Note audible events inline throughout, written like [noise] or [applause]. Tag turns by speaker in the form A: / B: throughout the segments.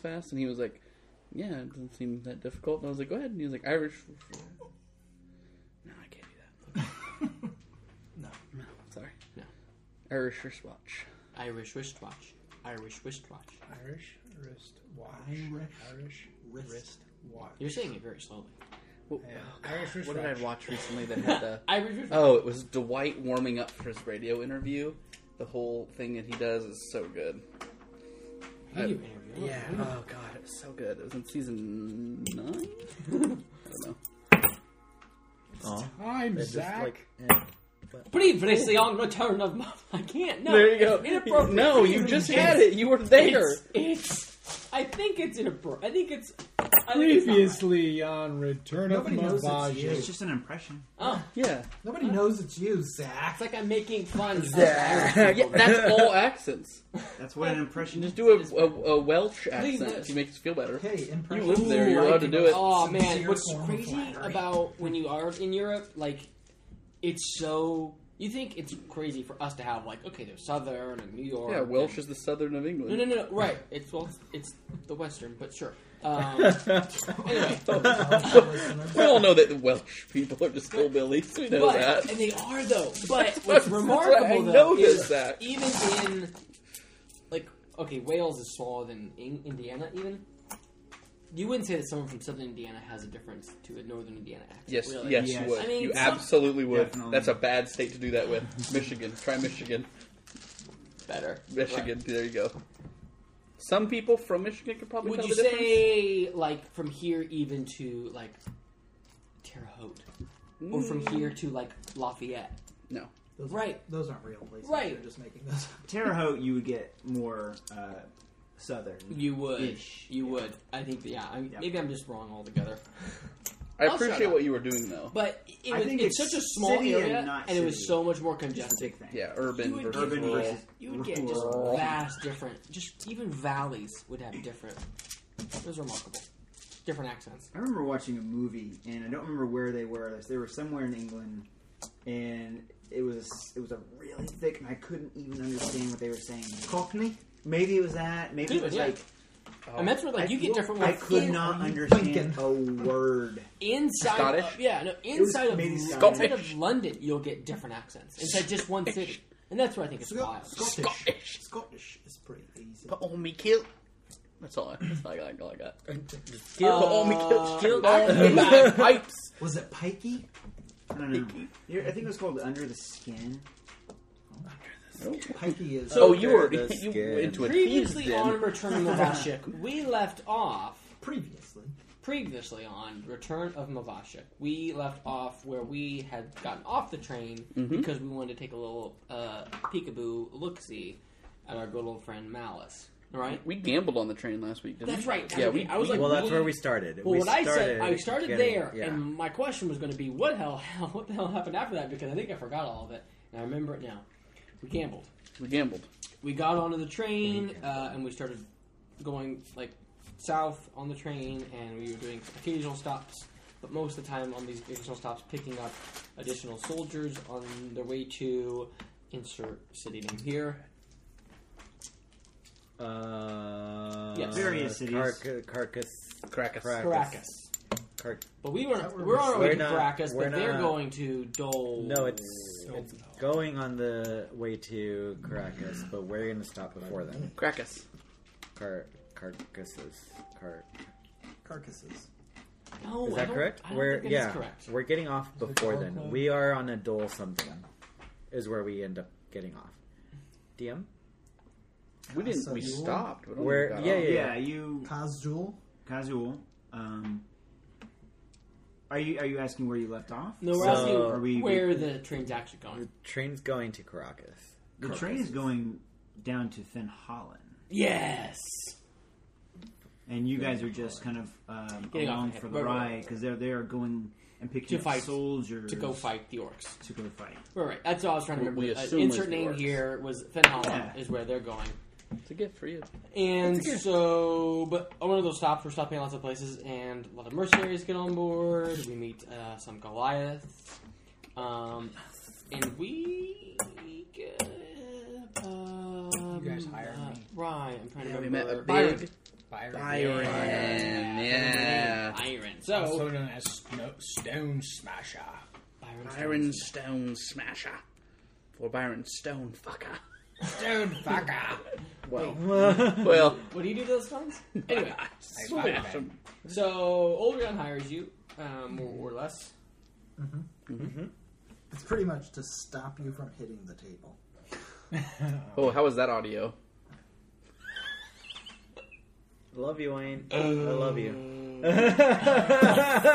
A: fast?" And he was like, "Yeah, it doesn't seem that difficult." And I was like, "Go ahead." And he was like, "Irish." No, I can't do that.
B: No.
A: [laughs] No, sorry.
C: No.
A: Irish wristwatch.
C: Irish wristwatch. Irish wristwatch.
B: Irish wrist watch.
C: Irish
B: Irish
C: wrist.
B: watch.
C: You're saying it very slowly.
A: Well,
B: Yeah. Irish wrist
A: what did
B: watch.
A: I watch recently that had [laughs] a?
C: Irish wristwatch.
A: Oh, it was Dwight warming up for his radio interview. The whole thing that he does is so good. I-
C: Video interview.
B: Yeah.
A: Oh god, it was so good. It was in season [laughs] nine. I don't know.
D: Oh,
B: Time,
D: it's just
B: Zach.
D: like eh.
C: Previously on Return of Mo- [laughs] I can't. No.
A: There you
C: It's
A: go.
C: inappropriate.
A: No, you just had it. You were there.
C: It's, it's. I think it's inappropriate. I think it's. I think it's not right.
B: Previously on Return
E: Nobody
B: of
E: knows it's
B: Mavage.
E: you.
D: It's just an impression.
C: Oh,
A: Yeah.
E: Nobody knows it's you, Zach.
C: it's like I'm making fun. of
D: Zach.
A: [laughs]
C: Irish
A: yeah
C: people.
A: that's all accents.
D: That's what an impression is.
A: Just do a, a, a Welsh
C: Please,
A: accent
C: let's-
A: if you make us feel better.
E: Hey, impression.
A: live there, you're
E: Ooh,
A: allowed to do it.
C: Oh
E: Sincere
C: man, what's
E: form of
C: crazy
E: flattery.
C: about when you are in Europe, like it's so you think it's crazy for us to have like okay, there's Southern and New York.
A: Yeah, Welsh
C: and-
A: is the southern of England.
C: no, no, no, no, right. It's well, it's the Western, but
A: [laughs]
C: sure. Um, anyway,
A: [laughs] We all know that the Welsh people are just hillbillies. We know
C: but
A: that.
C: and they are though.
A: [laughs]
C: But
A: That's
C: what's
A: what
C: remarkable
A: I
C: though
A: noticed
C: is
A: that.
C: even in like okay, Wales is smaller than in- Indiana even. You wouldn't say that someone from southern Indiana has a difference to a northern Indiana accent.
A: Yes,
C: really.
A: yes, you
D: Yes.
A: would.
C: I mean,
A: you
C: some-
A: absolutely would.
D: Definitely.
A: That's a bad state to do that with. Michigan. Try Michigan.
C: better.
A: Michigan. There you go. Some people from Michigan could probably
C: Would
A: tell
C: you
A: the difference.
C: say like from here even to like Terre Haute, or from
A: Mm.
C: here to like Lafayette?
A: No.
E: Those
C: Right.
E: Aren't, those aren't real places.
C: Right.
E: You're just making those.
D: Terre Haute, you would get more uh, southern.
C: You would,
D: Ish,
C: you would. I think that, yeah. I,
D: Yeah.
C: Maybe I'm just wrong altogether.
A: I
C: I'll shut
A: appreciate
C: up.
A: what you were doing though.
C: But it
D: I
C: was,
D: think
C: it's,
D: it's
C: such a small
D: city and
C: area, and,
D: not
C: it was
D: city.
C: so much more
D: Just a
C: congested.
D: big thing.
A: yeah,
C: You
A: urban
C: would,
A: versus
C: get,
D: urban
A: rural.
D: versus-
C: you would get just
D: rural.
C: vast different, just even valleys would have different. It was remarkable, different accents.
D: I remember watching a movie, and I don't remember where they were. They were somewhere in England, and it was it was a really thick, and I couldn't even understand what they were saying. Cockney? Maybe it was that. Maybe
C: Dude,
D: it was
C: yeah.
D: like
A: Oh.
C: and that's where like
D: I-
C: you get different.
D: I
C: Like,
D: could
C: in-
D: not
E: Are you
D: understand
E: thinking?
D: a word.
C: inside
A: Scottish?
C: of- yeah, no,
D: was
C: inside of
D: maybe
C: inside
A: Scottish.
C: of London, you'll get different accents inside just one city, and that's where I think it's wild.
E: Scottish. Scottish is pretty easy.
A: Put on me kilt. That's all. I, that's all I got. All I got. Put
C: Uh,
A: on me kilt.
C: kilt
A: back
C: on [laughs]
A: in
C: me
A: my
C: back.
A: pipes.
E: Was it pikey?
D: I don't
C: [laughs]
D: know. You're- I think it was called Under the Skin.
E: Pikey is.
A: oh, you were
D: the
A: you
D: skin.
A: were into a
C: Previously
A: thieves' den.
C: on Return of Mavashik, we left off.
E: previously.
C: Previously on Return of Mavashik, we left off where we had gotten off the train
D: Mm-hmm.
C: because we wanted to take a little uh, peekaboo look see at our good old friend Malice. Right?
A: We gambled on the train last week. Didn't
C: That's
A: we?
C: right.
A: Yeah, we.
C: I was like,
D: Well,
C: we-
D: that's
C: we-
D: where we started.
C: Well,
D: we
C: what I said, I started
D: getting-
C: there,
D: yeah.
C: and my question was going to be, what hell, hell, [laughs] what the hell happened after that? Because I think I forgot all of it, and I remember it now. We gambled.
A: we gambled.
C: We got onto the train, uh, and we started going like south on the train, and we were doing occasional stops, but most of the time on these occasional stops, picking up additional soldiers on their way to insert city name here.
F: Uh,
C: Yes.
D: Various cities.
F: Carca- carcass.
A: Caracas.
C: Caracas.
F: Car-
C: But we were
E: That
C: we're on our way
F: we're
C: to
F: not-
C: Caracas,
F: we're
C: but they're
F: not-
C: going to Dole.
F: no, it's, it's going on the way to Caracas, but we're going to stop before them.
A: Caracas.
F: Car- carcasses. Car-
E: Carcasses.
C: No, Oh,
F: is
C: I
F: that
C: don't-
F: correct?
C: I don't
F: we're
C: think it is
F: yeah,
C: correct.
F: we're getting off
E: it
F: before
E: called
F: then.
E: that?
F: We are on a dole something, is where we end up getting off. DM,
A: We didn't. We
E: Casual.
A: stopped. but oh only
F: Where-
A: got
F: yeah,
A: off.
F: yeah.
D: Yeah, you
E: Casual.
D: casual. Um, are you are you asking where you left off?
C: No, we're
F: So-
C: asking
F: Are
D: we-
C: where the train's actually going.
F: the train's going to Caracas.
D: The train is going down to Thin Holland,
C: Yes.
D: and you guys are just kind of um,
C: Getting off
D: along
C: ahead.
D: for
C: Right,
D: the
C: right,
D: ride because they're they are going and picking
C: To
D: up
C: fight.
D: soldiers
C: To go fight the orcs.
D: to go fight.
C: Right, right. That's all I was trying to
A: We-
C: remember.
A: we
C: Uh,
A: assume it's
C: insert
A: the
C: name
A: orcs.
C: here was Finholm
D: Yeah.
C: is where they're going.
A: It's a gift for you.
C: And so, but on one of those stops, we're stopping at lots of places, and a lot of mercenaries get on board. We meet uh, some Goliaths, um, and we get. Um,
E: You guys hired
C: uh,
E: me.
C: Right, I'm trying
A: Yeah,
C: to
A: we
C: remember.
A: met a
C: Byron.
A: big
G: Byron.
A: Byron. Yeah.
C: Byron.
G: Also
C: So
G: known as Sno- Stone Smasher.
C: Byron.
A: Byron Stone Smasher. Or Byron Stone Fucker.
G: Stone fucker.
A: Well,
D: Wait,
A: well.
C: What do you do to
A: [laughs]
C: those clowns? Anyway,
A: Smash 'em.
C: so Olrion hires you, um, or, or less.
E: It's pretty much to stop you from hitting the table.
A: Oh, how was that audio?
D: love you, Wayne. I love you.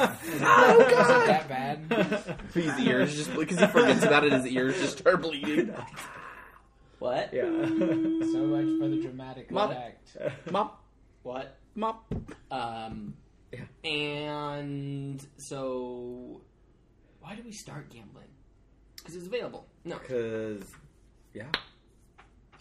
C: Wasn't that bad?
F: [laughs]
A: His ears just because he forgets about it, his ears just start bleeding.
C: what? [laughs]
D: yeah.
G: So much for the dramatic
A: Mom.
G: effect.
A: Mop,
C: What?
A: mop.
C: Um, And so, why do we start gambling? Because it's available. No.
D: Because, yeah.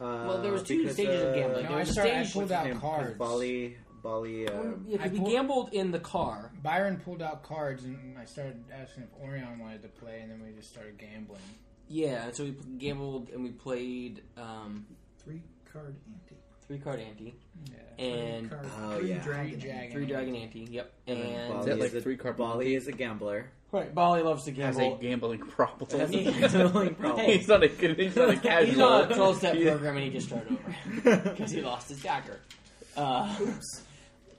D: Uh,
C: Well, there was two stages of gambling.
G: No,
C: There
G: I
C: was a
G: started. I
C: stage
G: pulled out cards.
D: Cards. Bali, Bali. Um,
C: Yeah, 'cause
G: I
C: we
G: pulled-
C: gambled in the car.
G: Byron pulled out cards, and I started asking if Orion wanted to play, and then we just started gambling.
C: Yeah, and so we p- gambled and we played um,
E: Three card ante.
C: three card ante
G: Yeah.
E: Three
C: and
E: card.
D: Oh,
E: three
D: yeah.
E: dragon.
G: Three
E: ante.
C: three dragon ante. Yep.
A: Is that
C: And
A: like three card
D: Bali is
A: [laughs]
D: a gambler.
C: right, Bali loves to
A: Has
C: gamble.
A: a
D: [laughs]
A: gambling
C: [laughs]
A: problem.
D: Has a gambling
A: [laughs]
D: problem.
A: he's not a good. He's not a casual.
C: He's on a 12
D: [laughs]
C: step
A: He-
C: program and he just started over because he lost his dagger. Uh,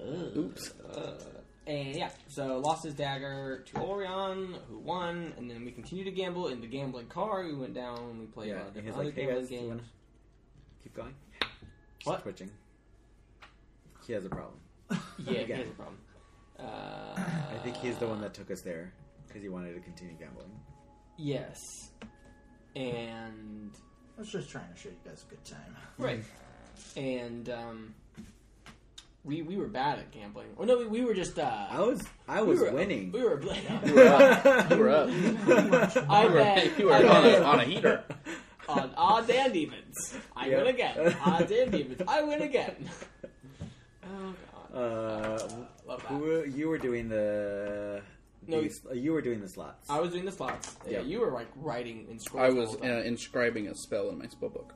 C: ugh,
A: Oops.
C: uh, and yeah, so lost his dagger to Orion, who won, and then we continued to gamble in the gambling car. We went down and we played
D: Yeah,
C: a lot of
D: and he's
C: different other
D: like, "Hey,
C: gambling
D: guys, do you
C: games.
D: wanna-" Keep going.
C: What?
D: Twitching. He has a problem.
C: Yeah, he
D: [laughs] Yeah.
C: has a problem. Uh,
D: I think he's the one that took us there because he wanted to continue gambling.
C: Uh, Yes. And.
E: I was just trying to show you guys a good time.
C: Right. And, um. We, we were bad at gambling. Or no, we, we were just, uh.
D: I was, I was
C: we were,
D: winning.
C: We were.
D: [laughs]
A: You were up. You were up.
C: I
A: You were,
C: bet.
A: you were
C: I
A: on, a,
C: bet
A: on a heater.
D: [laughs]
C: on odds and evens. Ah, I
D: Yep.
C: win again. Odds and evens. I win
A: [laughs]
C: again. Oh god.
D: uh,
C: Love
D: who
C: that.
D: were- you were doing the.
C: No,
D: these- uh, you were doing the slots.
C: I was doing the slots. Yeah,
D: Yeah.
C: you were like writing and scrolling.
A: I was
C: all [laughs] the time.
A: uh, inscribing a spell in my spell book.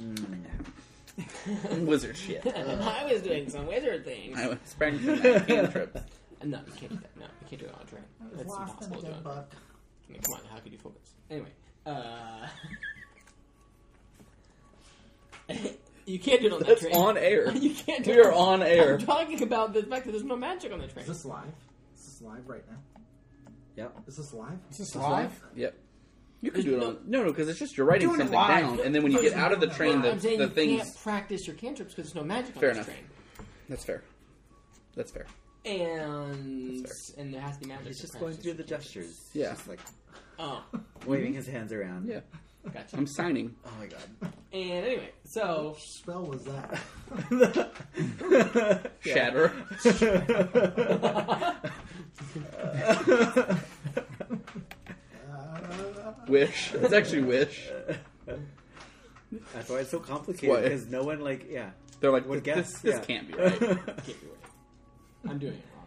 D: Mm.
A: [laughs] Wizard shit.
C: [laughs] I was doing some wizard things. Uh,
A: I was practicing my cantrips.
C: No, you can't do that. No, you can't do it on a train.
E: I was
C: That's
E: lost
C: impossible
E: in
C: to do.
E: a dead
C: on-
E: buck.
C: I mean, come on, how could you focus? Anyway, uh, [laughs] you can't do it on that
A: [laughs] That's
C: train. [laughs]
A: on air.
C: you can't do
A: We
C: it.
A: are on air.
C: I'm talking about the fact that there's no magic on the train.
E: Is this live? Is this live right now?
D: Yep.
E: Is this live?
G: Is this live?
A: Yep. You could do
C: There's
A: it
C: [laughs]
A: on no, no, because it's just you're writing
G: Doing it
A: something
G: live.
A: down, and then when you get out of the train, the,
C: I'm saying
A: the
C: you
A: things.
C: can't practice your cantrips because there's no magic on
A: Fair
C: the
A: enough.
C: train.
A: That's fair. That's fair.
C: And
A: That's
C: and there has to be magic.
D: He's
C: to
D: just going
C: practice
D: through the
C: your cantrips.
D: gestures. He's
A: Yeah.
D: Just like
C: Oh,
D: waving his hands around.
A: Yeah,
C: gotcha.
A: I'm signing.
D: Oh
A: [laughs]
D: my god.
C: and anyway,
E: [laughs]
C: so
E: Which spell was that?
G: [laughs]
A: Shatter.
E: Uh,
A: Wish. It's actually wish.
D: [laughs] That's why it's so complicated
A: Why?
D: because no one like yeah.
A: They're like,
D: Would
A: this,
D: guess,
A: this, this
D: yeah.
A: can't
F: [laughs]
A: be
D: [laughs]
A: right.
C: can't be right. I'm doing it wrong.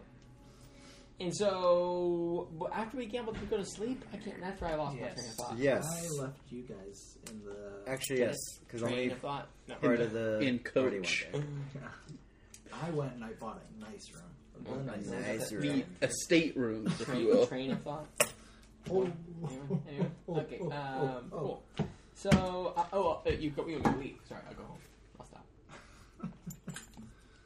C: And so but after we gambled, we go to sleep. I can't. That's where I lost my
G: Yes.
C: train of thought.
D: yes.
E: I left you guys in the.
D: Actually yes, because
C: train
D: only
C: of thought. No.
D: part of the
A: in
D: party
A: coach.
D: went
E: I went and I bought a nice room. A really
C: nice.
E: room.
D: Nice
E: That-
A: The
D: room.
A: estate rooms, if you
C: train, [laughs]
A: will.
C: train of thought.
E: Oh.
C: Anyway, anyway. Okay.
E: Oh, oh,
C: Um,
E: oh.
C: cool. So, uh, oh, uh, you go. We to leave. Sorry, I'll go home. I'll stop.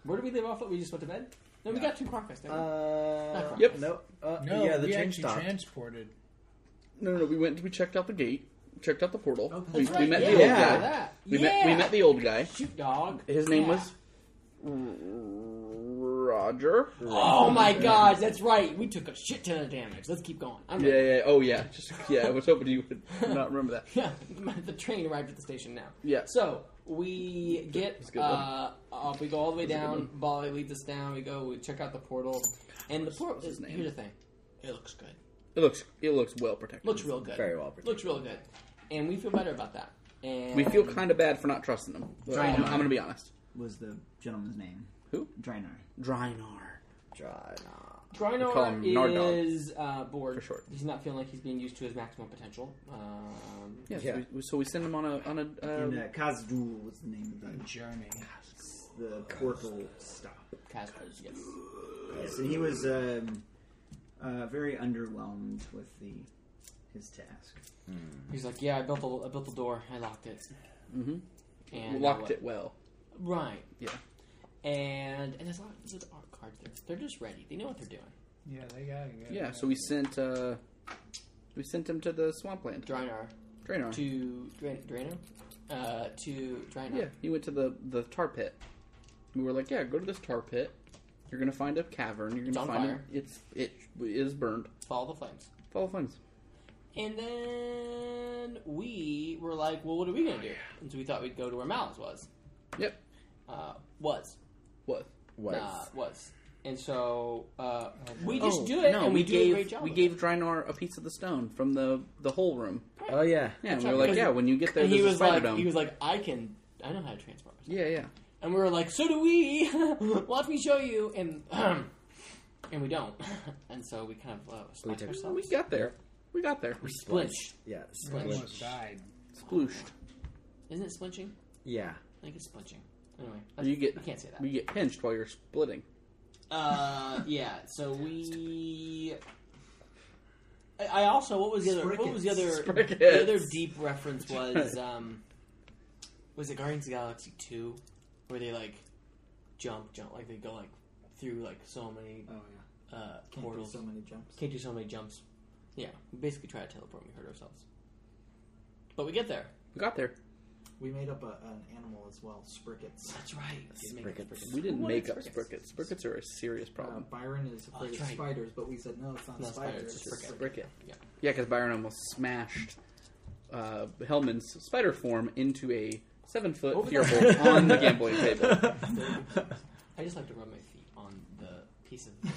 C: Where did we leave off? at? We just went to bed. No, we
G: No.
C: got two crocus.
D: there.
C: didn't we?
D: Uh,
A: Yep.
D: No. Uh,
G: No,
D: yeah, the
G: we
D: train
G: actually
D: stopped.
G: transported.
A: No, no, no. We went. We checked out the gate. Checked out the portal.
E: Okay.
A: we,
C: That's right,
A: we met
C: yeah,
A: the old
D: yeah.
A: guy.
C: That.
A: We
C: yeah.
A: met. We met the old guy.
C: shoot dog.
A: His name
C: Yeah.
A: was R- Roger.
C: Oh my gosh, that's right. We took a shit ton of damage. Let's keep going. I'm
A: Yeah, yeah. Oh, yeah. Just yeah. I was hoping you would not remember that.
C: Yeah, [laughs] the train arrived at the station now.
A: Yeah.
C: So we get
A: That's a good
C: uh, uh, we go all the way down. Bali leads us down. We go. We check out the portal, and the portal.
A: what's his name?
C: Here's the thing. It looks good.
A: It looks. It looks well protected.
C: Looks real good.
D: Very well protected.
C: Looks real good, and we feel better about that. And
A: We feel kind of bad for not trusting them. I'm, I'm gonna be honest.
H: Was the gentleman's name
A: Who?
H: Draenor?
A: Drynar.
D: Dry.
A: We call him
C: Drynar
A: Nardog.
C: is uh, bored.
A: For short.
C: He's not feeling like he's being used to his maximum potential. Um,
A: Yeah.
D: Yeah.
A: So, we, so we send him on a on a.
H: And
A: Um,
H: uh, Khazdu was the name of
G: A
H: the
G: journey.
D: the portal stop.
C: Kaz, yes.
D: Yes, and he was um, uh, very underwhelmed with the his task.
C: He's like, yeah, I built the I built the door, I locked it,
A: Mm-hmm.
C: and now
A: Locked
C: what?"
A: it well.
C: Right.
A: Yeah.
C: And and there's a lot of there's art cards there. They're just ready. They know what they're doing.
G: Yeah, they got it.
A: Yeah, so we sent uh, we sent him to the swampland.
C: Draenor
A: Draenor.
C: to Draen- Draenor uh, to Draenor.
A: Yeah, he went to the the tar pit. We were like, yeah, go to this tar pit. You're gonna find a cavern. You're
C: It's
A: gonna
C: on
A: find
C: fire.
A: it. It's it is burned.
C: Follow the flames.
A: Follow flames.
C: And then we were like, well, what are we gonna do? And so we thought we'd go to where Malice was.
A: Yep.
C: Uh, was.
A: What?
F: Was.
C: Nah, was. And so uh, we
A: Oh,
C: just do it,
A: No,
C: and we,
A: we,
C: do
A: gave
C: a great job.
A: we
C: of
A: gave
C: it.
A: Draenor a piece of the stone from the the hole room.
F: Oh yeah.
A: Yeah, and
C: Good
A: we
C: job,
A: were like,
C: because-
A: yeah, when you get there,
C: and he
A: there's a
C: was
A: spider
C: like,
A: dome.
C: he was like, I can, I know how to transform. myself."
A: yeah, yeah.
C: And we were like, so do we. [laughs] Watch me show you, and [clears throat] and we don't. [laughs] and so we kind of uh, splashed
F: took-
C: ourselves.
A: We got there. We got there.
C: We splinched.
F: Yeah.
G: I
C: Right.
F: Split.
G: almost died.
A: Splooshed.
C: Isn't it splinching?
F: Yeah.
C: I think it's splinching. Anyway,
A: You get-
C: we can't say
A: [laughs]
C: that.
A: We get pinched while you're splitting. [laughs]
C: Uh, yeah. So we. I, I also what was the other what was the other
A: Sprickets.
C: the other deep reference was um was it Guardians of the Galaxy two where they like jump jump like they go like through like so many
E: Oh yeah,
C: uh
E: can't
C: portals
E: do so many jumps.
C: can't do so many jumps yeah we basically try to teleport and we hurt ourselves but we get there
A: We got there.
E: We made up a, an animal as well, sprickets.
C: that's right We did make
F: Sprickets.
C: sprickets.
A: We didn't
C: What
A: make
C: is
A: up sprickets. Sprickets are a serious
E: Uh,
A: problem.
E: Byron is afraid
C: that's
E: of
C: right.
E: spiders, but we said no, it's not
C: No,
E: a spider.
C: spider, it's
E: It's
C: a
E: a
C: spricket.
E: spricket.
A: Spricket.
C: Yeah.
A: Yeah, because Byron almost smashed uh, Hellman's spider form into a seven foot
E: Over
A: fear
E: there.
A: bolt on the
E: [laughs]
A: gambling table.
C: [laughs] I just like to rub my feet on the piece of the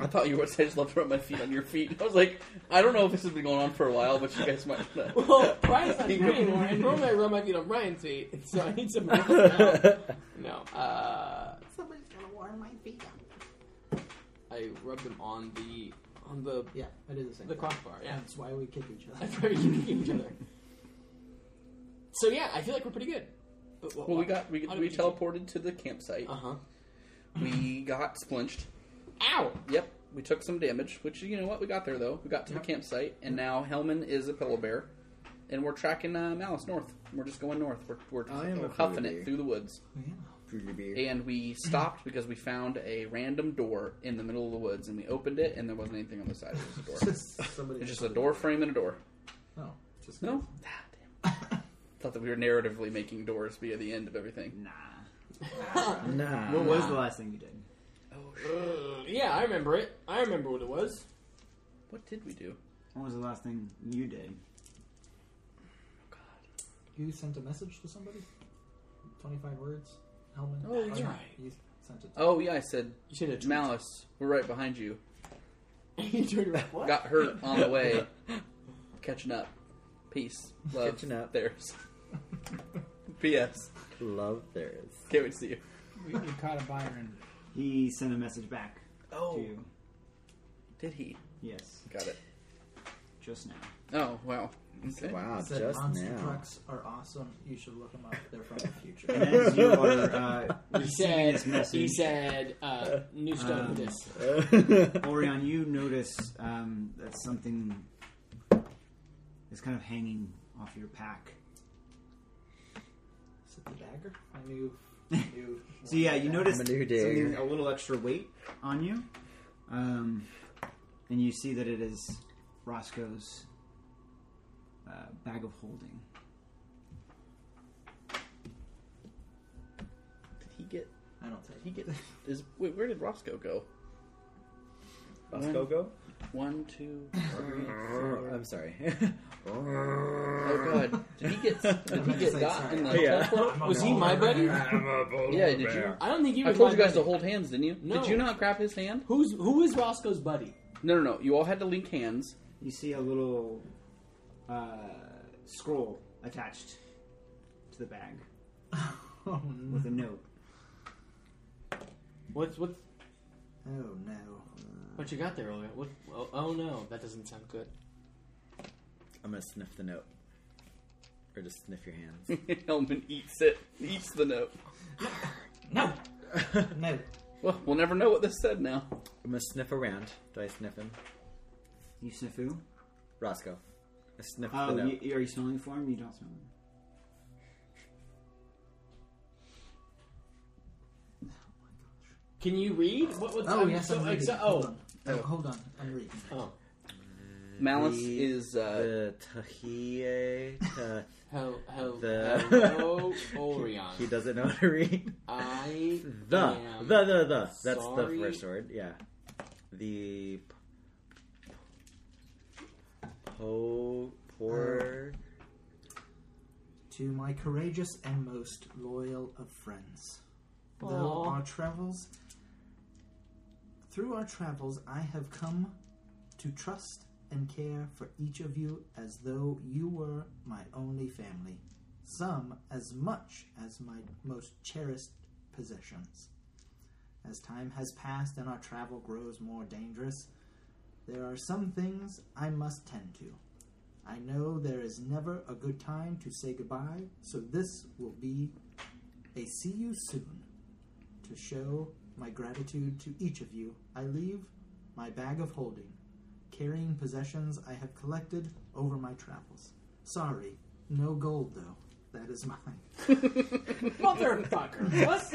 A: I thought you were. I just love to rub my feet on your feet. I was like, I don't know if this has been going on for a while, but you guys might.
C: [laughs] Well, Brian's [laughs] not here anymore, and normally I rub my feet on Brian's feet, [laughs] so I need some [laughs] help. No, uh,
E: Somebody's gonna warm my feet up.
C: I rubbed them on the on the
E: Yeah, I did the same.
C: the
E: thing.
C: crossbar. [laughs] Yeah,
E: That's why we kick each
C: I [laughs]
E: other.
C: probably keep each other. So yeah, I feel like we're pretty good. But what,
A: Well, we got we,
C: how did
A: we
C: we do?
A: teleported to the campsite.
E: Uh-huh.
C: Uh huh.
A: We got splinched.
C: Ow!
A: Yep, we took some damage. Which you know what? We got there though. We got to the campsite, and now Hellman is a pillow bear, and we're tracking uh, Malice north. We're just going north. We're we're
F: I am a
A: huffing
F: pillow bear.
A: it through the woods.
E: [laughs] Yeah.
A: And
F: [clears throat]
A: we stopped because we found a random door in the middle of the woods, and we opened it, and there wasn't anything on the side. It was just a
F: [laughs]
A: door.
E: Somebody.
A: It's just a door frame and a door.
E: No. Just
A: No. Ah, damn. Thought that we were narratively making doors via the end of everything.
D: Nah.
F: [laughs] Nah.
D: What was the last thing you did?
C: Uh, yeah, I remember it. I remember what it was. [laughs]
A: What did we do?
D: What was the last thing you did?
E: You sent a message to somebody. Twenty-five words. Hellman.
A: Oh, yeah.
E: Byron,
C: right.
E: You sent it. To
A: Oh yeah, I said
C: You should have
A: Malice. We're right behind you.
C: you turned around. What?
A: Got hurt on the way. Catching up. Peace. Love.
F: Catching up.
A: Theirs. P.S.
F: Love there is.
A: Can't wait to see you.
G: We, we caught a Byron.
D: He sent a message back
A: Oh,
D: to you.
A: did he?
D: Yes,
A: Got it.
D: just now.
A: Oh wow. Okay.
F: Wow,
E: said
F: just
E: monster
F: now.
E: trucks are awesome. You should look them up. They're from the
D: [laughs] [laughs] And
E: future.
D: as you are uh,
C: He
D: receiving
C: said.
D: this message,
C: He said. Uh, new stone
D: Um,
C: this.
D: Orion, you notice um, that something is kind of hanging off your pack.
E: Is it the dagger? I knew. you-
D: So yeah, you notice
F: I'm a new dare.
D: something a little extra weight on you, um, and you see that it is Roscoe's uh, bag of holding.
A: Did he get?
E: I don't take. Oh,
A: Did he get? Is wait, where did Roscoe go?
F: Roscoe go?
A: One, two, three.
F: [laughs]
D: [laughs]
F: I'm sorry.
A: Oh god. Did he get? Did he get got in the [laughs]
F: Yeah.
A: teleport?
E: I'm a
C: Was he my buddy?
A: Yeah. Did you?
C: I don't think you.
A: I
C: was
A: told
C: my
A: you guys to
C: buddy.
A: hold hands, didn't you?
C: No.
A: Did you not grab his hand?
C: Who's who is Roscoe's buddy?
A: No, no, no. You all had to link hands. [laughs]
D: You see a little uh, scroll attached to the bag
E: Oh
D: with a note.
C: What's what?
E: no.
C: What you got there, Olga? What? Oh, oh no, that doesn't sound good.
F: I'm gonna sniff the note.
A: Hmm.
F: Or just sniff your hands.
A: Hellman eats it. Eats the note.
E: No,
D: I'm
E: no.
A: Well, we'll never know what this said now.
D: gonna sniff around. Do I sniff him?
H: You sniffu?
D: Roscoe. I sniff the
H: Oh,
D: note.
H: you, are you smelling for him? You don't smell him.
C: Can you read? What was
E: Oh
C: I'm
E: yes,
C: so
E: I'm reading.
C: exa-
E: Hold
C: oh,
E: on. Oh, hold on. I'm reading.
C: oh,
A: Malice
D: The-
A: is uh,
D: the Tahie. Ta-
C: Hel- Hel-
D: The- [laughs]
C: hello, Orion.
D: he doesn't know how to read.
C: I
D: The
C: am
D: the the the. That's
C: sorry.
D: the first word. Yeah. The po poor.
E: To my courageous and most loyal of friends. Though
C: Aw.
E: our travels, through our travels, I have come to trust and care for each of you as though you were my only family, some as much as my most cherished possessions. As time has passed and our travel grows more dangerous, there are some things I must tend to. I know there is never a good time to say goodbye, so this will be a see you soon. To show my gratitude to each of you, I leave my bag of holding, carrying possessions I have collected over my travels. Sorry, no gold though. That is mine.
D: [laughs]
C: motherfucker. What?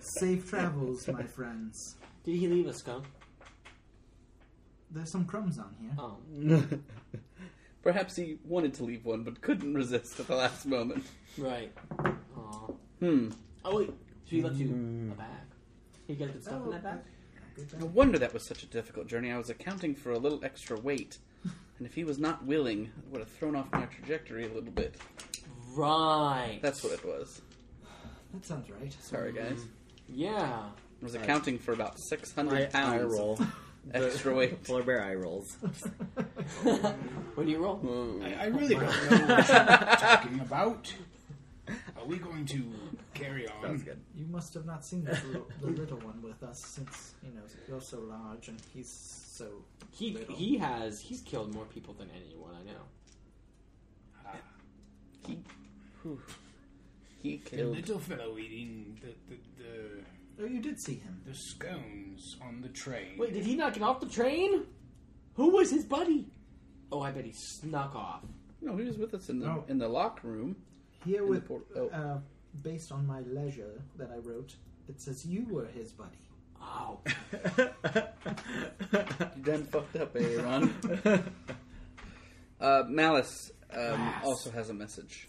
E: Safe travels, my friends.
C: Did he leave a scum?
E: There's some crumbs on here.
C: Oh,
A: perhaps he wanted to leave one but couldn't resist at the last moment.
C: right. Aw.
A: Hmm.
C: Oh wait, so he left
D: Hmm.
C: you a bag. He got good stuff in that bag.
E: Good
A: No
E: job.
A: wonder that was such a difficult journey. I was accounting for a little extra
D: [laughs]
A: weight, and if he was not willing, it would have thrown off my trajectory a little bit.
C: Right.
A: That's what it was.
E: That sounds right.
A: Sorry,
D: Hmm.
A: guys.
C: Yeah. [laughs]
A: I was accounting for about six hundred
D: I
A: pounds
D: roll.
A: [laughs]
D: [laughs]
A: extra weight.
D: Polar bear eye rolls.
E: [laughs]
C: what do you roll?
D: Hmm.
G: I, I really don't know what you're talking about. Are we going to carry on?
D: Sounds good.
E: You must have not seen this little, the little one with us since, you know, you're so large and he's so.
C: He
E: little.
C: he has he's killed more people than anyone I know.
A: [laughs] He, whew. he
G: The
A: killed.
G: little fellow eating the, the, the,
E: Oh, you did see him.
G: the scones on the train.
C: Wait, did he not get off the train? Who was his buddy? Oh, I bet he snuck off.
A: No, he was with us in the
E: No.
A: in the locker room.
E: Here
A: the
E: with,
A: port- oh.
E: uh, based on my leisure that I wrote, it says you were his buddy.
C: [sighs] Oh,
A: You done fucked up, Aaron. [laughs] uh, Malice um, also has a message.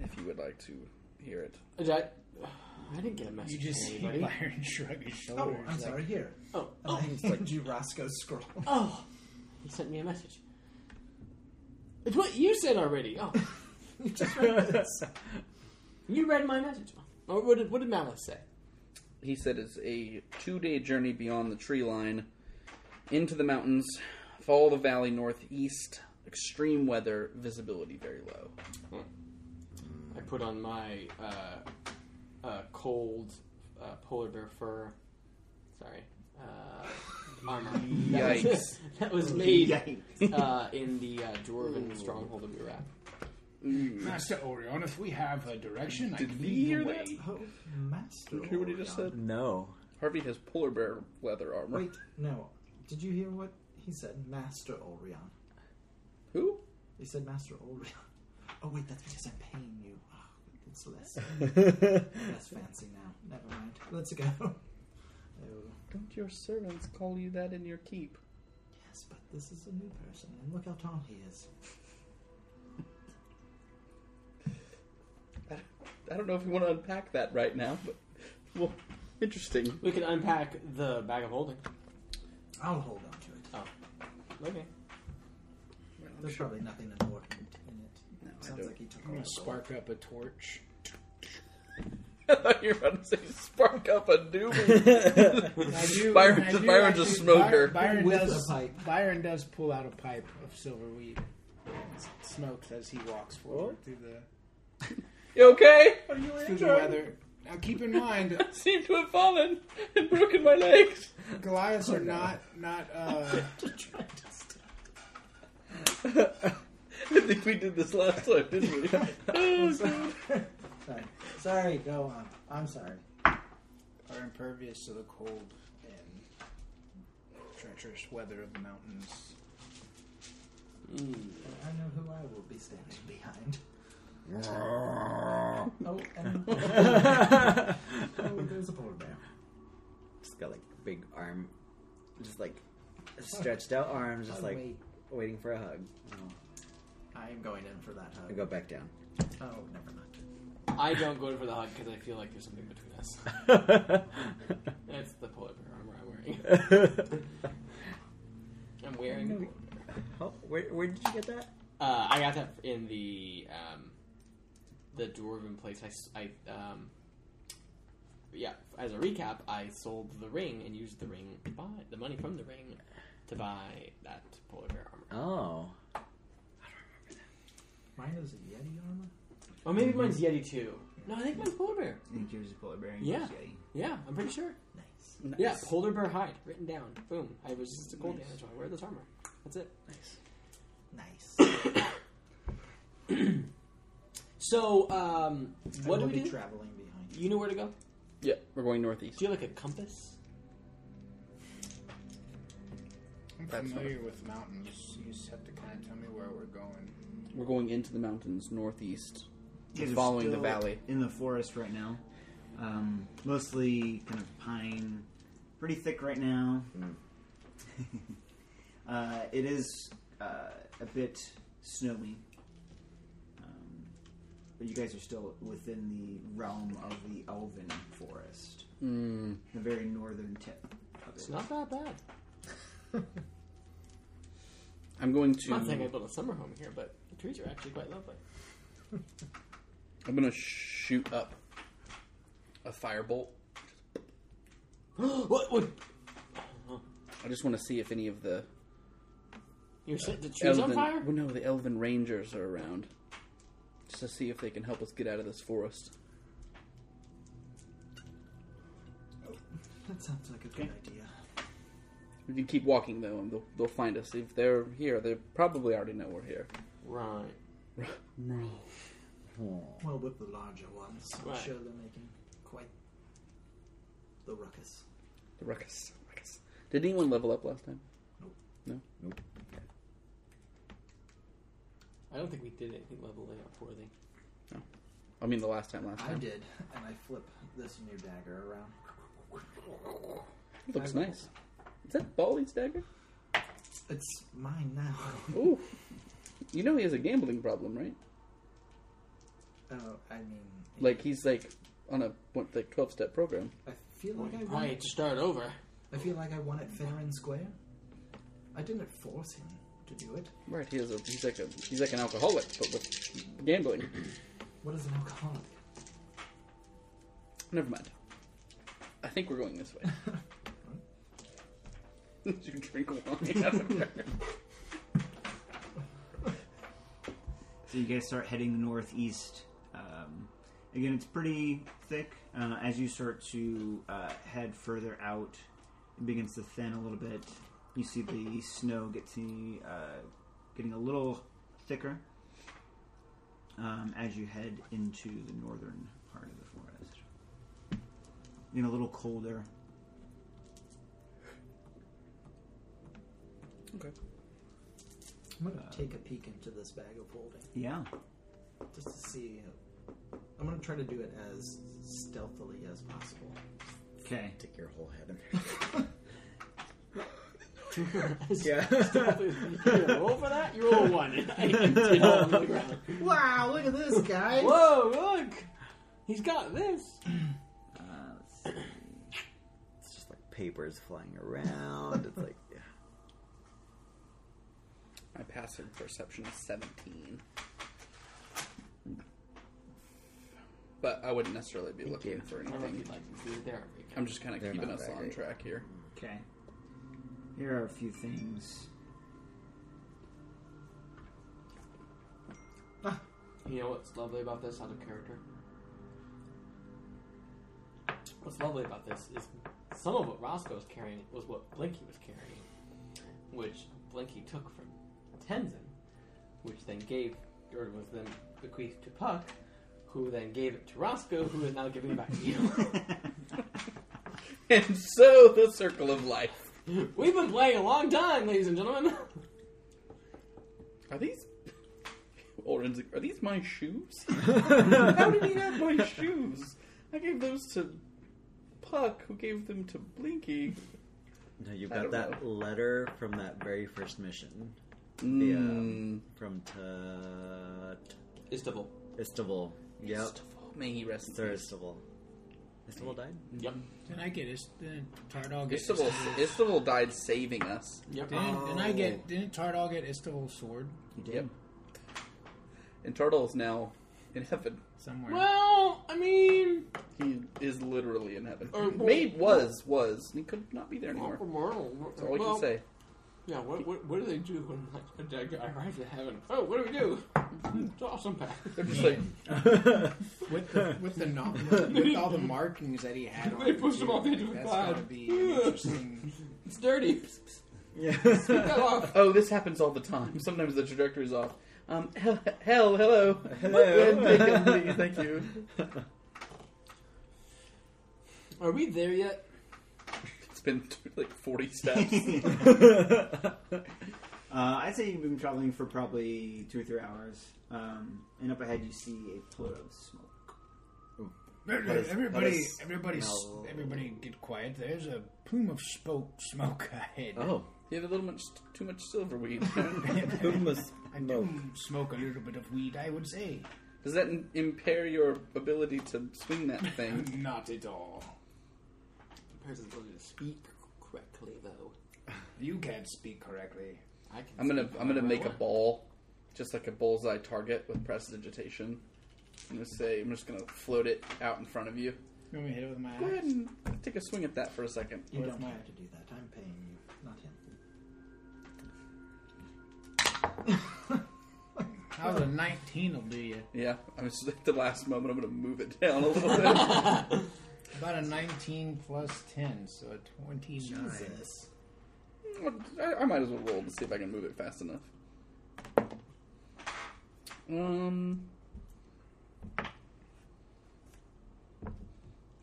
A: If you would like to hear it,
C: Is that, I [sighs] didn't get a message.
G: You just
C: from
G: see
C: anybody.
G: Byron shrug his
E: Oh,
G: shoulders.
E: I'm sorry, here.
C: Oh,
E: And [laughs] I
C: oh,
E: hand you Roscoe's
A: [laughs]
E: scroll.
C: oh! He sent me a message. It's what you said already. Oh,
E: [laughs] you just read this.
C: you read my message. Oh, what did what did Malice say?
A: he said it's a two-day journey beyond the tree line, into the mountains, follow the valley northeast. Extreme weather, visibility very low.
C: I put on my uh, uh, cold uh, polar bear fur. Sorry, uh, armor. That was, [laughs] that was made uh, in the uh, dwarven stronghold of Iraq.
G: Master Orion, if we have a direction, I
A: Did
G: can
A: we
G: lead
A: hear
G: the
A: that?
G: way.
E: Oh, master.
A: Did you hear what he just
E: Orion.
A: said?
F: [laughs]
D: no.
A: Harvey has polar bear leather armor.
E: Wait, no. Did you hear what he said? Master Orion.
A: Who?
E: He said Master Orion. Oh, wait, that's because I'm paying you. Oh,
A: [laughs]
E: it's less. That's fancy now. Never mind. Let's go. Oh,
A: Don't your servants call you that in your keep?
E: yes, but this is a new person, and look how tall he is.
A: I don't know if we want to unpack that right now, but well, interesting.
C: We can unpack the bag of holding.
E: I'll hold on to it.
C: Okay.
E: There's probably nothing important in it.
A: No, I
E: Sounds
A: don't.
E: like he took
G: I'm
E: all the
G: gonna
E: gold.
G: spark up a torch.
A: I [laughs] thought you were about to say spark up a doobie.
G: I do,
A: Byron-
G: I do
A: Byron's a
G: actually-
A: smoker.
G: By- Byron
E: With
G: does.
E: a pipe.
G: Byron does pull out a pipe of silver weed. S- Smokes as he walks forward through the
A: you okay? Are you
G: through the weather. Now keep in mind,
A: I seem to have fallen and broken my legs. [laughs]
G: Goliaths are not not. Uh,
A: I think we did this last [laughs] time, didn't we?
E: Sorry. Sorry, go on. I'm sorry.
G: impervious to the cold and treacherous weather of the mountains.
C: Hmm.
E: I know who I will be standing behind. Oh, and [laughs] oh, there's a polar bear.
F: Just got like big arm, just like stretched out arms, just
E: Oh,
F: like
E: wait.
F: waiting for a hug.
E: I am going in for that
F: I
E: hug.
F: go back down.
E: Oh, never mind.
C: I don't go in for the hug because I feel like there's something between [laughs] us. That's the polar bear armor I'm wearing.
F: [laughs]
C: I'm wearing the polar bear.
F: oh, where, where did you get that?
C: Uh, I got that in the um, the dwarven place. I, s- I, um, yeah. As a recap, I sold the ring and used the ring to buy the money from the ring to buy that polar bear armor.
F: Oh,
E: Mine is a Yeti armor.
C: Oh, maybe mine's Yeti too. No, I think mine's polar bear.
D: I think yours is polar bear. and
C: Yeah.
D: yours is Yeti.
C: Yeah, I'm pretty sure.
E: Nice.
A: Nice.
C: Yeah, polar bear hide written down. Boom. I resist the cold damage. so I wear this armor. That's it.
E: Nice.
C: So, um, [coughs] what
E: I
C: do
E: will
C: we
E: be
C: do?
E: traveling behind you.
C: you know where to go?
A: Yeah, we're going northeast.
C: Do you have like a compass?
G: I'm
A: That's
G: familiar with mountains. You just have to kind of tell me where we're going.
A: We're going into the mountains northeast.
D: You guys are
A: Following the
D: still
A: valley.
D: in the forest right now. Um, mostly kind of pine, pretty thick right now.
A: Hmm.
D: [laughs] uh, it is uh, a bit snowy, um, but you guys are still within the realm of the elven forest,
A: Mm.
D: the very northern tip of
C: It's
D: it.
C: not that bad.
A: I'm going
C: I'm not saying I
A: to.
C: built a summer home here, but the trees are actually quite lovely.
A: I'm going to shoot up a firebolt.
C: [gasps] what? What?
A: I just want to see if any of the
C: You set the trees on
A: elven.
C: fire?
A: Well, no, the elven rangers are around. Just to see if they can help us get out of this forest.
E: That sounds like a good idea.
A: We can keep walking though, and they'll, they'll find us. If they're here, they probably already know we're here.
C: Right.
A: No.
E: Well, with the larger ones, I'm
C: Right.
E: sure they're making quite the ruckus.
A: The ruckus. ruckus. Did anyone level up last time?
C: I don't think we did anything leveling up worthy.
A: I mean, the last time, last
E: I
A: time.
E: did, and I flip this new dagger around.
A: It looks
E: I-
A: nice. Is that Baldy's dagger?
E: It's mine now. [laughs]
A: Ooh. You know he has a gambling problem, right?
E: oh, I mean,
A: Like he's like on a one- like twelve step program.
E: I feel like I won.
C: Right, to start over.
E: I feel like I won it fair and square. I didn't force him to do it.
A: Right. He has a he's like a he's like an alcoholic, but with gambling. [clears throat]
E: What is an alcoholic?
A: Never mind. I think we're going this
E: [laughs]
A: way. [laughs] Did you drink wine [laughs] out of there?
D: So you guys start heading northeast. Um, again, it's pretty thick. Uh, as you start to uh, head further out, it begins to thin a little bit. You see the snow get to, uh, getting a little thicker um, as you head into the northern part of the forest. Getting a little colder.
A: Okay.
E: I'm
G: Uh.
E: gonna take a peek into this bag of holding
D: Yeah.
E: just to see. I'm gonna try to do it as stealthily as possible.
D: Okay.
F: Stick your whole head in
C: yeah.
F: there.
C: roll for that? You roll a [laughs] one. I emptied all over the ground.
E: Wow! Look at this guy.
C: Whoa, look! He's got this.
D: Uh, let's see.
F: it's just like papers flying around. It's like yeah.
A: My passive perception is 17. But I wouldn't necessarily be looking
F: you.
A: for
C: I don't know if you'd
A: anything.
C: like to see it there. Rick.
A: I'm just kind of
F: They're
A: keeping
F: not
A: us
F: that
A: on
F: great.
A: track here. [laughs]
D: Okay. Here are a few things. [laughs]
C: You know what's lovely about this out of character? What's lovely about this is some of what Roscoe was carrying was what Blinky was carrying, which Blinky took from Tenzin, which then gave, or was then bequeathed
A: [laughs]
C: to Puck, who then gave it to Roscoe, who is now giving it back to you.
A: And so the circle of life.
C: We've been playing a long time, ladies and gentlemen.
A: Are these? [laughs] Orin's like, are these my shoes? [laughs] How did he have my shoes? I gave those to Puck, who gave them to Blinky.
F: No, you
A: I
F: got
A: don't
F: that letter from that very first mission.
A: Mm.
F: From Tut
C: Istanbul.
F: Istanbul. Yep.
A: May he rest in
F: Sir
A: peace.
F: Istanbul. Istanbul died?
C: Yep.
G: Did I get is didn't Tardal get
A: Istanbul,
G: Istanbul-
A: Istanbul died saving us.
C: Yep.
G: Didn't, didn't I get didn't Tardal get Istanbul's sword
A: Yep. And Turtle is now in heaven.
G: somewhere?
C: Well, I mean,
A: He is literally in heaven.
C: Uh, well-
A: Made was was. He could not be there anymore.
C: that's
A: That's all I can say.
C: Yeah, what, what, what do they do when like, a dead guy arrives at heaven? Oh, what do we do?
A: [laughs]
C: Toss him back.
A: They're just like
G: with the with the knock, with all the markings that he had on
C: [laughs] They pushed him
G: too,
C: off into
G: like,
C: the
G: That's
C: cloud.
G: gotta be an interesting.
C: It's dirty.
F: Yeah.
C: Get off.
A: Oh, this happens all the time. [laughs] Sometimes the trajectory's off. Um, hell, hell hello.
F: Hello.
A: [laughs] Thank you, Thank you.
C: Are we there yet?
A: It's been like 40
C: [laughs]
A: steps.
D: [laughs] Uh, I'd say you've been traveling for probably two or three hours, um, and up ahead you see a float of smoke.
G: Everybody,
F: is-
G: everybody,
F: that is-
G: everybody, s-
F: no.
G: everybody, get quiet. There's a plume of spoke smoke ahead.
F: [laughs] oh.
A: You have a little much too much silver weed. [laughs]
F: Hummus.
G: I do smoke a little bit of weed. I would say
A: Does that im- impair your ability to swing that thing?
G: not at all.
C: Compared to the ability to speak correctly, though.
G: You can't speak correctly.
C: I can
A: I'm gonna
C: speak
A: I'm gonna
C: however I
A: make a
C: want.
A: ball, just like a bullseye target with prestidigitation. I'm gonna say I'm just gonna float it out in front of you.
G: You want me to hit it with my
A: Go ahead
G: axe?
A: and take a swing at that for a second.
E: You
G: What
E: don't
G: if my-
E: have to do that. I'm paying you, not him.
G: How's a 19 will do you?
A: Yeah, I was [laughs] just at the last moment. I'm gonna move it down a little bit.
G: About a 19 plus 10, so a 29.
E: Jesus.
A: I, I might as well roll to see if I can move it fast enough. Um, it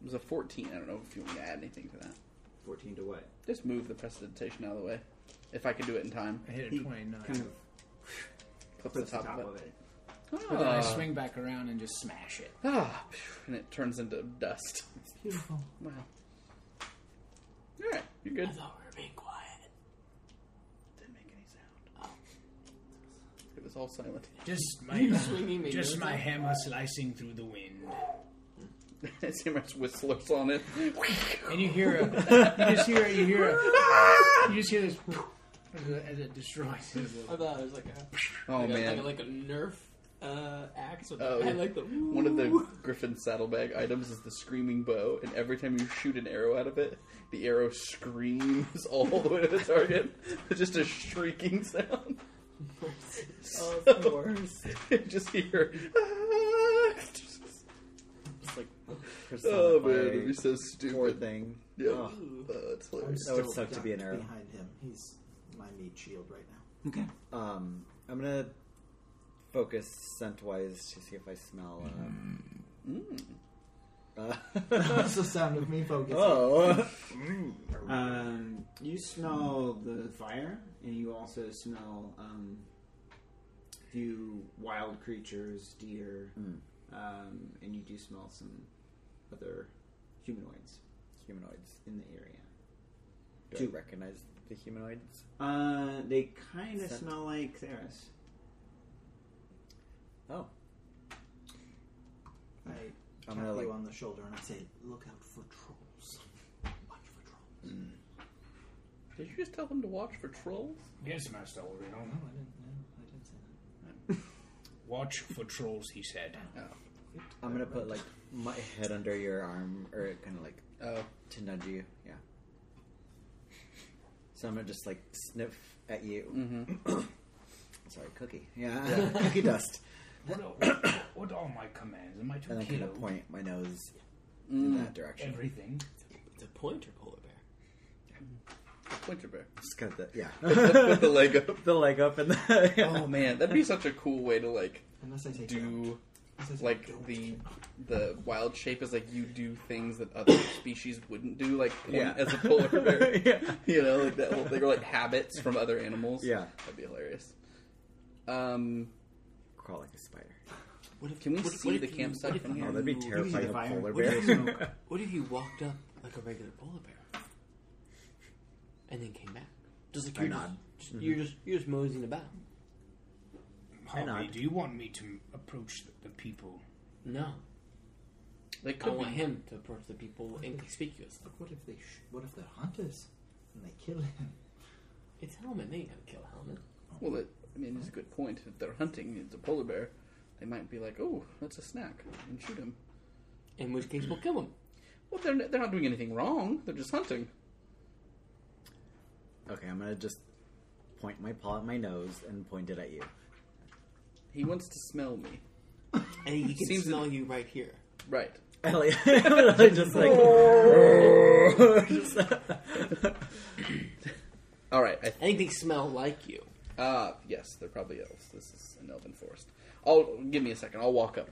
A: was a 14. I don't know if you want me to add anything to that.
D: Fourteen to what?
A: Just move the prestidigitation out of the way, if I can do it in time.
G: I hit a
D: He
G: 29.
D: Kind of
A: Clip
D: puts the top of it.
G: But then I
A: Ah.
G: swing back around and just smash it.
A: Ah, phew, and it turns into dust.
E: It's beautiful.
A: Wow. All right, you're good.
C: I thought we were being quiet.
A: Didn't make any sound. It was all silent. [laughs]
G: Just
C: You
G: my
C: swinging me.
G: just
C: you
G: my
C: know?
G: hammer slicing through the wind.
A: See how much whistlers on it. Oh,
G: And you hear a, you just hear you hear a, you just hear this as it, as it destroys his
C: I
G: little.
C: thought it was like a,
A: Oh
C: like, a,
A: man,
C: like, a, like a Nerf uh, axe. With
A: Oh,
C: the, I like the
A: one of the Griffin saddlebag items is the screaming bow, and every time you shoot an arrow out of it, the arrow screams [laughs] all the way to the target. It's just a shrieking sound. [laughs]
C: of course.
A: Oh, You just hear. [laughs] "Ah!" [laughs]
F: It's like
A: Oh man, it'd be so
F: poor
A: stupid.
F: thing.
A: Yeah,
F: Oh.
A: uh, it's
E: I'm
A: hilarious.
F: That would
E: still
F: suck to be an
E: ducked
F: arrow.
E: Behind him, he's my meat shield right now. [laughs]
D: Okay.
F: Um, I'm gonna focus scent-wise to see if I smell. Um,
A: Mm.
F: uh,
E: That's the sound of me focusing.
F: [laughs] oh,
A: [laughs]
D: Um, you smell the fire, and you also smell um, a few wild creatures, deer,
F: Mm.
D: um, and you do smell some other humanoids
F: humanoids.
D: in the area.
F: Do
D: Two.
F: you recognize the humanoids?
D: Uh, they kind of
F: Scent.
D: smell like Theris.
F: Oh,
E: I
F: I'm
E: tap
F: gonna,
E: you
F: like-
E: on the shoulder and I say, "Look out for trolls. Watch for trolls."
A: Did you just tell them to watch for trolls?
G: Yes, Master Orion.
E: No, I didn't. No, I didn't say that.
G: Watch for trolls, he said.
F: I'm gonna put like my head under your arm, or kind of like
A: Oh,
F: to nudge you. Yeah. So I'm gonna just like sniff at you.
A: Mm-hmm.
F: [coughs] Sorry, cookie. Yeah, [laughs] cookie dust.
G: What, what, what are my commands? Am I
F: And
G: to
F: I'm gonna
G: kill
F: point my nose
A: Mm.
F: in that direction.
G: everything?
C: It's a pointer polar bear.
A: a [laughs] pointer bear.
F: Just kind of the,
A: [laughs]
F: yeah,
A: Put the leg up.
F: the [laughs] leg up and the.
A: Oh man, that'd be such a cool way to like
E: Unless I take it out.
A: do
E: Unless I
A: like the the wild shape is like you do things that other [coughs] species wouldn't do, like one-
F: Yeah.
A: as a polar [laughs] bear.
F: [laughs] yeah.
A: You know, like that whole thing, or like habits from other animals.
F: Yeah.
A: that'd be hilarious. Um,
F: Crawl like a spider.
C: What if,
A: Can we
C: what
A: see
C: what
A: the
C: if
A: campsite
C: what if
A: from
F: Oh,
A: here?
F: that'd be
C: you-
F: terrifying. A
D: fire.
F: polar
D: What
F: bear.
D: if you smoke?
C: What if you walked up like a regular polar bear, and then came back? Just like
F: I
C: you're
F: nod.
C: just, you're just you're just moseying about.
G: Harvey,
F: not?
G: do you want me to approach the, the people?
C: No,
A: they
C: I
A: could
C: want
A: be.
C: him to approach the people inconspicuously.
E: But what if they? Sh- what if they're hunters and they kill him? [laughs]
C: It's Helmet. They ain't gonna kill Helmet.
A: Well, that, I mean, it's a good point. If they're hunting, it's a polar bear. They might be like, "Oh, that's a snack," and shoot him.
C: In which case, we'll kill him.
A: Well, they're they're not doing anything wrong. They're just hunting.
F: [laughs] Okay, I'm gonna just point my paw at my nose and point it at you.
A: He wants to smell me.
C: And he can
A: Seems-
C: smell you right here.
A: Right.
F: Ellie, [laughs] literally just like.
A: All right. I
C: I think they smell like you.
A: Ah, yes, they're probably elves. This is an elven forest. I'll give me a second. I'll walk up.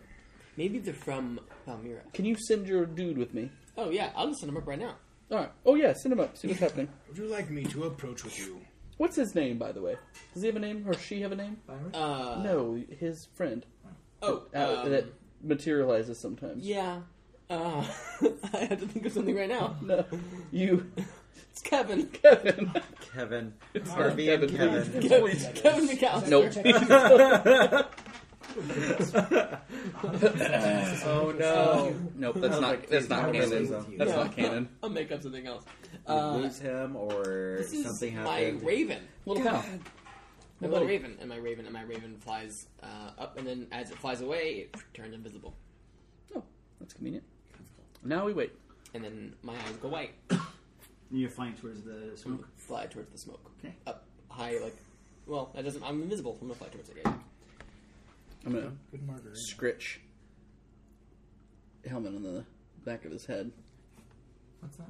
C: Maybe they're from Palmyra.
A: Can you send your dude with me?
C: Oh yeah, I'll just send them up right now.
A: All right. Oh yeah, send him up. See what's happening.
G: Would you like me to approach with you?
A: [laughs] What's his name, by the way? Does he have a name or she have a name?
E: Byron?
C: Uh,
A: no, his friend.
C: Oh,
A: Uh,
C: um,
A: that materializes sometimes.
C: yeah. Uh, [laughs] I had to think of something right now.
A: [laughs] No, you, [laughs]
C: It's [laughs] Kevin.
A: Kevin.
F: [laughs] Kevin. Harvey and
A: Kevin.
F: Kevin.
C: Kevin, Kevin McAllister.
A: [laughs] Nope.
F: [laughs] Oh no.
A: Nope. That's not. That's not
F: Please,
A: canon.
F: Kevin.
A: That's
C: No.
A: not
F: [laughs]
A: canon.
C: I'll make up something else.
F: We
C: Uh,
F: lose him or
C: this is
F: something
C: my
F: happened.
C: raven.
A: Little cow.
C: My little
A: buddy.
C: raven. And my raven and my raven flies uh, up, and then as it flies away, it turns invisible.
A: Oh, that's convenient. Now we wait.
C: And then my eyes go white. [coughs]
D: And you're flying towards the smoke.
C: Fly towards the smoke.
D: Okay.
C: Up high, like. Well, that doesn't. I'm invisible. I'm gonna fly towards it. Yeah.
A: I'm gonna
G: Good margarita.
A: scritch helmet on the back of his head.
E: What's that?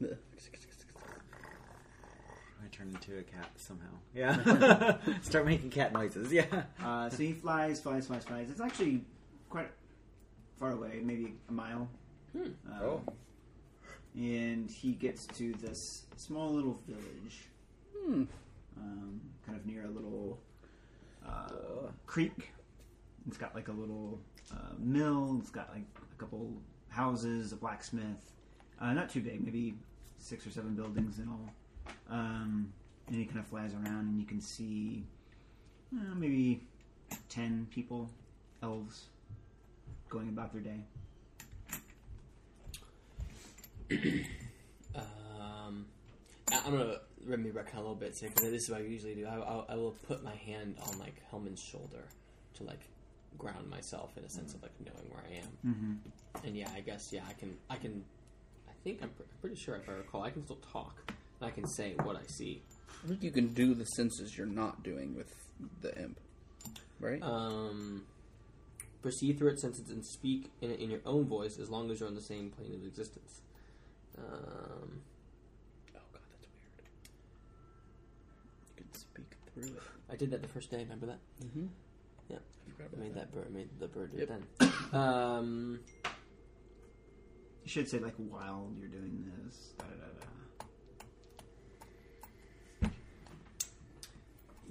F: I turn into a cat somehow. Yeah. [laughs] Start making cat
A: [laughs]
F: noises. Yeah.
D: Uh, so he flies, flies, flies, flies. It's actually quite far away, maybe a mile. Um,
F: Oh.
D: And he gets to this small little village,
A: Hmm.
D: um, kind of near a little uh, creek. It's got like a little uh, mill. It's got like a couple houses, a blacksmith. Uh, not too big, maybe six or seven buildings in all. Um, and he kind of flies around, and you can see uh, maybe ten people, elves, going about their day.
C: Um, I- I'm gonna rip me back a little bit, because this is what I usually do. I, I, I will put my hand on like Hellman's shoulder to like ground myself in a sense of like knowing where I am.
D: Mm-hmm.
C: And yeah, I guess yeah, I can I can I think I'm pre- pretty sure if I recall, I can still talk. And I can say what I see.
A: I think you can do the senses you're not doing with the imp, right?
C: Um, proceed through its senses and speak in, in your own voice as long as you're on the same plane of existence. Um,
A: oh god, that's weird. You can speak through it.
C: I did that the first day. Remember that?
A: Mm-hmm.
C: Yeah.
A: I forgot
C: I
A: about
C: made
A: that.
C: that bird. I made the bird do
A: Yep.
C: it then. Um,
D: You should say like while you're doing this. Da, da, da, da.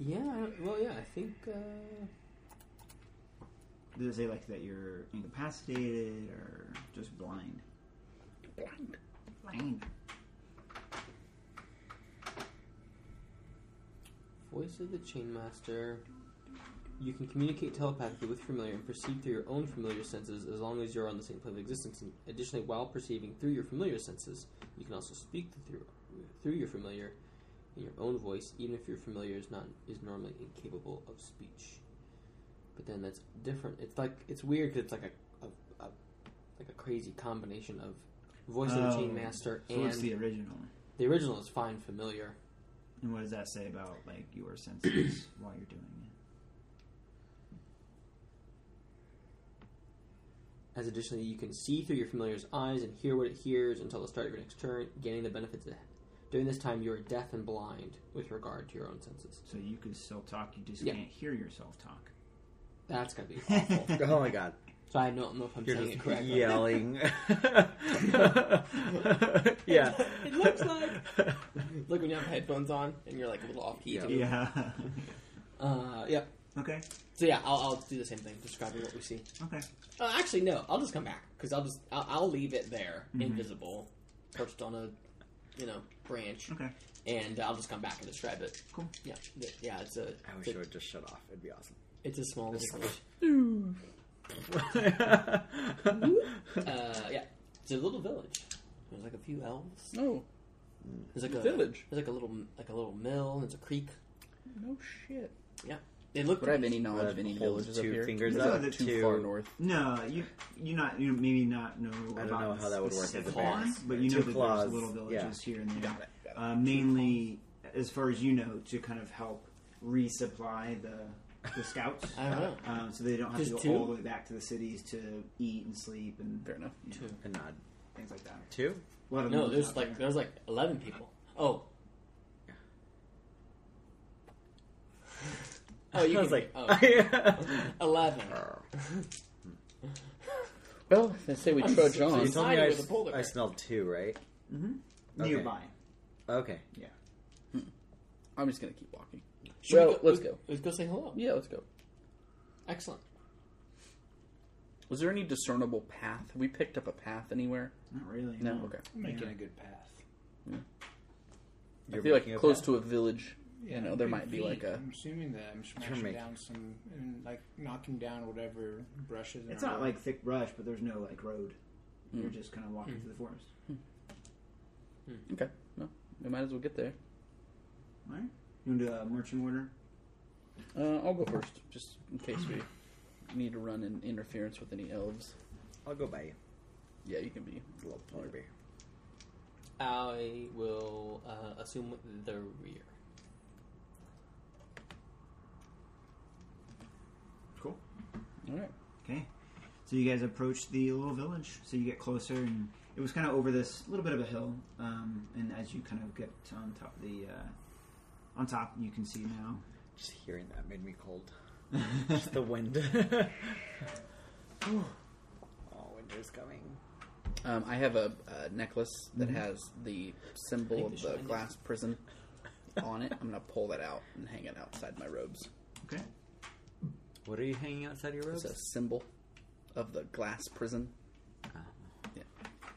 C: Yeah, I- well, yeah, I think. Uh,
D: Does it say like that you're incapacitated or just blind?
A: Blind.
D: Blind.
C: voice of the Chainmaster. You can communicate telepathically with familiar and perceive through your own familiar senses as long as you're on the same plane of existence. And additionally, while perceiving through your familiar senses, you can also speak through through your familiar in your own voice, even if your familiar is not is normally incapable of speech. But then that's different. It's like it's weird because it's like a, a, a like a crazy combination of voice of
D: Oh.
C: the Chainmaster
D: So what's
C: and
D: the original?
C: the original is fine familiar.
D: And what does that say about like
C: [clears throat]
D: your senses while you're doing it?
C: As additionally, you can see through your familiar's eyes and hear what it hears until the start of your next turn, gaining the benefits of During this time, you are deaf and blind with regard to your own senses.
D: So you can still talk, you just
C: Yeah.
D: can't hear yourself talk.
C: That's
D: [laughs]
C: gonna be awful.
F: Oh my god.
C: so I don't know if I'm
F: You're
C: saying
F: just
C: it correctly. [laughs]
F: yelling. yeah.
C: It looks
F: [laughs]
C: like- Like when you have headphones on and you're like a little off key.
F: Yeah.
C: Yeah.
D: Yeah.
C: Uh, yeah.
D: [laughs] okay.
C: So yeah, I'll, I'll do the same thing, describing what we see.
D: Okay.
C: Uh, actually, no. I'll just come back because I'll just I'll, I'll leave it there,
D: Mm-hmm.
C: invisible, perched on a you know branch,
D: Okay.
C: and I'll just come back and describe it.
D: Cool.
C: Yeah, th- yeah. It's a
F: I
C: it's
F: wish it
C: a,
F: would just shut off. It'd
C: [laughs]
F: be awesome.
C: it's a small little branch. Uh, yeah, it's a little village. There's like a few elves.
A: No,
C: There's like a
A: Village?
C: There's like a little like a little mill. There's a creek.
A: no shit.
C: Yeah, they look.
A: Would I have any
F: Hold
A: knowledge of any villages
F: two
A: up here?
F: fingers
D: Those are
F: up
D: the
A: too
F: to-
A: far north.
D: No, you you not you maybe not know.
F: I don't
D: about
F: know how that would work
D: specific
F: as a
C: bear.
D: ones, but you
F: Two
D: know that
F: claws,
D: there's little villages here and there.
A: Got it, got it.
D: Uh, mainly, as far as you know, to kind of help resupply the the
C: [laughs]
D: scouts,
C: I don't know.
D: um, so they don't have
C: Uh-huh. Just
D: to go
C: two?
D: all the way back to the cities to eat and sleep and
A: Fair enough.
D: you know,
C: Two.
F: A nod.
D: things like that.
F: Two?
D: A lot of
C: No,
D: them
C: there's
D: out
C: like
D: there.
C: there's like eleven people. Oh. Oh, [laughs] you
F: I was
C: can-
F: like,
C: oh.
F: yeah.
C: eleven.
A: Well, they say we
C: I'm
A: trudge
C: so-
A: on.
F: you told me I,
C: with a Mm-hmm. polar
F: I
C: bear.
F: smelled two, right? okay.
D: nearby.
F: Okay.
A: I'm just gonna keep walking.
C: Should we
A: Well, let's
C: we-
A: go.
C: Let's go say hello.
A: Yeah, let's go.
C: Excellent.
A: Was there any discernible path? Have we picked up a path anywhere?
D: Not really.
A: No. Okay.
G: making a good path.
A: I
F: You're
A: feel
F: making
A: like
F: a
A: close
F: path?
A: to a village. You know, there
G: big
A: might be
G: feet.
A: like a-
G: I'm assuming that I'm smashing
F: making-
G: down some and like knocking down whatever brushes.
D: It's
G: around.
D: not like thick brush, but there's no like road. You're
C: Mm.
D: just kind of walking through the forest.
A: Okay. No, we might as well get there.
D: All right. You want to do a marching order?
A: Uh, I'll go first, just in case we need to run in interference with any elves.
F: I'll go by you.
A: Yeah, you can be.
F: Little polar bear.
C: I will uh, assume the rear.
D: Cool.
A: All right.
D: Okay. So you guys approach the little village. So you get closer, and it was kind of over this little bit of a hill. Um, and as you kind of get on top of the, uh, on top, you can see now.
F: Just hearing that made me
C: [laughs]
F: cold. Just [laughs] the [laughs] wind. oh, winter's coming.
A: Um, I have a, a necklace that
F: Mm-hmm.
A: has the symbol of
C: they
A: the
C: should-
A: glass prison on it. I'm gonna pull that out and hang it outside my robes.
D: Okay.
F: What are you hanging outside your
A: It's
F: robes?
A: a symbol of the glass prison. Uh-huh. Yeah,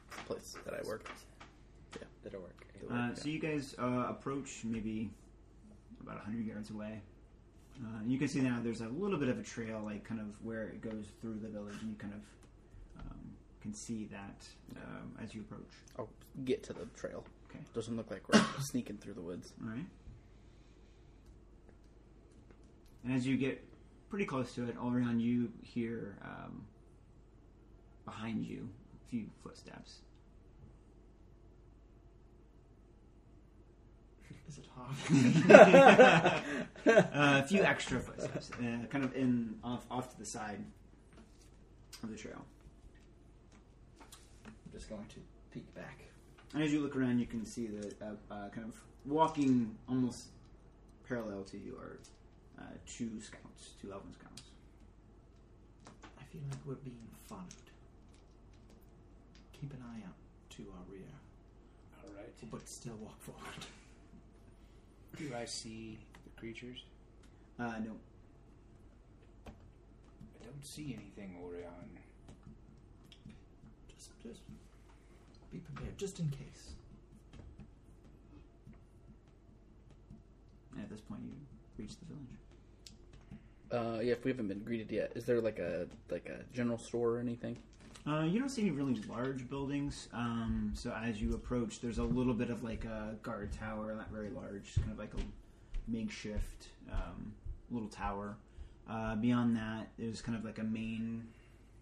A: It's the place that I work.
F: That'll work.
D: Uh, so you guys uh, approach maybe about 100 yards away. Uh, you can see now there's a little bit of a trail, like kind of where it goes through the village, and you kind of um, can see that um, as you approach.
A: I'll get to the trail.
D: Okay.
A: Doesn't look like we're [coughs] sneaking through the woods.
D: All right. And as you get pretty close to it, all around you hear um, behind you a few footsteps. [laughs]
G: Is it hot?
D: Uh, a few extra footsteps, uh, kind of in off off to the side of the trail.
E: I'm just going to peek back.
D: And as you look around, you can see that uh, uh, kind of walking almost parallel to you are uh, two scouts, two elven scouts.
E: I feel like we're being followed. Keep an eye out to our rear,
G: All right.
E: but still walk forward.
G: Do I see the creatures?
D: Uh, no,
G: I don't see anything, Orion.
E: Just, just be prepared, just in case.
D: and at this point, you reach the village.
A: Uh, yeah, if we haven't been greeted yet, is there like a like a general store or anything?
D: Uh, you don't see any really large buildings. Um, so as you approach, there's a little bit of like a guard tower, not very large, kind of like a makeshift um, little tower. Uh, beyond that, there's kind of like a main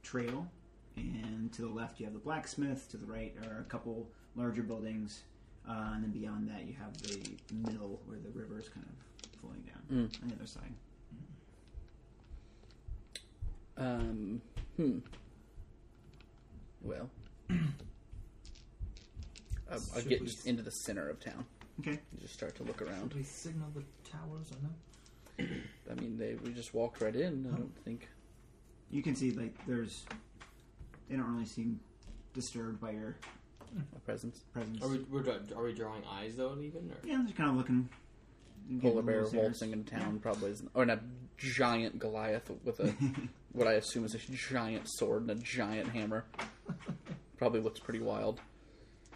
D: trail, and to the left you have the blacksmith. To the right are a couple larger buildings, uh, and then beyond that you have the mill where the river is kind of flowing down on the other side.
A: Um, hmm. [coughs] Well, I'll, I'll
E: Should
A: get
E: we-
A: just into the center of town.
D: Okay.
A: and Just start to look around.
E: Should we signal the towers or no?
A: I mean, they we just walked right in. I don't think.
D: You can see like there's they don't really seem disturbed by your
A: A presence.
D: presence.
C: Are we we're, dra- are we drawing eyes though even? Or?
D: Yeah, I'm just kind of looking. and giving
A: Polar
D: them
A: bear
D: little stares.
A: waltzing into town probably isn't. Or in a giant Goliath with a what I assume is a giant sword and a giant hammer. Probably looks pretty wild.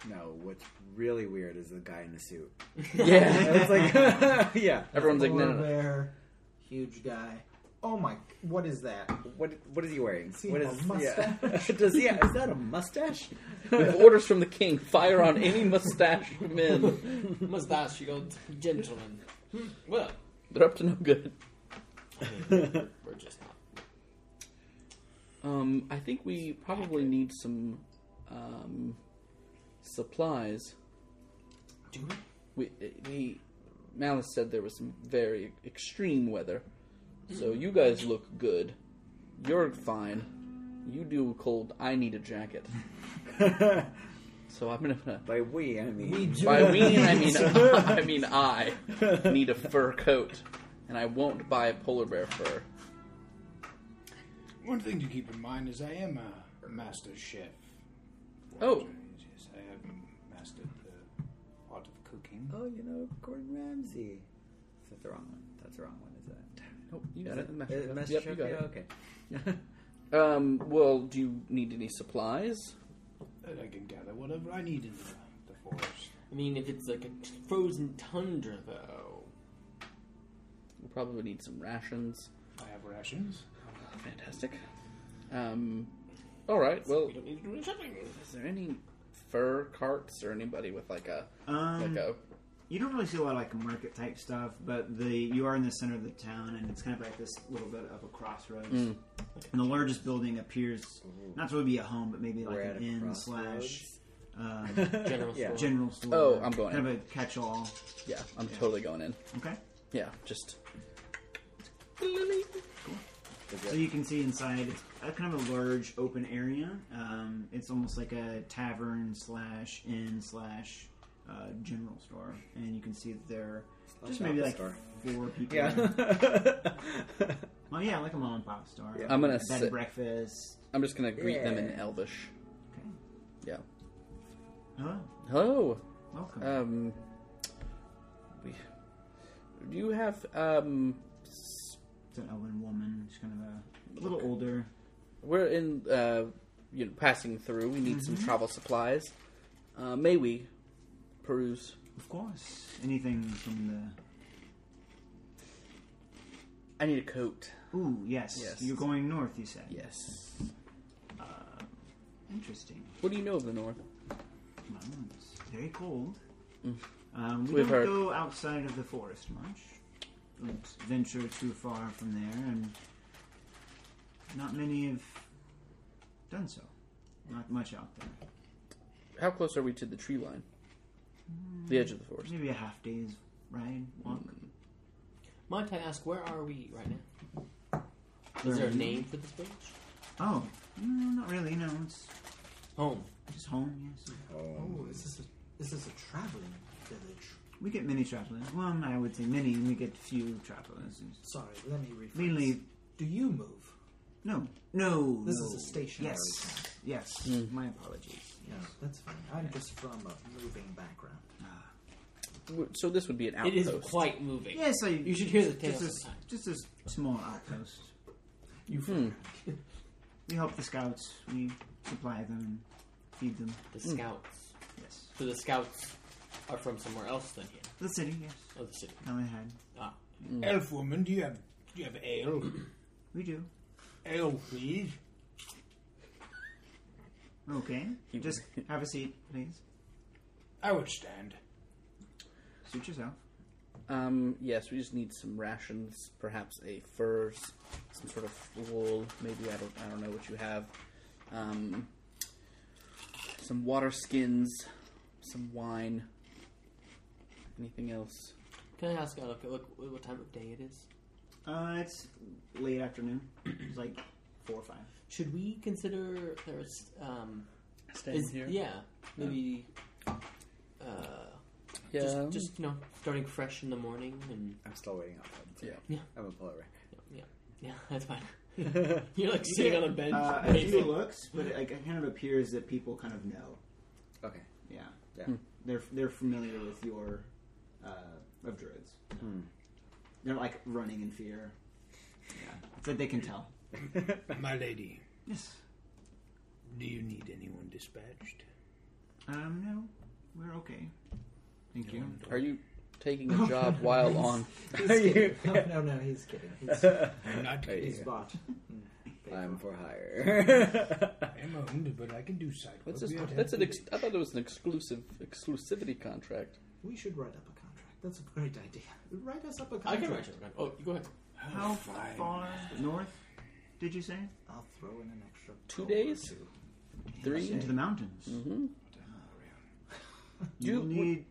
F: No, what's really weird is the guy in the suit.
C: [laughs]
A: Yeah.
F: [laughs] It's like, [laughs] yeah.
A: Everyone's like, no, no,
E: Polar
A: no.
E: bear, huge guy. Oh my! What is that?
F: What What is he wearing?
E: he
F: what
E: have
F: is
E: a mustache?
F: Yeah. [laughs] Does yeah? Is that a mustache?
A: We have orders from the king. Fire on any mustache men.
C: Mustachioed gentlemen. Hmm, Well,
A: They're up to no good.
C: we're just not.
A: Um, I think we probably need some um, supplies.
C: Do we?
A: We, we Malice said there was some very extreme weather, so you guys look good. You're fine. You do cold. I need a jacket. so I'm gonna.
F: By we, I mean
E: We do.
A: By we, I mean [laughs] I mean I need a fur coat, and I won't buy polar bear fur.
G: One thing to keep in mind is I am a master chef.
A: Oh.
G: Yes, I have mastered the art of cooking.
F: Oh, you know Gordon Ramsay. Is that the wrong one? That's the wrong one. Is that?
A: Nope, you got
F: Is
A: it.
F: it- is Uh, it Master
A: Yep,
F: Chef?
A: you got
F: Yeah,
A: it.
F: okay.
A: Um, well, do you need any supplies?
G: That I can gather whatever I need in the, the forest.
C: I mean, if it's like a t- frozen tundra though.
A: We'll probably need some rations.
G: I have rations.
A: Fantastic. Um, all right. Well,
C: We don't need to do any shopping.
A: is there any fur carts or anybody with like a
D: Um,
A: like a?
D: You don't really see a lot of like market type stuff, but the you are in the center of the town, and it's kind of like this little bit of a crossroads.
A: Mm.
D: And the largest building appears not to really be a home, but maybe like
F: We're at
D: an
F: a
D: inn slash
F: crossroads.
D: um,
C: General
F: Yeah.
C: store.
D: general store.
A: Oh, I'm going
D: Kind of a catch-all.
A: Yeah, I'm totally going in.
D: Okay.
A: Yeah, just
F: Is
D: So
F: it-
D: you can see inside, it's a kind of a large open area. Um, it's almost like a tavern slash inn slash uh, general store, and you can see that there are just maybe
F: Apple
D: like
F: store.
D: four people. there.
F: yeah.
D: [laughs]
F: [laughs]
D: Well, yeah, like a mom and pop store.
F: Yeah.
A: I'm gonna
D: bed and
A: sit-
D: breakfast.
A: I'm just gonna greet them in
F: Yeah.
A: Elvish.
D: Okay.
A: Yeah.
D: Hello,
A: Hello.
D: welcome.
A: Um, we. Do you have um? s-
D: it's an elven woman. She's kind of a little older.
A: We're in, uh, you know, passing through. We need
D: Mm-hmm.
A: some travel supplies. Uh, may we peruse?
D: Of course, anything from
A: I need a coat.
D: the. Ooh, yes.
A: Yes.
D: You're going north, you said.
A: Yes.
D: Interesting.
A: What do you know of the North?
D: Well, it's very cold. Um, we
A: Mm. We've
D: don't
A: heard.
D: go outside of the forest much. Don't venture too far from there, and not many have done so. Not much out there.
A: How close are we to the tree line? The edge of the forest.
D: Maybe a half day's ride, walk.
C: Montana asks, where are we right now? Is there a
D: Mm-hmm.
C: name for this village?
D: Oh, mm, not really. No, it's
C: Home.
D: just home. Yes,
E: Oh, is this a, is this a traveling village?
D: we get many travelers. Well, I would say many. We get few travelers.
E: Sorry, let me rephrase.
D: Mainly,
E: do you move?
D: no, no.
E: This
D: no.
E: is a stationary.
D: Yes,
E: town.
D: yes.
C: Hmm.
D: My apologies.
E: No, that's fine. I'm just from a moving background.
A: W- So this would be an
C: It
A: outpost.
C: is quite moving.
D: Yes, I.
C: You should hear the tale
D: Just a, s-
C: sometime.
D: just a s- small outpost.
E: You
A: Hmm.
E: [laughs]
D: We help the scouts. We supply them and feed them.
C: The scouts.
D: Yes.
C: So the scouts are from somewhere else than here.
D: The city, yes.
C: Oh, the city.
D: Galahad.
C: Ah.
A: Hmm.
G: Elf woman, do you have do you have ale?
D: We do.
G: ale, please.
D: Okay. Just have a seat, please.
G: I would stand.
D: Suit yourself.
A: Um, yes, we just need some rations, perhaps a furs, some sort of wool. Maybe I don't. I don't know what you have. Um, some water skins, some wine. Anything else?
C: Can I ask, uh, look, look, what time of day it is?
D: Uh, it's late afternoon. It's like four or five.
C: Should we consider there's um
A: Staying
C: is- yeah maybe uh Just, just you know, starting fresh in the morning and
F: I'm still waiting on him.
A: Yeah.
C: Yeah.
F: I'm a pullover.
C: yeah, [laughs] that's fine. You're like sitting on a bench.
D: Uh, I do
C: waiting.
D: looks, but it, like, it kind of appears that people kind of know.
F: Okay.
D: Yeah,
F: Yeah.
A: Hmm.
D: they're they're familiar with your uh, of druids.
F: Hmm.
D: They're like running in fear. Yeah, it's like they can tell.
G: My lady,
D: Yes.
G: do you need anyone dispatched?
D: Um. No, we're okay. Thank you.
A: Are you taking a job while on?
E: He's kidding. No, no, no, he's kidding.
A: [laughs]
E: He's,
G: I'm not kidding.
E: he's bot. Mm.
F: I'm for hire. [laughs]
G: I'm owned, but I can do side work.
A: What's this?
G: We don't
A: That's
G: have
A: an.
G: to
A: Ex- I thought it was an exclusive exclusivity contract.
E: We should write up a contract. That's a great idea. Write us up a
C: I
E: contract.
C: can write it. Oh, you go ahead.
D: How far north did you say?
E: I'll throw in an extra
A: Two
E: goal or
A: days?
E: two.
A: Three.
D: into the mountains.
A: Mm-hmm.
D: You
A: You-
D: need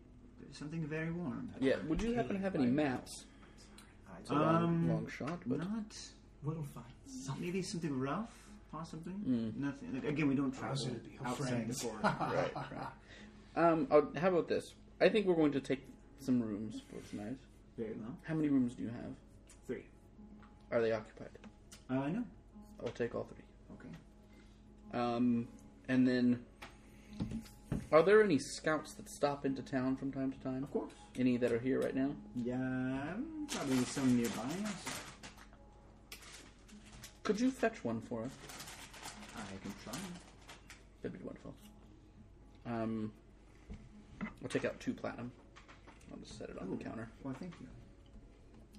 D: something very warm.
A: Yeah. Would you happen to have any maps?
E: I
A: It's a long,
D: Um,
A: long shot, but
D: Not
E: We'll find some.
D: maybe something rough, possibly.
A: Mm.
D: Nothing. Like, again, we don't
G: I was
D: travel
G: gonna be her
D: outside
G: friend.
D: the core.
A: right, right. [laughs] Um, oh, how about this? I think we're going to take some rooms for tonight.
D: Very well.
A: How many rooms do you have?
D: Three.
A: Are they occupied?
D: Uh, no.
A: I'll take all three.
D: Okay.
A: Um, and then, are there any scouts that stop into town from time to time?
D: Of course.
A: Any that are here right now?
D: Yeah, um, probably some nearby.
A: Could you fetch one for us?
D: I can try.
A: That'd be wonderful. Um, I'll take out two platinum. I'll just set it on
D: Ooh.
A: the counter.
D: Well, thank you.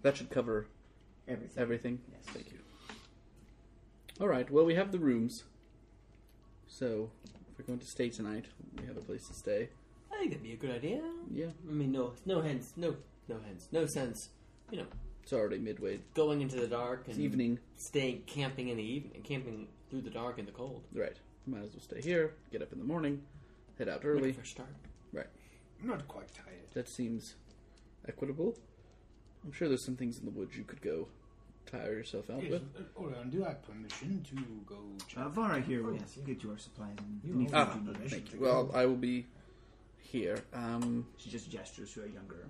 A: That should cover
D: Everything.
A: everything.
D: Yes.
A: Thank you. All right. Well, we have the rooms. So, if we're going to stay tonight, we have a place to stay.
C: I think that'd be a good idea.
A: Yeah,
C: I mean, no, no hence, no, no hence, no sense. You know,
A: it's already midway.
C: going into the dark
A: It's
C: and
A: evening.
C: staying camping in the evening, camping through the dark and the cold.
A: Right. Might as well stay here. Get up in the morning. Head out
C: Make a
A: early.
C: fresh start.
G: I'm not quite tired.
A: That seems equitable. I'm sure there's some things in the woods you could go tire yourself out
G: Yes,
A: with.
G: uh, hold on. Do I have permission to go check?
D: Uh, Vara here will
E: yes.
D: get you our supplies and
E: You
D: anything
E: owe
A: Ah,
E: me
D: you need.
E: permission
A: Thank
E: to
A: you.
E: go.
A: Well, I will be here. Um,
D: She just gestures to a younger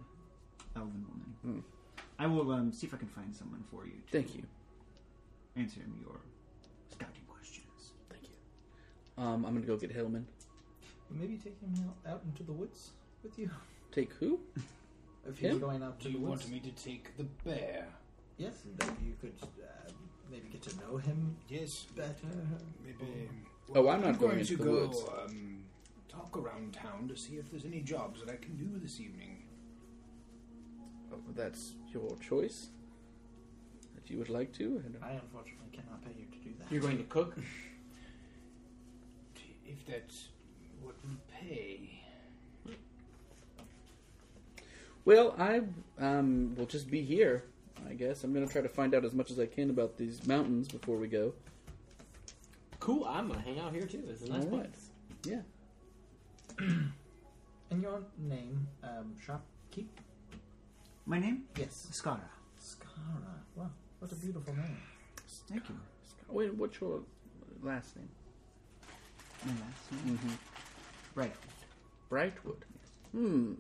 D: elven woman. I will um, see if I can find someone for you to
A: thank you.
D: answer your scouting questions.
A: Thank you. Um, I'm gonna go get Hillman.
E: Maybe take him out- out into the woods with you. [laughs]
A: Take who?
E: If he's
A: Him?
E: going out to
G: Do you
E: the woods.
G: want me to take the bear?
E: Yes, then you could uh, maybe get to know him
G: Yes,
E: better.
G: maybe. um,
A: Oh, I'm not going
G: to
A: into the
G: go
A: woods.
G: Um, talk around town to see if there's any jobs that I can do this evening.
A: Oh, that's your choice. If you would like to. I don't-
E: I unfortunately cannot pay you to do that.
C: You're going to cook?
G: If that's what we pay.
A: Well, I um, will just be here. I guess I'm gonna try to find out as much as I can about these mountains before we go.
C: cool, I'm gonna hang out here too. It's a nice
A: All right.
C: place.
A: Yeah.
E: And your name, um, shopkeep?
D: My name?
E: Yes,
D: Skara.
E: Scara. Wow, what a beautiful name.
D: Thank you.
A: Wait, what's your last name?
D: My last name?
A: Mm-hmm.
D: Right.
A: Brightwood. Hmm.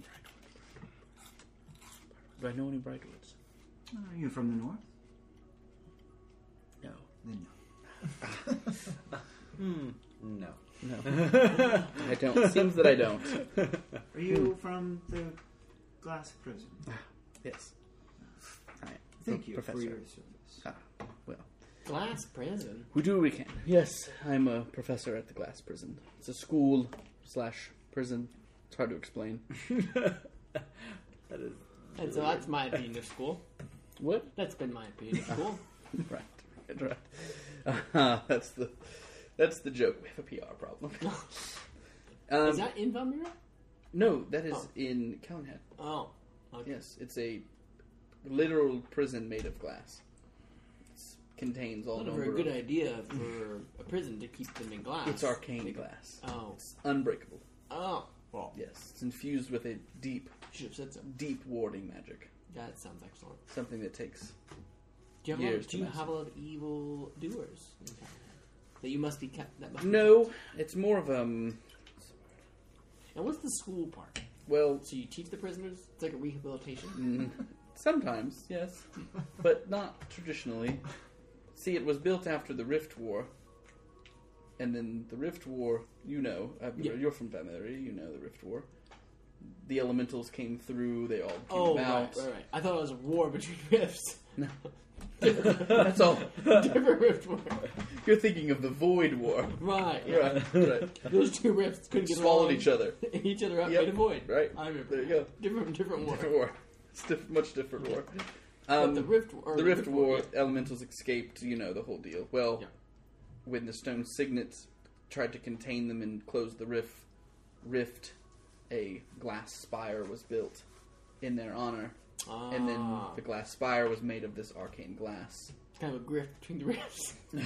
A: Do I know any Brightwoods?
D: Are you Uh, from the north?
A: No.
D: Then
F: no.
A: [laughs] I don't. Seems that I don't.
D: no. Are you from the glass prison?
A: Yes. I am.
D: Thank
A: Pro-
D: you
A: Professor.
D: for your service.
A: Ah, well.
C: Glass prison.
A: We do what we can. Yes, I'm a professor at the Glass Prison. It's a school slash prison. It's hard to explain.
C: And so that's my opinion of school.
A: What? [laughs]
C: That's been my [laughs] opinion of school.
A: Right, right, right. Uh, that's the that's the joke. We have a PR problem. um,
C: Is that in Valmira?
A: no, that is
C: Oh.
A: in Cownhead.
C: Oh, okay.
A: Yes, it's a literal prison made of glass. It's contains all
C: Not a
A: number
C: very good
A: of,
C: idea for a prison to keep them in glass.
A: It's arcane glass.
C: Oh,
A: It's unbreakable.
C: oh.
A: Yes, it's infused with a deep,
C: Should have said so.
A: deep warding magic.
C: That sounds excellent.
A: Something that takes
C: Do you have, a lot,
A: Years to
C: of, do you
A: master.
C: have a lot of evil doers? in town? That you must be kept. That must be-
A: no. It's more of um.
C: And what's the school part?
A: Well,
C: So you teach the prisoners? It's like a rehabilitation.
A: mm, sometimes, yes, but not traditionally. See, it was built after the Rift War, and then the Rift War. You know, I
C: Yeah.
A: you're from Valyria. You know the Rift War. The elementals came through. They all came
C: Oh, right,
A: about.
C: right, right. I thought it was a war between [laughs]
E: [laughs]
C: rifts.
A: No. [laughs] That's all.
C: Different rift war.
A: You're thinking of the Void War.
C: Right. yeah.
A: Right, right.
C: Those two rifts couldn't get
A: Swallowed
C: along.
A: each other.
C: other. [laughs] each other up,
A: Yep.
C: made a void.
A: Right.
C: I remember.
A: There you go.
C: Different, different war.
A: Different war. It's diff- much different war.
C: but
A: Um,
C: the rift war.
A: the Rift War,
C: yeah.
A: elementals escaped, you know, the whole deal. Well,
C: Yeah.
A: when the stone signets tried to contain them and close the rift, rift, a glass spire was built in their honor,
C: Ah,
A: and then the glass spire was made of this arcane glass.
C: it's kind of a grift between the
A: [laughs]
C: rifts. [laughs]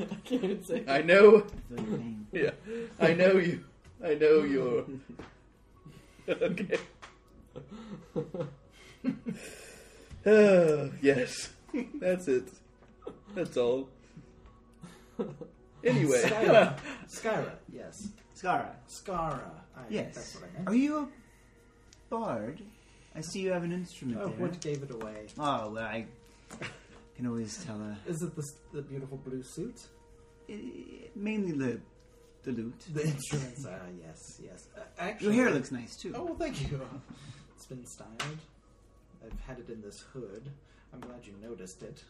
C: I can't even say.
A: I know,
H: Though you're paying.
A: yeah, I know you, I know you're. [laughs] okay. [sighs] Oh, yes, that's it. That's all. Anyway. [laughs]
E: Skyra. Skyra, yes.
H: Skara.
E: Scara. I
H: Yes.
E: That's what I meant.
A: Oh,
H: Are you a bard? I see you have an instrument
E: Oh,
H: there.
E: what gave it away?
H: Oh, well, I can always tell. Uh,
E: Is it the, s- the beautiful blue suit?
H: i- mainly the the lute. [laughs]
E: The instruments. Ah, yes, yes. Uh,
H: Your
E: actually,
H: hair looks nice too.
E: Oh, well, thank you. [laughs] It's been styled. I've had it in this hood. I'm glad you noticed it.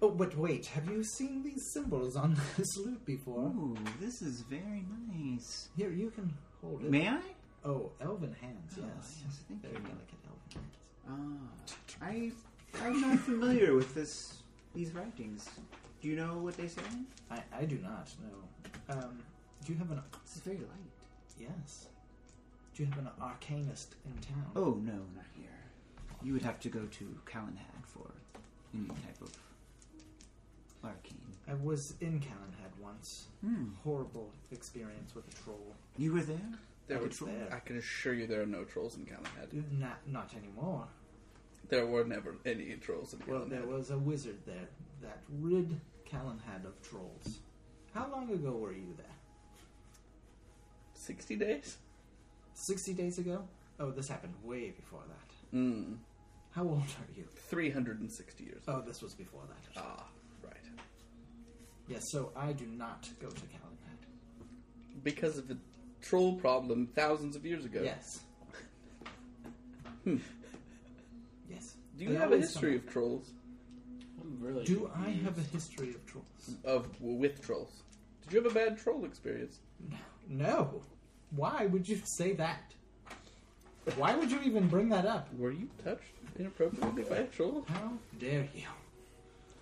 E: Oh, but wait, have you seen these symbols on [laughs] this loot before?
H: Ooh, this is very nice.
E: Here, you can hold it.
H: May I?
E: Oh, elven hands,
H: Oh,
E: yes.
H: yes, thank
E: Very
H: you.
E: delicate elven hands.
H: Ah, I I'm not familiar with this these writings. Do you know what they say?
E: I, I do not know. Um, do you have an
C: This is very light.
E: yes? Do you have an arcanist in town?
H: Oh no, not here. You would have to go to Kalanhad for any type of arcane.
E: I was in Callanhead once.
H: Hmm.
E: Horrible experience with a troll.
H: You were there?
A: There
E: I
A: were,
E: could swear.
A: I can assure you there are no trolls in Callahan.
E: Not not anymore.
A: There were never any trolls in
E: Well,
A: Callahan.
E: there was a wizard there that rid Callanhead of trolls. How long ago were you there?
A: 60 days?
E: Sixty days ago? Oh, this happened way before that.
A: Mm.
E: How old are you?
A: 360 years.
E: Oh, this was before that.
A: Ah, right.
E: Yes, so I do not go to Callanhead.
A: Because of the troll problem thousands of years ago.
E: Yes. Yes.
A: Hmm. Do you
E: I
A: have a
E: always
A: history
E: come-
A: of trolls?
C: I'm really
E: Do I
C: confused.
E: have a history of trolls?
A: Of With trolls. Did you have a bad troll experience?
E: No. Why would you say that? Why would you even bring that up?
A: Were you touched inappropriately by a troll?
E: How dare you?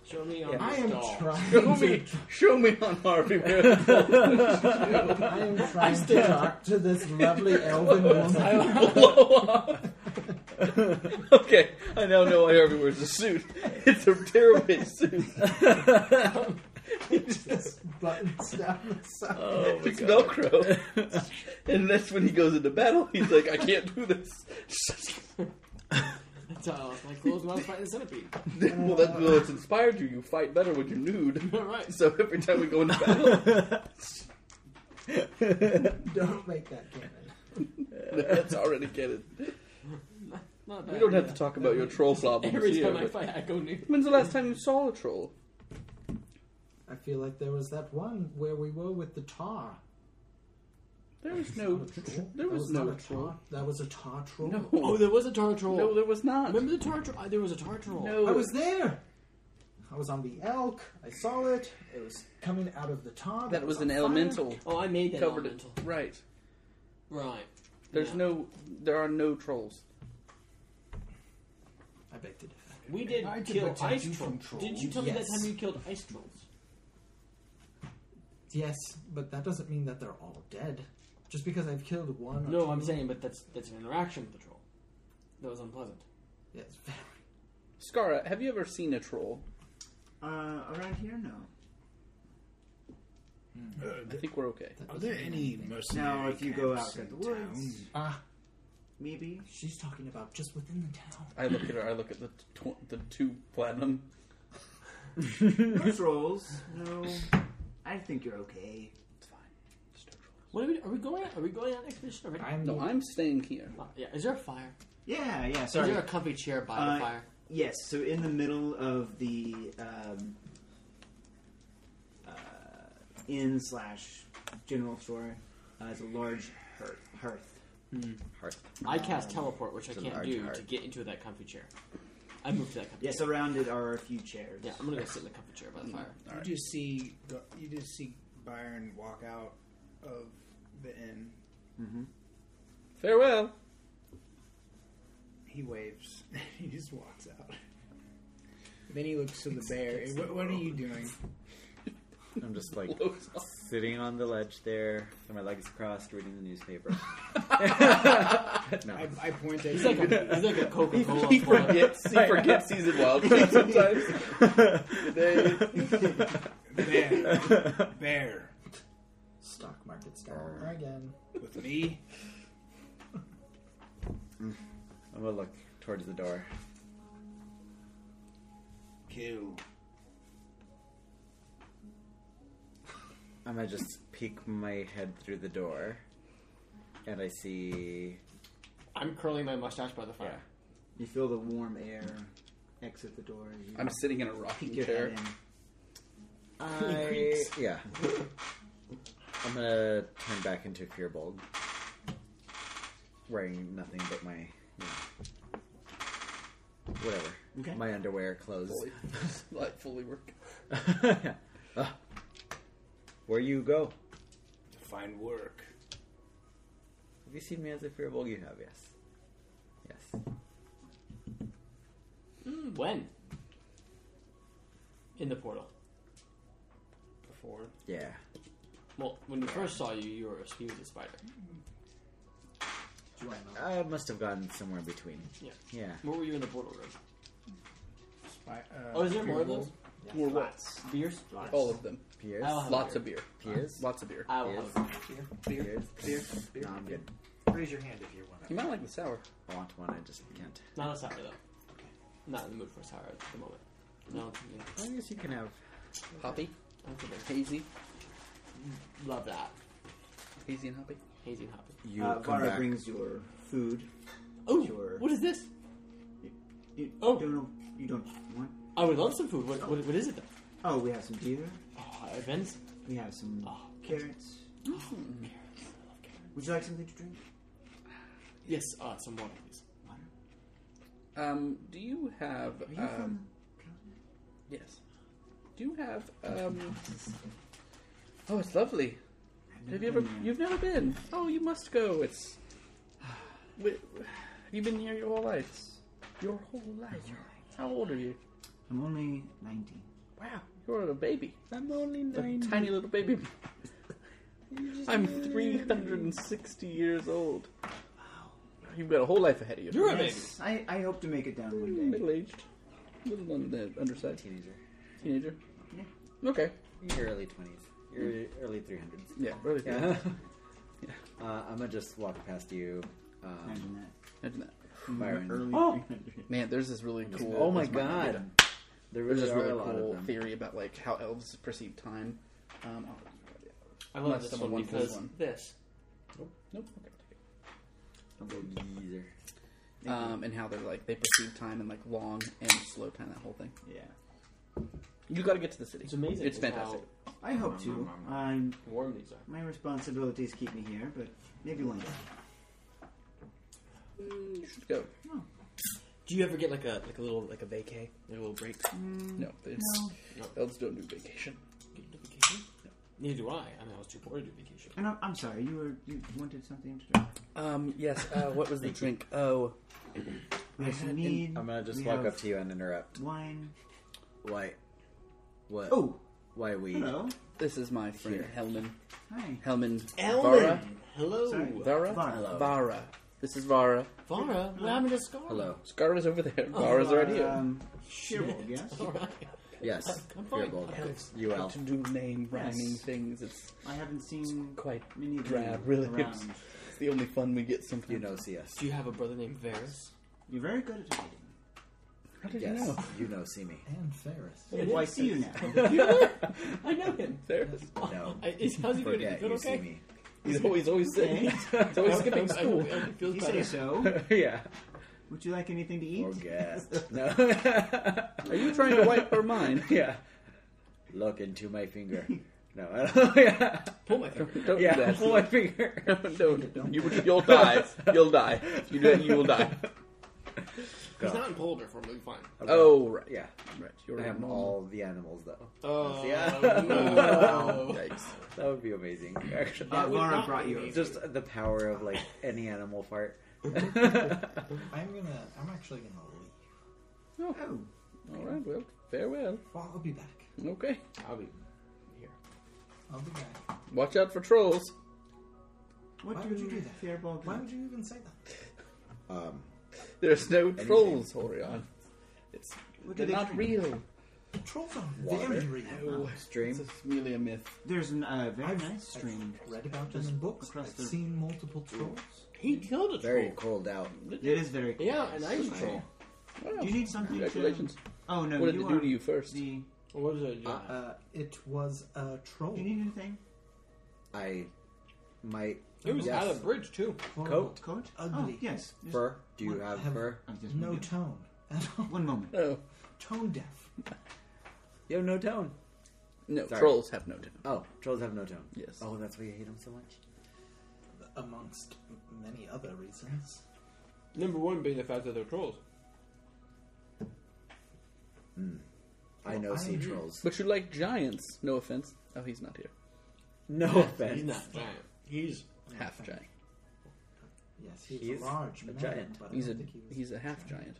C: Show me on
E: I
C: this
E: am
C: doll.
E: trying.
A: Show me,
E: To,
A: show me on Harvey where the trolls touched
E: [laughs] I am trying to talk to this
A: [laughs]
E: lovely elven woman.
A: you. Blow up. okay, I now know why Harvey wears a suit. It's a terrible suit.
E: [laughs] This buttons down the side.
A: it's Velcro. and that's when he goes into battle. He's like, I can't do this. [laughs]
C: That's how I lost my clothes when I was fighting the centipede. [laughs]
A: well, that's what's inspired you. You fight better when you're nude.
C: right.
A: So every time we go into battle, [laughs]
E: Don't make that canon.
A: that's already canon.
C: Not bad.
A: We don't have to talk about your troll problems
C: [laughs] Every
A: here.
C: time I
A: but-
C: fight, I go new.
A: When's the last time you saw a troll?
E: I feel like there was that one where we were with the tar.
A: There was no.
E: Not a troll.
A: There
E: That
A: was no
E: not a
A: troll.
E: tar. That was a tar troll.
C: Oh,
A: No.
C: there was a tar
A: [laughs]
C: troll.
A: No, there was not.
C: Remember the tar troll? Uh, There was a tar troll.
A: No.
E: I was there. I was on the elk. I saw it. It was coming out of the tar.
A: That was
E: on
A: an
E: fire.
A: elemental.
C: Oh, I made that
A: Covered it.
C: elemental.
A: Right.
C: Right.
A: There's
C: Yeah.
A: no. There are no trolls.
E: I begged to differ.
C: We did
G: I did
C: kill
G: protect
C: ice
G: you from
C: trolls.
G: trolls.
C: Didn't you tell me that
E: Yes.
C: time you killed ice trolls?
E: Yes, but that doesn't mean that they're all dead. Just because I've killed one. Or
C: No,
E: two-
C: I'm saying, but that's that's an interaction with the troll. That was unpleasant.
E: Yes, [laughs] very.
A: Skara, have you ever seen a troll?
H: Uh, around here, no.
A: I think we're okay.
E: That
G: Are
E: doesn't
G: there
E: mean
G: any
E: anything.
G: mercenary
H: Now, if you go
G: camps
H: out
G: in
H: to the woods-
G: town?
E: Ah,
D: [laughs]
H: Maybe.
E: she's talking about just within the town.
A: I look at her. I look at the tw- the two platinum.
H: No trolls. No. I think you're okay.
A: It's fine. It's no trolls.
C: What are we? Are we going? on- Are we going on expedition already?
E: I'm
A: No, I'm staying here.
C: Uh, yeah. Is there a fire?
D: Yeah, yeah.
C: Is
D: Sorry.
C: there a comfy chair by
D: Uh,
C: the fire?
D: Yes. So in the middle of the um, uh, inn slash general store uh, is a large hearth. hearth.
F: Hearth.
C: I
G: um,
C: cast teleport, which I
F: it's a
C: can't
F: large
C: do
F: heart.
C: to get into that comfy chair. I moved to that comfy
D: Yes,
C: chair.
D: around it are a few chairs.
C: Yeah, I'm gonna go sit in the comfy chair by
G: Mm.
C: the fire.
A: All right.
G: You just see go- you just see Byron walk out of the inn.
A: [laughs] Farewell.
G: He waves. [laughs] he just walks out. Then he looks to the bear.
F: it's
G: What, what are you doing?
F: I'm
A: [laughs]
F: just like
A: Blows up.
F: sitting on the ledge there, with my legs crossed, reading the
A: [laughs]
F: newspaper. no.
G: I, I point at
C: He's
G: you.
C: like a, he's like a Coca-Cola.
A: He
C: for-
A: forgets. He forgets he's in wild shape [laughs] sometimes.
F: [laughs]
A: Today.
G: bear. Bear.
E: stock market scammer again.
G: With me?
F: I'm gonna look towards the door.
G: Kill.
F: I'm gonna just peek my head through the door, and I see.
C: I'm curling my mustache by the fire.
D: You feel the warm air exit the door. as You
A: I'm sitting in a rocking
D: peek your
A: chair.
D: head in.
F: I, yeah. I'm gonna turn back into Fearbold, wearing nothing but my, you know, whatever,
D: Okay.
F: my underwear, clothes.
A: Fully, [laughs] like fully work.
F: [laughs] Ah. Where you go?
G: To find work.
F: Have you seen me as a Fearbold? You have, yes, yes.
C: When? In the portal.
G: Before.
F: Yeah.
C: Well, when we first saw you, you were a he was a spider.
E: Do I know?
F: I must have gone somewhere in between.
C: Yeah.
F: Yeah.
C: Where were you in the portal room?
G: Spy, uh,
C: Oh, is there more of
G: Fearbold.
C: those
A: Or what?
E: Lots.
C: beers?
A: All of them.
F: Piers.
C: I'll have-
A: Lots of beer.
F: Piers.
A: Lots of beer.
C: I will
F: Yes.
C: have a beer.
F: Piers.
E: Beer. Beer.
F: No, I'm good.
E: Raise your hand if you want.
A: You might like the sour.
F: I want one. I just can't.
C: Not a sour though. Not in the mood for a sour at the moment. No, I'm thinking,
F: I guess you can have.
A: Hoppy.
C: I'm thinking,
A: Hazy.
C: love that
A: Hazy and hoppy.
C: hazy and hoppy.
F: You
D: uh,
F: come
D: Vara
F: back.
D: brings your food.
C: Oh,
D: Sure.
C: what is this?
D: You
C: Oh.
D: don't know. You don't want.
C: I would Oh, love some food. What, what, what is it though?
D: Oh, we have some deer.
C: Oh, events.
D: We have some
C: Oh.
D: carrots. Would you like something to drink?
C: Yes, uh, some water, please.
D: Water.
A: Um, do you have?
D: Are you
A: Um, yes. Do you have? Um, oh, it's lovely.
D: from?
A: Have you ever? You've never been. Oh, you must go. It's. [sighs] Wait, You've been here your whole life. Your whole life. How old are you?
D: I'm only nineteen.
A: Wow, you're a baby.
F: I'm only
A: A
F: nine.
A: tiny little baby. [laughs] I'm 360 years old. You've got a whole life ahead of you.
C: You're a baby.
D: Yes, I, I hope to make it down one day.
A: middle aged. Little on the underside.
F: teenager.
A: Teenager.
D: Yeah.
A: Okay.
F: Your early twenties. Your early three hundreds.
A: Yeah, really.
F: [laughs] Yeah. uh, I'm gonna just walk past you. Um,
D: Imagine that.
A: Imagine that.
F: Byron.
D: Early
F: Oh!
D: 300.
A: Man, there's this really cool.
F: oh my
A: this might not be
F: god.
A: done.
F: There
A: There's
F: really
A: this
F: are a
A: really
F: lot
A: cool
F: of them.
A: theory about like how elves perceive time. Um, oh,
C: I
A: Unless
C: love this
A: someone
C: one
A: wants this
C: because
A: one.
C: this.
A: nope, nope. Okay.
F: Geezer.
A: Um, and how they're like they perceive time in like long and slow time. That whole thing.
D: Yeah.
A: You got to get to the city.
C: It's amazing.
A: It's fantastic.
D: I hope to. I'm,
C: How warm these are.
D: my responsibilities keep me here, but maybe one day.
A: You should go.
C: Do you ever get like a like a little like a vacay, like a little break?
A: No, they,
D: No.
A: elves don't do vacation.
C: Get to vacation? Neither do I. I mean, I was too poor to do vacation.
D: And I'm, I'm sorry. You were you wanted something to drink.
A: Um, yes. Uh, what was the drink? Oh,
D: Yes, you need.
F: I'm gonna just
D: we
F: walk
D: have
F: up to you and interrupt.
D: Wine.
F: Why? What?
D: Oh,
F: Why we?
D: hello.
A: this is my friend Hellman.
D: Hi.
A: Hellman.
C: Elman,
D: Sorry.
C: hello,
A: Vara. Vara.
D: Vara.
A: Vara. This is Vara.
C: Vara. What happened to Scar?
F: Hello.
A: Scarlet's over there. Vara's already here.
D: Um, Sheerwald, yes.
C: All right.
F: Yes.
C: I'm fine.
F: Fearbold.
C: Okay.
F: You
A: How
F: elf.
A: to do name rhyming
D: Yes.
A: things. It's
D: I haven't seen
A: quite
D: many of
A: drab,
D: you
A: really. It's,
D: around.
A: it's the only fun we get sometimes.
F: You know, see us.
C: Do you have a brother named Varus?
D: You're very good at hiding.
A: How did you
F: Yes.
A: know?
F: [laughs]
A: [laughs]
F: You know, see me.
E: And Ferris.
D: Well, I see you now.
C: I know him.
A: There.
F: No.
C: I, is, how's he doing? Is he
F: Forget
C: doing
F: you see
C: okay? Oh,
F: me.
A: He's always always he's, he's always [laughs] skipping school.
C: [laughs]
D: You say
A: [laughs]
D: so.
F: [laughs] yeah.
D: Would you like anything to eat?
F: Or gas. [laughs] No.
A: [laughs] Are you trying to wipe her mind?
F: [laughs] yeah. Look into my finger. No, I don't. [laughs] Yeah.
C: Pull my
A: [laughs]
C: finger.
A: Don't do
F: Yeah.
A: that.
F: Pull [laughs] my finger.
A: don't. You, you'll die. You'll die. If you do that, you will die.
C: He's not in Boulder for me. Fine.
A: Oh right,
F: Yeah.
A: right. You're
F: I am
A: normal. [laughs]
F: all the animals though.
C: Oh
F: Yeah.
C: no.
A: [laughs] Yikes.
F: That would be amazing. Actually.
D: Uh,
C: would
D: Laura
C: not
D: brought
C: be
D: you.
C: easy.
F: Just the power of like any animal fart.
E: I'm gonna. I'm actually gonna leave.
D: Oh,
A: All right. Well, farewell.
E: Well, I'll be back.
A: Okay.
C: I'll be here.
E: I'll be back.
A: Watch out for trolls.
D: what
E: Why
D: do
E: would you do that?
D: Firebolt.
E: Why would you even say that?
F: Um.
A: There's no trolls, Horion. It's
D: What do
A: they're
D: they
A: not real.
E: Trolls are
F: Water.
E: very real.
A: It's
F: Stream.
A: really a myth.
D: There's a uh, very
E: I've-
D: nice stream.
E: I've read about them in books.
D: across
E: I've
D: the-
E: seen multiple trolls.
C: [laughs] He killed a
F: Very
C: troll.
F: cold out.
D: It is very. Cool.
C: Yeah, an ice troll.
A: Wow.
D: Do you need something? to-
A: Congratulations.
D: Oh no,
A: What did
D: you
A: they do
D: are
A: to you first?
D: The,
C: What was it? John?
E: Uh, it was a troll.
D: do you need anything?
F: I might.
C: it was
F: yes.
C: out of bridge too.
E: Horrible.
F: Coat?
D: Coat?
E: Ugly.
D: Oh, yes. Just-
F: Fur? Do you
E: What
F: have,
E: have-
F: fur?
D: I was just
E: No
D: wondering.
E: tone at all.
D: One moment.
A: Oh
E: Tone deaf.
F: You have no tone.
A: no,
F: Sorry.
A: trolls have no tone.
F: Oh, trolls have no tone.
A: Yes.
F: Oh, that's why you hate them so much.
E: Amongst many other reasons.
C: Number one being the fact that they're trolls.
F: I know
E: I
F: sea
E: agree.
F: trolls.
A: But you like giants. No offense. Oh, he's not here.
F: No
C: He's
F: offense.
C: not giant. He's
A: Half giant.
E: Yes, he's,
F: He's
E: a large
F: a
E: man,
F: giant.
E: But I
A: He's a
E: don't think he was
A: he's a half giant.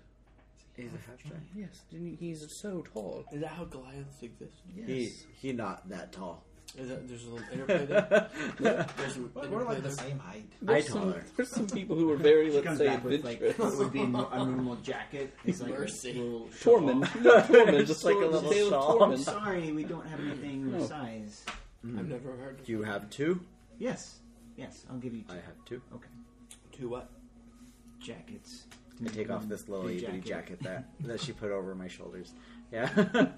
F: He's a half giant.
A: Yes, didn't he? he's so tall.
C: Is that how Goliaths exist?
A: Yes.
F: He he not that [laughs] tall.
C: Is that there's a little [laughs] interplay there? there's some
E: But we're
C: interplay
E: like the
C: there.
E: same height.
A: There's
F: I
A: some,
F: taller.
A: [laughs] there's some people who are very,
D: She
A: let's
D: comes
A: say,
D: back with like
A: adventurous.
D: [laughs] what would be a nor- a normal jacket. It's like
C: Mercy.
D: a little [laughs]
A: Tormund.
D: shawl.
A: No, [laughs] Tormund.
F: Just like a
A: Tormund's
F: little
A: tale of
F: shawl.
D: I'm
A: Tormund.
D: sorry, we don't
F: Hmm.
D: have anything your
A: No.
D: size.
C: I've never heard of
F: Do [laughs] you have two?
D: Yes, yes, I'll give you
F: I
D: two.
F: have two.
D: Okay,
C: two what?
D: jackets.
F: I take off this little
D: Big
F: itty
D: jacket.
F: jacket that [laughs] that she put over my shoulders. Yeah.
D: Where
F: [laughs] Make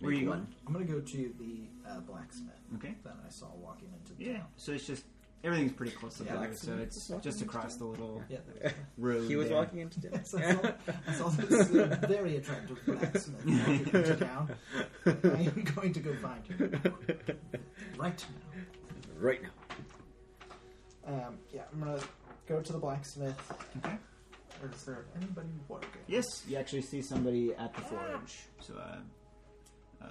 D: you
F: one.
D: going?
E: I'm gonna go to the uh, blacksmith
D: Okay.
E: that I saw walking into the
D: Yeah.
E: town.
D: So it's just everything's pretty close to
E: Yeah,
D: black,
E: it's-
D: so it's
E: it's
D: just across the little
E: Yeah, there we
D: [laughs]
E: go.
D: road.
F: He was
D: there.
F: walking into [laughs] dinner.
E: So I saw, I saw this uh, very attractive blacksmith walking into town. I am going to go find him right now.
F: right now.
E: Um, yeah, I'm gonna go to the blacksmith.
D: Okay.
E: Is there anybody working?
D: Yes, you actually see somebody at the forge. So a uh, uh,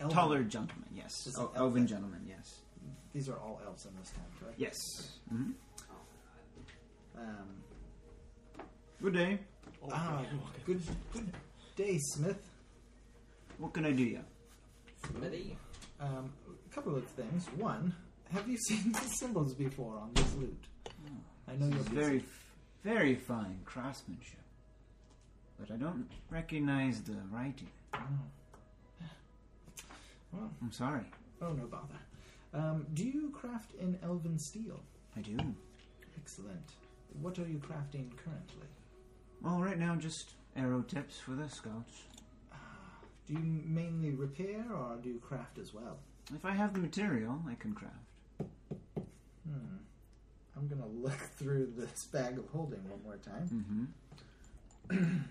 E: Elven.
D: taller gentleman. Yes,
E: Is it
D: oh,
E: elven?
D: elven gentleman. Yes.
E: These are all elves in this town, correct?
D: Yes. hmm
E: Um,
D: Good day.
C: Oh,
E: ah,
C: God, walking.
E: good, good day, Smith.
D: What can I do you?
C: [laughs]
E: Um, a couple of things. One, have you [laughs] seen these symbols before on this loot? I know
D: Hmm. This
E: you're
D: is
E: busy.
D: very, f- very fine craftsmanship. But I don't recognize the writing.
E: Well,
D: I'm sorry.
E: oh, no bother. Um, do you craft in elven steel?
D: I do.
E: Excellent. What are you crafting currently?
D: Well, right now, just arrow tips for the scouts.
E: Do you mainly repair or do you craft as well?
D: If I have the material, I can craft.
E: Hmm. I'm gonna [laughs] look through this bag of holding one more time.
D: Mm-hmm.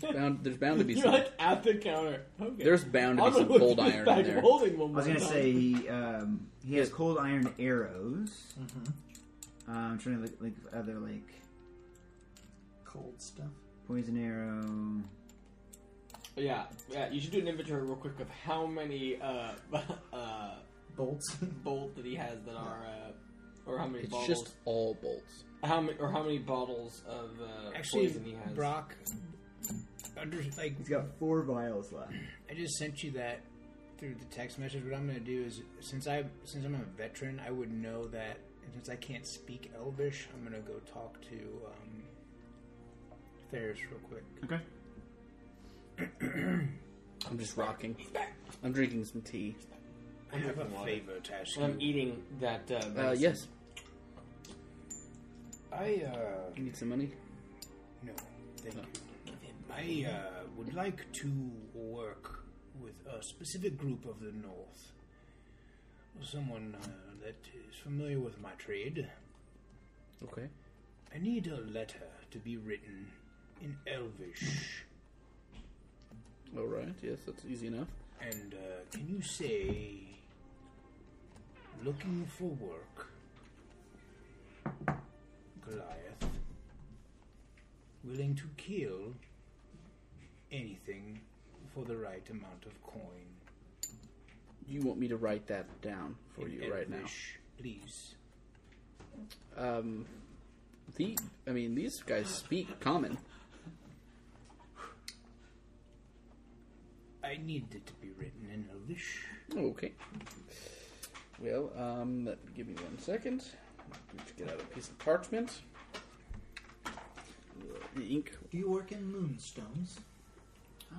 A: There's bound, there's bound to be
C: You're
A: some.
C: like at the counter. Okay.
A: There's bound to be
C: I'm
A: some
C: gonna look
A: cold
C: at this
A: iron
C: bag
A: in
C: of
A: there.
C: Holding one
D: I was
C: more
D: gonna
C: time.
D: say he um, he has cold iron arrows. Uh, I'm trying to look like other like
E: Cold stuff.
D: poison arrow.
C: Yeah, yeah. You should do an inventory real quick of how many uh, [laughs] uh,
E: Bolts.
C: [laughs] bolt that he has that are, uh, or how many
A: It's
C: bottles,
A: just all bolts.
C: how many, or how many bottles of uh,
G: Actually,
C: poison he has.
G: Brock, under, like
D: He's got four vials left.
G: I just sent you that through the text message. What I'm going to do is, since I since I'm a veteran, I would know that. And since I can't speak Elvish, I'm going to go talk to um, Ferris real quick.
D: Okay.
A: I'm just rocking. I'm drinking some tea.
G: I have a favor to ask
C: And I'm
G: you.
C: eating that. Uh,
A: Uh,
C: medicine.
A: yes,
G: I uh,
A: you need some money.
G: no, thank
C: Oh.
G: you. I uh, would like to work with a specific group of the North. someone uh, that is familiar with my trade.
A: Okay.
G: I need a letter to be written in Elvish.
A: All right. Yes, that's easy enough.
G: And uh, can you say, looking for work, Goliath, willing to kill anything for the right amount of coin?
A: You want me to write that down for
G: in
A: you right now?
G: Elvish, Please.
A: Um, the I mean, these guys speak common.
G: I need it to be written in Elvish.
A: Okay. Well, um, let- give me one second. Let's get out a piece of parchment. Uh, The ink.
E: Do you work in moonstones?
D: Oh,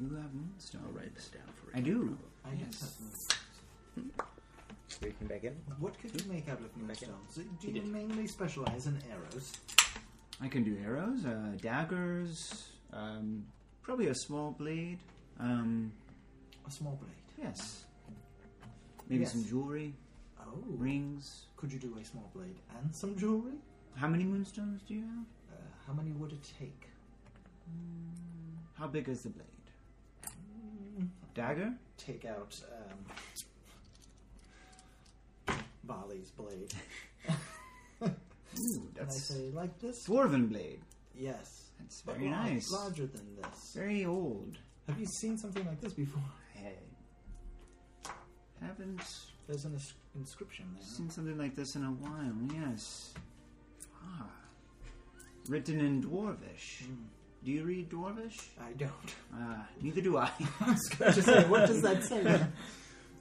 D: you have moonstone.
A: I'll write this down for you.
D: I do.
E: I guess that's moonstones.
D: We can back in.
E: What could you make out of
D: Megan.
E: moonstones? Do
D: He
E: you
D: did.
E: mainly specialize in arrows?
D: I can do arrows, uh, daggers, um, probably a small blade. Um,
E: A small blade.
D: yes. Maybe
E: Yes.
D: some jewelry,
E: Oh.
D: rings.
E: Could you do a small blade and some jewelry?
D: How many moonstones do you have?
E: Uh, how many would it take?
D: How big is the blade?
E: Mm.
D: Dagger?
E: Take out um, Bali's blade.
D: Ooh,
E: And I
D: that's
E: say, like this?
D: dwarven blade.
E: Yes.
D: That's
E: But
D: very
E: lar-
D: nice.
E: Larger than this.
D: Very old.
E: Have you seen something like this before? [laughs]
D: I haven't
E: There's an ins- inscription there.
D: seen something like this in a while. Yes. Ah, written in dwarvish.
E: Mm.
D: Do you read dwarvish?
E: I don't. [laughs]
D: Ah, neither do I.
E: Just say, what
A: [laughs]
E: does that
C: [laughs]
E: say?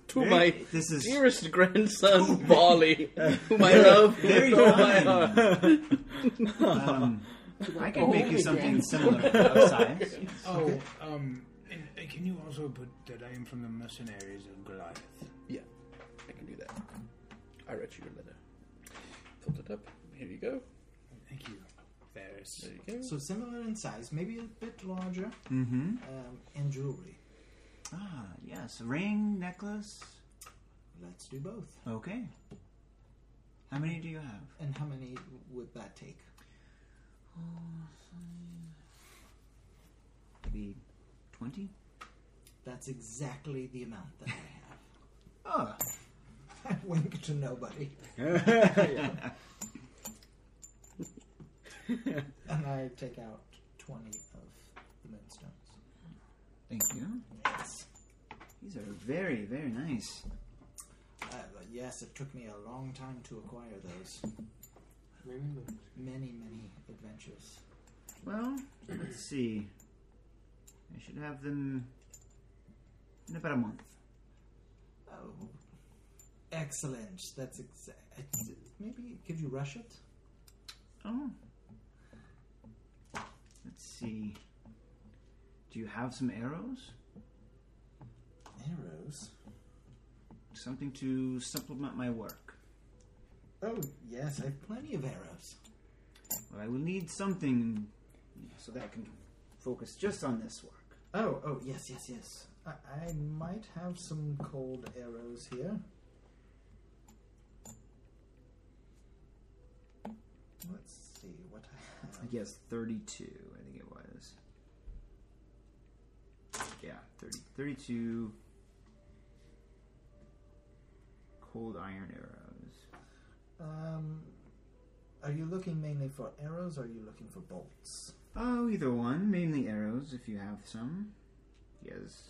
A: To
D: Very-
A: my
D: this is
A: dearest grandson, Bali, whom I love
D: Very
A: with all my
D: kind.
A: heart.
D: um, [laughs] I can
C: Oh,
D: make you
C: my
D: something
C: grand-
D: similar of size.
G: Oh, um, and uh, can you also put that I am from the mercenaries of Goliath?
A: Yeah, I can do that. I wrote you your letter. Filled it up. Here you go.
G: Thank you. There's
A: There you go.
E: So similar in size, maybe a bit larger,
D: Mm-hmm.
E: um, and jewelry.
D: Ah, yes, ring, necklace.
E: Let's do both.
D: Okay. How many do you have?
E: And how many would that take?
D: Maybe twenty.
E: That's exactly the amount that I
D: Oh,
E: have. [laughs] I wink to nobody, and I take out twenty of the moonstones.
D: thank you.
E: Yes,
D: These are very, very nice.
E: uh, but yes. It took me a long time to acquire those.
C: Remember.
E: Many, many adventures.
D: Well, let's see. I should have them in about a month.
E: Oh, excellent. That's exact. Maybe could you rush it?
D: Oh. Let's see. Do you have some arrows?
E: Arrows.
D: Something to supplement my work.
E: Oh yes, I have plenty of arrows.
D: Well, I will need something so that I can focus just on this work.
E: Oh, oh, yes, yes, yes. I, I might have some cold arrows here. Let's see what I
D: I
E: have.
D: guess 32, I think it was. Yeah, 30, 32 cold iron arrows.
E: Um, are you looking mainly for arrows or are you looking for bolts?
D: Oh, either one. Mainly arrows, if you have some. He has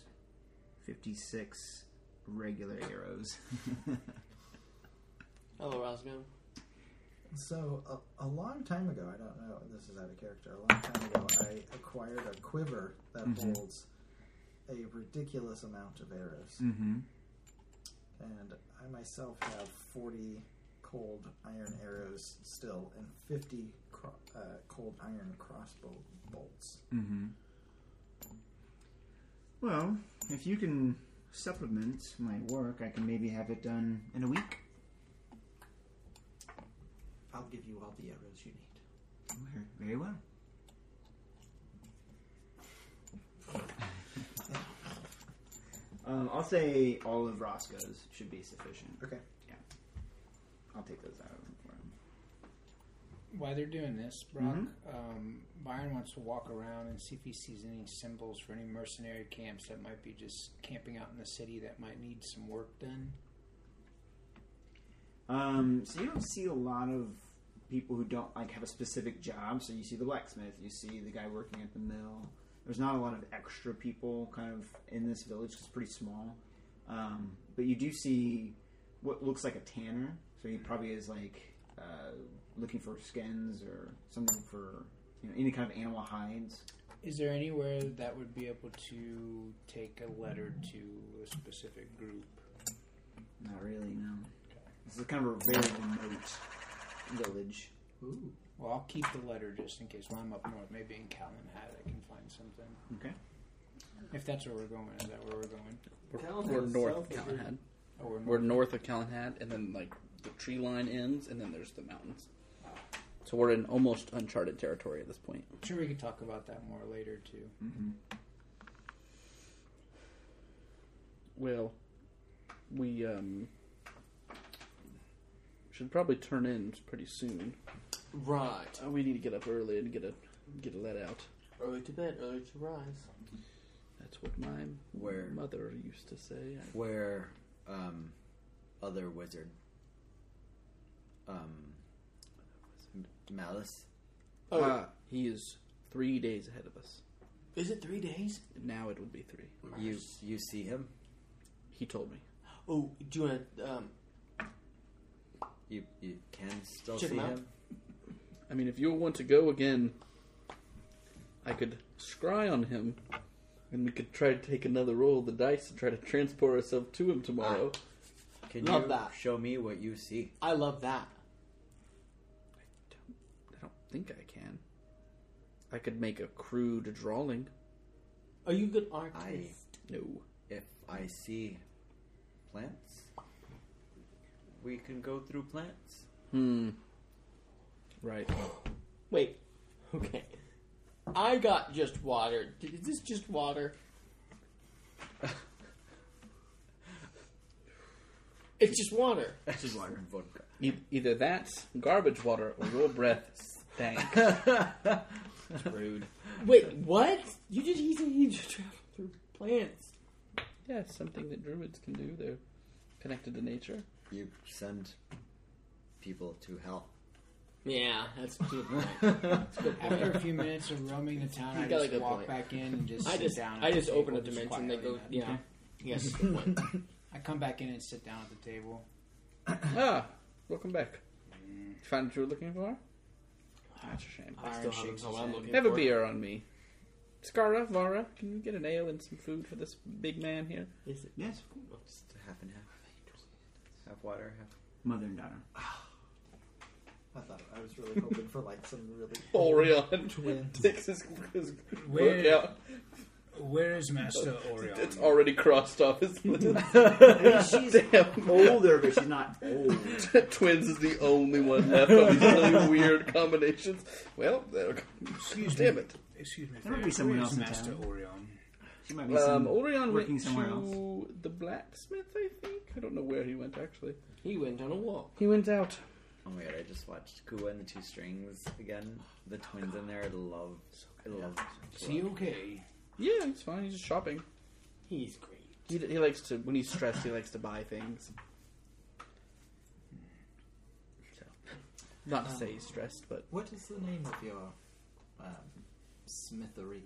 D: 56 regular arrows. [laughs]
C: Hello, Roscoe.
E: So, a, a long time ago, I don't know, this is out of character, a long time ago, I acquired a quiver that
D: Mhm.
E: holds a ridiculous amount of arrows.
D: mm-hmm.
E: and I myself have 40 cold iron arrows still and 50 cro- uh, cold iron crossbow bolts.
D: Mm-hmm. Well, if you can supplement my work, I can maybe have it done in a week.
E: I'll give you all the arrows you need.
D: Very- Very well. Um, I'll say all of Roscoe's should be sufficient.
E: Okay.
D: Yeah. I'll take those out for him.
I: While they're doing this, Brock,
A: Mm-hmm.
I: um, Byron wants to walk around and see if he sees any symbols for any mercenary camps that might be just camping out in the city that might need some work done.
D: Um, so you don't see a lot of people who don't like have a specific job. So you see the blacksmith, you see the guy working at the mill. There's not a lot of extra people kind of in this village. 'cause It's pretty small, um, but you do see what looks like a tanner. So he probably is like uh, looking for skins or something for you know any kind of animal hides.
I: Is there anywhere that would be able to take a letter to a specific group?
D: Not really, no. This is kind of a very remote village.
E: Ooh.
I: Well, I'll keep the letter just in case. While I'm up north, maybe in Calvin Hat I can find something.
D: Okay.
I: If that's where we're going, is that where we're going?
A: We're north of Callahan.
I: Oh, we're north.
A: We're north of Callahan, and then like the tree line ends, and then there's the mountains. So we're in almost uncharted territory at this point.
I: I'm sure we could talk about that more later too.
A: Well, we um should probably turn in pretty soon.
C: Right.
A: Uh, we need to get up early and get a get a let out.
C: Early to bed, early to rise.
A: That's what my
F: Where?
A: mother used to say. I-
F: where um, other wizard um, malice
C: Oh,
A: Ah, he is three days ahead of us.
C: is it three days?
A: Now it would be three.
F: you you see him
A: He told me.
C: Oh, do you want to? Um,
F: you you can still
C: Check
F: see
C: him
F: him,
C: out.
A: I mean, if you want to go again, I could scry on him, and we could try to take another roll of the dice and try to transport ourselves to him tomorrow.
F: can
C: Love
F: you
C: that.
F: show me what you see
C: I love that.
A: I don't think I can. I could make a crude drawing.
C: Are you a good
F: I
C: artist?
A: No.
F: if I see plants we can go through plants
A: Hmm. Right.
C: Wait. Okay. I got just water. D- Is this just water? it's just water.
F: this is water and [laughs] vodka
A: E- either that's garbage water or your breath stank.
F: rude
C: Wait, what? You just he said he just traveled through plants.
A: yeah, it's something that druids can do. They're connected to nature.
F: you send people to hell
C: Yeah, that's good. [laughs]
I: After a few minutes of roaming the town,
C: You
I: I
C: got a
I: just
C: good
I: walk
C: point.
I: back
C: [laughs]
I: in and just
C: I
I: sit
C: just
I: down.
C: I
I: at the
C: just open a
I: table, just
C: dimension that goes
I: quietly.
C: yeah. Yes. good point.
I: I come back in and sit down at the table.
A: ah, welcome back. You found what you were looking for? That's a shame.
C: I still haven't told what Oh, I'm looking
A: Have a
C: for.
A: beer on me. Scara, Vara, can you get an ale and some food for this big man here?
C: Is it?
D: Yes.
F: just half and half half water half
D: Mother and daughter.
E: I thought I was really hoping for like some really
A: [laughs] Orion
E: Twins.
A: takes his, his
I: Where-
A: book out.
I: Where is Master Orion?
A: [laughs] It's already crossed off his [laughs] list.
D: she's
A: Damn. [laughs]
D: older, but she's not old.
A: Twins is the only one left of these really weird combinations. Well, there
I: Excuse
A: damn
I: me.
A: it.
I: Excuse me.
D: There might
I: Faye,
D: be someone
I: where
D: else
I: is
D: in
I: Master
D: town.
I: Orion.
D: She might be
A: Um,
D: some,
A: Orion
D: working
A: went
D: somewhere
A: to
D: else.
A: the blacksmith, I think. I don't know where he went actually.
C: He went on a walk.
A: He went out.
F: Oh my god, I just watched Kua and the Two Strings again. The twins in there, I love, I love.
I: Is he okay?
A: Yeah, he's fine. He's just shopping.
C: He's great.
A: He, he likes to when he's stressed. He likes to buy things. So, not to say he's stressed, but
E: What is the name of your um, smithery?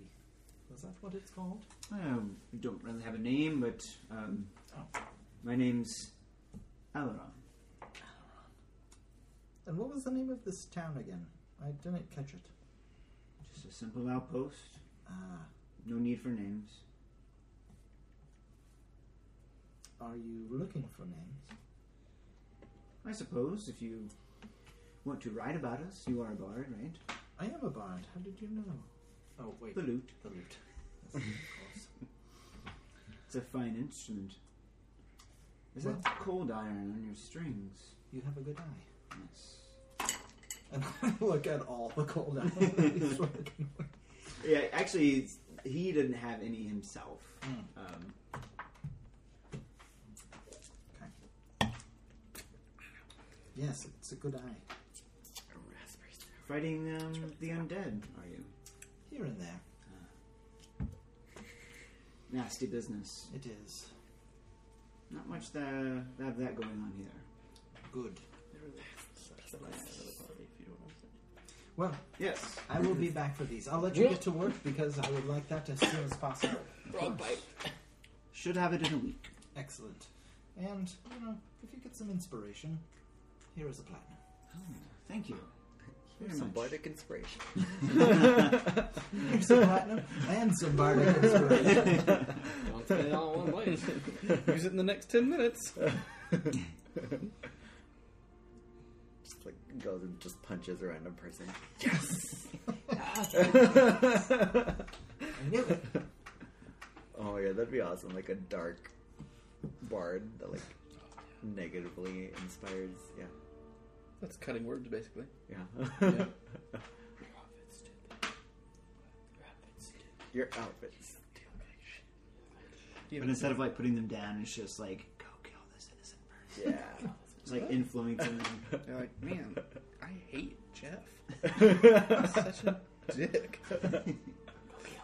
E: Is that what it's called?
D: Um, I don't really have a name, but um, my name's Alaron.
E: And what was the name of this town again? I didn't catch it.
D: Just a simple outpost.
E: Ah,
D: No need for names.
E: are you looking for names?
D: I suppose if you want to write about us, you are a bard, right?
E: I am a bard. How did you know? Oh wait,
D: The lute.
E: The lute. Yes, of course.
D: It's a fine instrument. Is
E: Well-
D: that cold iron on your strings?
E: You have a good eye.
D: Yes.
E: And [laughs] I look at all the cold eyes.
D: Yeah, actually, it's- he didn't have any himself. Um,
E: Yes, it's a good eye.
D: Fighting um, the undead,
H: Are you?
E: Here and there.
H: Nasty business.
E: It is.
H: Not much that have that going on here.
E: Good.
A: All
E: Well,
H: Yes.
E: I will be back for these. I'll let you get to work because I would like that as soon as possible.
H: Should have it in a week.
E: Excellent. And, you know, if you get some inspiration, here is a platinum.
H: Thank you. Very
F: Oh. Some
H: much.
F: bardic inspiration.
E: Here's a platinum and some bardic inspiration.
C: Don't fit it all in one place.
A: Use it in the next ten minutes.
F: Just like goes and just punches a random person. [laughs]
E: I knew it.
F: Oh my god, that'd be awesome. Like a dark bard that like negatively inspires. Yeah,
A: That's cutting words, basically.
F: yeah.
A: Yeah.
F: [laughs] Your outfits.
D: but instead of like putting them down, it's just like go kill this innocent person.
F: Yeah.
D: It's like influencing them.
F: [laughs]
A: They're like, man, I hate Jeff. He's such a dick.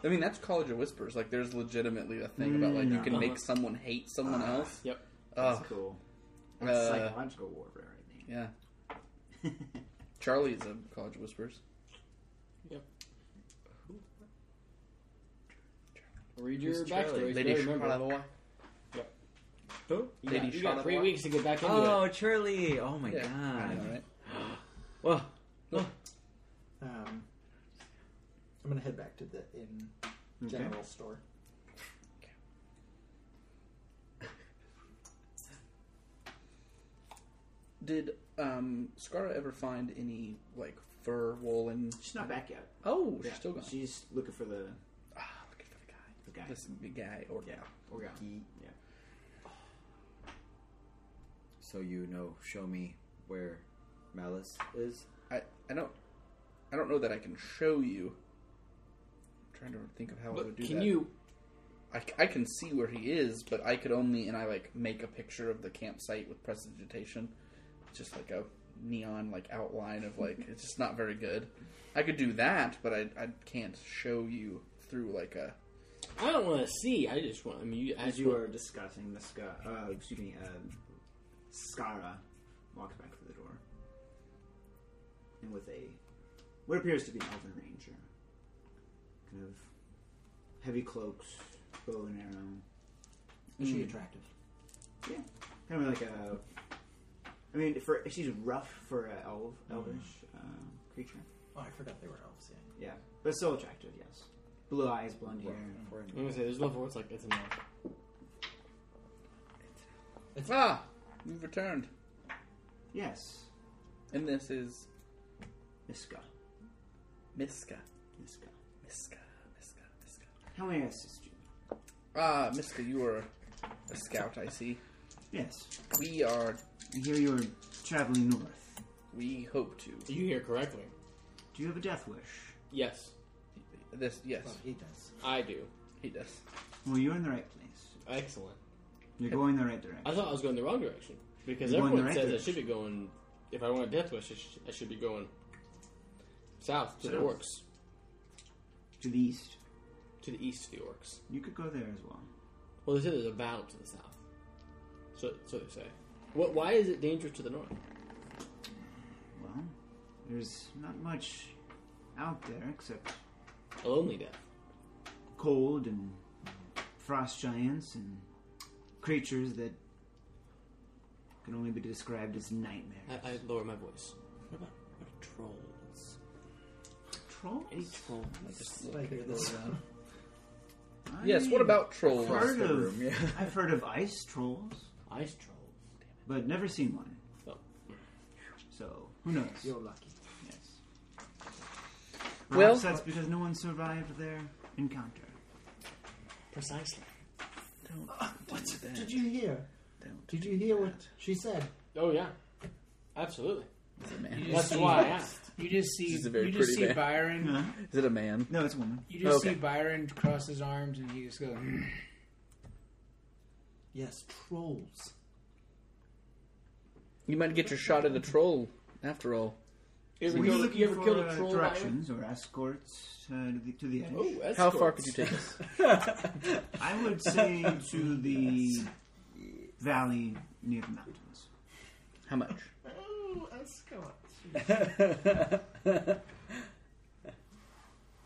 A: I mean, that's College of Whispers. Like, there's legitimately a thing about like you can
C: Uh-huh.
A: make someone hate someone else.
C: Yep.
A: Oh,
D: cool.
A: That's Uh,
D: psychological warfare, I think.
A: yeah.
F: [laughs]
A: Charlie is a College of Whispers.
C: Read your
F: Who's
C: backstory.
F: Charlie?
C: Lady
A: Lady
C: remember.
A: Sharlavoy.
F: Who?
C: You
A: Lady
C: got, you got
A: Sharlavoy.
C: three weeks to get back into
F: Oh,
C: it.
F: Charlie! Oh my
A: Yeah, I know,
F: god.
A: right?
F: Well,
E: Um, I'm going to head back to the in general store.
A: Did um, Scara ever find any like fur woolen?
D: She's not back yet.
A: Oh,
D: Yeah,
A: she's still gone.
D: She's looking for the
A: Ah, look at the guy.
D: the guy.
A: This big guy or
D: Yeah. Or guy. Yeah.
F: so you know, show me where Malice is.
A: I, I don't I don't know that I can show you. I'm trying to think of how I
C: But
A: would do
C: can
A: that.
C: you?
A: I, c- I can see where he is, but I could only and I like make a picture of the campsite with prestidigitation, It's just like a neon like outline of like it's just not very good. I could do that, but I I can't show you through like a
C: I don't want to see. I just want. I mean, you,
D: As
C: as
D: you are
C: you
D: discussing, the Scar, uh, excuse me, uh, Skara walks back to the door, and with a what appears to be an elven ranger, kind of heavy cloaks, bow and arrow,
E: Is
A: Hmm.
E: she attractive?
D: kind of like a. I mean, for she's rough for an elf, elvish uh, creature,
E: Oh, I forgot they were elves, yeah.
D: but still attractive. Yes, blue eyes, blonde hair.
C: I'm gonna say there's level where it's like it's enough.
A: ah. We've returned,
D: Yes,
A: and this is
D: Miska,
A: Miska.
D: Miska.
A: Miska, Miska, Miska.
D: How may I assist you?
A: Ah, Miska, you are a scout. I see.
D: Yes,
A: We are.
D: I hear you are traveling north.
A: We hope to.
C: Do you hear correctly?
D: Do you have a death wish?
C: Yes,
A: This yes,
E: Well, Oh, he does.
C: I do.
A: he does.
D: Well, you're in the right place.
C: Excellent.
D: You're going the right direction.
C: I thought I was going the wrong direction because
D: You're going
C: everyone
D: the right
C: says I
D: direction.
C: should be going. If I want a death wish, I should, I should be going south to the
D: South.
C: orcs,
D: To the east.
C: to the east of the orcs.
D: You could go there as well.
C: Well, they say there's a battle to the south. So, so they say. What? Why is it dangerous to the north?
D: Well, there's not much out there except
C: A lonely death.
D: cold and frost giants and creatures that can only be described as nightmares.
C: I, I lower my voice. What about what about trolls?
D: Trolls?
C: Any trolls?
E: Did I hear this?
D: I-
A: Yes. What about trolls?
D: Heard
F: the
A: [laughs]
D: of-
F: room, yeah.
D: I've heard of ice trolls,
C: Ice trolls.
D: but never seen one.
C: Oh.
D: So, who knows?
E: You're lucky.
D: Yes. Perhaps
A: Well-
D: that's because no one survived their encounter.
C: Precisely.
D: Ah,
E: What did you hear?
A: Don't
E: Did you hear what she said?
C: Oh yeah, absolutely.
A: Is it a man?
G: You
C: That's
G: just see-
C: why I asked.
G: You just see.
A: She's a very
G: you just
A: pretty
G: see
A: man.
G: Byron.
A: Is it a man?
D: No, it's a woman.
G: You just
A: Okay.
G: see Byron cross his arms, and he just goes. "Hmm."
E: Yes, trolls.
A: You might get your shot at a troll, after all.
C: You ever,
D: Were you
C: killed,
D: looking
C: you ever
D: for,
C: killed a
D: uh,
C: troll? Oh. Byron?
D: directions or escorts uh, to the, to the edge?
A: How far could you take us? [laughs]
C: [laughs]
D: I would say to the valley near the mountains.
A: How much?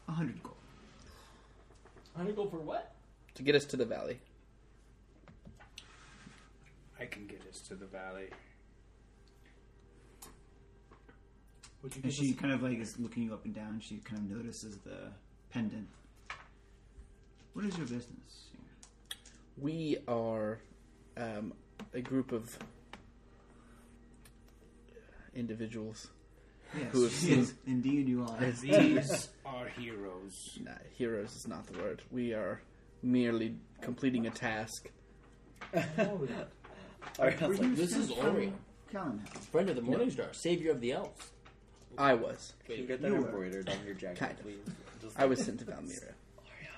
D: A hundred gold.
C: I'm gonna go for what?
A: To get us to the valley.
G: I can get us to the valley.
E: Would you
D: And
E: give
D: she
E: us?
D: kind of like is looking you up and down. She kind of notices the pendant. What is your business? here?
A: We are um, a group of individuals,
D: Yes,
A: Who have seen-
D: yes, [laughs] indeed you are.
G: These are heroes.
A: nah, heroes is not the word. We are merely completing a task.
I: Ariel's
D: Were you
I: like, this
D: sent
I: is
D: from
I: Orion,
D: Callahan.
I: friend of the Morningstar, savior of the elves.
A: I was.
F: Can you get that
D: You were.
F: embroidered on your jacket,
A: Kind of.
F: please? Just
A: I was sent
I: [laughs]
A: to Valmira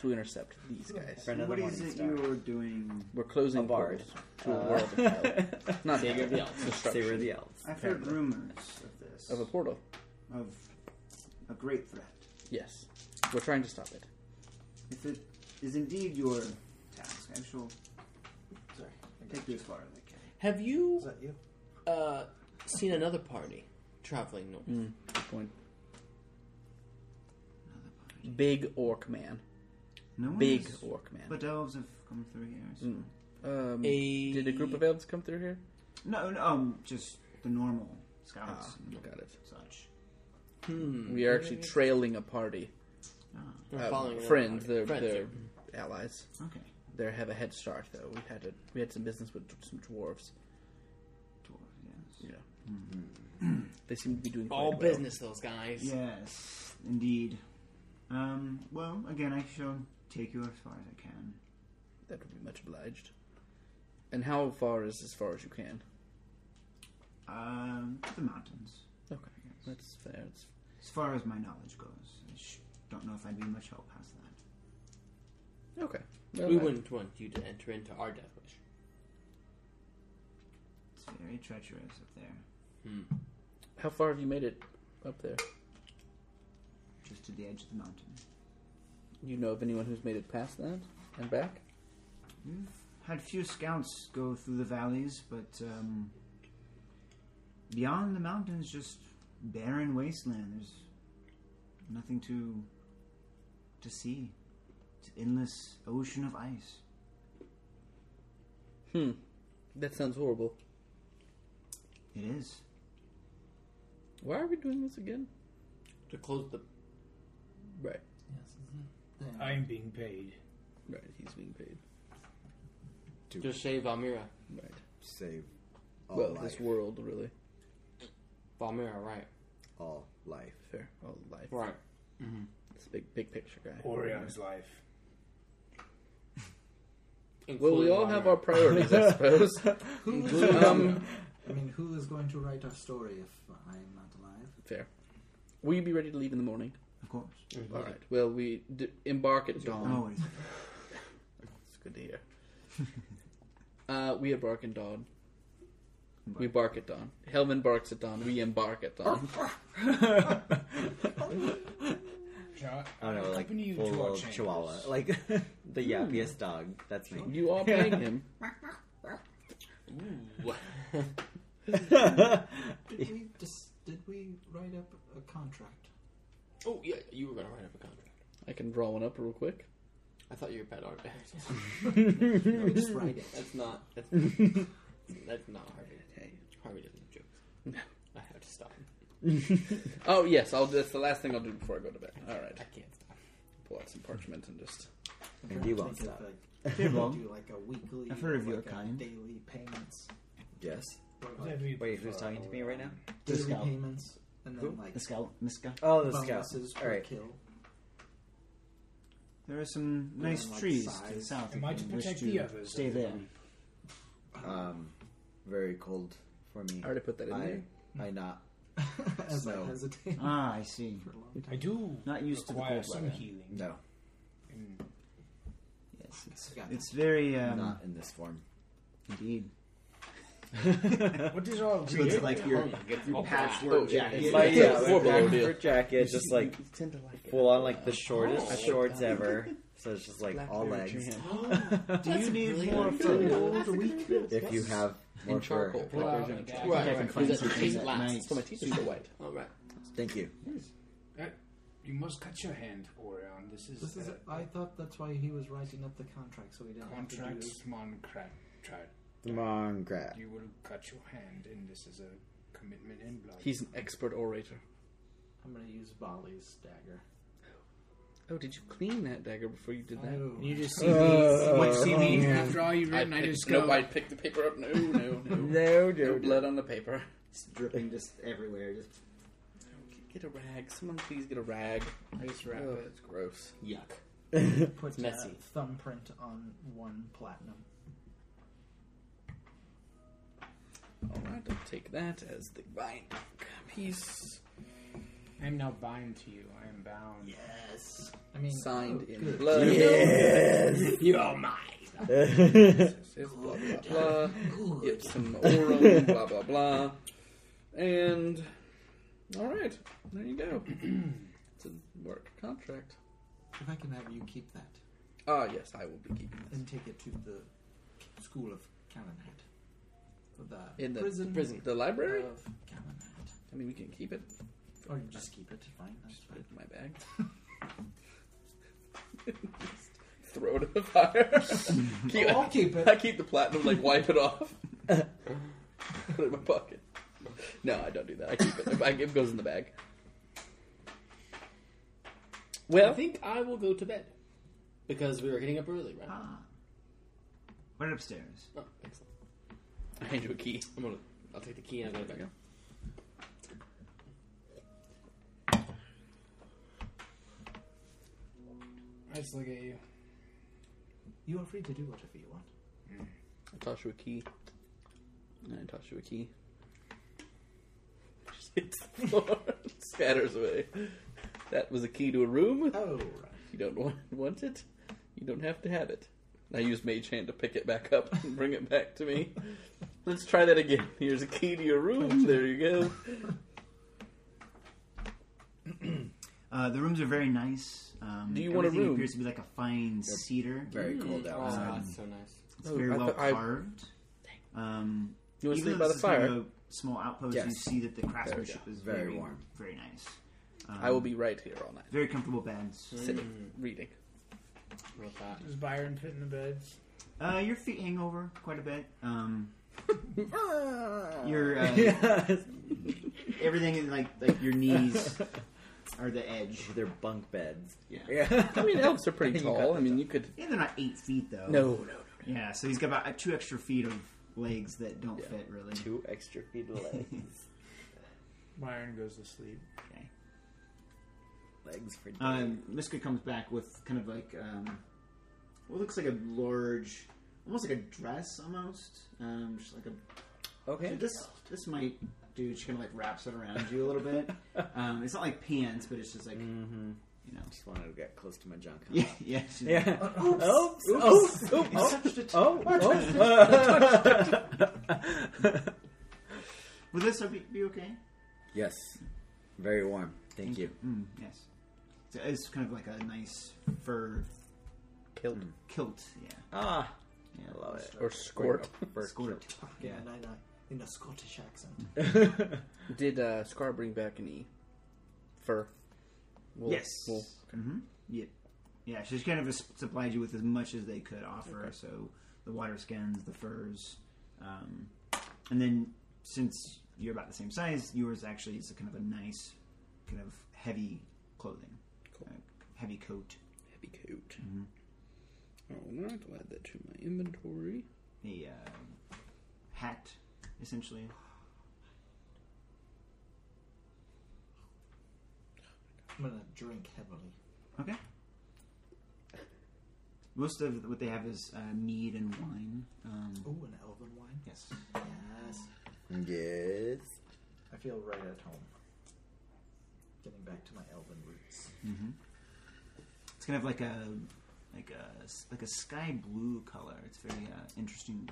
A: to intercept these
I: Hmm.
A: guys.
F: friend of
D: What
F: the
D: is
F: morning
D: it
F: star.
D: you're doing?
A: We're closing
F: A bard.
A: portals to a
F: [laughs]
A: world of hell. Not [laughs]
I: Savior of the elves.
A: destruction
F: Savior of the elves.
D: I've heard rumors of this.
A: of a portal.
D: of a great threat.
A: Yes, we're trying to stop it.
D: If it is indeed your task, I shall take you as far as I can.
I: Have you
E: Is that you?
I: uh, seen another party traveling north?
A: Good point. Big orc man.
D: No one
A: Big
D: has-
A: orc man.
D: But elves have come through here. So.
A: Mm. um,
I: A
A: did a group of elves come through here?
D: No, no, um, just the normal scouts
A: Ah,
D: and
A: got it.
D: such.
I: Hmm.
A: We are actually trailing a party.
D: Ah,
I: They're
A: Uh,
I: following another
A: friends,
I: party.
A: they're,
I: Friends,
A: they're allies.
D: Okay,
A: They have a head start though. We had a, we had some business with some dwarves.
D: dwarf. Yes.
A: You know, they seem to be doing quite
I: all
A: well.
I: business. Those guys.
D: Yes, indeed. Um, well, again, I shall take you as far as I can.
A: That would be much obliged. And how far is as far as you can?
D: Um, the mountains,
A: Okay,
D: I guess.
A: that's fair. It's
D: As far as my knowledge goes, I sh- don't know if I'd be much help past that.
A: okay.
I: we
A: Well, I-
I: wouldn't want you to enter into our death wish.
D: It's very treacherous up there,
A: How far have you made it up there?
D: just to the edge of the mountain.
A: You know of anyone who's made it past that and back?
D: We've had few scouts go through the valleys, but um, beyond the mountains, just barren wasteland. There's nothing to to see. It's an endless ocean of ice.
A: Hmm. That sounds horrible.
D: It is.
A: Why are we doing this again?
I: To close the
A: Right.
E: Yes. Isn't it?
G: I'm being paid.
A: Right. He's being paid.
I: to save Valmira.
A: Right.
F: Save all
A: well,
F: life.
A: this world really.
I: Valmira, right?
F: All life.
A: Fair. All life.
I: Right.
A: This big, big picture guy.
G: Orion's life.
A: Well, we
I: Including
A: all have
I: Valmira.
A: our priorities, [laughs] I suppose.
E: [laughs] Who is,
A: um,
E: I mean, who is going to write our story if I am not alive?
A: fair. Will you be ready to leave in the morning?
D: Of course.
E: Mm-hmm.
A: All right. Well, we d- embark at dawn.
D: I'm always
A: It's good to
F: [laughs]
A: hear. uh, we embark at dawn. We bark at dawn. Helman barks at dawn. We embark at [laughs] dawn.
G: Shall
F: I don't know, Oh, like
G: accompany you
F: full
G: to our
F: old
G: chambers.
F: Chihuahua, like [laughs] the yappiest dog. That's me.
A: you are playing him.
E: Did we just did we write up a contract?
I: Oh yeah, you were gonna write up a contract.
A: I can draw one up real quick.
I: I thought you were a pet artist.
E: [laughs]
I: [laughs]
E: No, just write it.
I: That's not. That's not, that's not Harvey. Harvey doesn't have jokes. I have to stop him.
A: Oh yes, I'll. That's the last thing I'll do before I go to bed. All right,
I: I can't stop.
A: pull out some parchment and just.
F: And you won't
E: Think
F: stop.
E: of,
D: [laughs]
E: Like,
D: Hey,
E: do
D: Mom.
E: like a weekly.
D: I've heard of
E: like
D: your
E: a
D: kind.
E: Daily payments.
F: Yes.
G: Whatever you
F: Wait,
G: prefer.
F: who's talking to me right now?
E: Daily
D: scout.
E: payments, and then like
D: a scout, Miska.
F: Oh, the scout.
E: bonuses
F: All
E: per
F: right.
E: kill.
D: There are some
E: Yeah,
D: nice
E: like
D: trees to the
E: size.
D: south.
G: Am I
D: if
G: to
D: you wish
G: protect
D: to
G: the others?
D: Stay there.
F: Um, very cold for me.
A: I already put that in
F: I,
A: there.
F: I [laughs] not.
E: As
F: So-
E: I [laughs] hesitate
D: Ah, I
G: [laughs]
D: see.
E: for a long time.
G: I do
D: Not used to the
G: require
D: cold
G: some
D: weather.
G: healing. [laughs]
F: No,
G: And
D: Yes, it's
E: Forgot
D: it's very um,
F: not in this form.
D: indeed.
G: What does all
D: She looks
G: create?
D: like your, your patchwork
A: Oh, yeah.
D: jacket.
A: Yeah.
F: My yeah,
J: War
F: my
J: balloon
F: blazer jacket, just like
A: You tend to like it.
F: full on like the shortest
K: Oh.
F: shorts [laughs] ever. So it's just like
A: Black
F: all
A: berry jam.
F: legs.
D: Do you need
A: Oh,
D: more
A: That's a good idea.
F: If you have more
J: in
F: fur.
J: charcoal.
K: Wow,
J: Black
K: my
J: berry
K: God.
J: jam. I think I can find
C: Because it
J: something
C: tastes
J: that
C: last.
J: nice.
A: So my teeth
C: [laughs]
A: are so white.
C: All right.
F: Thank you.
G: Uh, You must cut your hand, Orion. This is,
E: This is.
G: uh,
E: I thought that's why he was writing up the contract, so he didn't have to do
G: contracts contract.
F: Mongrel.
G: You will cut your hand, and this is a commitment in blood.
A: He's an expert orator.
E: I'm gonna use Bali's dagger.
A: Oh, did you clean that dagger before you did that?
E: Oh.
G: And you just see me. What see me after all you've written? I,
A: picked-
G: just go.
A: No, I picked the paper up. No, no, [laughs] no.
F: [laughs]
A: no
F: No, no,
A: blood on the paper.
D: It's dripping just everywhere. Just
A: Get a rag. Someone please get a rag.
G: I just wrap
A: Oh,
G: it.
A: it's gross.
C: Yuck.
E: Put
C: messy.
E: uh, thumbprint on one platinum.
A: All right, I'll take that as the binding piece.
G: I am now bound to you. I am bound.
E: Yes. I mean,
A: Signed
E: oh,
A: in
E: good.
A: blood.
G: You are mine.
A: Says blah blah blah. Yep, some oral. blah blah blah. And all right, there you
E: [clears throat]
A: go. it's a work contract.
E: If I can have you keep that
A: Ah, yes, I will be keeping this.
E: and take it to the school of Callanhead, For the
A: In the
E: prison, Uh,
A: prison. The library?
E: of Callanhead,
A: I mean, we can keep it.
E: or you just keep it. Fine, that's
A: Put
E: fine.
A: it in my bag.
E: [laughs]
A: [laughs] Just Throw it in the
E: [laughs]
A: fire. keep,
E: I'll keep it.
A: I keep the platinum, like, wipe it off. [laughs] Put it in my pocket. No, I don't do that. I keep it. I, it goes in the bag.
C: I
A: Well,
C: think I will go to bed because we were getting up early, right?
D: went upstairs.
C: Oh, excellent.
A: I hand you a key.
C: I'm gonna. I'll take the key and I'll go to bed.
G: I just look at you.
E: You are free to do whatever you want.
A: I toss you a key. And I toss you a key. [laughs] Just hits the floor. [laughs] Scatters away. That was a key to a room.
E: Oh, right.
A: You don't want, [laughs] want it. You don't have to have it. I use Mage Hand to pick it back up [laughs] and bring it back to [laughs] me. Let's try that again. Here's a key to your room. There you go.
D: Uh, the rooms are very nice. Um,
A: Do you want a
D: everything
A: room?
D: appears to be like a fine cedar.
F: Very
G: Mm.
F: cold
C: Oh,
F: outside.
C: that's so nice.
D: It's
A: Oh,
D: very
A: I
D: well
A: thought I-
D: carved. Um,
A: You want to
D: even
A: sleep
D: though
A: by the
D: this is kind
A: fire?
D: of a small outpost, you
F: Yes.
D: see that the craftsmanship
F: go.
D: is
F: Very
D: very,
F: warm.
D: very nice. Um,
A: I will be right here all night,
D: very comfortable beds.
A: sitting, reading.
C: Real fat.
G: Does Byron fit in the beds?
D: Uh, your feet hang over quite a bit. Um,
F: You're
D: your
F: [laughs]
D: uh,
A: [laughs]
D: everything in like like your knees are the edge.
F: they're bunk beds.
D: Yeah.
F: Yeah.
A: [laughs] I mean, elves are pretty
F: You got
A: tall. I mean, you could.
D: Yeah, they're not eight feet though.
A: No, no,
D: Yeah, so he's got about uh, two extra feet of legs that don't
A: Yeah.
D: fit really.
F: Two extra feet of legs.
G: [laughs] Byron goes to sleep.
F: legs for
D: Um, Miska comes back with kind of like um, what looks like a large, almost like a dress, almost. Um, just like a
A: Okay.
D: this. This might, dude. She kind of like wraps it around you a little
F: [laughs]
D: bit. Um, it's not like pants, but it's just like
F: Mm-hmm.
D: you know. [laughs]
F: Just wanted to get close to my junk. Huh?
D: Yeah, yeah. she's like,
F: [laughs] Oh, oh, [laughs]
D: [laughs]
F: oh,
D: "You touched it."
F: oh,
D: Will this be, be okay?
F: [laughs] yes. Very warm. Thank you.
D: Mm, yes. So it's kind of like a nice fur
A: Kilt.
F: Mm.
D: kilt. Yeah.
F: Ah,
D: yeah.
F: I love it.
A: Or squirt.
F: [laughs] Or
D: Skirt.
E: Talking
D: Yeah.
E: in, a, in a Scottish accent.
A: Did uh, Scar bring back any fur? Wool?
D: yes.
A: Wool.
D: hmm Yeah. Yeah. So she kind of s- supplied you with as much as they could offer. So the water skins, the furs, um, and then since you're about the same size, yours actually is a kind of a nice, kind of heavy clothing,
A: Cool.
D: Uh, heavy coat.
A: Heavy coat. Mm-hmm. Oh, All right, I'll add that to my inventory.
D: a uh, hat, essentially.
E: I'm gonna drink heavily.
D: Okay. Most of what they have is uh, mead and wine. Um,
E: Oh, an elven wine.
D: yes.
E: Yes.
F: Yes.
E: I feel right at home. Getting back to my elven roots.
D: It's kind of like a like a like a sky blue color. It's very uh, interesting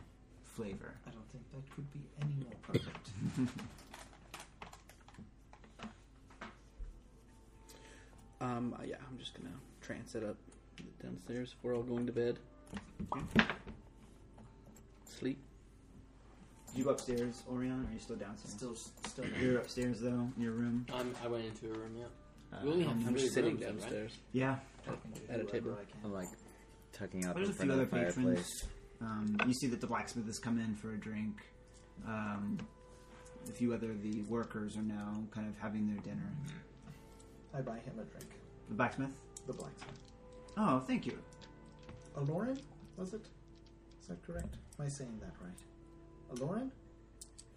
D: flavor.
E: I don't think that could be any more perfect.
A: Um, uh, yeah, I'm just gonna trance it up downstairs. We're all going to bed. Sleep.
D: Did you go upstairs, Orion, or are you still downstairs?
E: still, still.
D: You're upstairs though, in your room.
I: Um, I went into a room, yeah.
D: Uh,
I: we only have
A: I'm
I: three
A: just sitting
I: rooms, though, right?
A: downstairs.
D: yeah.
E: talking to
A: At a
E: whoever
A: table.
E: I can.
F: I'm like tucking up
D: There's
F: in
D: a few
F: front of the
D: other
F: fireplace.
D: patrons. Um, you see that the blacksmith has come in for a drink. Um, a few other the workers are now kind of having their dinner.
E: I buy him a drink.
D: The blacksmith.
E: The blacksmith.
D: Oh, thank you.
E: Aloran, was it? Is that correct? Am I saying that right? Aloran?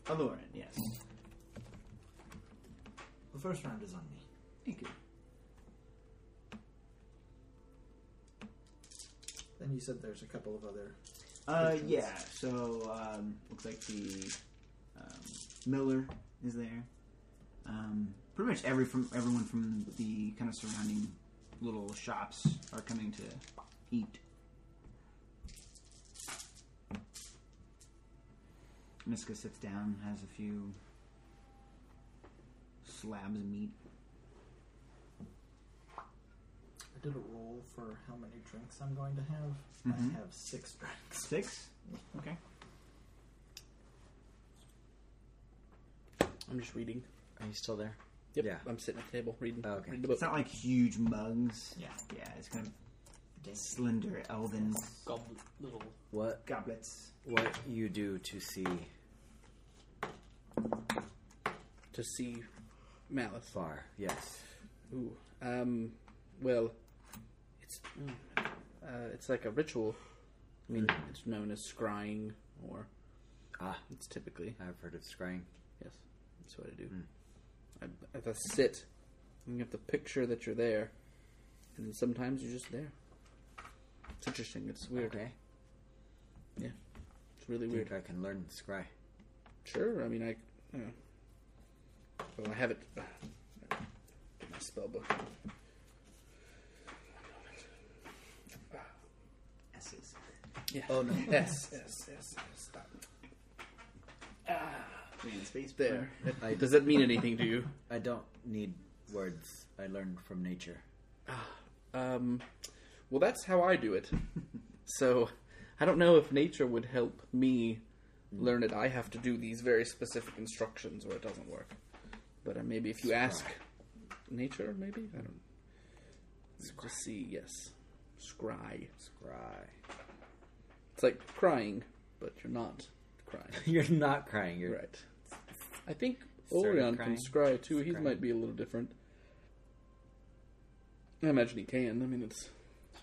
D: Aloran, yes.
E: The first round is on me.
D: Thank you.
E: Then you said there's a couple of other.
D: Uh,
E: Patrons.
D: yeah. So um, looks like the um, Miller is there. Um, pretty much every from everyone from the kind of surrounding little shops are coming to eat. Miska sits down, has a few slabs of meat.
E: I did a roll for how many drinks I'm going to have.
D: Mhm.
E: I have six [laughs] drinks.
D: Six. Okay.
A: I'm just reading.
F: Are you still there?
A: Yep.
F: Yeah.
A: I'm sitting at the table reading.
F: Oh, okay.
A: Reading the
D: It's
A: book.
D: not like huge mugs.
E: Yeah.
D: Yeah, it's kind of
E: Dainty.
D: slender elven
I: Goblet, little.
F: What
D: goblets.
F: what you do to see
A: to see malice.
F: far? Yes.
A: Ooh. Um. Well, it's mm, uh, it's like a ritual. I mean, it's known as scrying, or
F: Ah,
A: it's typically
F: I've heard of scrying.
A: yes. That's what I do. I, if I sit, and you have to picture that you're there, and then sometimes you're just there. It's interesting. It's weird.
F: Okay.
A: It's really
F: Think
A: weird.
F: I can learn scry.
A: Sure. I mean, I. You know, well, I have it. Uh, my spell book.
D: S's.
A: Yeah. Oh [laughs] no. S S S S.
D: Green space
A: There.
F: I-
A: Does that mean anything to you?
F: I don't need words. I learned from [laughs] nature.
A: Um, well, that's how I do
F: [laughs]
A: it. so I don't know if nature would help me learn it. I have to do these very specific instructions, or it doesn't work. But uh, maybe if you ask nature, maybe I don't. Just see, yes, scry.
F: Scry.
A: It's like crying, but you're not
F: [laughs]
A: crying.
F: You're not crying. You're
A: Right. I think
F: Started
A: Orion
F: crying.
A: can scry too. He
F: Scry.
A: might be a little different. I imagine he can. I mean, it's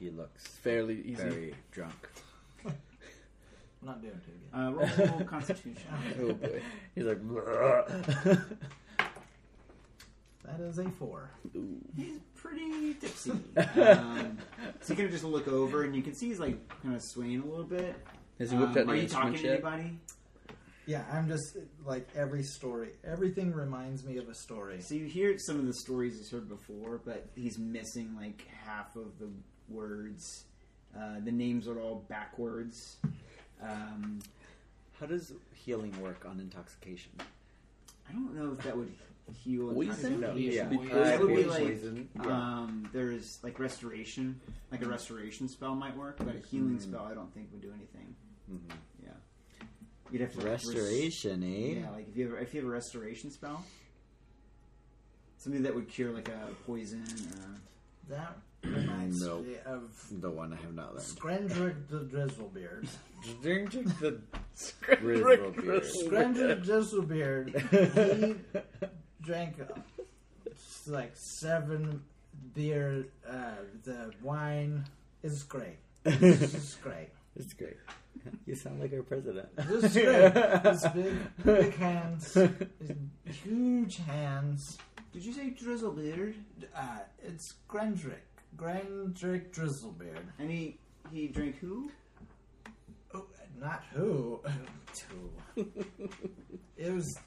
F: He looks
A: fairly easy.
F: very drunk.
E: I'm not doing too good.
D: Uh, roll,
A: [laughs]
D: roll Constitution.
A: [laughs] Oh boy. [laughs]
F: He's like. [laughs] "Bleh."
E: That is a four.
D: Pretty tipsy. Um, so you kind of just look over, and you can see he's like kind of swaying a little bit.
A: Has he whipped out
D: Um, are
A: any
D: you talking
A: instruments
D: to
A: yet?
D: anybody?
E: Yeah, I'm just like every story. Everything reminds me of a story.
D: So you hear some of the stories he's heard before, but he's missing like half of the words. Uh, the names are all backwards. Um,
F: How does healing work on intoxication?
D: I don't know if that would heal.
A: Poison?
F: No,
D: intoxication.
F: yeah.
I: Poison.
F: Uh,
D: It would be
F: poison.
D: like-
F: poison. Yeah.
D: Um, there's like restoration, like a restoration spell might work, but a healing
F: Hmm.
D: spell I don't think would do anything.
F: Mhm.
D: Yeah, you'd have to like, res-
F: Restoration, eh?
D: yeah, like if you have if you have a restoration spell, something that would cure like a poison. Or,
E: That reminds
F: Nope.
E: me of
F: The one I have not learned.
E: Skrendrick the Drizzlebeard.
F: Drinking the
A: Rick
F: grizzle beer.
A: Grizzle.
E: Skrendrick
F: [laughs]
E: Drizzlebeard, he drank uh, s- like seven beer. Uh, the wine is great.
F: [laughs]
E: This is great.
F: It's great. You sound like our president.
E: This is great. His big, big
F: [laughs]
E: hands, his huge hands.
D: did you say drizzle beard?
E: Uh, it's Grendrick. Grendrick Drizzlebeard.
D: And he he drank who?
E: Oh, not who. [laughs] Who. it was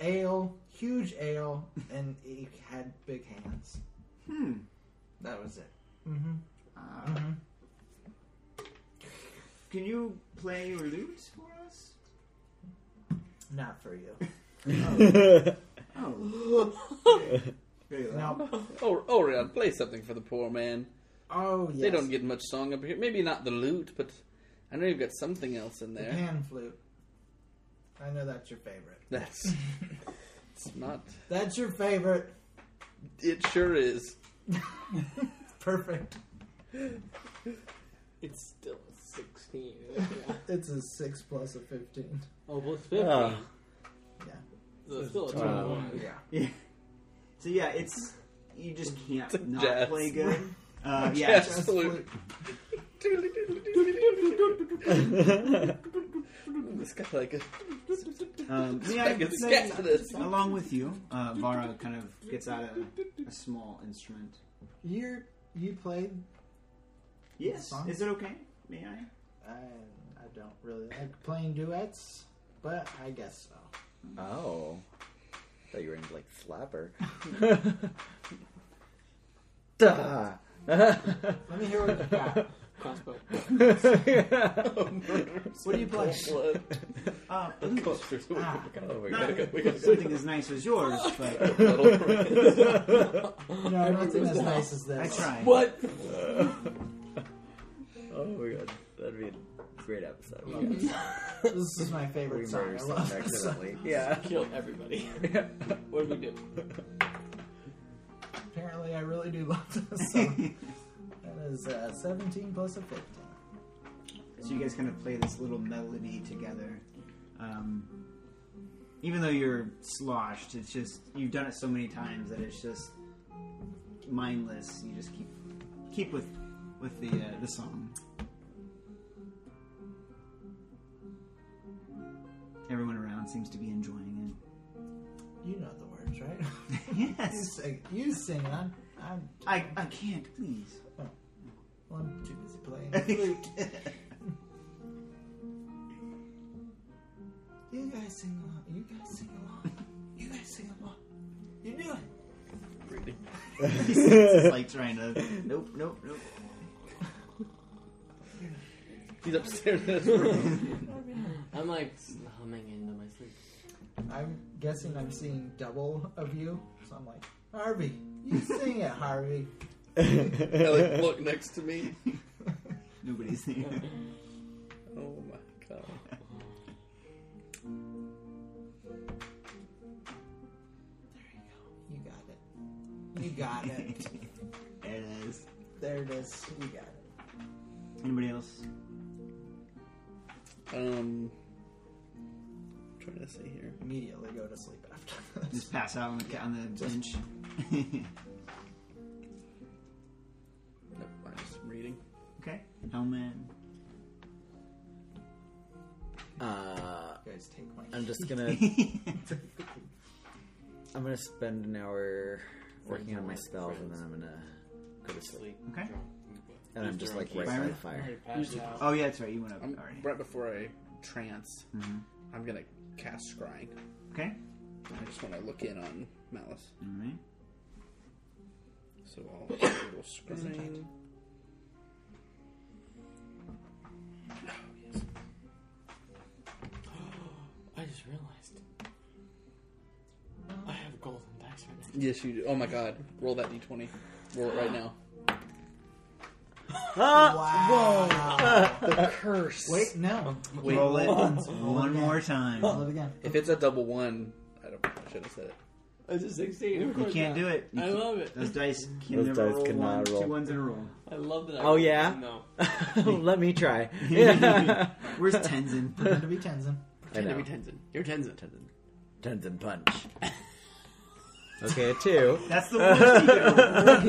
E: ale, huge ale, and he had big hands.
D: Hmm.
E: That was it.
D: Uh, Can you play your lute for us?
E: Not
A: [laughs]
E: for you.
D: Oh. Very [laughs] loud.
E: No.
A: Oh, Orion, play something for the poor man.
E: Oh, yes.
A: They don't get much song up here. Maybe not the lute, but I know you've got something else in [laughs]
E: the
A: there.
E: pan flute. I know that's your favorite.
A: That's it's not.
E: That's your favorite. [laughs]
A: It sure is.
E: Perfect.
C: It's still a 16.
E: It's a six plus a fifteen.
C: oh, plus 15.
F: Ah.
E: Yeah.
C: [laughs] So it's still a
F: Wow.
C: 21.
E: Yeah.
D: So yeah, it's you just can't
A: It's a
D: not
A: jazz.
D: play
A: [laughs]
D: good. Uh, yeah, it's
A: Jazz
D: just-
A: flute. It's got like a [laughs]
D: um, yeah,
A: like a
D: I'd say-
A: scat for this.
D: along with you, uh, Vara kind of gets out a, a small instrument.
E: You you played.
D: Yes,
E: Fine.
D: is it okay? May I?
E: I, I don't really like playing duets, but I guess so.
F: Oh. Thought you were into like flapper. [laughs] Oh Duh.
E: Let me hear what you got.
C: Crossbow.
E: What do you play?
A: Blood.
D: Uh,
A: Coasters. We
E: Ah.
A: gotta- we
D: not
A: gotta go. We gotta go.
D: something as nice as yours, but
E: No, I don't think that's nice as
A: [laughs]
D: I
E: this.
D: try.
C: What?
F: Oh my god. That'd be a great episode.
E: This is my
F: We
E: favorite song.
F: murder
E: I love
F: someone
E: this song.
F: accidentally. Yeah.
C: Killed
A: [laughs]
C: everybody. what did we do?
E: Apparently, I really do love this
D: [laughs]
E: song. that is uh, 17 plus a 15.
D: So you guys kind of play this little melody together. Um, even though you're sloshed, it's just you've done it so many times that it's just mindless. You just keep keep with with the uh, the song. Everyone around seems to be enjoying
E: You know the words, right? [laughs]
D: it.
E: you
D: yes,
E: sing, you sing it. I'm, I'm,
D: I I can't please.
E: well, I'm too busy [laughs]
D: [laughs]
E: playing. You guys sing along. You guys sing along. You guys sing along. You do it.
D: It's like trying to nope nope nope.
A: He's upstairs in his room.
C: I'm like humming into my sleep.
E: I'm guessing I'm seeing double of you. So I'm like, Harvey, [laughs] you sing it, Harvey.
A: I, like, look next to me.
D: Nobody's there.
A: Oh my god.
E: You got it. You got [laughs] it.
D: There it is.
E: there it is. You got it.
D: Anybody else?
A: Um, trying to see here.
E: Immediately go to sleep after [laughs] this.
D: Just pass out on the ca- on the bench.
A: Nope, I'm just reading.
D: okay. Helmet.
F: Uh,
E: You guys take my.
F: I'm
E: [laughs]
F: just gonna. I'm gonna spend an hour working on my spells, and then I'm gonna go to sleep.
C: Sleep.
D: Okay.
C: Drunk.
F: And I'm just like right by
D: Byron?
F: the fire.
C: Passed out.
D: Oh yeah, that's right. You went up.
A: I'm,
D: All right.
A: Right before I trance,
C: Mm-hmm.
A: I'm gonna cast scrying.
D: Okay.
A: I just want to look in on Malice.
D: All right.
A: So
C: [coughs]
A: I'll do a little scrying.
C: I just realized. I have golden dice right
A: Yes, you do. Oh my god. Roll that d20. Roll it right
C: [laughs]
A: now. The curse.
E: Wait, no.
A: Wait.
D: Roll it once, one more time.
E: Roll it again.
A: If it's a double one, I don't. I should have said it.
C: now. It's a 16. Of
D: You
C: course
D: can't
C: not.
D: do it. You
C: I
D: can't-
C: love it.
D: Those [laughs] dice can
F: Those
D: never
F: dice
D: roll,
F: cannot
D: one,
F: roll.
D: two ones in a row.
C: I love that. I
F: Oh, yeah?
C: No.
F: [laughs] Let me try. [laughs] Yeah.
D: [laughs] Where's Tenzin?
E: Pretend to be Tenzin.
F: I know.
C: Pretend to be Tenzin. You're Tenzin.
F: Tenzin. Tenzin punch. [laughs] Okay, a two.
D: That's the
F: [laughs]
D: worst. you [laughs] can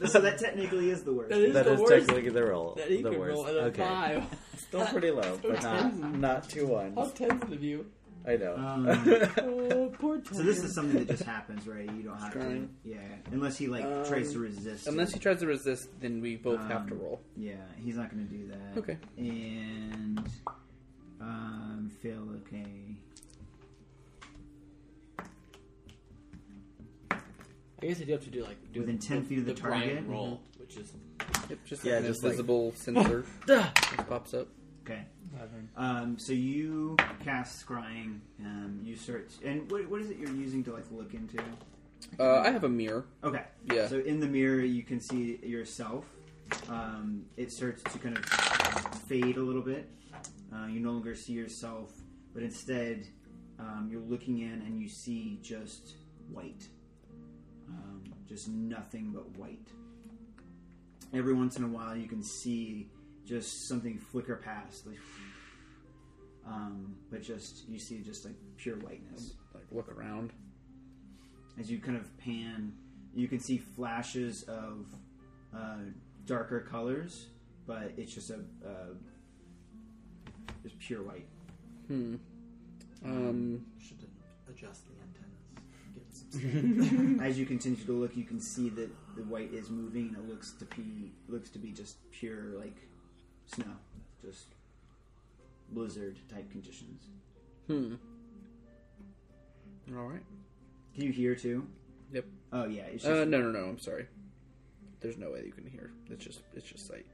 D: roll. so that technically is the
C: That
D: worst.
C: is
F: That
C: the
F: is
C: worst.
F: technically the roll.
C: That he
F: the
C: could
F: worst.
C: roll at a
F: okay.
C: five.
F: [laughs] Still pretty low, but not
C: Tenzin.
F: not two
C: How
F: ones.
C: Tenzin of you.
F: I know. [laughs]
D: Um,
C: Oh, poor Tenzin.
D: So this is something that just happens, right? You don't have to.
A: Scrying.
D: Yeah, unless he like
C: Um,
D: tries to resist.
A: Unless
D: it.
A: he tries to resist, then we both have to
D: Um,
A: roll.
D: Yeah, he's not going to do that.
A: Okay.
D: And um, Phil, okay.
C: I guess I do have to do like do
D: Within 10 feet of the
C: Brian
D: target?
A: Mm-hmm.
C: roll, which is
A: Yep, just
F: Yeah,
A: like an
F: just like-
A: invisible sensor [laughs]
F: Duh.
A: that pops up.
D: Okay.
G: Eleven.
D: Um, so you cast scrying. Um, you search, and what, what is it you're using to like look into?
A: Uh, I have a mirror.
D: Okay.
A: Yeah.
D: So in the mirror, you can see yourself. Um, it starts to kind of fade a little bit. Uh, you no longer see yourself, but instead, um, you're looking in and you see just white. Um, just nothing but white. Every once in a while, you can see just something flicker past, like, um, but just you see just like pure whiteness
A: Like look around.
D: as you kind of pan, you can see flashes of uh, darker colors, but it's just a uh, just pure white.
A: Hmm. Um.
E: Should adjust the antennas. Get some
D: As you continue to look, you can see that the white is moving, and it looks to be looks to be just pure like snow, just blizzard type conditions.
A: Hmm. All right.
D: Can you hear too?
A: Yep.
D: Oh yeah, it's just,
A: Uh, no, no, no. I'm sorry. There's no way that you can hear. It's just, it's just sight.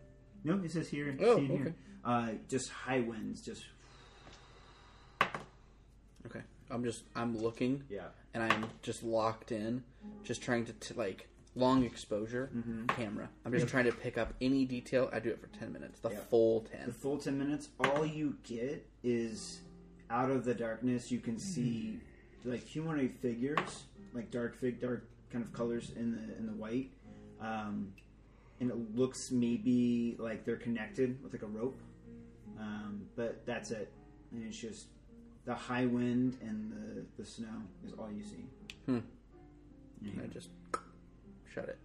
D: no. It says here.
A: Oh,
D: see and
A: okay.
D: Here. Uh, just high winds, just
A: Okay. I'm just, I'm looking,
D: yeah.
A: and I'm just locked in, just trying to t- like long exposure camera. I'm just trying to pick up any detail. I do it for ten minutes, the
D: Yeah.
A: full
D: the
A: ten.
D: full 10 minutes all you get is out of the darkness you can see like humanoid figures like dark fig dark kind of colors in the in the white um, and it looks maybe like they're connected with like a rope um, but that's it and it's just the high wind and the, the snow is all you see
A: Hmm.
D: Yeah.
A: I just shut it.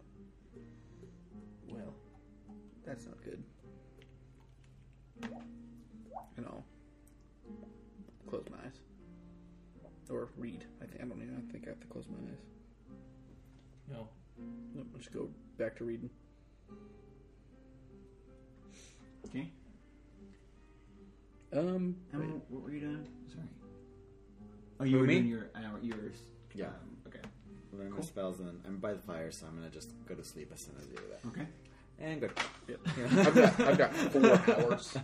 A: Well, that's not good. And I'll close my eyes. Or read. I think I don't even I think I have to close my eyes.
G: No.
A: Nope, I'll just go back to reading.
D: okay
A: Um
D: um, what were you doing sorry oh you
A: Who,
D: were
A: me?
D: doing your hour yours
F: Yeah.
D: um, okay
F: Learn my spells, and I'm by the fire, so I'm gonna just go to sleep as soon as you do that.
D: okay
F: And go.
A: I've got I've got four hours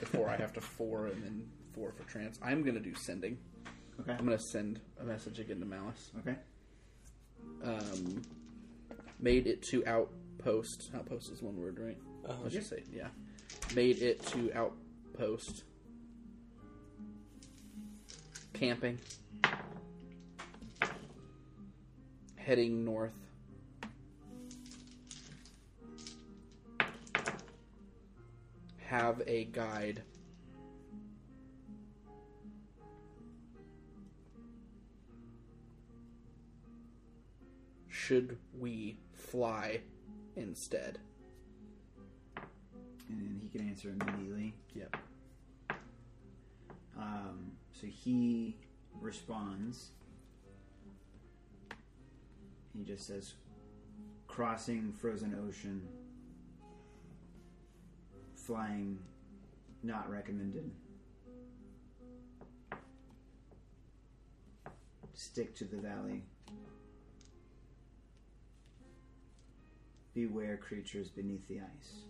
A: before I have to four and then four for trance. I'm gonna do sending.
D: okay
A: I'm gonna send a message again to Malice.
D: okay
A: um, made it to outpost. Outpost is one word, right? I should say, yeah. Made it to outpost. Camping. Heading north. Have a guide. Should we fly instead?
D: and he can answer immediately.
A: Yep.
D: Um, so he responds. He just says, "Crossing frozen ocean, flying, not recommended. Stick to the valley. Beware creatures beneath the ice."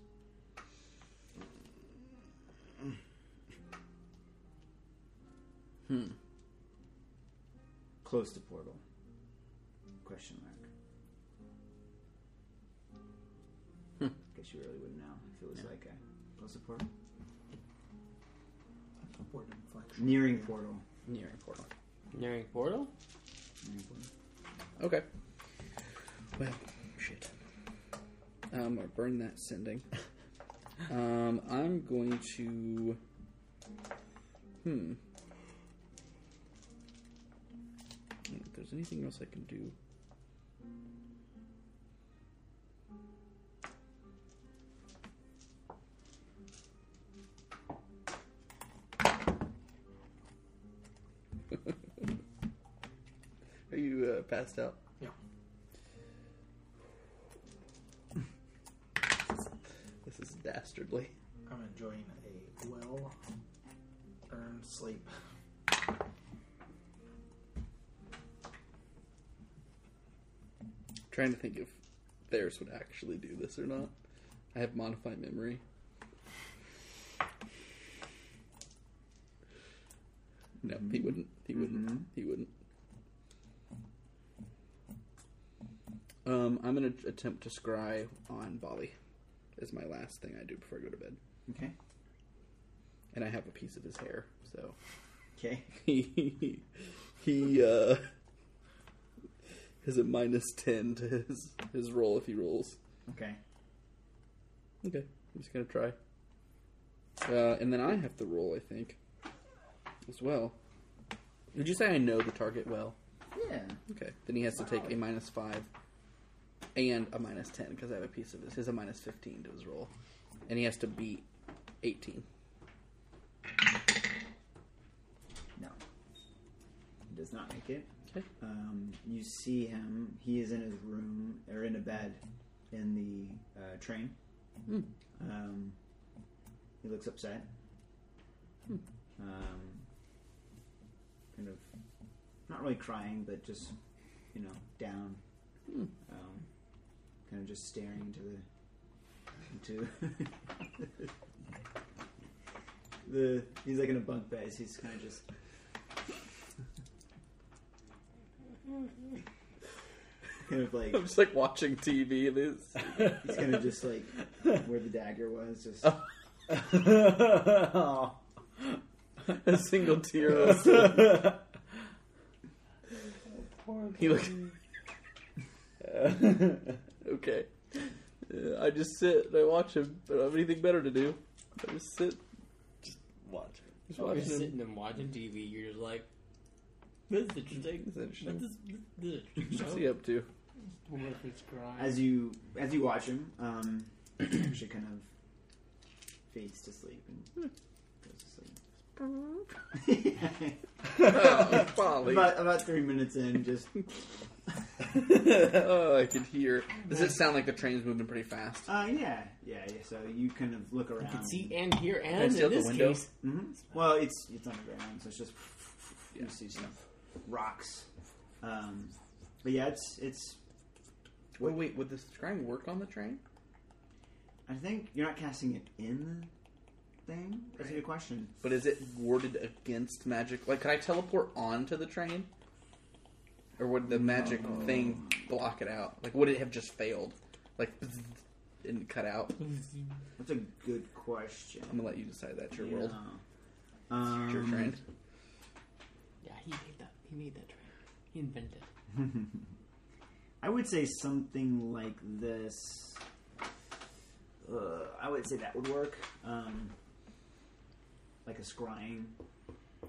D: close to portal question mark Hmm. guess you really wouldn't know if it was like a close to portal
E: upward inflection.
D: nearing portal
A: Nearing portal.
C: Nearing portal?
D: nearing portal
A: Okay. Well, shit. Um, I burn that sending. [laughs] Um, I'm going to. Hmm. I don't know If there's anything else I can do. Are you uh, passed out?
C: Yeah.
A: [laughs] This is dastardly.
E: I'm enjoying a well earned sleep.
A: trying to think if theirs would actually do this or not. I have modified memory. No, he wouldn't. He wouldn't. He wouldn't. Um, I'm gonna attempt to scry on Bali. Is my last thing I do before I go to bed,
D: Okay.
A: and I have a piece of his hair, so [laughs]
D: Okay.
A: he he uh [laughs] has a minus ten to his his roll if he rolls.
D: Okay.
A: Okay, I'm just gonna try. Uh, and then I have to roll, I think, as well. Did you say I know the target well?
D: Yeah.
A: Okay, then he has to take a minus five and a minus ten because I have a piece of his. His a minus fifteen to his roll, and he has to beat eighteen.
D: No. He does not make it.
A: Okay. [laughs]
D: Um, you see him. He is in his room or in a bed in the uh, train.
A: Hmm.
D: Um, he looks upset. Um, kind of not really crying, but just you know down.
A: Hmm.
D: Um, kind of just staring into the into [laughs] the. He's like in a bunk bed. So he's kind of just. Kind of like
A: just like watching TV. This
D: he's kind of just like where the dagger was, just
A: [laughs] a single tear. [laughs] he look. [laughs] okay. Uh, I just sit and I watch him. I don't have anything better to do. I just sit,
C: Watch.
A: just
C: You're
A: watch
C: just
A: him.
C: sitting and watching TV. You're just like, this is interesting.
A: It's interesting.
C: What this,
L: [laughs]
C: this is
A: What's
C: interesting.
A: he up to?
L: What if it's crying?
D: as you as you watch him, um, [clears throat] actually kind of fades to sleep
C: Hmm.
D: and goes to sleep.
A: [laughs] Oh, Folly.
D: about about three minutes in,
C: [laughs]
D: just
A: [laughs]
D: [laughs]
A: oh, I could hear. Does it sound like the train's moving pretty fast?
D: uh, yeah, yeah, yeah. So you kind of look around.
C: You can see and hear
A: Can I
C: and
A: see out
C: in
A: the
C: this
A: window?
C: case,
D: hmm Well, it's it's underground, so it's just you see some rocks. Um, but yeah, it's it's.
A: Wait, wait, would the scrying work on the train?
D: I think you're not casting it in the thing. That's a good question.
A: But is it warded against magic? Like, could I teleport onto the train? Or would the magic thing block it out? Like, would it have just failed? Like, and cut out?
D: That's a good question.
A: I'm gonna let you decide that. It's your world.
D: Yeah. Um,
A: It's your train.
C: yeah, he made that. He made that train. He invented. it.
D: I would say something like this. Uh, I would say that would work. Um, like a scrying.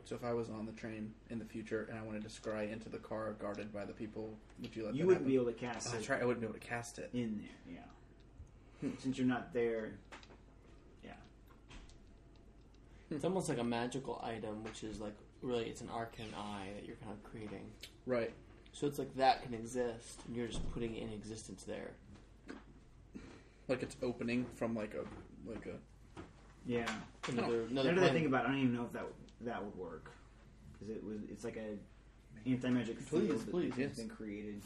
A: So if I was on the train in the future and I wanted to scry into the car guarded by the people, would you let
D: You
A: that
D: wouldn't
A: happen?
D: be able to cast
A: Oh,
D: it
A: that's right. I wouldn't be able to cast it.
D: in there. Yeah. Since you're not there. Yeah.
L: Hmm.
C: It's almost like a magical item, which is like really, it's an arcane eye that you're kind of creating.
A: Right.
C: So it's like that can exist, and you're just putting it in existence there.
A: Like it's opening from like a like a
D: Yeah.
C: Another,
A: Oh,
C: another
D: Now that I
C: planet.
D: think about it, I don't even know if that that would work because it was it's like a anti magic field
A: Please,
D: that
A: please,
D: has
A: yes.
D: been created.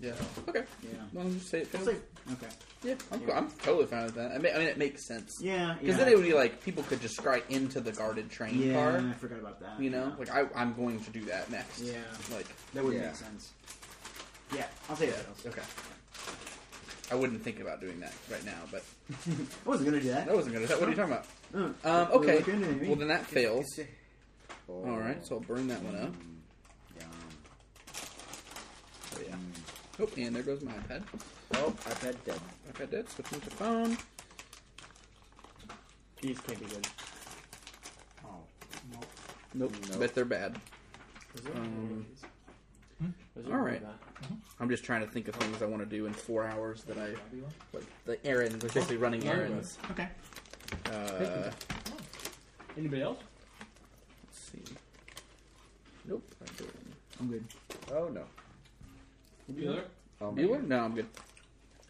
A: yeah. Okay.
D: Yeah.
A: Well, just say it.
D: It's like okay.
A: yeah, I'm, cool. I'm totally fine with that. I mean, I mean it makes sense.
D: Yeah.
A: Because
D: yeah.
A: then it would be like people could just scry into the guarded train
D: yeah, I
A: car.
D: forgot about that.
A: You know,
D: Yeah.
A: like I, I'm going to do that next.
D: Yeah.
A: Like
D: That would
F: Yeah.
D: make sense. Yeah, I'll say that. else.
A: okay. I wouldn't think about doing that right now, but
D: I wasn't gonna do that.
A: that wasn't gonna. What are you talking about?
D: Uh,
A: Um,
D: we're
A: okay.
D: looking at me.
A: Well, then that fails.
F: Oh,
A: All right, so I'll burn that one up.
F: yum.
A: Oh, yeah. Oh, and there goes my iPad.
F: Oh, I've had dead.
A: iPad dead. Switching to phone.
C: These can't be good.
A: Nope.
F: Nope.
A: Bet they're bad.
C: Was there
A: Um,
C: was there
A: all
C: more
A: right.
C: of that?
A: I'm just trying to think of things I want to do in four hours that I like the errands, like basically running errands.
D: Okay.
A: Uh,
C: Anybody else?
A: let's see. Nope. I don't.
D: I'm good.
F: Oh no.
C: Bueller?
F: Oh, my
A: Bueller?
F: God.
A: No, I'm good.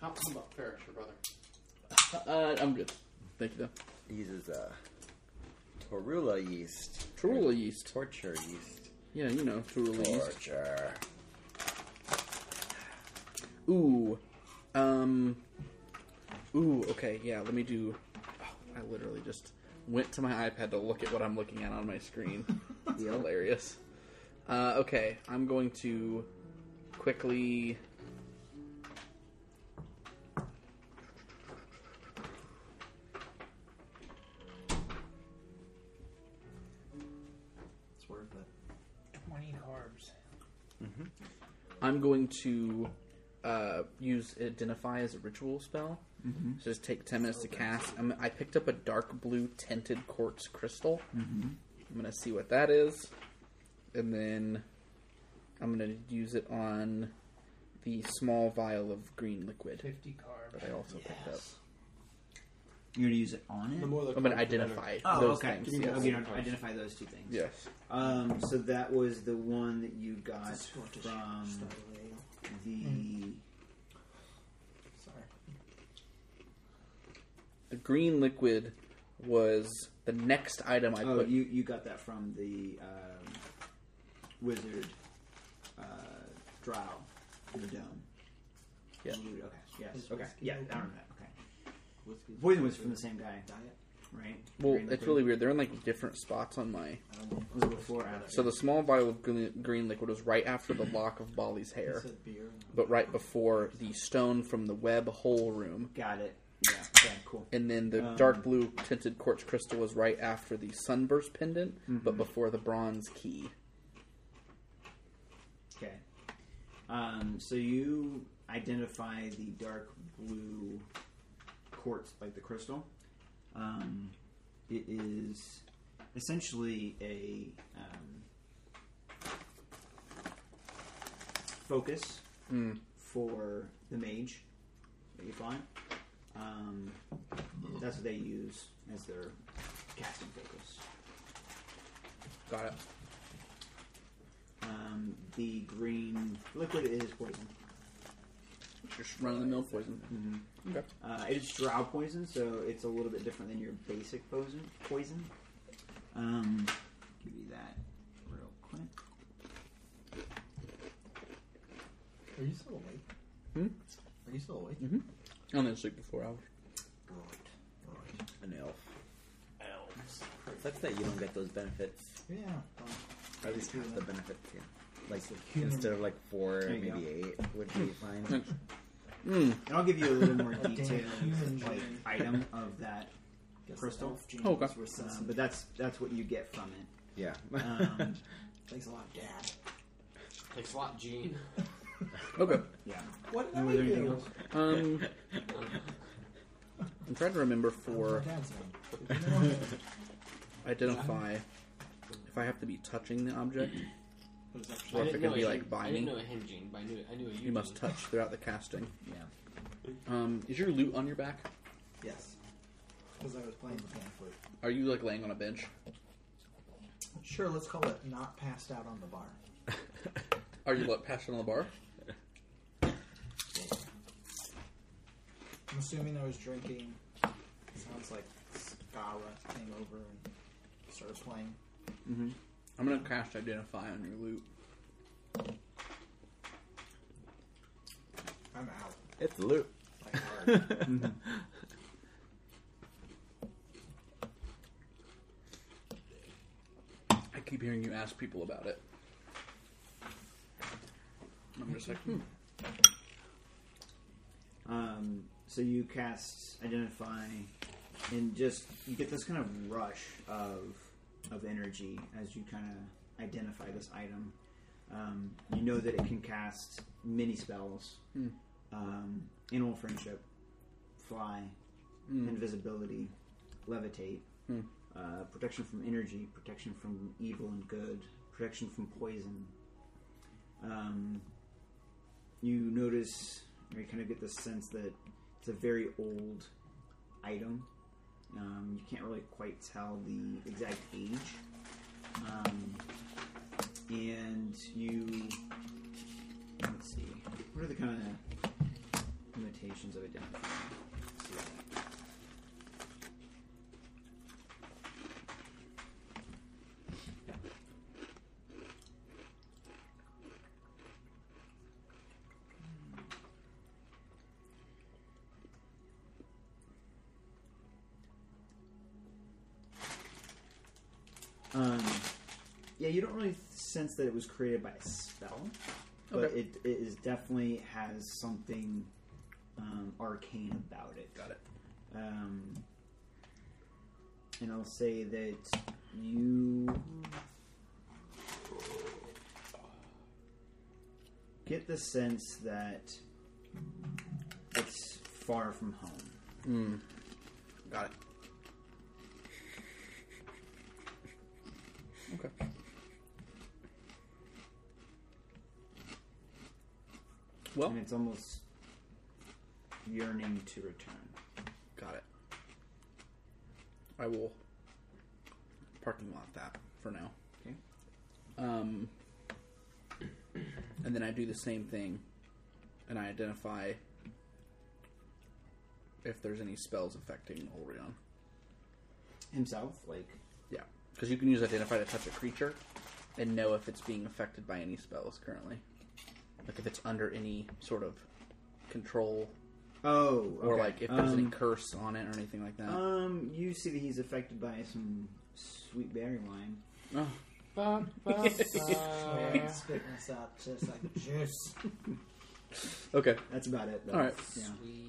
C: How, how about Parrish, your brother?
A: Uh, I'm good. Thank you though.
F: uses uh, torula yeast.
A: Torula yeast.
F: Torture yeast.
A: Yeah, you know Torula yeast.
F: Torture.
A: Ooh. Um. Ooh. Okay. Yeah. Let me do. Oh, I literally just went to my iPad to look at what I'm looking at on my screen. hilarious. Uh, okay, I'm going to quickly.
E: It's worth it.
I: Twenty carbs.
A: I'm going to uh, use identify as a ritual spell. So just take ten minutes to cast. I'm, I picked up a dark blue tinted quartz crystal. I'm gonna see what that is, and then I'm gonna use it on the small vial of green liquid
I: Fifty carbs.
A: that I also picked up.
D: You're gonna use it on it.
C: The more the
A: I'm gonna
C: cards, the better.
A: identify
D: Oh,
A: those
D: okay.
A: things.
D: Okay,
A: Yes.
D: you don't identify those two things.
A: yes.
D: Um, so that was the one that you got
E: It's Scottish
D: from
E: style ale.
D: the.
A: Mm.
E: Sorry.
A: The green liquid was the next item I
D: Oh,
A: put.
D: you you got that from the um, wizard uh, drow in the dome.
A: Yeah.
D: Okay. Yes.
E: His
D: Okay.
E: whiskey
D: Yeah. I
E: open.
D: remember that. Okay.
E: Whiskey.
D: Poison was from the same guy,
E: diet.
D: right?
A: well,
D: Green
A: it's
D: liquid.
A: really weird. They're in like different spots on my.
E: I don't know.
D: Was it before or after?
A: So the small vial of green, green liquid was right after the lock of Bali's
E: He
A: hair,
E: said beer.
A: but right before the stone from the web hole room.
D: Got it. Yeah. Okay. Cool.
A: And then the
D: Um,
A: dark blue tinted quartz crystal was right after the sunburst pendant, but before the bronze key.
D: Okay. Um, so you identify the dark blue quartz, like the crystal. Um, it is essentially a um, focus for the mage that you find. Um, that's what they use as their casting focus.
A: Got it.
D: Um, the green liquid is poison.
A: Just run of the mill poison. Okay.
D: Uh, it is drow poison, so it's a little bit different than your basic poison. Poison. Um, give you that real quick.
E: Are you still awake?
A: Hmm?
E: Are you still awake?
A: And then sleep before hours.
E: Right. Right.
F: An elf. Elves. That's that you don't get those benefits.
E: Yeah. Um, well,
F: At least half the benefits, yeah. Like
E: human-
F: instead of like four,
D: There you
F: maybe eight would [laughs] be fine.
D: And I'll give you a little
E: [laughs]
D: more
E: Damn
D: detailed
E: human
D: like
E: gene.
D: item of that,
E: [laughs] guess
D: Crystal?
E: the elf gene
A: Okay.
E: is
D: um,
E: recessive.
D: but that's that's what you get from it.
F: yeah.
D: Um,
E: [laughs] Thanks a lot, Dad.
C: Takes a lot, Gene.
A: Okay.
D: yeah.
E: What
D: And was there anything else?
A: Um, I'm trying to remember for
E: dad's name.
A: identify if I have to be touching the object
E: What is that?
A: or if it can
C: know
A: be
C: a
A: like
C: Gene- I
A: binding.
C: didn't know a him, Gene, but I knew, I knew a you.
A: You must
C: Gene.
A: touch throughout the casting.
D: Yeah.
A: Um, is your loot on your back?
E: Yes. Because I was playing the pamphlet.
A: Are you like laying on a bench?
E: Sure, let's call it not passed out on the bar.
A: Are you like passed on the bar?
E: I'm assuming I was drinking. Sounds like Skara came over and started playing.
A: I'm gonna cast identify on your loot.
E: I'm out.
F: [laughs] it's loot.
E: [laughs] Like hard.
F: Mm-hmm.
A: I keep hearing you ask people about it. I'm just like, hmm.
D: Um, so you cast identify, and just you get this kind of rush of of energy as you kind of identify this item. Um, you know that it can cast many spells: um, animal friendship, fly, invisibility, levitate, uh, protection from energy, protection from evil and good, protection from poison. Um, you notice or you kind of get the sense that it's a very old item. Um, you can't really quite tell the exact age. Um, and you, let's see, what are the kind of limitations of identifying? Let's see. Um, Yeah, you don't really sense that it was created by a spell, but
A: Okay.
D: it, it is definitely has something um, arcane about it.
A: Got it.
D: Um, and I'll say that you get the sense that it's far from home.
A: Got it. Okay. Well, Oh.
D: and it's almost yearning to return.
A: got it. I will parking lot that for now.
D: Okay.
A: Um, and then I do the same thing, and I identify if there's any spells affecting Orion.
D: Himself, like
A: Yeah, because you can use identify to touch a creature and know if it's being affected by any spells currently, like if it's under any sort of control
D: oh,
A: or
D: okay.
A: like if there's any
D: Um,
A: curse on it or anything like that.
D: Um, you see that he's affected by some sweet berry wine.
A: oh,
C: Ba,
E: [laughs]
C: ba, ba.
E: I'm spitting this out just like juice.
A: okay,
D: [laughs] That's about it. Though.
A: All right.
D: Yeah.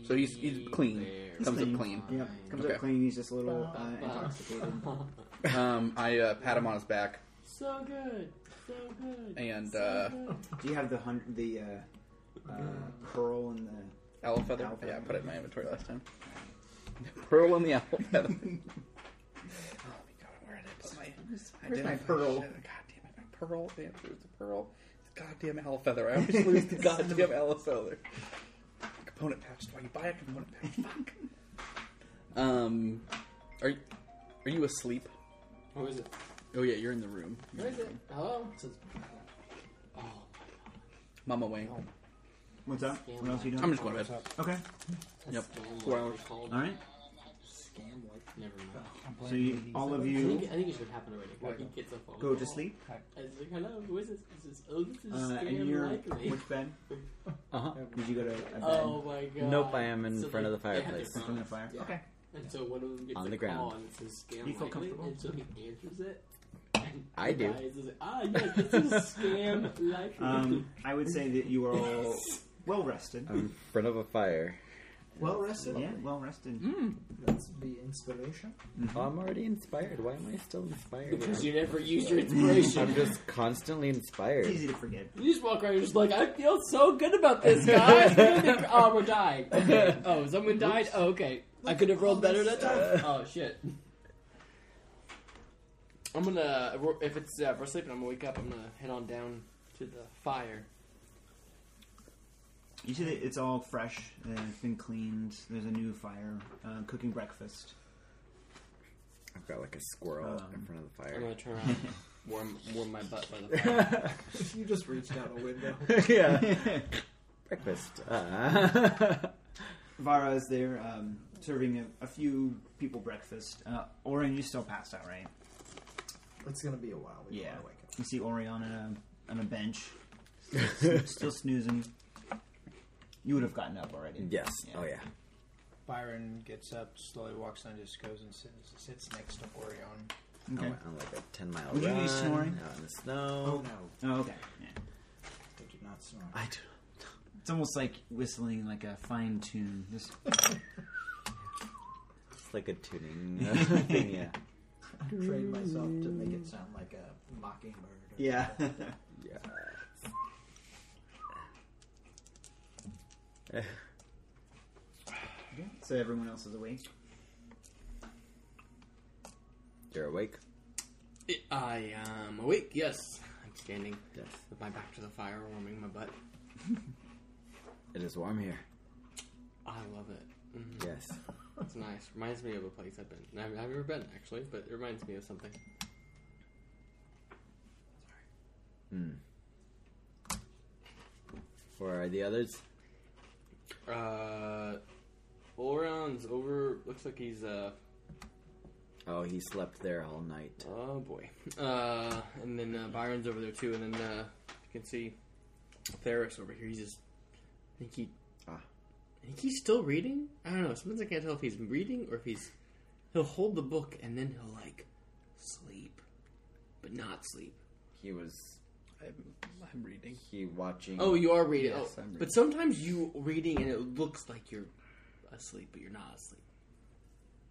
A: so he's he's clean.
C: There. [laughs]
A: Comes up clean.
D: Yep. Comes
A: Okay.
D: up clean. He's just a little uh,
C: Ba, ba.
D: intoxicated.
A: Um, I uh, pat him on his back
C: [laughs] So good. So good.
A: and
C: so
A: uh,
C: good.
D: Do you have the hundred, the uh, uh, curl and the?
A: owl feather.
D: Owl
A: Yeah, I
D: feather.
A: put it in my inventory last time. [laughs] Pearl and the owl feather. [laughs] oh my god, where did I put my? I
D: Where's
A: did
D: my
A: my
D: pearl?
A: God damn it, my pearl. The answer is the pearl. It's goddamn owl feather. I [laughs] always lose the goddamn owl feather. Component pouch. Why you buy a component pouch? [laughs] Fuck. Um, are you, are you asleep?
C: Who is it?
A: Oh yeah, you're in the room.
C: Where is it? Hello? It says- Oh,
A: Mama Wayne.
D: What's up? What else you doing?
A: I'm just going to bed.
D: Okay.
C: that's
A: Yep.
C: still what
A: Four
C: they
A: hours.
C: called.
D: All right.
C: Scam wipe. Never mind.
D: So you, all of
C: I think,
D: you
C: I think it should happen already. Like, he gets a phone
D: go to
C: call.
D: sleep,
C: I was like, hello, who is this? This is, oh, this is
D: uh, and
C: scam
D: you're
C: likely.
D: which
A: [laughs]
D: bed?
F: Uh-huh.
D: Did you go to a
C: [laughs]
D: bed?
C: Oh my god.
F: Nope, I am in
C: So
F: front
C: they- [laughs]
F: of the
C: they have their
F: fireplace.
D: Something in the
C: phones.
D: fire.
C: Yeah.
D: Okay.
C: And so one of them gets
F: On
C: a
F: the ground.
C: call and it says scam
D: You feel
C: likely,
D: comfortable?
C: and so he answers it. And
F: I
C: the
F: do.
C: guy is just like, ah, yes, this is scam
D: [laughs]
C: likely.
D: Um, I would say that you are all
C: [laughs]
D: well rested.
A: Oh,
F: I'm in front of a fire.
E: Well rested.
D: Yeah, well rested.
E: Let's be inspiration.
F: Oh, I'm already inspired. Why am I still inspired?
C: because you never used
F: [laughs]
C: your inspiration.
F: I'm just constantly inspired.
D: It's easy to forget.
C: You just walk around and just like, I feel so good about this,
F: [laughs]
C: guys. And then, oh, we're dying. Okay. Oh, someone died? Oh, okay. I could have rolled better that
F: [laughs]
C: time? Oh, shit. I'm gonna, if it's, uh, if we're sleeping, I'm gonna wake up, I'm gonna head on down to the fire.
D: You see that it's all fresh. Uh, it's been cleaned. There's a new fire. Uh, cooking [laughs] breakfast.
F: I've got like a squirrel in
D: Um,
F: front of the
C: I'm
F: fire.
C: gonna turn
F: [laughs]
C: around, warm, warm my butt by the fire.
E: You just reached out a window.
F: yeah. Breakfast. Uh, [laughs]
D: Vara is there um, serving a, a few people breakfast. Uh, Oren, you still passed out, right?
E: It's gonna be a while. We
D: Yeah.
E: wanna wake up.
D: You see Oren on a, on a bench, [laughs] still, still snoozing. You would have gotten up already.
F: yes. Oh yeah.
G: Byron gets up, slowly walks down, just goes and sits, sits next to Orion.
F: I
D: Okay.
F: went on like a ten mile
D: Would you
F: run
D: be snoring?
F: out in the
E: Oh
F: snow.
E: no,
D: Oh, okay. Yeah.
E: they do not snore.
F: I do.
D: It's almost like whistling like a fine tune. Just
F: It's like a [laughs] tuning uh, thing. Yeah.
E: I trained myself to make it sound like a mockingbird. or
D: yeah.
F: Yeah.
D: [laughs] so everyone else is awake.
F: You're awake.
C: I am awake, yes. I'm standing
F: Yes.
C: with my back to the fire, warming my butt.
F: It is warm here.
C: I love it. Mhm.
F: Yes.
C: It's nice. Reminds me of a place I've been. I've, I've never been actually, but it reminds me of something.
F: Hmm. Where are the others?
C: Uh, Orion's over. Looks like he's uh.
F: Oh, he slept there all night.
C: Oh boy. Uh, and then uh, Byron's over there too, and then uh, you can see Ferris over here. He's just. I think he.
F: Ah.
C: I think he's still reading. I don't know. Sometimes I can't tell if he's reading or if he's. He'll hold the book and then he'll like sleep, but not sleep.
F: He was
A: I'm, I'm reading.
F: he watching.
C: Oh, you are reading.
A: Yes,
C: oh,
A: I'm reading.
C: But sometimes you reading and it looks like you're asleep, but you're not asleep.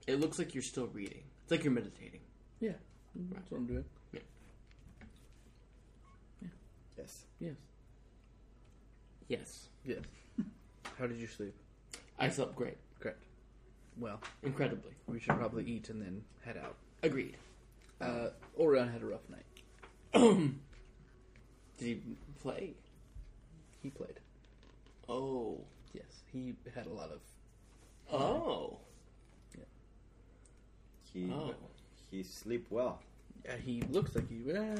C: It looks like you're still reading. It's like you're meditating.
A: Yeah, that's what I'm doing.
F: yes.
A: Yes,
C: Yes,
A: yes. [laughs] How did you sleep?
C: I slept great,
A: Great. Well,
C: incredibly.
A: we should probably eat and then head out.
C: Agreed.
A: Uh, Orion had a rough night. [clears throat]
C: Did he play?
A: He played.
C: Oh,
A: Yes, he had a lot of.
C: oh,
F: He
C: oh.
F: he sleep well.
A: Uh, he looks like he. Uh,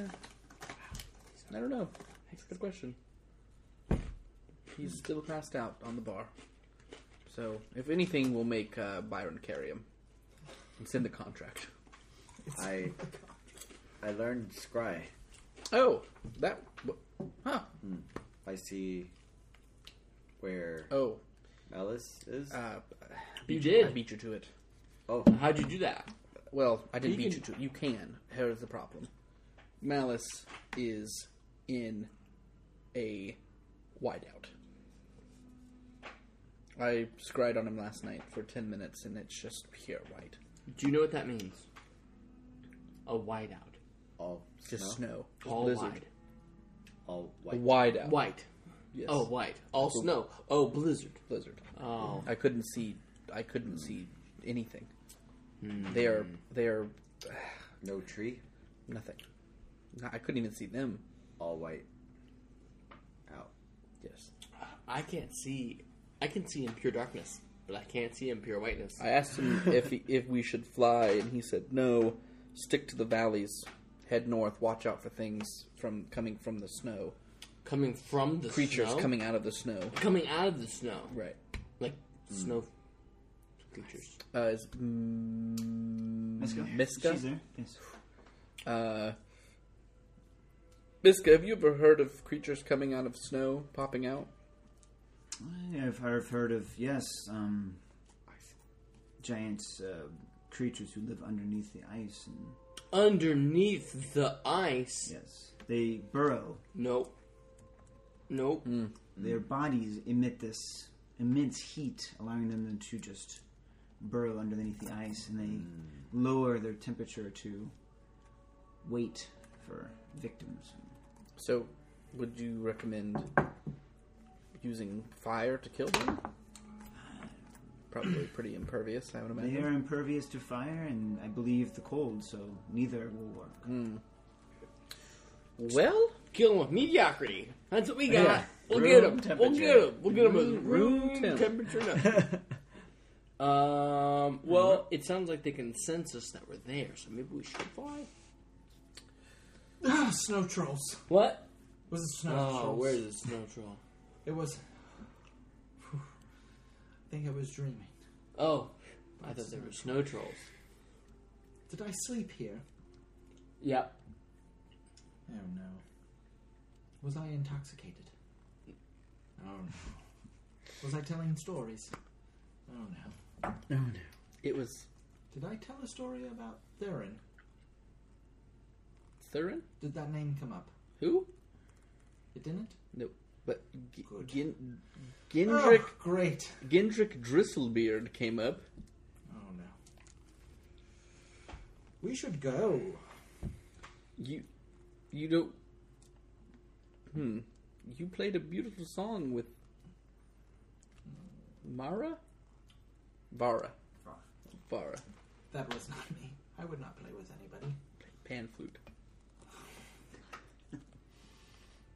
A: I don't know. That's a good question. He's still passed out on the bar. So, if anything, we'll make uh, Byron carry him. It's in the contract.
F: I I learned scry.
A: Oh, that. wh- Huh.
F: I see where
A: Oh,
F: Malice is.
A: uh, beat I
C: You did.
A: beat you to it.
F: oh,
C: How'd you do that?
A: Well, I didn't
C: You
A: beat
C: can-
A: you to it. You can. Here's the problem. Malice is in a wideout. I scried on him last night for ten minutes, and it's just pure white.
C: Do you know what that means? A whiteout.
F: all
A: It's just
F: snow?
A: snow. Just
C: All
A: blizzard.
C: wide.
F: all
A: A
F: white.
A: wideout.
C: White.
A: Yes.
C: Oh, white. All snow. Oh, blizzard.
A: blizzard.
C: Oh,
A: I couldn't see. I couldn't see anything. They are. They are
F: No tree.
A: nothing. I couldn't even see them.
F: All white. Out.
A: Yes.
C: I can't see. I can see in pure darkness, but I can't see in pure whiteness.
A: I asked
D: [laughs]
A: him if he, if we should fly, and he said no. Stick to the valleys. Head north. Watch out for things from coming from the snow.
C: coming from the
A: Creatures
C: snow?
A: coming out of the snow.
C: coming out of the snow,
A: Right.
C: like
A: Hmm.
C: snow creatures.
A: Uh, is mm,
D: Miska?
A: Miska?
D: She's there. Yes.
A: Uh, Miska, have you ever heard of creatures coming out of snow, popping out?
D: I've, I've heard of, yes, um, giant uh, creatures who live underneath the ice. and
C: Underneath the ice,
D: Yes. They burrow.
C: nope, nope.
D: Their bodies emit this immense heat, allowing them to just burrow underneath the ice, and they lower their temperature to wait for victims.
A: So, would you recommend using fire to kill them? Probably pretty impervious, I would
D: They
A: imagine.
D: are impervious to fire, and I believe the cold, so neither will work.
A: Well,
C: Kill them with mediocrity. That's what we got.
A: Yeah.
C: We'll
A: Room
C: get them. We'll
A: temperature.
C: get them. We'll get them
A: Room-
C: with room
A: room temp-
C: temperature. now. [laughs] um. Well, it sounds like they can sense us that we're there, so maybe we should fly.
E: Ah, snow trolls.
C: What?
E: Was it snow
C: Oh,
E: trolls?
C: where's the snow troll?
E: It was. Whew. I think I was dreaming.
C: Oh, I thought there were snow trolls.
E: Did I sleep here?
C: Yep.
E: Oh no. Was I intoxicated? Oh
D: [laughs]
E: no. Was I telling stories? Oh no.
A: it was
E: Did I tell a story about Theron?
A: Thurin?
E: Did that name come up?
A: Who?
E: It didn't?
A: No. But G-
E: Good.
A: Gin- Gindrick,
E: Oh, great.
A: Gindrick Drizzlebeard came up.
E: Oh no. We should go.
A: You, you don't. Hmm. You played a beautiful song with Mara, Vara, Vara,
E: That was not me. I would not play with anybody.
A: pan flute.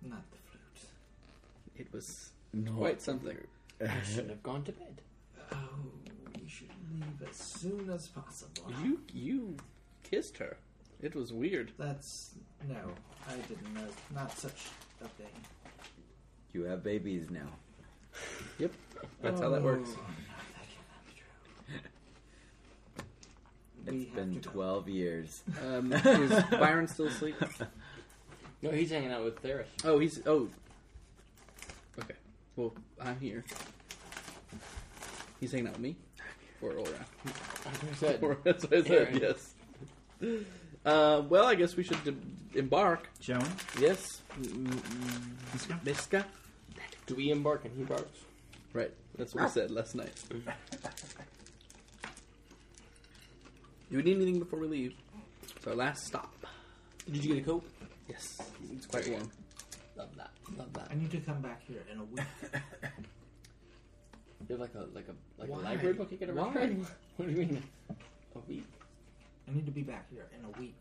E: Not the flute.
A: It was quite something.
C: I shouldn't have gone to bed.
E: Oh, we should leave as soon as possible.
A: You you kissed her. It was weird.
E: That's no. I didn't know. Not such a thing.
F: You have babies now.
A: Yep, that's how that works.
E: Oh, no, that cannot be true.
F: It's
E: have
F: been
E: to go.
F: twelve years. [laughs]
A: Um, is Byron still asleep?
C: No, he's hanging out with Theris.
A: Oh, he's oh. Okay. Well, I'm here. He's hanging out with me. Or Aura. [laughs]
C: That's what I said.
A: Or- That's what I said.
C: Aaron.
A: Yes. Uh, well, I guess we should d- embark.
D: Joan?
A: Mm, Yes,
D: Miska?
A: Miska.
C: Do we embark and he barks?
A: Right, that's what we said last night. Do we need anything before we leave? It's our last stop.
C: Did you get a coat?
A: Yes, it's quite warm.
C: Love that. Love that.
E: I need to come back here in a week.
C: You have like a like a like
E: Why?
C: a library book you get a
E: Why?
C: return? [laughs] What do you mean? A week?
E: I need to be back here in a week.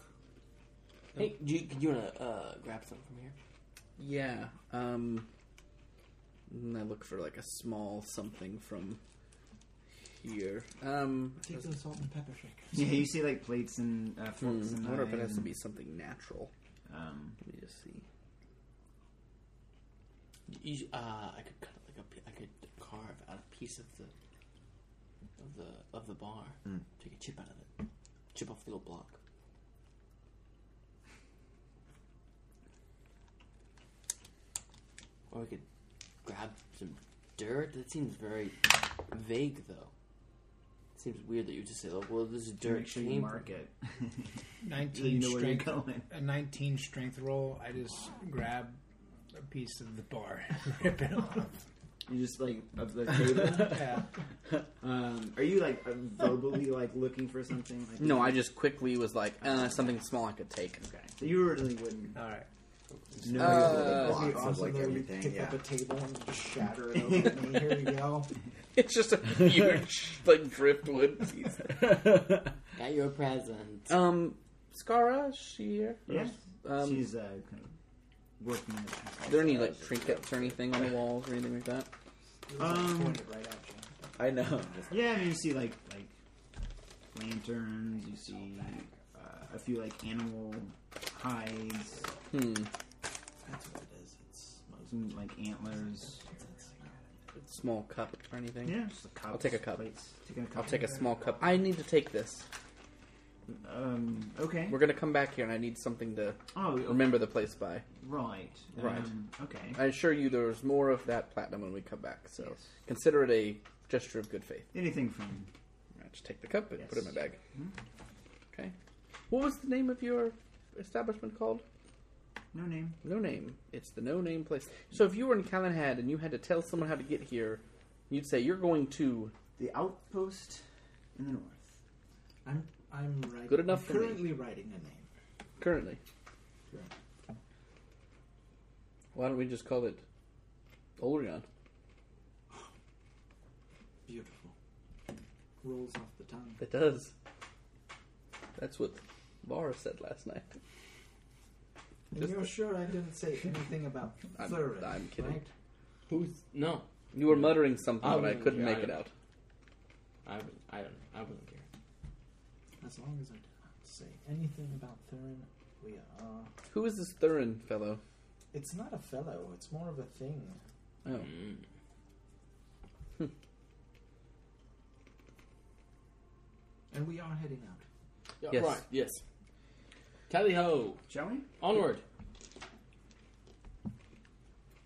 C: Hey, do you, do you wanna uh, grab some from here?
A: Yeah. Um, and I look for like a small something from here. Um,
E: Take the salt and pepper shaker.
D: Yeah, you see like plates and uh, forks
A: hmm,
D: and
A: I wonder if it
D: knives
A: has to
D: and,
A: be something natural.
D: Um,
A: Let me just see.
C: You, uh, I could cut like a pi- I could carve out a piece of the of the of the bar. Take a chip out of it. Chip off the little block. Or we could grab some dirt. That seems very vague, though. seems weird that you just say, "Oh, well, this is dirt."
D: make sure you
C: came
A: [laughs]
D: mark it. so you
G: Nineteen
D: know where you're
G: strength.
D: going.
G: A nineteen strength roll. I just grab a piece of the bar, [laughs] rip it off.
D: You just like up [laughs] the table.
G: Yeah.
D: um, are you like uh, verbally like looking for something? Like,
A: No, I just quickly was like, uh, something small I could take. [laughs]
D: Okay, so you originally wouldn't.
G: All right.
D: know
A: Uh,
E: That'd be
F: Lots of,
E: awesome
F: like,
E: though, you
F: everything,
E: Pick
F: yeah.
E: up a table and just shatter it open. and here you go.
A: It's
D: [laughs]
A: just a huge like driftwood piece.
C: Got your present.
A: Um, Skara, is she here?
D: Yes,
A: Um,
D: she's uh, kind of working. It
A: Are there any like trinkets or anything on the walls or anything like that?
D: Um,
E: Point it right at you.
F: I know. I'm just-
D: Yeah, I mean, you see like like lanterns. You see uh, a few like animal hides,
A: Hmm.
E: That's what it is. It's most.
D: some like antlers.
A: Small cup or anything?
D: Yeah, just a cup.
A: I'll take a cup.
D: Plates. Taking a cup.
A: I'll take a small cup. I need to take this.
D: Um. Okay.
A: We're gonna come back here, and I need something to
D: Oh,
A: remember the place by.
D: right.
A: Right.
D: Um, okay.
A: I assure you, there's more of that platinum when we come back. So consider it a gesture of good faith.
D: Anything from
A: I just take the cup and put it in my
D: Yes.
A: bag. Okay. What was the name of your establishment called?
D: no name.
A: No name. It's the no name place. So if you were in Callahan and you had to tell someone how to get here, you'd say you're going to
D: The outpost in the north.
E: I'm. I'm writing.
A: Good enough
E: I'm
A: for me.
E: currently writing a name.
A: currently.
E: Sure.
A: Why don't we just call it Olrion?
E: Beautiful. Rolls off the tongue.
A: It does. That's what Vara said last night.
E: And
A: Just
E: you're
A: the-
E: sure I didn't say anything about
A: [laughs] I'm-
E: Thurin?
A: I'm kidding.
E: Right?
C: Who's no?
A: You were muttering something,
C: I
A: but I
C: wouldn't
A: couldn't
C: care.
A: make it out.
C: I would, I don't know. I wouldn't care.
E: As long as I did not say anything about Thurin, we are.
A: Who is this Thurin fellow?
E: It's not a fellow. It's more of a thing.
A: Oh,
E: And we are heading out.
C: Yeah,
A: Yes.
C: Right. Yes. Tally ho!
D: Shall we?
C: Onward.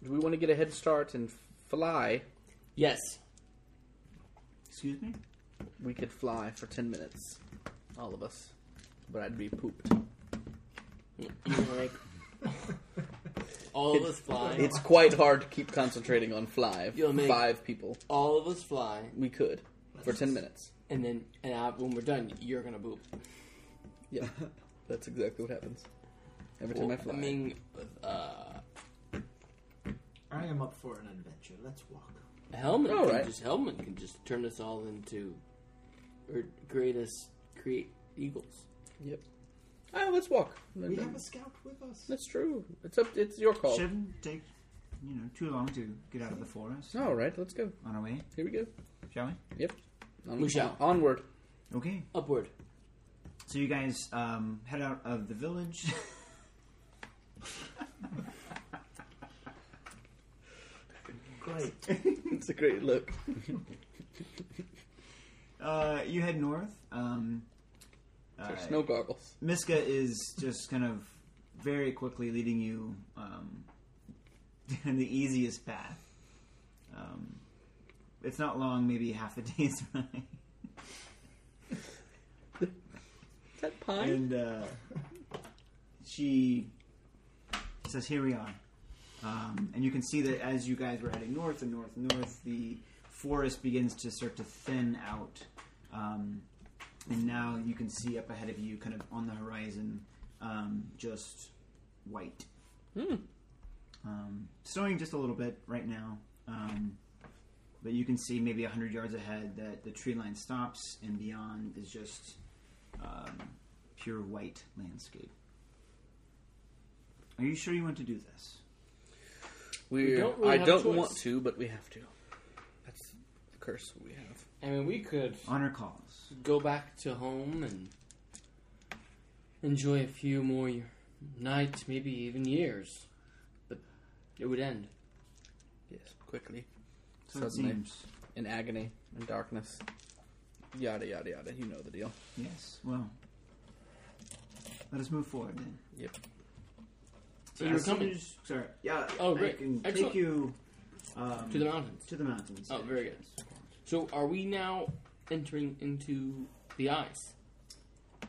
A: do we want to get a head start and fly?
C: Yes.
D: Excuse me.
A: We could fly for ten minutes, all of us, but I'd be pooped.
C: You were
I: [laughs]
C: like all of us fly.
A: It's quite hard to keep concentrating on fly.
C: You'll make-
A: Five people,
C: all of us fly,
A: we could for ten minutes.
C: and then and I, when we're done, you're gonna boop.
A: Yeah, that's exactly what happens every time I fly.
C: mean, uh,
E: I am up for an adventure. Let's walk.
C: Hellman
A: All
C: can
A: right.
C: just Hellman can just turn us all into or create us create eagles.
A: Yep. Ah, let's walk.
E: We have a scout with us.
A: That's true. It's up. It's your call.
D: Shouldn't take you know too long to get out of the forest.
A: All right, let's go.
D: On our way,
A: Here we go.
D: shall we?
A: Yep. On-
C: We shall.
A: onward. [laughs]
D: Okay.
C: Upward.
D: So you guys um, head out of the village. [laughs]
E: Great.
A: it's a great look.
D: uh, you head north. Um, uh,
A: There's snow goggles.
D: Miska is just kind of very quickly leading you um, down the easiest path. Um, it's not long, maybe half a day's [laughs] ride.
A: Is that pine?
D: And uh, she says, "Here we are," um, and you can see that as you guys were heading north and north and north, the forest begins to start to thin out, um, and now you can see up ahead of you, kind of on the horizon, um, just white, um, snowing just a little bit right now. Um, but you can see maybe 100 yards ahead that the tree line stops, and beyond is just um, pure white landscape. Are you sure you want to do this?
I: We
C: don't really
I: I
C: have a
I: don't
C: choice.
I: want to, but we have to. That's the curse we have.
C: I mean, we could
D: Honor calls.
I: Go back to home and enjoy a few more y- nights, maybe even years. But it would end. Yes, quickly.
D: So it
A: Suddenly.
D: seems.
A: in agony and darkness. Yada yada yada. You know the deal.
D: Yes. Well, let us move forward then.
I: So you're
D: As soon
I: coming
D: as- Sorry. Yeah.
I: Oh,
D: I
I: great.
D: can
I: Excellent.
D: take you um,
I: to the mountains.
D: to the mountains.
I: Oh, very good. So are we now entering into the ice?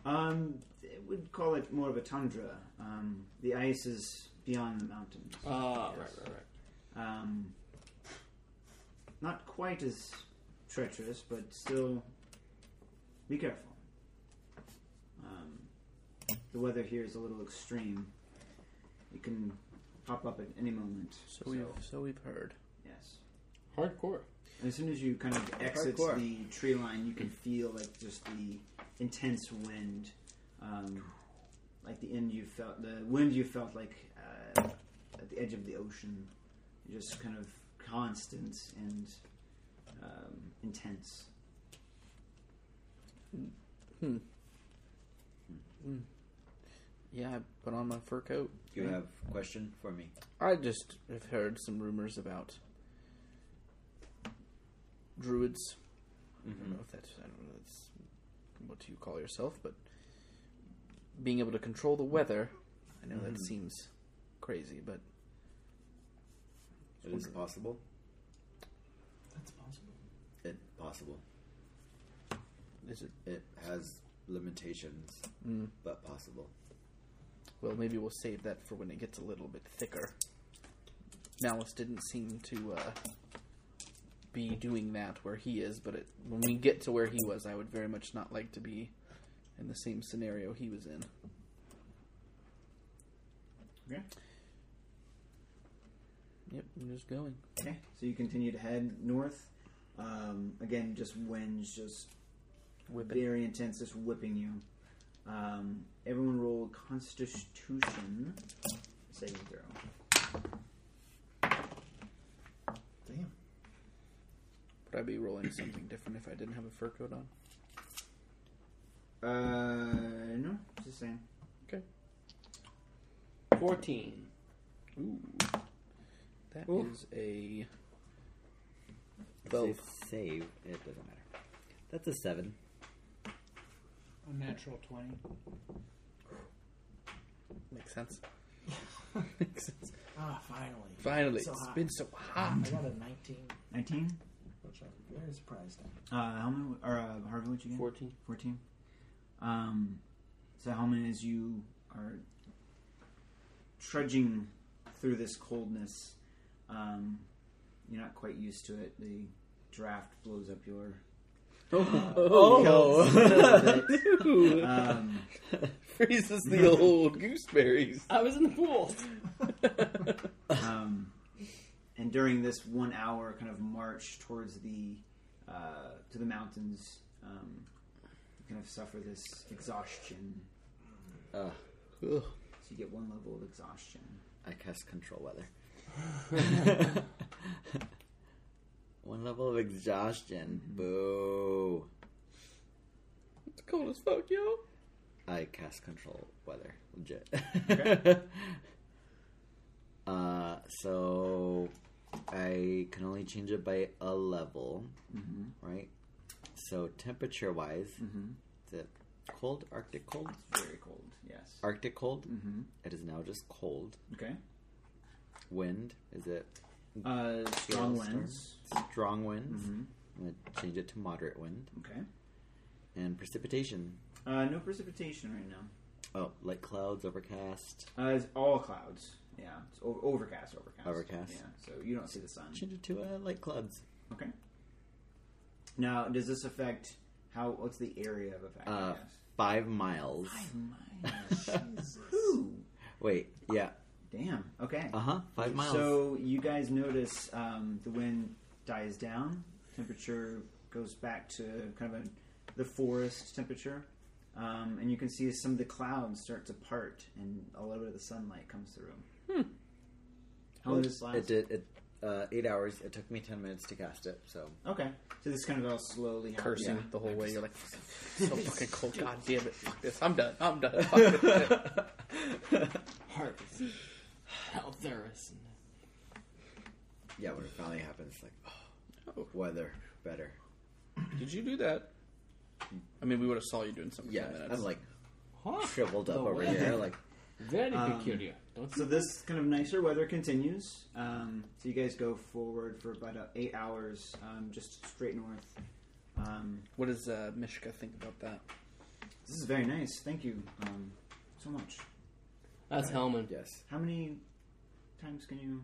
D: Um, it would call it more of a tundra. Um, the ice is beyond the mountains.
I: Ah,
D: Yes.
I: right, right, right.
D: Um, not quite as treacherous, but still, be careful. Um, the weather here is a little extreme. It can pop up at any moment.
A: So we've so we've heard.
D: yes.
I: Hardcore.
D: And as soon as you kind of exit
A: Hardcore.
D: the tree line, you can feel like just the intense wind, um, like the end you felt, the wind you felt like uh, at the edge of the ocean, just kind of constant and um, intense.
A: Yeah, I put on my fur coat.
F: You have a question for me?
A: I just have heard some rumors about druids. I don't know if that's I don't know if that's what you call yourself, but being able to control the weather. I know
C: Mm-hmm.
A: that seems crazy, but
F: It is possible.
E: That's possible.
F: It possible.
A: is it?
F: It has limitations, but possible.
A: Well, maybe we'll save that for when it gets a little bit thicker. Malice didn't seem to uh, be doing that where he is, but it, when we get to where he was, I would very much not like to be in the same scenario he was in.
D: Okay.
A: Yep, I'm just going.
D: Okay. So you continue to head north. Um, again, just winds, just
A: Whipping.
D: very intense, just whipping you. Um, everyone roll Constitution saving throw.
E: Damn.
A: Would I be rolling something different if I didn't have a fur coat on?
D: Uh, no, it's the same.
I: 14.
A: Ooh. that is
I: Ooh.
A: a
F: Both
A: Both.
F: save. It doesn't matter. That's a seven.
G: A natural 20.
A: makes sense. [laughs]
F: Makes sense.
E: Ah, finally.
A: Finally,
E: So
A: it's
E: hot.
A: been so hot.
E: I got a 19,
D: 19?
E: which I'm very surprised at.
D: Uh, Helman, or uh, Harvey, what you get?
I: 14.
D: 14. Um, so Helman, as you are trudging through this coldness, um, you're not quite used to it. The draft blows up your
A: Oh,
D: a little bit. Um,
A: [laughs] freezes the
D: [laughs]
A: old gooseberries.
I: I was in the pool.
D: um, and during this one hour kind of march towards the uh, to the mountains, um, you kind of suffer this exhaustion.
F: Uh,
A: Ugh.
D: So you get one level of exhaustion.
F: I cast control weather. [laughs] One level of exhaustion. Boo.
A: It's cold as fuck, yo.
F: I cast control weather. Legit.
D: Okay.
F: [laughs] uh, so I can only change it by a level,
D: Mhm.
F: right? So temperature wise,
D: Mm-hmm.
F: the cold Arctic cold.
D: It's very cold. Yes.
F: Arctic cold.
D: Mm-hmm.
F: It is now just cold.
D: Okay.
F: Wind is it
D: Uh, strong
F: Hailstorm.
D: winds.
F: strong winds?
D: Mm-hmm.
F: I'm gonna change it to moderate wind
D: Okay.
F: and precipitation.
D: Uh, no precipitation right now.
F: Oh, like clouds, overcast.
D: Uh, it's all clouds. Yeah, it's o- overcast, overcast,
F: Overcast.
D: Yeah, so you don't see the sun.
F: Change it to uh, light clouds.
D: Okay. Now, does this affect how? What's the area of effect?
F: Uh, Five miles.
D: I guess? [laughs] Ooh,
F: Wait, yeah.
D: damn. Okay.
F: Uh
A: Uh-huh,
F: huh. Five miles.
D: So you guys notice um, the wind dies down, temperature goes back to kind of a, the forest temperature, um, and you can see some of the clouds start to part, and a little bit of the sunlight comes through. How long does this last?
F: It did it. Uh, eight hours. It took me ten minutes to cast it.
A: [laughs]
F: So
D: Okay, so this kind of all slowly happens.
A: Cursing
D: Yeah.
A: the whole way. You're like, so fucking cold. God damn it. Fuck this. I'm done. I'm
F: [laughs]
A: done. Fuck this.
I: Harvest. Altherus.
F: yeah, when it finally happens, it's like oh, weather better.
A: Did you do that? I mean, we would have saw you doing something.
F: Yeah,
A: like that.
F: I'm like
I: Huh?
F: shriveled up
I: The
F: over
I: weather.
F: here. Like
I: Very
A: Um,
I: peculiar. Don't
D: So
I: you?
D: this kind of nicer weather continues. Um, so you guys go forward for about uh, eight hours, um, just straight north. Um,
A: what does uh, Mishka think about that?
D: this is very nice. Thank you um, so much.
I: That's Hellman.
F: yes,
D: How many times can you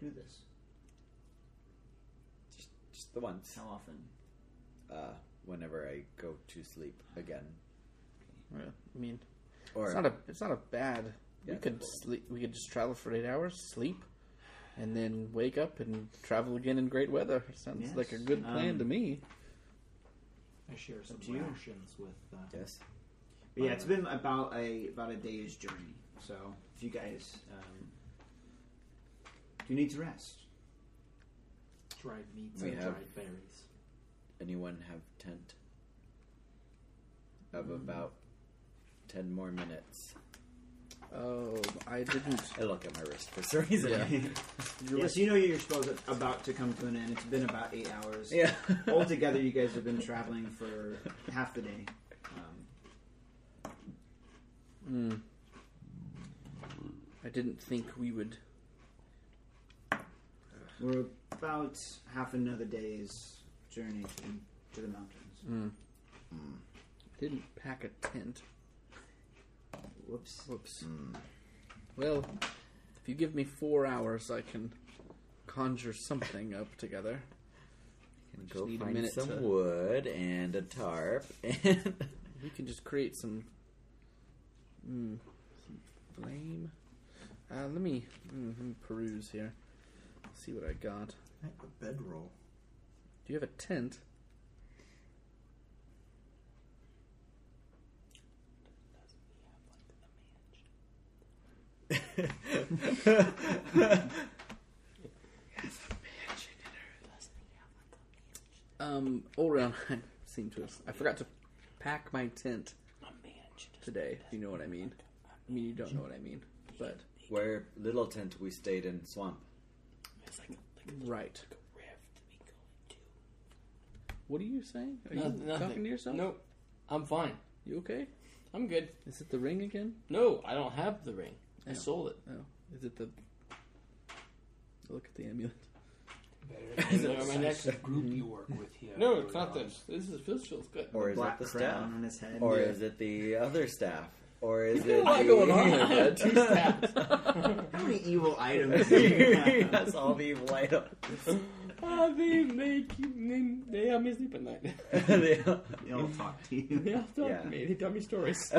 D: do this?
F: just, just the once.
D: How often?
F: Uh, whenever I go to sleep again,
A: Yeah, I mean,
F: or
A: it's not a it's not a bad.
F: Yeah,
A: we could
F: it's
A: sleep. We could just travel for eight hours, sleep, and then wake up and travel again in great weather. Sounds
D: Yes.
A: like a good plan
D: Um,
A: to me.
E: I share some
D: to you.
E: rations with. Uh,
F: yes.
D: But yeah, it's been about a about a day's journey. So if you guys um, do need to rest,
E: dried meats
F: We
E: and
F: have-
E: dried berries.
F: Anyone have tent?
A: Mm.
F: Of about ten more minutes.
A: Oh, I didn't.
F: I look at my wrist for some reason.
A: Yeah.
D: yes, you know your spell's about to come to an end. It's been about eight hours.
F: [laughs] Yeah.
D: [laughs] Altogether, you guys have been traveling for half the day. Um,
A: Mm. I didn't think we would.
D: we're about half another day's journey to, to the mountains.
A: Didn't pack a tent.
D: Whoops. Hmm.
A: Whoops. Well, if you give me four hours, I can conjure something up together.
F: Can
A: Just
F: go
A: need a
F: find
A: minute
F: some
A: to-
F: wood and a tarp [laughs] and
A: We can just create some, mm, some flame. Uh, let me mm, let me peruse here. See what I got.
E: I have a bedroll.
A: Do you have a tent? [laughs] Um, Orion, [laughs] I seem to have. I forgot to pack my tent today. If you know what I mean. I mean, you don't know what I mean, but
F: where little tent we stayed in swamp.
I: It's like a, like a
A: right.
I: rift we go into.
A: What are you saying? Are you
I: Noth- nothing.
A: talking to yourself?
I: Nope. I'm fine.
A: You okay?
I: I'm good.
A: Is it the ring again?
I: No, I don't have the ring. I
A: Yeah.
I: sold it.
A: [laughs] Oh, is it the? Look at the amulet.
I: Is it my next-
G: group you work with here.
I: No, it's not this. This is this feels good.
F: Or is
D: Black
F: it the
D: crown
F: staff?
D: on his head.
F: Or is it the other staff?
A: [laughs]
F: Or is
I: There's
F: it
I: a lot
F: the-
I: going on. I have two staffs.
D: How many evil
F: [laughs]
D: items? do you have?
F: That's all the evil [laughs] items.
I: Ah, they they keep they, they help me sleep at night.
D: They all talk to
I: They
D: you.
I: all talk
F: Yeah.
I: to me. They tell me stories.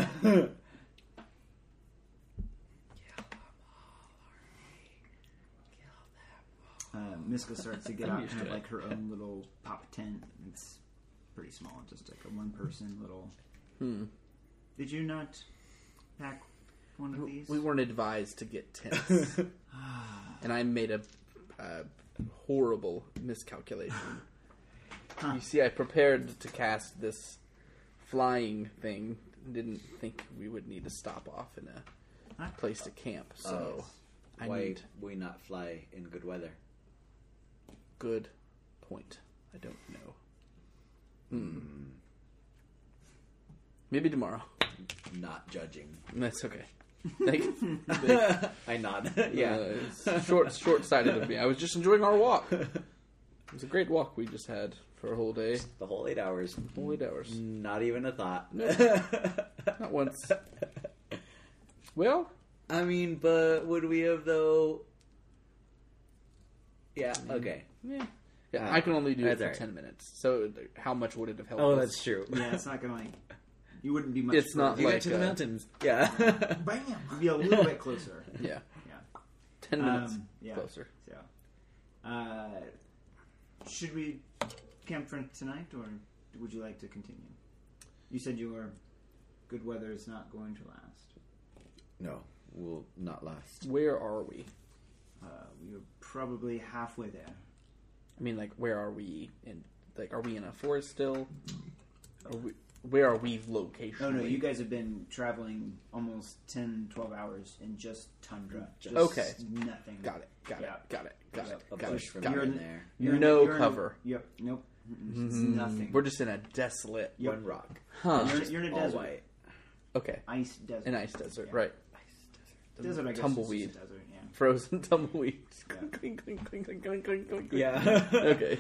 D: Uh, Miska starts to get out
I: used
D: kind of
I: to it.
D: like her own little pop tent. It's pretty small, just like a one person little.
A: Hmm.
D: Did you not pack one of these?
A: We weren't advised to get tents, and I made a uh, horrible miscalculation. You see, I prepared to cast this flying thing. Didn't think we would need to stop off in a
D: Huh?
A: place to camp, so I
F: Why
A: need
F: we not fly in good weather?
A: good point. I don't know. Hmm. Maybe tomorrow.
F: Not judging.
A: That's okay. Thank
F: I [laughs] nod.
A: [laughs] Yeah,
F: yeah.
A: Uh, it's short short sighted of me. I was just enjoying our walk. It was a great walk we just had for a whole day,
F: The whole eight hours.
A: whole eight hours.
F: Not even a thought.
A: Not once. Well,
F: I mean, but would we have though? Yeah. Okay.
A: yeah. yeah
F: Uh,
A: I can only do it
F: that's
A: for
F: all
A: 10
F: right.
A: minutes. So how much would it have helped?
F: Oh,
A: us?
F: that's true.
D: Yeah, it's not going. You wouldn't be much.
A: It's not
D: further.
A: like-
F: to the
A: uh,
F: mountains. Yeah.
E: Bam!
D: You'd be a little
A: [laughs]
D: bit closer.
A: Yeah.
D: Yeah.
A: 10 minutes
D: Um, yeah.
A: closer.
D: So, uh, should we camp for tonight, or would you like to continue? You said you were good weather is not going to last.
F: no, will not last.
A: Where are we?
D: Uh, we are probably halfway there.
A: I mean, like, where are we? In like, are we in a forest still? Are we, where are we locationally?
D: No, no, you guys have been traveling almost 10, 12 hours in just tundra. Just
A: Okay.
D: Nothing.
A: got it, got
D: Yeah.
A: it, got it, got
D: There's
A: it,
F: A
A: got
F: bush
A: it,
F: from
A: got
F: here
A: it.
F: and there.
D: in-
A: No
D: in a-
A: cover. Mm-hmm.
D: yep. Nope. Mm-mm, it's Nothing.
A: We're just in a desolate,
D: Yep.
F: One rock.
A: huh?
D: You're, you're in a
F: all
D: desert.
F: white.
A: Okay,
D: Ice desert.
A: an ice desert,
D: Yeah.
A: right? [laughs]
D: Desert, I guess. is just a
A: Tumbleweed.
D: Desert, yeah.
A: Frozen tumbleweed.
D: Yeah.
A: clink, clink, clink, clink, clink, clink, clink.
F: Yeah.
A: Okay.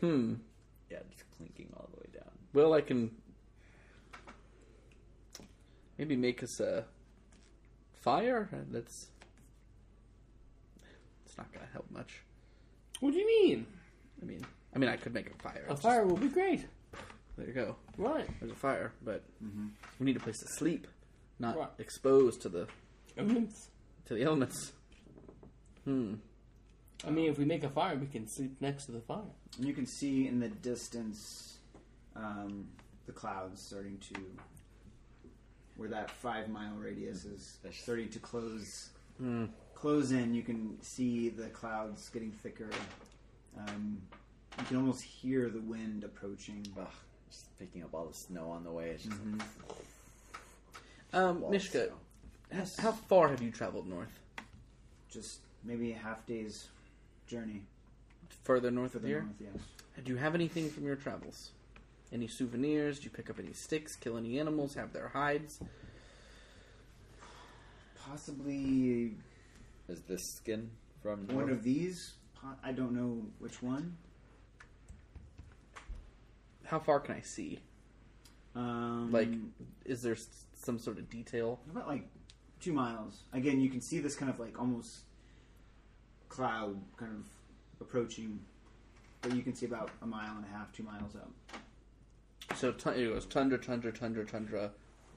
A: Hmm.
F: [laughs] Yeah, just clinking all the way down.
A: Well, I can maybe make us a fire. Uh, That's it's not gonna help much.
C: What do you mean?
A: I mean, I mean, I could make a fire.
C: A
A: It's
C: fire will be great.
A: just- there you go.
C: Right.
A: There's a fire, but we need a place to sleep, not
C: Right.
A: exposed to the
C: Elements.
A: to the elements. Hmm.
C: I mean, if we make a fire, we can sleep next to the fire.
D: And you can see in the distance um, the clouds starting to, where that five mile radius is starting to close. Close in. You can see the clouds getting thicker. Um, you can almost hear the wind approaching.
F: Ugh, just picking up all the snow on the way. It's just like
A: Um,
F: walls of
A: Mishka,
F: snow.
A: h- how far have you traveled north?
D: Just maybe a half day's journey
A: Further north
D: for
A: of
D: the
A: here.
D: north. Yes.
A: Do you have anything from your travels? Any souvenirs? Do you pick up any sticks? Kill any animals? Have their hides?
D: Possibly
F: Is this skin from
D: one
F: North?
D: of these. Po- I don't know which one.
A: How far can I see?
D: Um,
A: Like, is there s- some sort of detail?
D: About like two miles. Again, you can see this kind of like almost cloud kind of approaching, but you can see about a mile and a half, two miles up.
A: So tun- it goes tundra, tundra, tundra, tundra,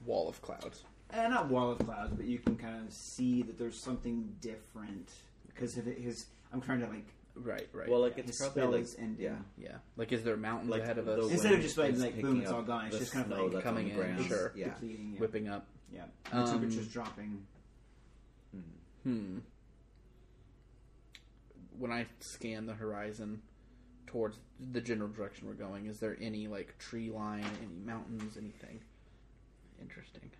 A: wall of clouds.
D: And Eh, not wall of clouds, but you can kind of see that there's something different because of it- his. I'm trying to like
A: Right, right.
F: Well, like
D: his
F: it's
D: spell
F: probably like
D: is ending.
F: yeah.
A: yeah. Like, is there mountains
F: Like
A: ahead of
F: the
A: us?
F: wind
D: Instead of just, like,
F: is
D: like, boom,
F: picking
D: it's
F: up
D: all gone, it's
F: the
D: just kind of,
F: snow
D: like,
F: that's
A: coming
F: on
A: in,
F: the ground.
A: sure.
F: Yeah.
D: depleting. Yeah,
A: Whipping up.
D: yeah. And the
A: Um,
D: temperature's dropping.
A: Hmm. When I scan the horizon towards the general direction we're going, is there any like tree line, any mountains, anything interesting?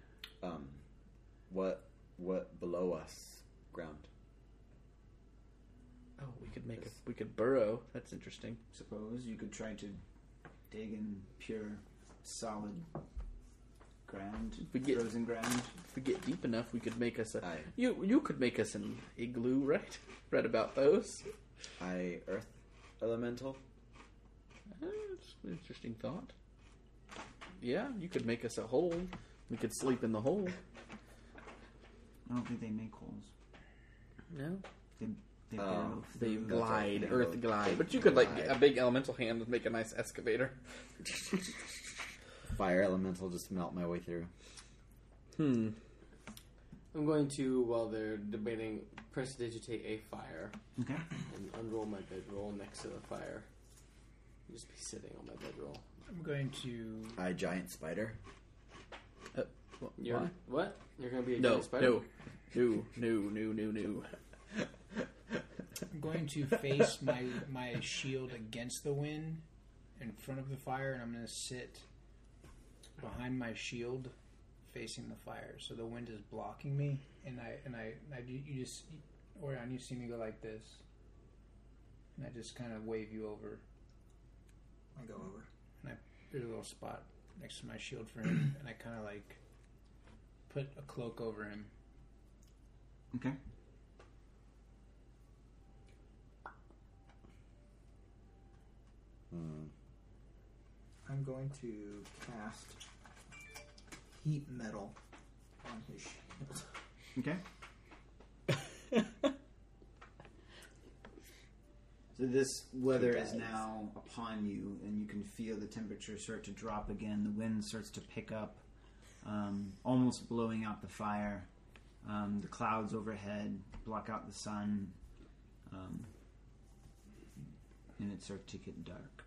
F: Um, what what below us ground?
A: Oh, we could make a
F: Yes.
A: we could burrow. That's interesting.
D: Suppose you could try to dig in pure, solid ground,
A: We get-
D: frozen ground.
A: If we get deep enough, we could make us a.
F: Aye.
A: You you could make us an igloo, [laughs] right? Read about those.
F: I earth elemental.
A: Uh, That's an interesting thought. Yeah, you could make us a hole. We could sleep in the hole.
D: I don't think they make holes.
A: No,
D: They, they
F: Oh.
D: burrow
A: they
D: through.
A: glide,
F: right.
A: earth glide. But you could like
F: Glide.
A: get a big elemental hand and make a nice excavator.
F: Fire elemental just melt my way through.
A: Hmm.
C: I'm going to, while they're debating, prestidigitate a fire
D: Okay.
C: and unroll my bedroll next to the fire. Just be sitting on my bedroll.
G: I'm going to.
F: I giant spider.
A: What?
C: You're
A: why?
C: what? You're going to be a
A: No,
C: giant spider?
A: no, no, no, no, no, no.
G: I'm going to face my my shield against the wind, in front of the fire, and I'm going to sit behind my shield, facing the fire. So the wind is blocking me, and I and I, I do- you just or you see me go like this, and I just kind of wave you over.
E: I go over.
G: There's a little spot next to my shield for him, and I kind of like put a cloak over him.
D: Okay.
E: I'm going to cast heat metal on his shield. [laughs]
D: Okay. [laughs] so this weather is now upon you, and you can feel the temperature start to drop again. The wind starts to pick up, um, almost blowing out the fire. Um, the clouds overhead block out the sun, um, and it starts to get dark.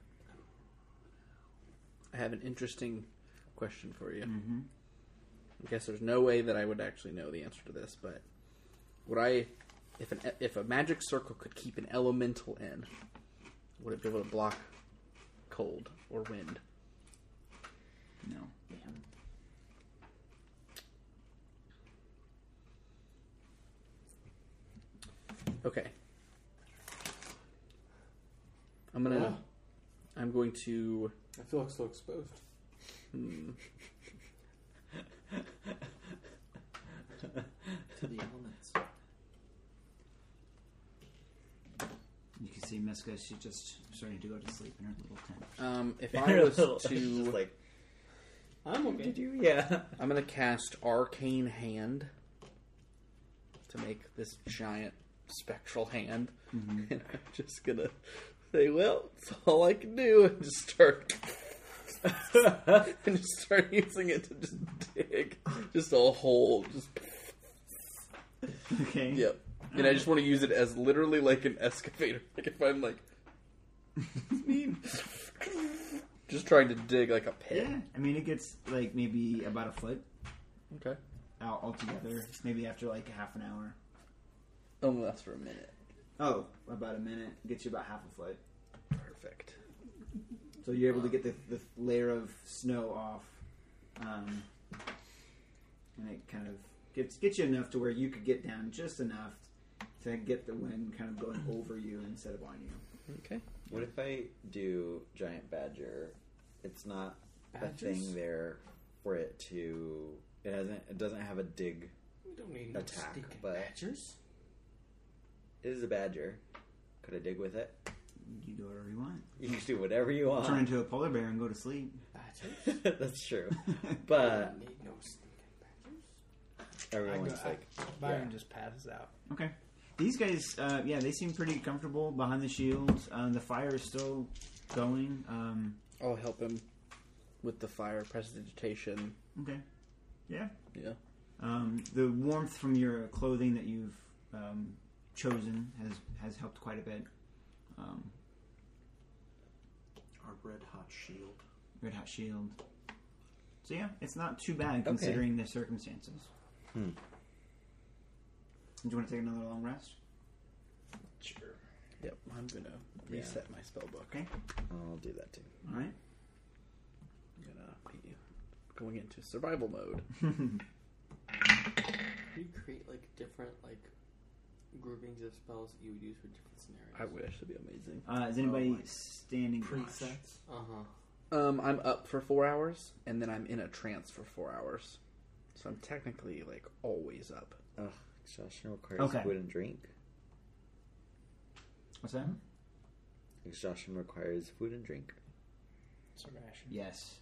A: I have an interesting question for you. I guess there's no way that I would actually know the answer to this, but would I, if an if a magic circle could keep an elemental in, would it be able to block cold or wind?
D: No.
A: Okay. I'm gonna.
C: Yeah.
A: I'm going to.
C: I feel like so exposed.
E: to the elements.
D: You can see Miska. She's just starting to go to sleep in her little tent.
A: Um,
F: [laughs]
A: if I was to,
F: Just like,
C: I'm okay.
F: did you? Yeah.
A: [laughs] I'm gonna cast Arcane Hand to make this giant spectral hand,
F: Mm-hmm.
A: [laughs] and I'm just gonna say, "Well, it's all I can do," and just start [laughs] and just start using it to just dig just a hole. Just
D: [laughs] Okay.
A: yep. And I just want to use it as literally like an excavator. [laughs] Like if I'm like, mean. [laughs] just trying to dig like a pit.
D: Yeah. I mean, it gets like maybe about a foot
A: Okay.
D: out altogether. Maybe after like half an hour.
A: Only lasts for a minute.
D: Oh, about a minute. Gets you about half a foot.
A: Perfect.
D: So you're able to get the, the layer of snow off, um, and it kind of gets gets you enough to where you could get down just enough to get the wind kind of [clears throat] going over you instead of on you.
A: Okay.
F: What if I do giant badger? It's not a
C: Badgers?
F: thing there for it to. It hasn't. It doesn't have a dig.
C: We don't need no
F: Attack,
C: stinking
F: but-
C: badgers.
F: It is a badger. Could I dig with it?
D: You do whatever you want.
F: You can do whatever you
D: Turn
F: want.
D: into a polar bear and go to sleep.
A: uh,
C: Badgers.
F: [laughs] That's true.
C: We
F: But
C: don't need no stinking
F: everyone's
G: I-
F: like,
G: Byron just passes out.
D: Okay. These guys, uh, yeah, they seem pretty comfortable behind the shield. Um, the fire is still going. Um,
A: I'll help him with the fire prestidigitation.
D: okay. Yeah.
A: Yeah.
D: Um, the warmth from your clothing that you've um, chosen has has helped quite a bit. Um,
E: Our red hot shield.
D: Red Hot Shield. So yeah, it's not too bad considering the circumstances.
F: Hmm.
D: Do you want to take another long rest?
G: Sure.
A: Yep. I'm gonna
F: Yeah.
A: reset my spell book.
D: Okay.
F: I'll do that too.
D: All right.
A: I'm gonna be going into survival mode.
C: badgers. Can you create like different like groupings of spells that you would use for different scenarios?
A: I wish it'd be amazing.
D: Uh, is anybody standing? watch?
E: Presets.
C: Uh huh.
A: Um, I'm up for four hours, and then I'm in a trance for four hours, so I'm technically like always up.
F: Ugh, exhaustion requires
D: Okay.
F: food and drink.
D: What's that?
F: Exhaustion requires food and drink.
G: It's a ration.
D: Yes.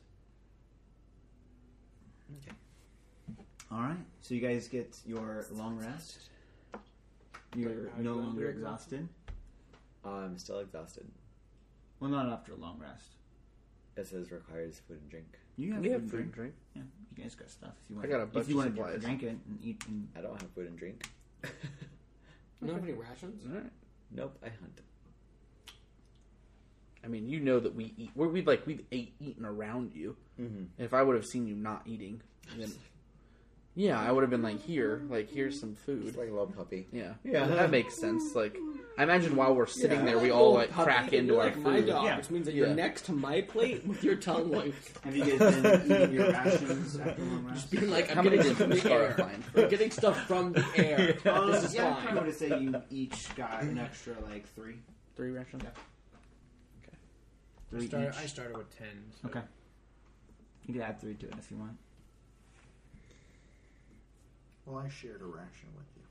D: All right. So you guys get your long rest. You're
C: Wait, how
D: no
C: you
D: longer
C: under
D: exhausted.
F: Uh, I'm still exhausted.
D: Well, not after a long rest.
F: It says requires food and drink.
D: You have
A: We
D: food
A: have
D: and
A: food and
D: drink.
A: drink.
D: Yeah, you guys got stuff. If you want,
A: got a bunch
D: if you
A: of
D: want to
A: supplies.
D: drink it and eat and
F: I don't have food and drink. [laughs]
C: You don't have any rations?
A: All right.
F: Nope, I hunt.
A: I mean, you know that we eat. We're, we've like we've ate, eaten around you.
F: Mhm.
A: And if I would have seen you not eating, [laughs] then yeah, I would have been like, here, like here's some food.
F: It's like a little puppy.
A: Yeah,
F: Yeah.
A: that makes sense. Like, I imagine while we're sitting
F: Yeah.
A: there, we
C: Like
A: all
C: old
A: like
C: puppy,
A: crack
C: you're
A: into our
C: like my
A: food.
C: dog,
D: Yeah.
C: which means that
A: Yeah.
C: you're next to my plate with your tongue like [laughs]
D: [laughs] Have you guys been eating [laughs] your rations after long rest?
C: being
D: [laughs]
C: like
A: How
C: I'm
A: many
C: getting
A: did
C: stuff from the
A: Scar
C: air.
A: find?
C: I'm getting stuff from [laughs] the air.
D: Um,
C: This is
D: yeah, I
C: fine.
D: probably would say you each got an extra like three.
A: Three rations.
G: I
D: Three
G: started, I
D: each.
G: started with 10. so-
D: Okay. You can add three to it if you want.
E: Well, I shared a ration with you.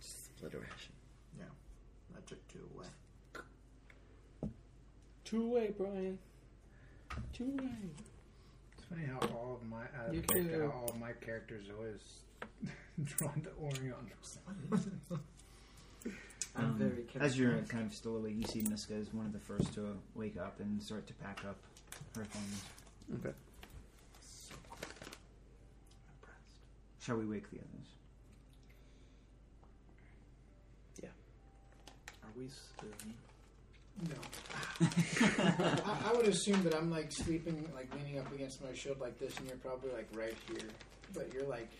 F: Just split a ration.
E: I took two away.
C: Two away, Brian. Two away.
I: funny how all of my out
G: You
I: of character,
G: too.
I: how all of my characters are
G: [laughs]
I: always drawn to Orion.
G: I'm
D: Um,
G: very careful.
D: As you're kind of still awake, you see Niska is one of the first to uh, wake up and start to pack up her things.
F: Okay.
D: Shall we wake the others?
E: Are we still?
I: No, I, I would assume that I'm like sleeping, like leaning up against my shield like this, and you're probably like right here, but you're like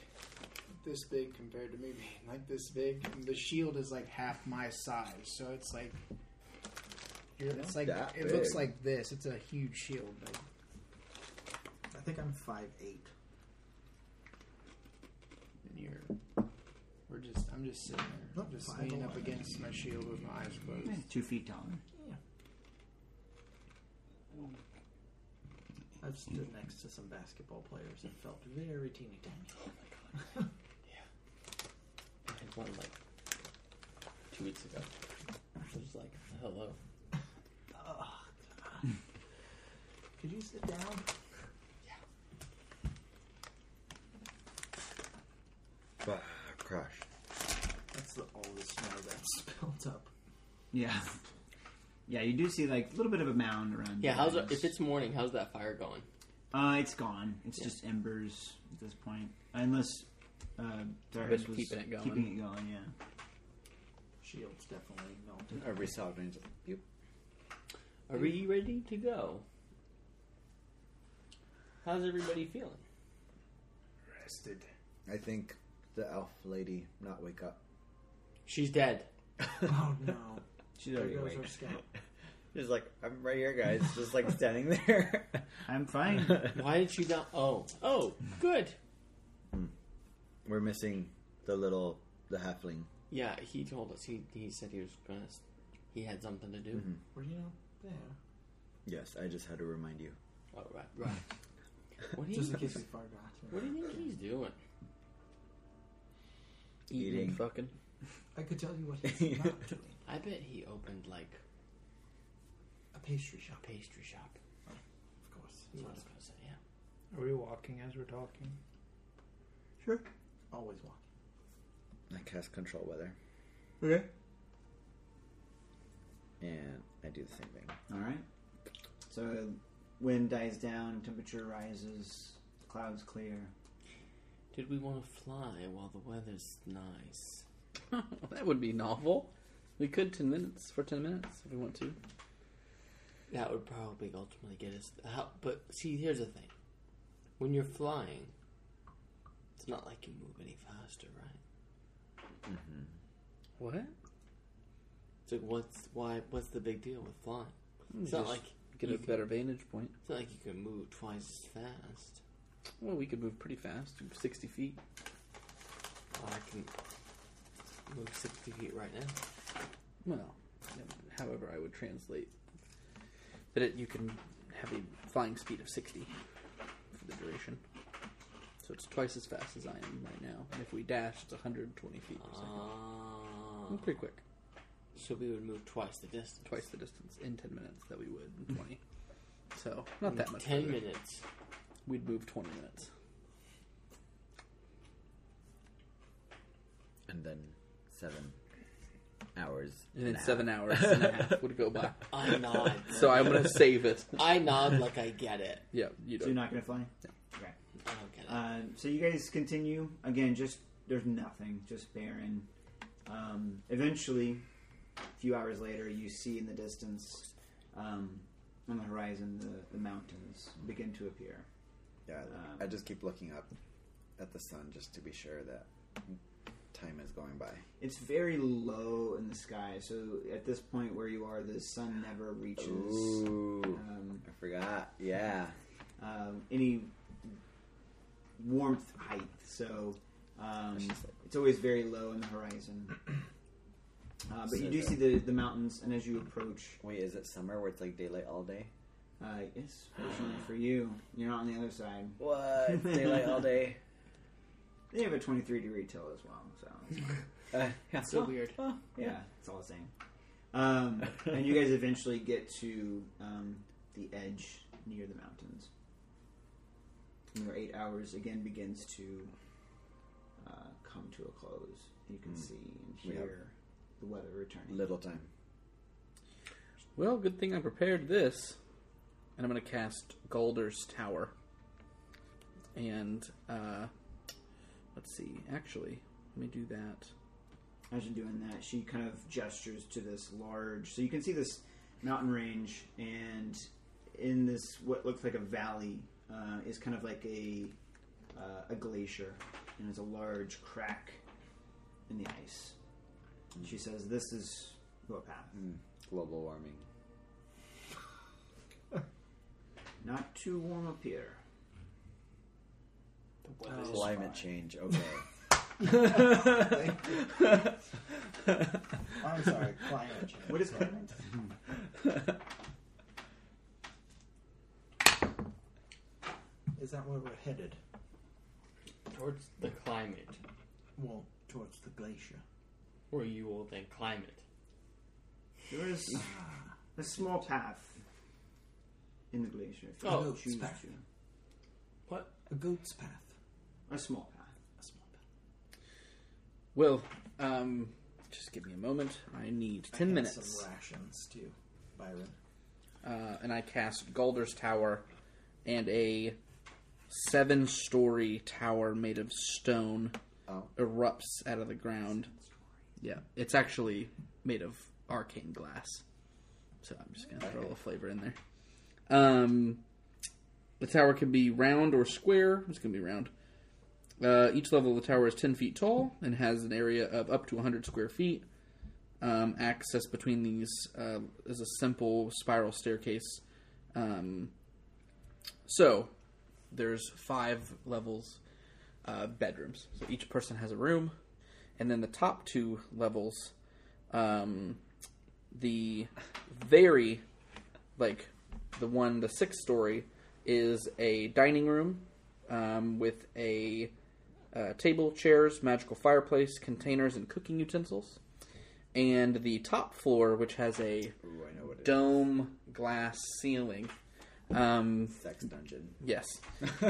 I: this big compared to me being like this big. And the shield is like half my size, so it's like you're, it's like
F: That
I: it looks
F: big.
I: like this. It's a huge shield. Like,
E: I think I'm five eight.
I: and you're we're just I'm just sitting there,
E: Nope,
I: just
E: five
I: leaning up
E: eleven.
I: against my shield with my eyes closed.
D: Two feet taller.
E: I've stood next to some basketball players and felt very teeny tiny.
C: I had one like two weeks ago. I was like, hello.
E: Oh, Could you sit down?
F: Bah, crash.
E: That's the oldest snow that's [laughs] built up.
D: Yeah. Yeah, you do see like a little bit of a mound around.
C: Yeah,
D: your
C: how's
D: eyes.
C: if it's morning? How's that fire going?
D: Uh, it's gone. It's just embers at this point, unless uh, Darius
C: Been
D: was
C: keeping it going.
D: Keeping it going, yeah.
E: Shields definitely melted.
F: Are we sovereign? Just, pew.
C: Are we ready to go? How's everybody feeling?
I: Rested.
F: I think the elf lady not wake up.
C: She's dead.
E: Oh no!
D: She's
E: There
D: already
E: goes
D: awake.
E: our scout.
F: [laughs] She's like, I'm right here, guys. Just [laughs] like standing there.
D: I'm
G: [laughs]
D: fine.
C: Why did she not? Oh, oh, good.
F: We're missing the little the halfling.
C: Yeah, he told us. He he said he was gonna. s- He had something to do.
E: Were you there?
F: Yes, I just had to remind you.
C: Oh right, [laughs] right. What do you
E: Just in
C: think?
E: case we forgot.
C: What do you think he's doing?
F: Eating.
C: fucking.
E: I could tell you what
C: [laughs]
E: he's not doing.
C: I bet he opened like
E: A pastry
C: a
E: shop,
C: pastry shop.
E: of course.
C: That's what I was gonna say. Yeah.
I: Are we walking as we're talking?
E: Always
C: [laughs]
E: walking.
F: I cast control weather,
D: okay.
F: and I do the same thing.
D: All right. So wind dies down, temperature rises, clouds clear.
C: Did we want to fly while the weather's nice?
A: that would be novel. We could ten minutes for ten minutes if we want to.
C: That would probably ultimately get us. How, but see, here's the thing: when you're flying, it's not like you move any faster, right?
A: What?
C: It's like what's why? What's the big deal with flying? It's not
A: Just
C: like
A: get
C: you
A: a
C: can-
A: better vantage point.
C: It's not like you can move twice as fast.
A: Well, we could move pretty fast, sixty feet.
C: Well, I can move sixty feet right now.
A: Well, however, I would translate that it, you can have a flying speed of 60 for the duration. So it's twice as fast as I am right now. And if we dash, it's 120 feet per second.
C: Ah,
A: I'm pretty quick.
C: so we would move twice the distance.
A: Twice the distance in 10 minutes that we would in 20. So not that much.
C: Ten
A: further.
C: minutes.
A: We'd move 20 minutes.
F: And then seven hours.
A: And then
F: a half.
A: seven hours and a half would go by.
C: I nod.
A: So I'm going to save it.
C: I nod like I get it.
A: Yeah, you
D: So
A: don't.
D: you're not gonna fly. Okay.
C: I don't get it.
D: Uh, so you guys continue again. Just there's nothing, just barren. Um, eventually, a few hours later, you see in the distance, um, on the horizon, the, the mountains begin to appear.
F: Yeah,
D: Um,
F: I just keep looking up at the sun just to be sure that time is going by.
D: It's very low in the sky, so at this point where you are, the sun never reaches
F: Ooh,
D: um,
F: I forgot. Yeah,
D: um, any warmth height. So
A: Hmm.
D: um,
F: It's just like-
D: it's always very low in the
F: [clears throat]
D: horizon. Uh, but you do
F: So-
D: see the, the mountains, and as you approach,
F: Wait, is it summer where it's like daylight all day?
D: uh, yes, fortunately for you, you're not on the other side.
F: What? [laughs] It's daylight
A: [laughs]
F: all day.
D: They have a 23 degree till as well, so
F: [laughs]
D: it's fine.
F: Uh, yeah.
C: so weird.
D: yeah, it's all the same. Um, and you guys eventually get to um, the edge near the mountains. in your eight hours again begins to uh, come to a close. You can
F: Hmm.
D: see and
F: We
D: hear
F: have-
D: the weather returning.
F: Little time.
A: Well, good thing I prepared this. And I'm going to cast Galder's Tower. And, uh, let's see. Actually, let me do that.
D: As you're doing that, she kind of gestures to this large. So you can see this mountain range, and in this what looks like a valley uh, is kind of like a uh, a glacier, and there's a large crack in the ice. And she says, "This is your path.
F: Global warming.
D: Not too warm up here."
C: The weather is
A: [laughs]
F: Climate change. Okay.
E: I'm sorry, climate change.
D: What is climate?
C: [laughs]
E: Is that where we're headed?
I: Towards the climate,
E: Well, towards the glacier.
I: where you will then climb it.
D: There is a small path in the glacier. If you
I: Oh,
D: choose
E: it's back.
D: to.
E: A goat's path.
D: A small path.
E: A small path.
A: Well, um, just give me a moment. I need
E: I
A: 10
E: had
A: minutes.
E: Some rations too, Byron.
A: Uh, and I cast Galder's Tower and a seven story tower made of stone
F: Oh.
A: erupts out of the ground. Yeah, it's actually made of arcane glass. So I'm just going to throw a little flavor in there. Um, the tower can be round or square. It's going to be round. Uh, each level of the tower is 10 feet tall and has an area of up to 100 square feet. Um, access between these uh, is a simple spiral staircase. Um, so there's five levels uh, bedrooms. So each person has a room, and then the top two levels, um, the very like the one the sixth story is a dining room um, with a uh, table, chairs, magical fireplace, containers, and cooking utensils. And the top floor, which has a
F: Ooh, I know what it is.
A: dome glass ceiling, um,
F: Sex dungeon.
A: Yes.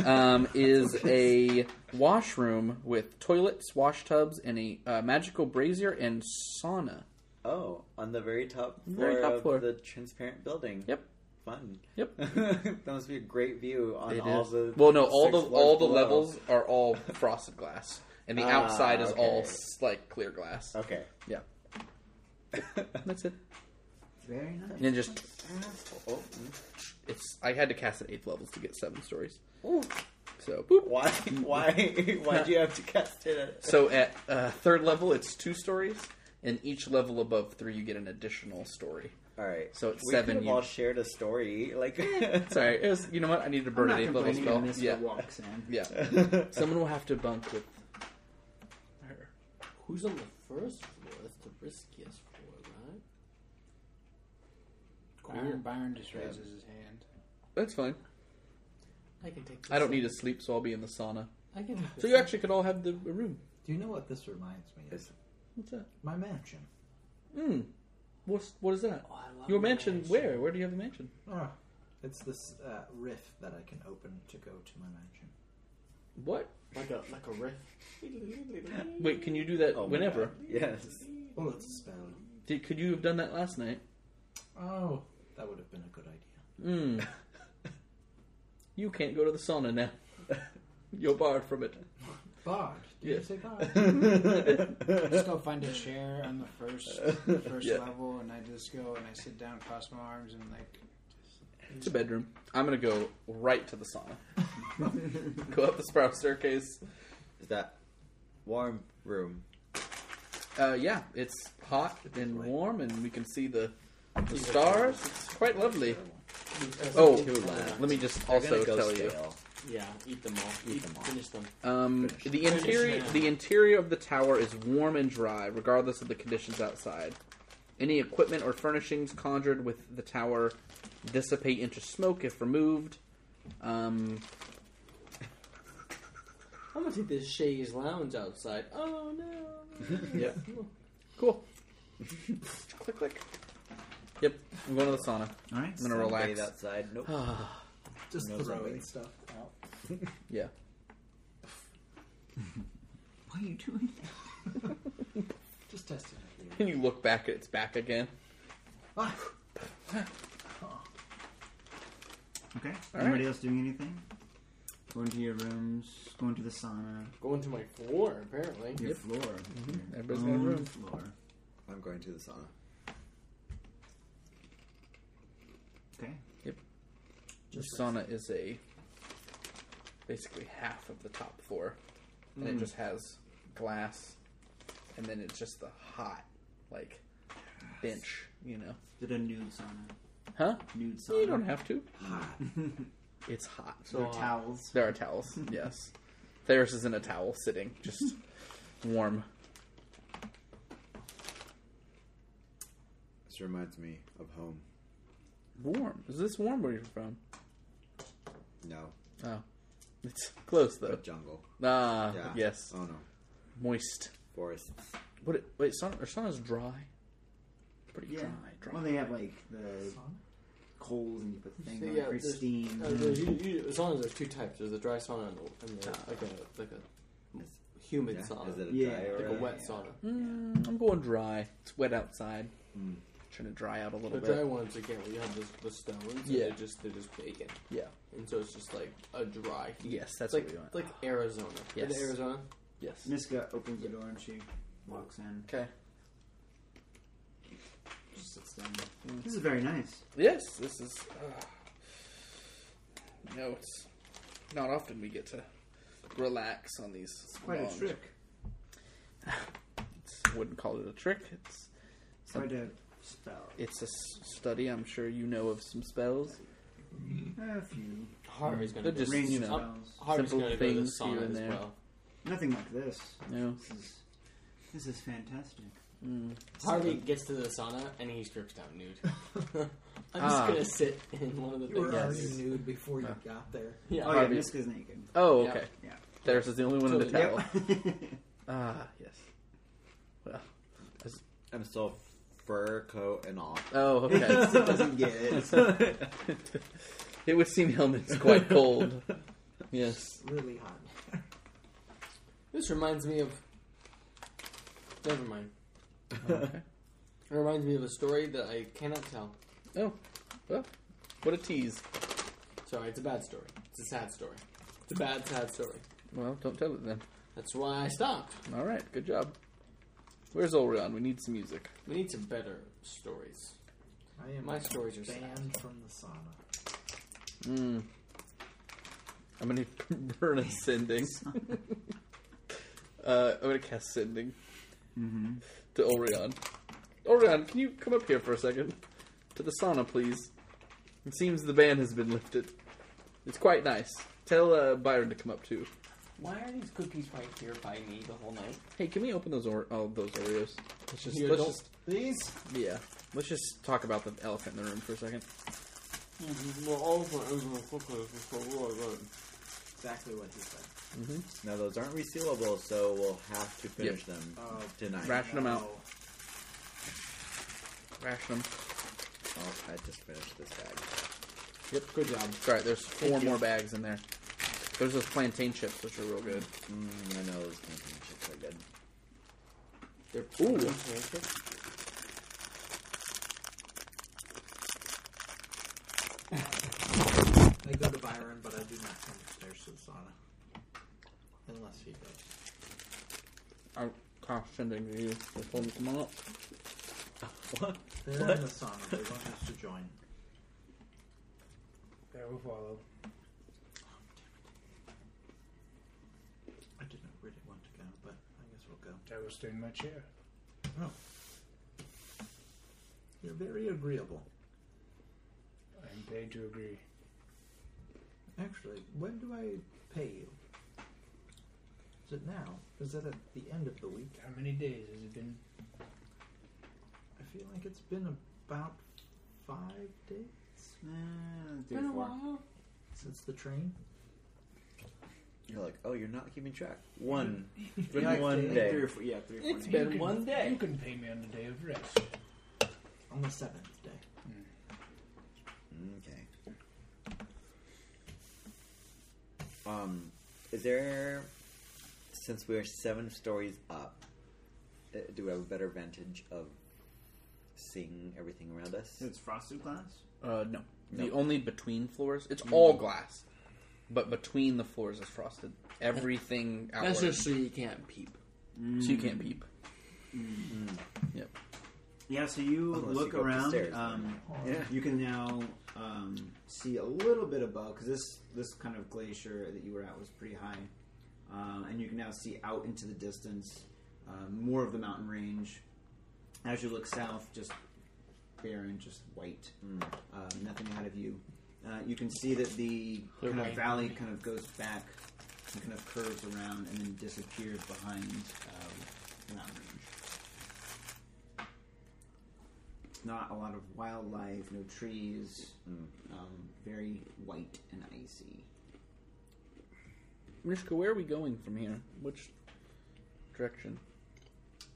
A: Um, is a washroom with toilets, wash tubs, and a uh, magical brazier and sauna.
F: Oh, on the very top floor
A: Very top
F: of
A: floor.
F: the transparent building.
A: Yep.
F: Fun.
A: Yep.
F: [laughs] that must be a great view on
A: It
F: all
A: is-
F: the.
A: well, no, all
F: six
A: the
F: floors
A: all the
F: below.
A: levels are all frosted glass, and the
F: Ah,
A: outside is all
F: okay. Uh,
A: s- like clear glass.
F: Okay.
A: Yeah. That's it.
D: Very nice.
A: And then just
F: Oh, mm.
A: it's. I had to cast at eighth levels to get seven stories. So boop.
F: why? [laughs] Why? Why'd you have to cast it? At...
A: So at uh, third level, it's two stories, and each level above three, you get an additional story.
F: All right.
A: So it's
F: we
A: seven
F: We've all
A: you-
F: shared a story.
A: [laughs]
F: Like. [laughs]
A: Sorry, it was, you know what? I needed to burn
D: I'm
A: an
D: not
A: eight level
D: complaining
A: spell. Yeah,
D: when Mr. walks in.
A: yeah. Someone will have to bunk with.
I: Who's on the first floor? That's the riskiest floor, right?
G: Byron, Byron just raises his hand.
A: That's fine.
I: I can take. This
A: I don't need to sleep, so I'll be in the sauna.
I: I can. Take this
A: So you actually could all have the a room.
E: Do you know what this reminds me of?
F: It's-
A: What's that?
E: My mansion.
A: Hmm. What's what is that?
I: Oh, I love
A: Your
I: my
A: mansion? Where? Where do you have the mansion?
E: Ah, it's this uh, riff that I can open to go to my mansion.
A: What?
I: Like a like a riff.
A: Wait, can you do that
F: Oh my
A: Uh, whenever?
F: God. Yes.
E: Well, it's a spell.
A: Did, could you have done that last night?
E: Oh, that would have been a good idea.
A: Hmm. [laughs] you can't go to the sauna [laughs] now. You're barred from it.
E: Bard. Did
A: Yes.
E: you say bard?
G: Just go find a chair on the first the first
A: Yeah.
G: level, and I just go and I sit down, cross my arms, and like
A: It's a bedroom. I'm gonna go right to the sauna. go up the spiral staircase.
F: Is that warm room?
A: Uh, yeah, it's hot and warm, and we can see the, the stars. It's quite lovely. Oh, let me just
F: They're gonna
A: also
F: go
A: tell you.
F: stale.
I: Yeah, eat them all. Eat, them all. Finish them.
A: Um, the interior
I: Finish now.
A: the interior of the tower is warm and dry, regardless of the conditions outside. Any equipment or furnishings conjured with the tower dissipate into smoke if removed. Um,
I: I'm gonna take this chaise lounge outside. Oh no.
A: [laughs] yeah, cool. click click. Yep, I'm going to the sauna.
D: All right.
A: I'm gonna [sighs]
F: Sunbathe
A: relax.
F: outside. Nope.
E: Just
F: No
E: throwing
F: zombie.
E: stuff out.
A: Yeah.
H: What are you doing?
I: Just testing.
A: And you look back at its back again.
D: Okay.
A: All
D: Anybody else doing anything? Going to your rooms. Going to the sauna.
C: Going to my floor, apparently.
D: Your floor. Your
A: Everybody's got a
D: own
A: room.
D: Floor.
F: I'm going to the sauna.
D: Okay.
A: The sauna is a basically half of the top floor, and it just has glass, and then it's just the hot like bench, you know?
D: Did a nude sauna.
A: Huh?
D: Nude sauna.
A: You don't have to. It's hot.
D: So there are towels.
A: There are towels. yes, theirs is in a towel, sitting just warm.
F: [laughs] This reminds me of home.
A: Warm. Is this warm where you're from?
F: No,
A: Oh, it's close though.
F: but jungle.
A: Ah,
F: Yeah.
A: yes,
F: Oh no,
A: moist.
F: forests.
A: What? It, wait, sauna. Or sauna's dry. Pretty
D: Yeah.
A: dry. Dry.
D: Well, they have like the coals and you put the thing on it for
C: there's-
D: steam.
C: uh, there's u- u- as long as there's two types, there's the dry sauna and the, and the
A: Ah.
C: like a like a
F: Is-
C: humid
F: yeah,
C: sauna,
F: Is it a
D: Yeah,
F: dry or
C: like a
D: right?
C: wet
D: Yeah.
C: sauna.
A: Mm, I'm going dry. It's wet outside.
F: Mm.
A: Trying to dry out a little
C: The
A: bit.
C: dry ones again, where you have the, the stones, and
A: Yeah.
C: they're just they're just bacon,
A: Yeah.
C: and so it's just like a dry heat.
A: Yes, that's
C: It's like
A: what we want.
C: like Arizona.
A: Yes.
C: Is it Arizona?
A: yes.
D: Miska opens the door and she walks in.
A: Okay.
D: She sits down. This is very nice.
A: Yes, this is. Uh, you know, it's not often we get to relax on these. It's
D: Quite a trick.
A: wouldn't call it a trick. It's
D: Quite a spell.
A: it's a s- study. I'm sure you know of some spells.
D: A few.
C: Harvey's gonna
A: They're
C: go.
A: just
D: Range
A: you know
D: spells.
C: Harvey's
A: simple
C: gonna go to the
A: things here
C: sauna
A: and
C: as
A: there.
C: well.
D: Nothing like this.
A: no.
D: This is this is fantastic.
A: Hmm.
C: Harvey gets to the sauna and he strips down
A: [laughs]
C: nude. [laughs] I'm
A: Ah.
C: just gonna sit in one of the
E: You were
C: things.
E: already nude before you got there.
C: Yeah.
D: Oh yeah,
A: Harvey.
D: Miska's naked.
A: Oh,
C: Yeah.
A: okay.
D: Yeah.
A: There's is the only one in the
C: Totally.
A: towel.
D: Yep. [laughs]
A: Ah, yes. Well,
F: I'm still fur coat and all.
A: oh, okay.
F: doesn't get it.
A: it would seem Helmet's quite cold. Yes.
E: Really hot.
C: This reminds me of. Never [laughs] mind.
A: Okay.
C: It reminds me of a story that I cannot tell.
A: Oh, well, what a tease.
C: Sorry, it's a bad story. It's a sad story. It's a bad, sad story.
A: Well, don't tell it then.
C: That's why I stopped.
A: All right, good job. Where's Orion? We need some music.
C: We need some better stories.
E: I am
C: My stories are sad.
E: banned from the sauna.
A: Mm. I'm gonna [laughs] burn a [laughs] sending. uh, I'm gonna cast sending Mm-hmm. to Orion. Orion, can you come up here for a second to the sauna, please? It seems the ban has been lifted. It's quite nice. Tell uh, Byron to come up too.
C: Why are these cookies right here by me the whole night?
A: Hey, can we open those or- oh, those Oreos? Let's just,
C: You
A: let's
C: adult-
A: just
E: These?
A: yeah. Let's just talk about the elephant in the room for a second.
C: Well, all of them cookies are so good.
E: Exactly what he said.
F: now those aren't resealable, so we'll have to finish them
E: Oh,
F: tonight.
A: Ration them out.
E: no.
A: Ration them.
F: Oh, I just finished this bag.
A: Yep, good job. Sorry, there's four more bags in there. There's those plantain chips, which are real good.
F: Mm, I know those plantain chips are good.
C: They're
A: Ooh.
E: I go to Byron, but I do not come upstairs to the sauna. Unless he goes.
A: I'm condescending to you. Just hold them up.
E: They're in the sauna. They want us to join.
G: There will follow.
E: I didn't really want to go, but I guess we'll go.
G: I will stay in my chair.
E: You're very agreeable.
G: I am paid to agree.
E: Actually, when do I pay you? Is it now? Is it at the end of the week?
G: How many days has it been?
E: I feel like it's been about five days
D: Three, four.
E: since the train.
F: You're like, oh, you're not keeping track. One,
D: Yeah, like
F: one
D: three-
F: day.
D: Three or four. Yeah, three or four.
C: It's
D: days.
C: been one day.
G: You can pay me on the day of rest.
E: On the seventh day.
F: okay. Um, is there, since we are seven stories up, uh, do we have a better vantage of seeing everything around us?
D: It's frosted glass.
A: Uh, no. Mm. The
F: No.
A: only between floors, it's all glass, but between the floors is frosted. Everything outward,
I: That's just so Mm. you can't peep.
A: so you can't peep. Yep.
D: Yeah, so you
F: Unless
D: look
F: you go up the
D: around.
F: stairs,
D: um,
F: then. Yeah.
D: You can now um, see a little bit above because this this kind of glacier that you were at was pretty high, uh, and you can now see out into the distance uh, more of the mountain range. As you look south, just barren, just white, uh, nothing out of you. Uh, you can see that the
I: Clear
D: kind of
I: way.
D: valley kind of goes back and kind of curves around and then disappears behind um, the mountain range not a lot of wildlife, no trees, um, very white and icy.
A: Mishka, where are we going from here? Which direction?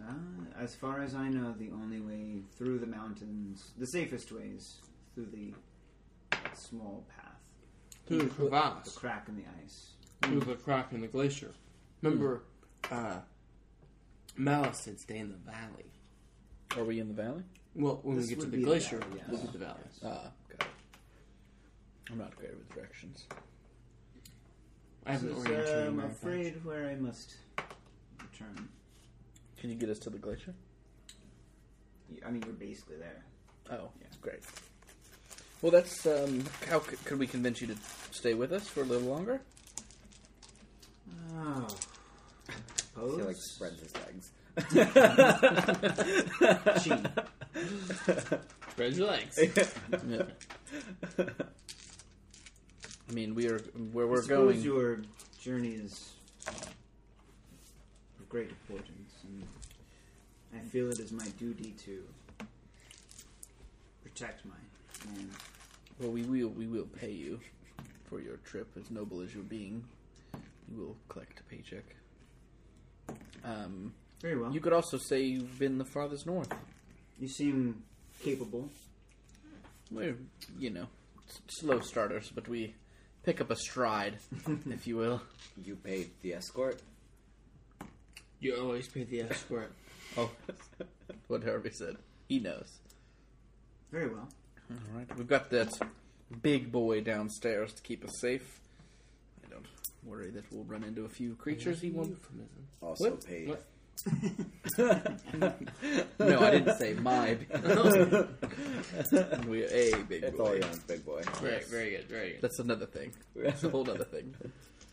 D: Uh, as far as I know, the only way through the mountains, the safest way is through the small path,
I: Through the
D: the
I: crevasse,
D: crack in the ice.
I: through the crack in the glacier. Remember,
C: Hmm.
I: uh, Malice said stay in the valley.
A: Are we in the valley?
I: Well, when
D: This
I: we get to
D: would
I: the
D: be the
I: glacier,
D: valley, yes.
I: we'll get the valley.
A: Ah, got it. I'm not great with directions.
I: I haven't
D: This is,
C: uh,
I: oriented
D: um,
I: you.
D: I'm afraid where I must return.
A: Can you get us to the glacier?
D: You- I mean, you're basically there.
A: Oh,
D: Yeah.
A: great. Well, that's um. How c- could we convince you to stay with us for a little [laughs] longer?
D: Oh.
F: I feel
D: Pose?
F: like
D: [laughs]
F: spreads his legs.
D: Cheat.
I: Spread your legs.
A: Yeah. I mean, we are where
D: I
A: we're
D: suppose
A: going.
D: your journey is uh, of great importance, and I feel it is my duty to protect my land.
A: Well, we will we will pay you for your trip, as noble as your being. You will collect a paycheck. Um,
D: Very well.
A: you
D: You,
A: could also say you've been the farthest north.
D: seem capable.
A: We're you know s- slow starters, but we pick up a stride, if you will.
F: You paid the escort.
I: You always pay the escort.
A: Oh, what Harvey said. He knows.
D: Very well.
A: All right, we've got that big boy downstairs to keep us safe. I don't worry that we'll run into a few creatures. He won't.
I: Euphemism.
F: Also
A: What?
F: paid.
I: What?
A: No, I didn't say my. [laughs] we a big
F: [laughs] It's all
A: boy.
F: Orion's big boy.
I: Right, very good, very good.
A: That's another thing. That's a
F: [laughs]
A: whole other thing.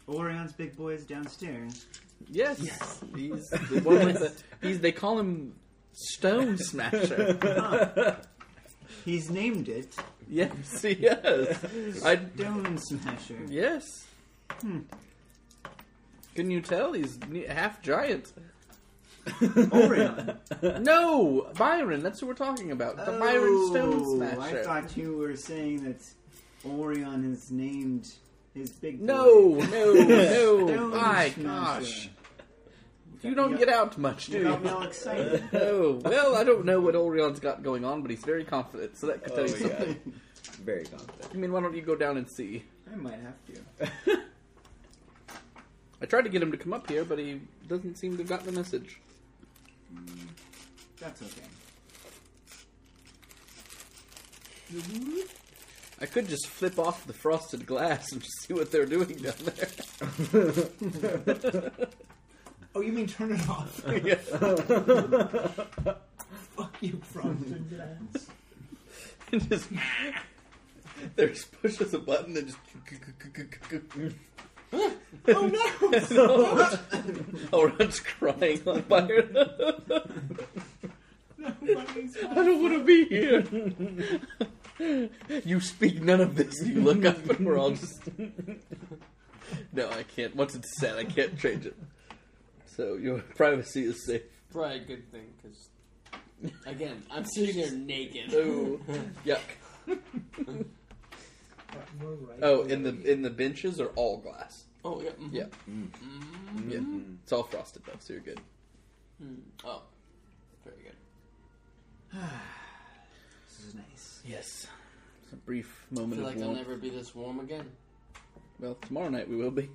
D: Orion's big boy is downstairs.
A: Yes, [laughs] he's the one with the. He's they call him Stone
F: Oh,
A: Smasher.
D: He's named it
A: [laughs] yes, he [laughs] is. hmm. I
D: Stone Smasher.
A: yes. Can you tell he's ne- half giant?
D: Orion.
A: No, Byron. That's who we're talking about. The Byron Stone
D: Oh,
A: Smasher.
D: I thought you were saying that Orion has named his big boy.
A: No, no, no!
D: Stone
A: My
D: Smasher.
A: gosh, you don't
D: Yeah.
A: get out much, do
D: You got me
A: you?
D: all excited.
A: Oh well, I don't know what Orion's got going on, but he's very confident, so that could tell you
F: Oh, yeah.
A: something.
F: Very confident.
A: I mean, why don't you go down and see?
D: I might have to.
A: I tried to get him to come up here, but he doesn't seem to have got the message.
D: That's okay.
A: I could just flip off the frosted glass and [laughs] just see what they're doing down there. [laughs]
G: Oh, you mean turn it off?
E: [laughs]
A: Yeah.
G: Fuck you, Frosted Glass.
A: And just there just pushes a button and just [laughs] oh no Orange crying on fire. I don't want to be here. you speak none of this. You look up and we're all just. no, I can't. Once it's set, I can't change it. So your privacy is safe.
I: Probably a good thing, because, again, I'm sitting there naked.
A: Oh, yuck.
G: But we're right.
A: Oh, in the in the benches are all glass.
I: Oh, yeah.
C: mm-hmm.
I: mhm.
A: Yeah. Yeah. It's all frosted though, so you're good.
I: Oh, very good.
D: This is nice.
A: Yes. It's a brief
I: I
A: moment
I: feel
A: of
I: like I'll
A: warmth.
I: never be this warm again.
A: Well, tomorrow night we will be.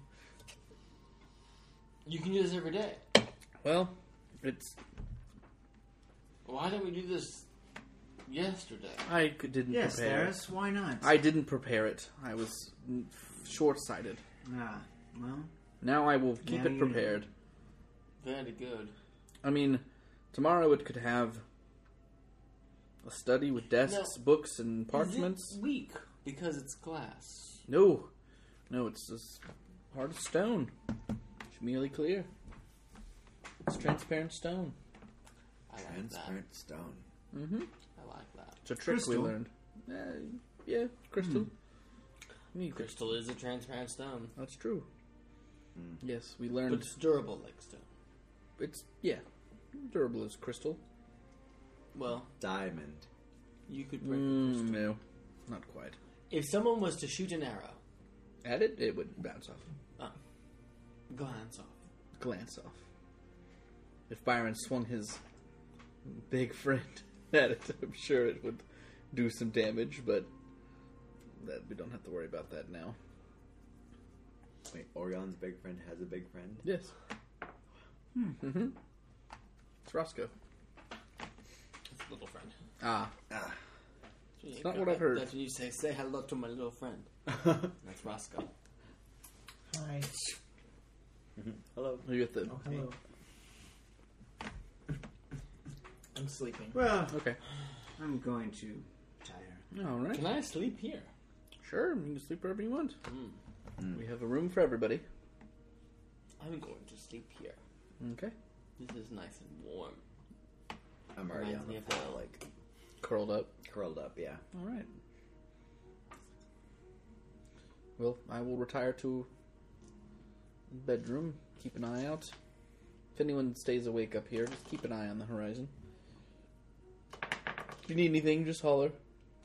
C: You can do this every day.
A: Well, it's
C: Why didn't we do this yesterday?
A: I c- didn't
D: Yes,
A: prepare.
D: Theris, why not?
A: I didn't prepare it. I was short-sighted.
D: Ah, well,
A: Now I will keep
D: Now
A: it
D: you-
A: prepared.
C: Very good.
A: I mean, tomorrow it could have a study with desks, books, and parchments.
C: Is it weak because it's glass.
A: No, no, it's as hard as stone. It's merely clear. It's transparent stone.
C: I like that.
F: Transparent stone.
C: I like that.
A: It's a trick
D: Crystal.
A: we learned. Hmm. Uh, yeah, crystal. You could-
C: Crystal is a transparent stone,
A: That's true. Yes, we
C: but
A: learned.
C: it's durable like stone.
A: it's yeah, durable as crystal.
C: Well,
F: Diamond.
C: you could break.
A: Mm, no, not quite.
C: If someone was to shoot an arrow,
A: At it, it would bounce off,
C: glance off.
A: glance off. If Byron swung his big [laughs] friend at it, I'm sure it would do some damage, but that we don't have to worry about that now.
F: Wait, Orion's big friend has a big friend.
A: Yes. Mm-hmm. Hmm. It's Roscoe.
C: It's a little friend.
A: Ah,
C: It's
A: not what I've heard.
C: That's when you say, "Say hello to my
A: [laughs]
C: little friend." That's Roscoe.
E: Hi.
F: Hello.
A: are you at the?
E: Oh, hello. I'm sleeping.
D: well,
A: Okay.
D: I'm going to tire.
A: All right.
C: Can I sleep here?
A: Sure, you can sleep wherever you want. Hmm. We have a room for everybody.
C: I'm going to sleep here.
A: Okay.
C: This is nice and warm.
F: I'm already
C: Reminds
F: on
C: me
F: the
C: of
F: floor,
C: how-
F: like
A: Curled up.
F: curled up. Yeah.
A: All right. Well, I will retire to bedroom. Keep an eye out. If anyone stays awake up here, just keep an eye on the horizon. If you need anything, just holler.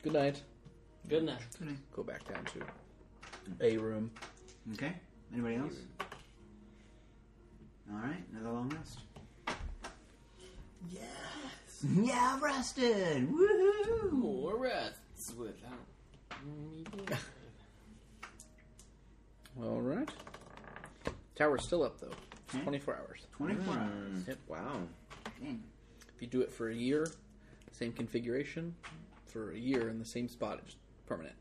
A: Good night.
C: Good night.
A: Go back down to a room.
D: Okay. Anybody else? All right. Another long rest. Yes. [laughs] yeah, I've rested. Woohoo!
C: More rests without. me.
A: All right. Tower's still up though. It's
D: Hmm?
A: 24 hours.
D: Twenty-four hours.
A: Yep.
F: Wow.
D: Dang.
A: If you do it for a year, same configuration, for a year in the same spot, it's permanent.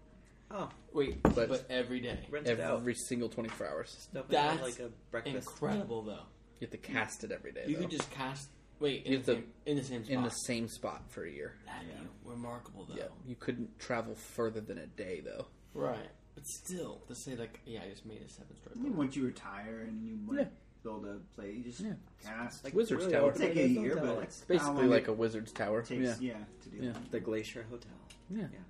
F: Oh,
C: Wait,
A: But-
C: but, every day.
F: rent it out.
A: Every single 24 hours.
F: Stuff it
C: That's
F: out like a breakfast.
C: Incredible though.
A: You have to cast it every day.
C: You
A: though.
C: could just cast. Wait, in,
A: You
C: the,
A: have to-
C: same, in the same spot.
A: in the same spot for a year.
C: That'd be remarkable though.
A: Yeah. You couldn't travel further than a day though.
C: Right. But still, to say like, yeah, I just made a seven story
D: You-
A: Hmm.
C: building.
D: Once you retire and you want
A: Yeah.
D: to build a play, you just
A: Yeah.
D: cast.
F: Like,
A: Wizard's
F: really,
A: Tower.
F: it's like
D: take a year,
F: hotel.
D: but
F: It's
D: it's how
A: Basically
D: long
A: like
D: it
A: a wizard's tower.
D: takes.
A: yeah.
D: Yeah. to do.
A: Yeah.
D: that. [laughs]
F: the Glacier Hotel.
A: Yeah.
D: Yeah.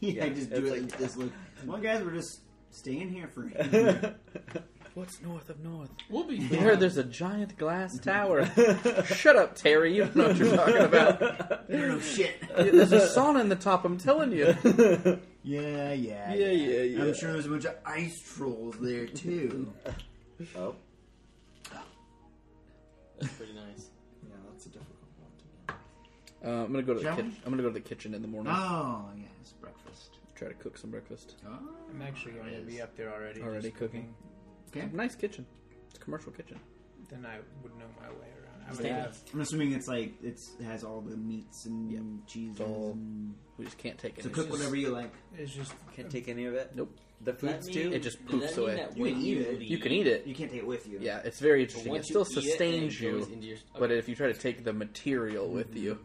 F: Yeah,
D: just
F: it's
D: do it.
F: like-
D: Like,
A: [laughs]
D: just look. Well, guys, we're just staying here for. [laughs]
A: What's north of north?
C: We'll be
A: We heard there's a giant glass tower. [laughs] Shut up, Terry. You don't know what you're talking about.
D: oh shit.
A: There's a sauna in the top. I'm telling you. Uh,
D: Yeah, yeah,
A: Yeah, yeah, yeah.
D: I'm sure there's a bunch of ice trolls
A: [laughs]
D: there too.
F: Oh,
C: That's pretty nice.
E: Yeah, that's a difficult one to
A: Uh, I'm gonna go to the
D: Shall we?
A: kitchen. I'm gonna go to the kitchen in the morning.
D: oh, yes, breakfast.
A: Try to cook some breakfast.
D: Oh,
G: I'm actually going to be up there already.
A: Already
G: just
A: cooking.
D: okay.
A: Nice kitchen. It's a commercial kitchen.
G: Then I would know my way around. I would
C: Stand
G: have.
D: I'm assuming it's like it's, it has all the meats and
A: Yep.
D: cheeses.
A: all-
D: and-
A: We just can't take it.
D: So
A: It's
D: cook
A: just-
D: whatever you like.
G: It's just.
F: can't take any of it.
A: Nope.
F: The food's
C: That
F: too.
C: means-
A: It just
C: does
A: poops
C: that mean
A: away.
C: that
D: You
C: when
D: can eat it.
A: You can eat it.
D: You can't take it with you.
A: Yeah, it's very
C: but
A: interesting. It
C: once
A: still
C: you eat it, then
A: sustains
C: it
A: you,
C: goes into your-
A: but
C: okay.
A: if you try to take the material with you,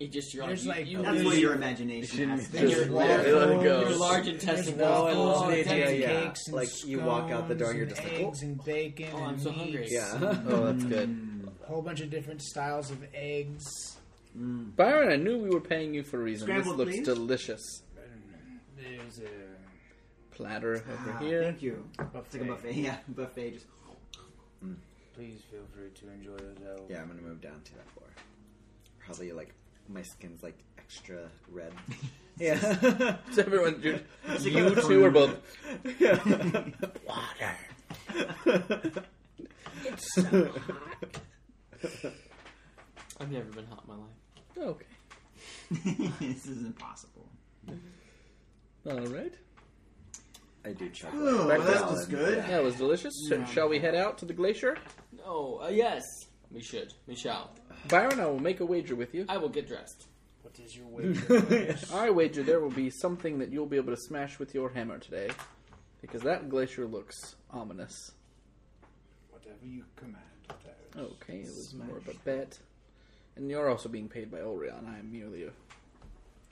C: It just your
G: There's
C: you,
G: like-
C: you,
D: That's
C: you,
D: where
G: what
D: your
A: It
D: imagination
A: shouldn't
D: has
A: be-
D: to
A: There's
C: your
A: Yeah,
C: large,
A: let it go.
C: your large intestine goes.
G: There's waffles,
C: Oh,
G: there's
C: that's
F: yeah,
G: cakes
F: yeah.
G: and
F: Like, you walk out the door and you're
G: scones
F: just like,
G: and eggs and bacon.
C: Oh, I'm
G: and
C: so hungry.
A: [laughs]
G: meats,
F: Yeah.
A: oh, that's good.
G: A whole bunch of different styles of eggs.
A: Byron, I knew we were paying you for a reason.
D: Scrambled,
A: this looks
D: please.
A: delicious.
G: There's a
A: Platter over
D: Ah,
A: here. [laughs]
D: Thank you. It's like a buffet. Yeah, [laughs] buffet. Just
G: Please feel free to enjoy those.
F: Yeah, I'm gonna move down to that floor. Probably like my skin's like extra red. yeah.
A: So everyone, you, you two are both
F: Water.
C: I've never been hot in my life.
A: okay.
D: this is impossible.
A: All right.
F: I do chuckle.
D: Oh, well,
F: Breakfast
D: that was
F: and-
D: good.
F: yeah.
A: That was delicious. So Shall we head out to the glacier?
C: No, uh, yes. We should. We shall.
A: Byron, I will make a wager with you.
C: I will get dressed.
G: What
D: [laughs]
G: is your weight?
A: I wager there will be something that you'll be able to smash with your hammer today, because that glacier looks ominous.
G: Whatever you command. that
D: Oh.
G: is.
A: Okay, it was more of a bet. And you're also being paid by Orion. I am merely a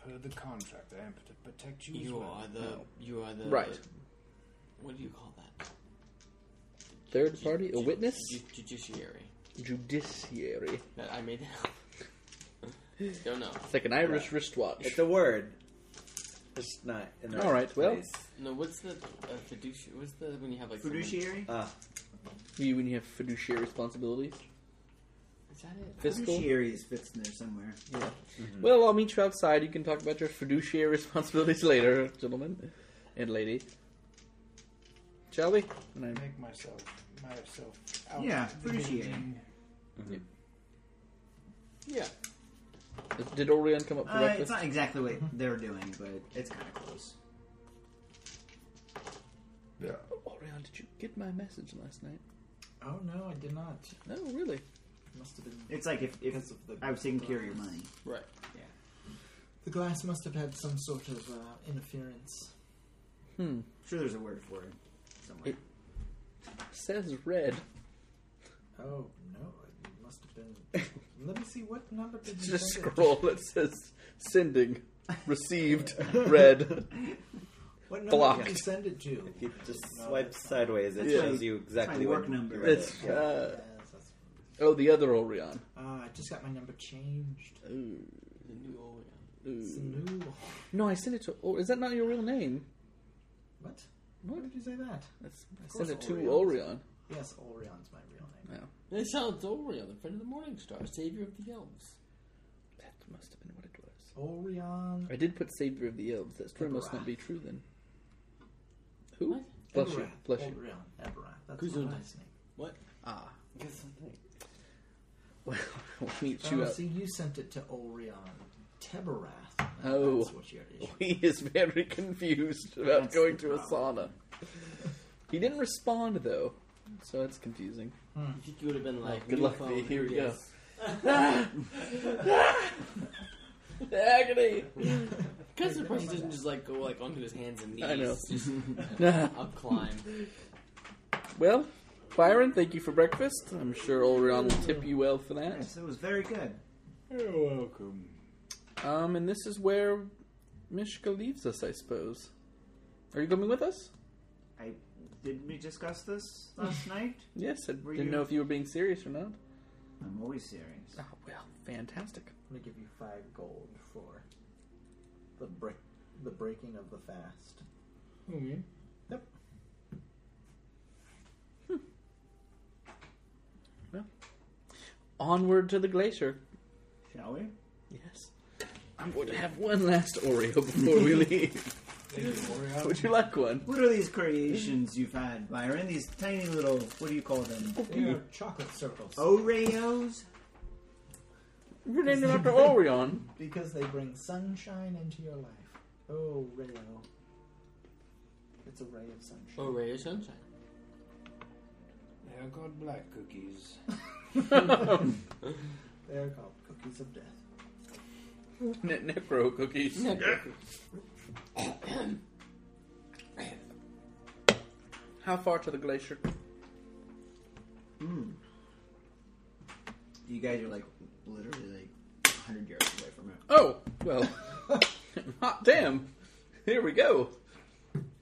G: Per the contract, I am to protect you. as
I: You
G: well.
I: are the. You are the.
A: Right.
I: What do you call that?
A: third party, a
I: Ju-
A: witness,
I: ju- judiciary.
A: judiciary.
I: That I made that up. [laughs] Don't know.
A: It's like an Irish
F: It's
A: wristwatch.
F: a word. It's not in the
A: All right, well.
F: place.
I: No, what's the uh, fiduciary? What's the when you have like someone-
D: Fiduciary?
F: Ah,
A: You when you have fiduciary responsibilities,
I: Is that it?
A: fiscal.
D: Fiduciaries fits in there somewhere.
A: Well, I'll meet you outside. You can talk about your fiduciary [laughs] responsibilities later, gentlemen and lady. Shall we? And I
G: Make myself myself out.
D: Yeah,
G: of the
D: fiduciary.
G: building.
I: Yeah.
A: Did Orion come up for
D: Uh, it's
A: breakfast?
D: not exactly what they're doing, but it's kind of close.
A: Orion, did you get my message last night?
E: Oh no, I did not.
A: No, really.
E: Must have been
D: It's like if, if
E: because of the.
D: I was taking care of your
E: glass.
D: money.
I: Right.
E: The glass must have had some sort of uh, interference.
A: Hmm.
D: I'm sure there's a word for it somewhere.
A: It- Says red.
E: Oh no, it must have
A: [laughs]
E: been. Let me see what number did you
A: Just
E: send it?
A: scroll. It says sending, received, [laughs] red.
E: What number did you
A: blocked.
E: send it to?
F: if you just
E: No,
F: swipe
E: that's not-
F: sideways, it
A: Yeah.
F: shows you exactly
D: my work
F: when
D: number.
F: you read
A: It's
F: it.
A: uh,
E: Yes, that's-
A: oh the other Orion.
E: Ah, I just got my number changed.
A: Ooh,
I: The new old
A: ooh.
E: It's new.
A: No, I sent it to. Oh, is that not your real name?
E: What? Why
A: What?
E: did you say that?
A: That's, I
E: Of
A: sent
E: course
A: it to
E: Orion.
A: Orion.
E: Yes, Orion's my real name.
I: They sound Orion, the friend of the Morning Star, savior of the elves.
A: That must have been what it was.
E: Orion.
A: I did put Savior of the Elves. That story must not be true then. Who? Bless you.
E: Eberron.
A: Bless you.
E: Orion. Eberron. That's my
I: Gesundheit.
E: last name.
A: Ah. Well, [laughs] we'll meet you
E: Oh,
A: out.
E: see, you sent it to Orion. Teberath. Now
A: Oh.
E: That's what your issue.
A: He is very confused about
D: That's
A: going
D: the
A: to a sauna.
D: problem.
A: He didn't respond though, so that's
D: [laughs]
A: confusing.
I: I think you would have been like,
A: Oh, good
I: new
A: luck,
I: phone,
A: V. Here we go.
I: yes.
A: Agony.
I: Because the person doesn't just like go like onto his hands and knees.
A: I know.
I: Just up climb.
A: [laughs] well, Byron, thank you for breakfast. I'm sure Orion will tip you well for that.
D: Yes, it was very good.
G: You're welcome.
A: Um, and this is where Mishka leaves us, I suppose. Are you coming with us?
D: I did we discuss this last night?
A: Yes, I
D: Were
A: didn't
D: you-
A: know if you were being serious or not.
D: I'm always serious.
A: Oh, well, fantastic.
E: I'm gonna give you five gold for the break, the breaking of the fast.
G: Okay.
E: Yep.
A: Onward to the glacier.
D: Shall we?
A: Yes. I'm going to have one last Oreo before [laughs] we leave.
G: Thank you, Orion.
A: Would you like one?
D: What are these creations you've had, Byron? These tiny little what do you call them?
E: They are chocolate circles
A: Oh.
D: Oreos?
A: You're named him after Orion.
E: because they bring sunshine into your life. Oh, Rayo. It's a ray of sunshine.
I: Oh, ray of sunshine.
G: They're called black [laughs] cookies.
E: They're called cookies of death.
A: [laughs] Ne- necro cookies. How far to the glacier?
D: You guys are like literally like 100 yards away from it.
A: Oh, well. [laughs] Hot damn. Here we go.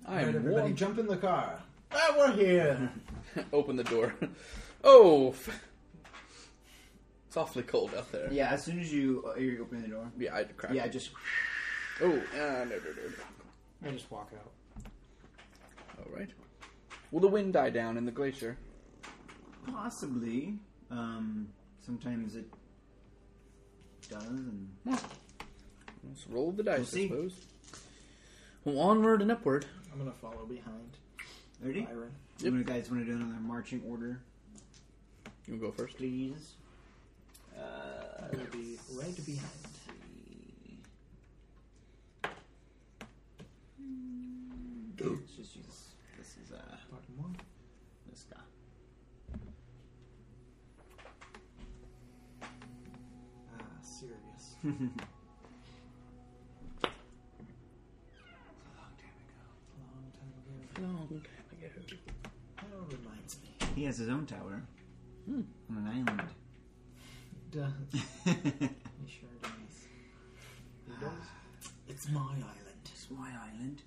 A: I
E: All right,
A: am
E: everybody,
A: warm.
E: jump in the car. Ah, we're
D: [laughs]
E: here.
A: [laughs] Open the door. [laughs] Oh. f- It's awfully cold out there.
D: Yeah, as soon as you uh, you open the door.
A: Yeah, I cracked.
D: Yeah, just
A: Oh, uh, no, no, no, no.
G: I just walk out.
A: All right. Will the wind die down in the glacier?
D: possibly. Um, sometimes it does, and
A: Let's roll the dice, I
D: see.
A: suppose. Well, onward and upward.
E: I'm gonna follow behind
D: ready.
E: Byron.
D: You wanna- guys want to do another marching order,
A: You go first.
D: please? Uh,
E: I'm gonna be right behind.
D: Let's just use this is uh
E: Bottom one.
D: this guy.
E: Ah,
D: [laughs]
E: serious. Long time ago.
I: Long.
E: That reminds me.
D: He has his own tower on an island. [laughs]
E: Does. he sure does.
D: Ah.
E: It's my island.
D: It's my island.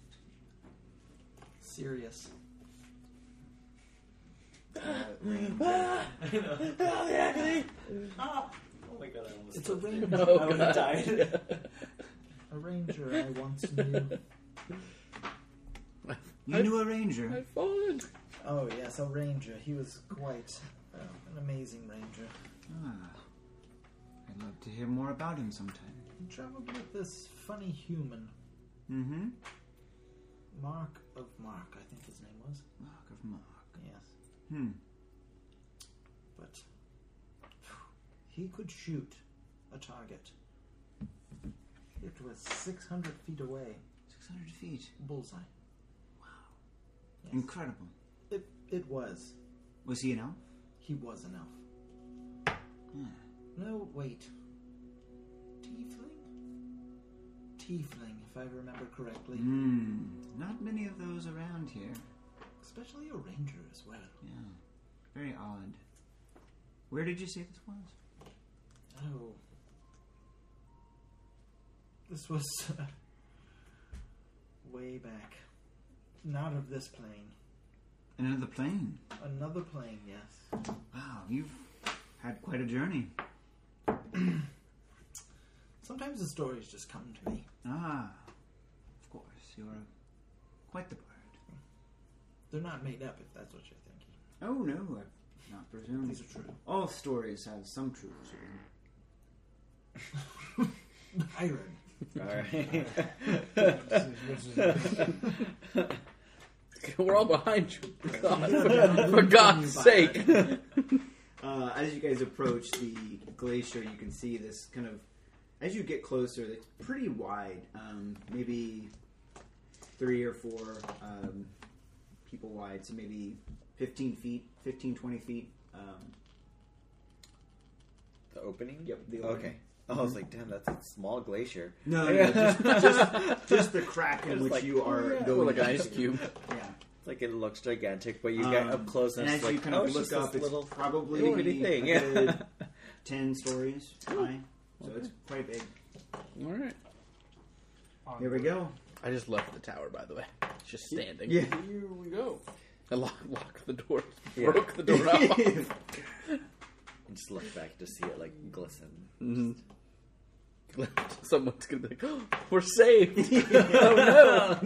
E: Serious.
D: Ah.
E: Ah.
D: Oh my god! I almost
E: It's a ranger.
I: Oh,
D: I
A: [laughs]
D: would've died.
E: A ranger I once knew.
D: you knew a ranger.
I: I've fallen.
E: Oh yes, a ranger. He was quite uh, an amazing ranger.
D: Ah. I'd love to hear more about him sometime.
E: He traveled with this funny human,
D: Mm-hmm.
E: Mark of Mark, I think his name was.
D: Mark of Mark.
E: Yes,
D: Hmm.
E: but he could shoot a target. It was 600 feet away,
D: Six hundred feet.
E: bullseye. Yes.
D: Incredible.
E: It it was.
D: Was he an elf?
E: He was an elf.
D: Yeah.
E: No, wait. Tiefling? Tiefling, if I remember correctly.
D: Hmm. Not many of those around here.
E: Especially a ranger as well.
D: Yeah. Very odd. Where did you say this was?
E: Oh. This was uh, way back. Not of this plane.
D: Another plane.
E: Another plane, yes.
D: Wow, you've had quite a journey.
E: Sometimes the stories just come to me.
D: Ah, of course, you're quite the bird.
E: They're not made up, if that's what you're thinking.
D: Oh no, I've not presumed.
E: These are [laughs] true.
D: All stories have some truth to them.
E: Iron.
I: We're all behind you.
A: [laughs]
I: For God's sake.
D: Uh, as you guys approach the glacier, you can see this kind of. As you get closer, it's pretty wide, um, maybe three or four um, people wide, so maybe 15 feet, 15, 20 feet. Um,
F: The opening?
D: Yep, the
F: Okay.
D: opening.
F: I was like, damn, that's a small glacier.
D: no, no,
F: [laughs]
D: no, [laughs] just, just, just the crack in
F: It's
D: which
F: like- oh,
D: you are
F: yeah.
D: going.
F: Like an ice
D: cube. Yeah.
F: It's like it looks gigantic, but you get up
D: Um,
F: close and,
D: and
F: it's
D: as
F: like,
D: you kind
F: oh,
D: of
F: it's
D: look
F: just
D: up,
F: this
D: it's
F: little
D: probably
F: itty
D: a
F: bitty thing.
D: good
F: Yeah.
D: 10 stories high, so it's quite big.
A: All right.
D: Here we go.
A: I just left the tower, by the way. It's just standing.
D: Yeah.
C: Here we go.
A: I lock, locked the door.
F: Yeah.
A: Broke the door out.
D: [laughs]
F: and just look back to see it like glisten.
A: [laughs] Someone's gonna be like, [gasps] oh, "We're saved." [laughs]
D: and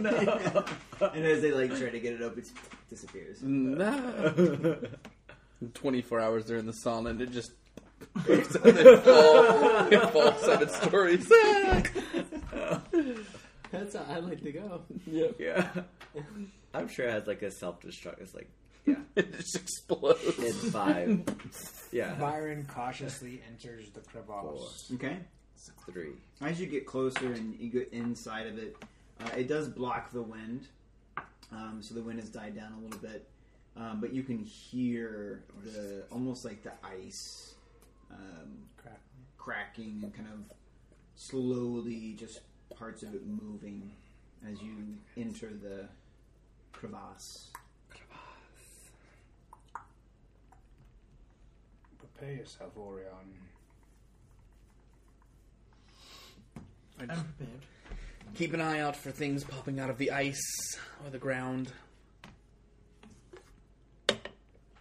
D: as they like try to get it up, it disappears.
A: No. Twenty-four hours they're in the sauna, and it just breaks and it falls. It falls seven stories.
I: That's how I like to go.
G: [laughs]
A: yeah,
F: I'm sure it has like a self destruct. It's like
A: [laughs] it just explodes.
G: [laughs]
F: in five. yeah.
G: Byron cautiously enters the crevasse.
D: Okay.
F: Three.
D: As you get closer and you get inside of it, uh, it does block the wind, um, so the wind has died down a little bit. Um, but you can hear the almost like the ice um,
G: Crap.
D: cracking and kind of slowly just parts of it moving as you enter the crevasse.
G: Prepare yourself, Orion.
A: I just
E: I'm prepared.
A: keep an eye out for things popping out of the ice or the ground.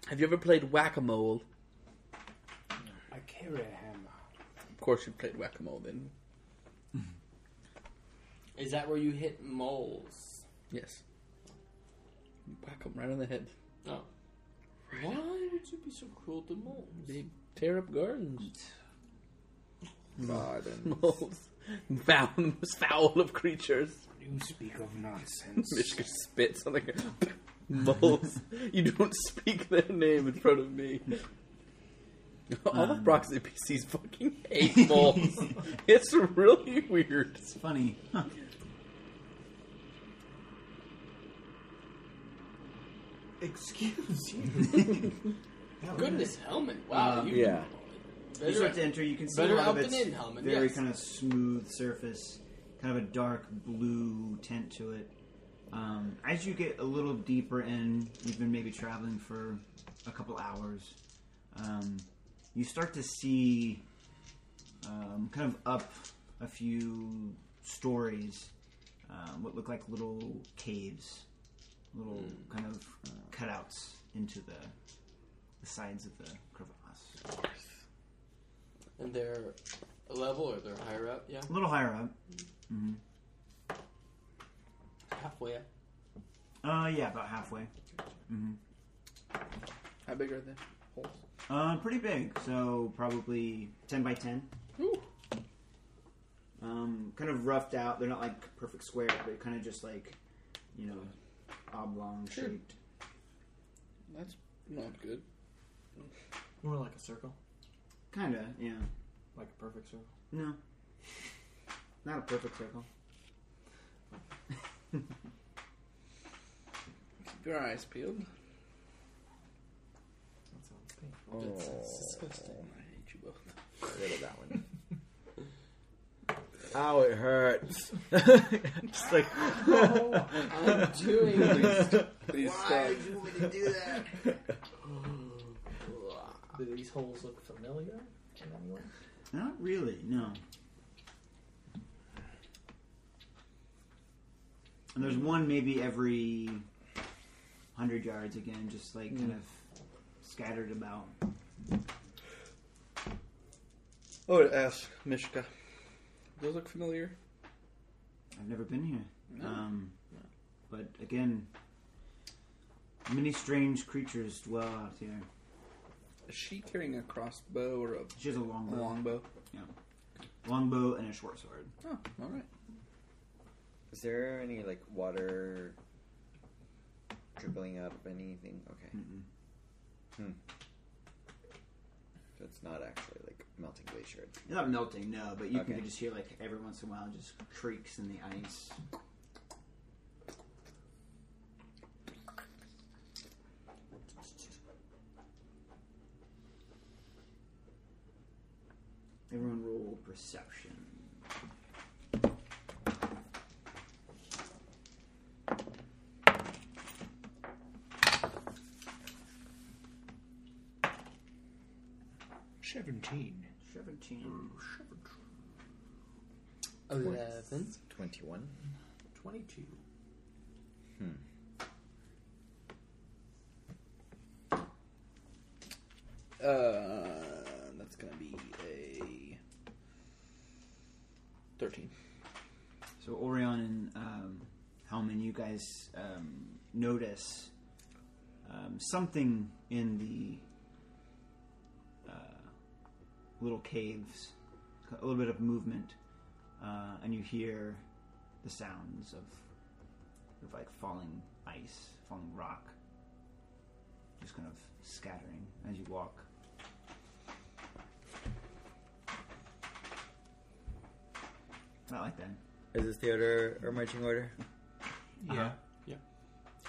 A: Have you ever played whack-a-mole?
G: I carry a hammer.
A: Of course, you played whack-a-mole then.
I: Is that where you hit moles?
A: Yes. You whack 'em right on the head.
I: Oh. Why would you be so cruel to moles?
A: They tear up [laughs] gardens.
F: Garden.
A: Moles. Mounds foul of creatures.
G: You speak of
A: [laughs]
G: nonsense.
A: Mishka spits on the ground. [laughs] Moles. you don't speak their name in front of me. [laughs] All of Brock's NPCs fucking hate [laughs] moles. it's really weird.
D: It's funny. Huh.
E: Excuse you.
I: Goodness, helmet. Wow.
D: Um,
I: you,
F: yeah.
D: You start
I: Better,
D: to enter. You can see a
I: better
D: lot
I: up
D: of
I: and
D: its
I: in helmet.
D: very
I: yes.
D: kind of smooth surface, kind of a dark blue tint to it. Um, as you get a little deeper in, you've been maybe traveling for a couple hours. Um, you start to see um, kind of up a few stories, um, what look like little caves, little
I: Hmm.
D: kind of uh, cutouts into the, the sides of the crevasse.
I: and they're a level or they're higher up. Yeah,
D: A little higher up.
I: halfway up.
D: Uh, yeah, about halfway.
A: How big are the holes?
D: Uh, pretty big. So probably ten by ten.
I: Ooh.
D: Um, kind of roughed out. They're not like perfect square, but kind of just like, you know, oblong
A: Sure.
D: shaped.
A: That's not good.
E: More like a circle,
D: Kind of, yeah.
E: like a perfect circle.
D: No, not a perfect circle.
A: Keep your eyes peeled.
E: That sounds painful.
F: Oh,
C: That's, that's disgusting.
A: I hate you both.
F: get rid of that one. Ow, it hurts. [laughs] Just
G: [laughs]
F: like
I: [laughs] I'm [laughs] doing this.
A: Please stop.
D: you want me to do that?
E: Do these holes look familiar in any way?
D: not really. No. And there's one maybe every hundred yards again, just like kind of scattered about.
A: I would ask Mishka. Those look familiar.
D: I've never been here. Um, But again, many strange creatures dwell out here.
A: Is she carrying a crossbow or a,
D: She has a long
A: a
D: bow,
A: longbow?
D: long bow, and a short sword.
A: Oh, all right.
F: Is there any like water dribbling out of anything?
G: Hmm.
F: Okay,
D: Mm-mm.
F: so it's not actually like melting glacier. It's-
D: They're not melting, no, but you
F: Okay.
D: can just hear like every once in a while just creaks in the ice. Everyone roll perception.
G: Seventeen.
D: 17.
I: Oh, Eleven.
F: Twenty-one.
E: 22.
A: Uh, that's gonna be a thirteen.
D: So Orion and um, Hellman, you guys um, notice um, something in the uh, little caves, a little bit of movement, uh, and you hear the sounds of of like falling ice, falling rock, just kind of scattering as you walk. Not like that.
F: Is this the order or marching order?
G: Yeah.
D: Uh-huh.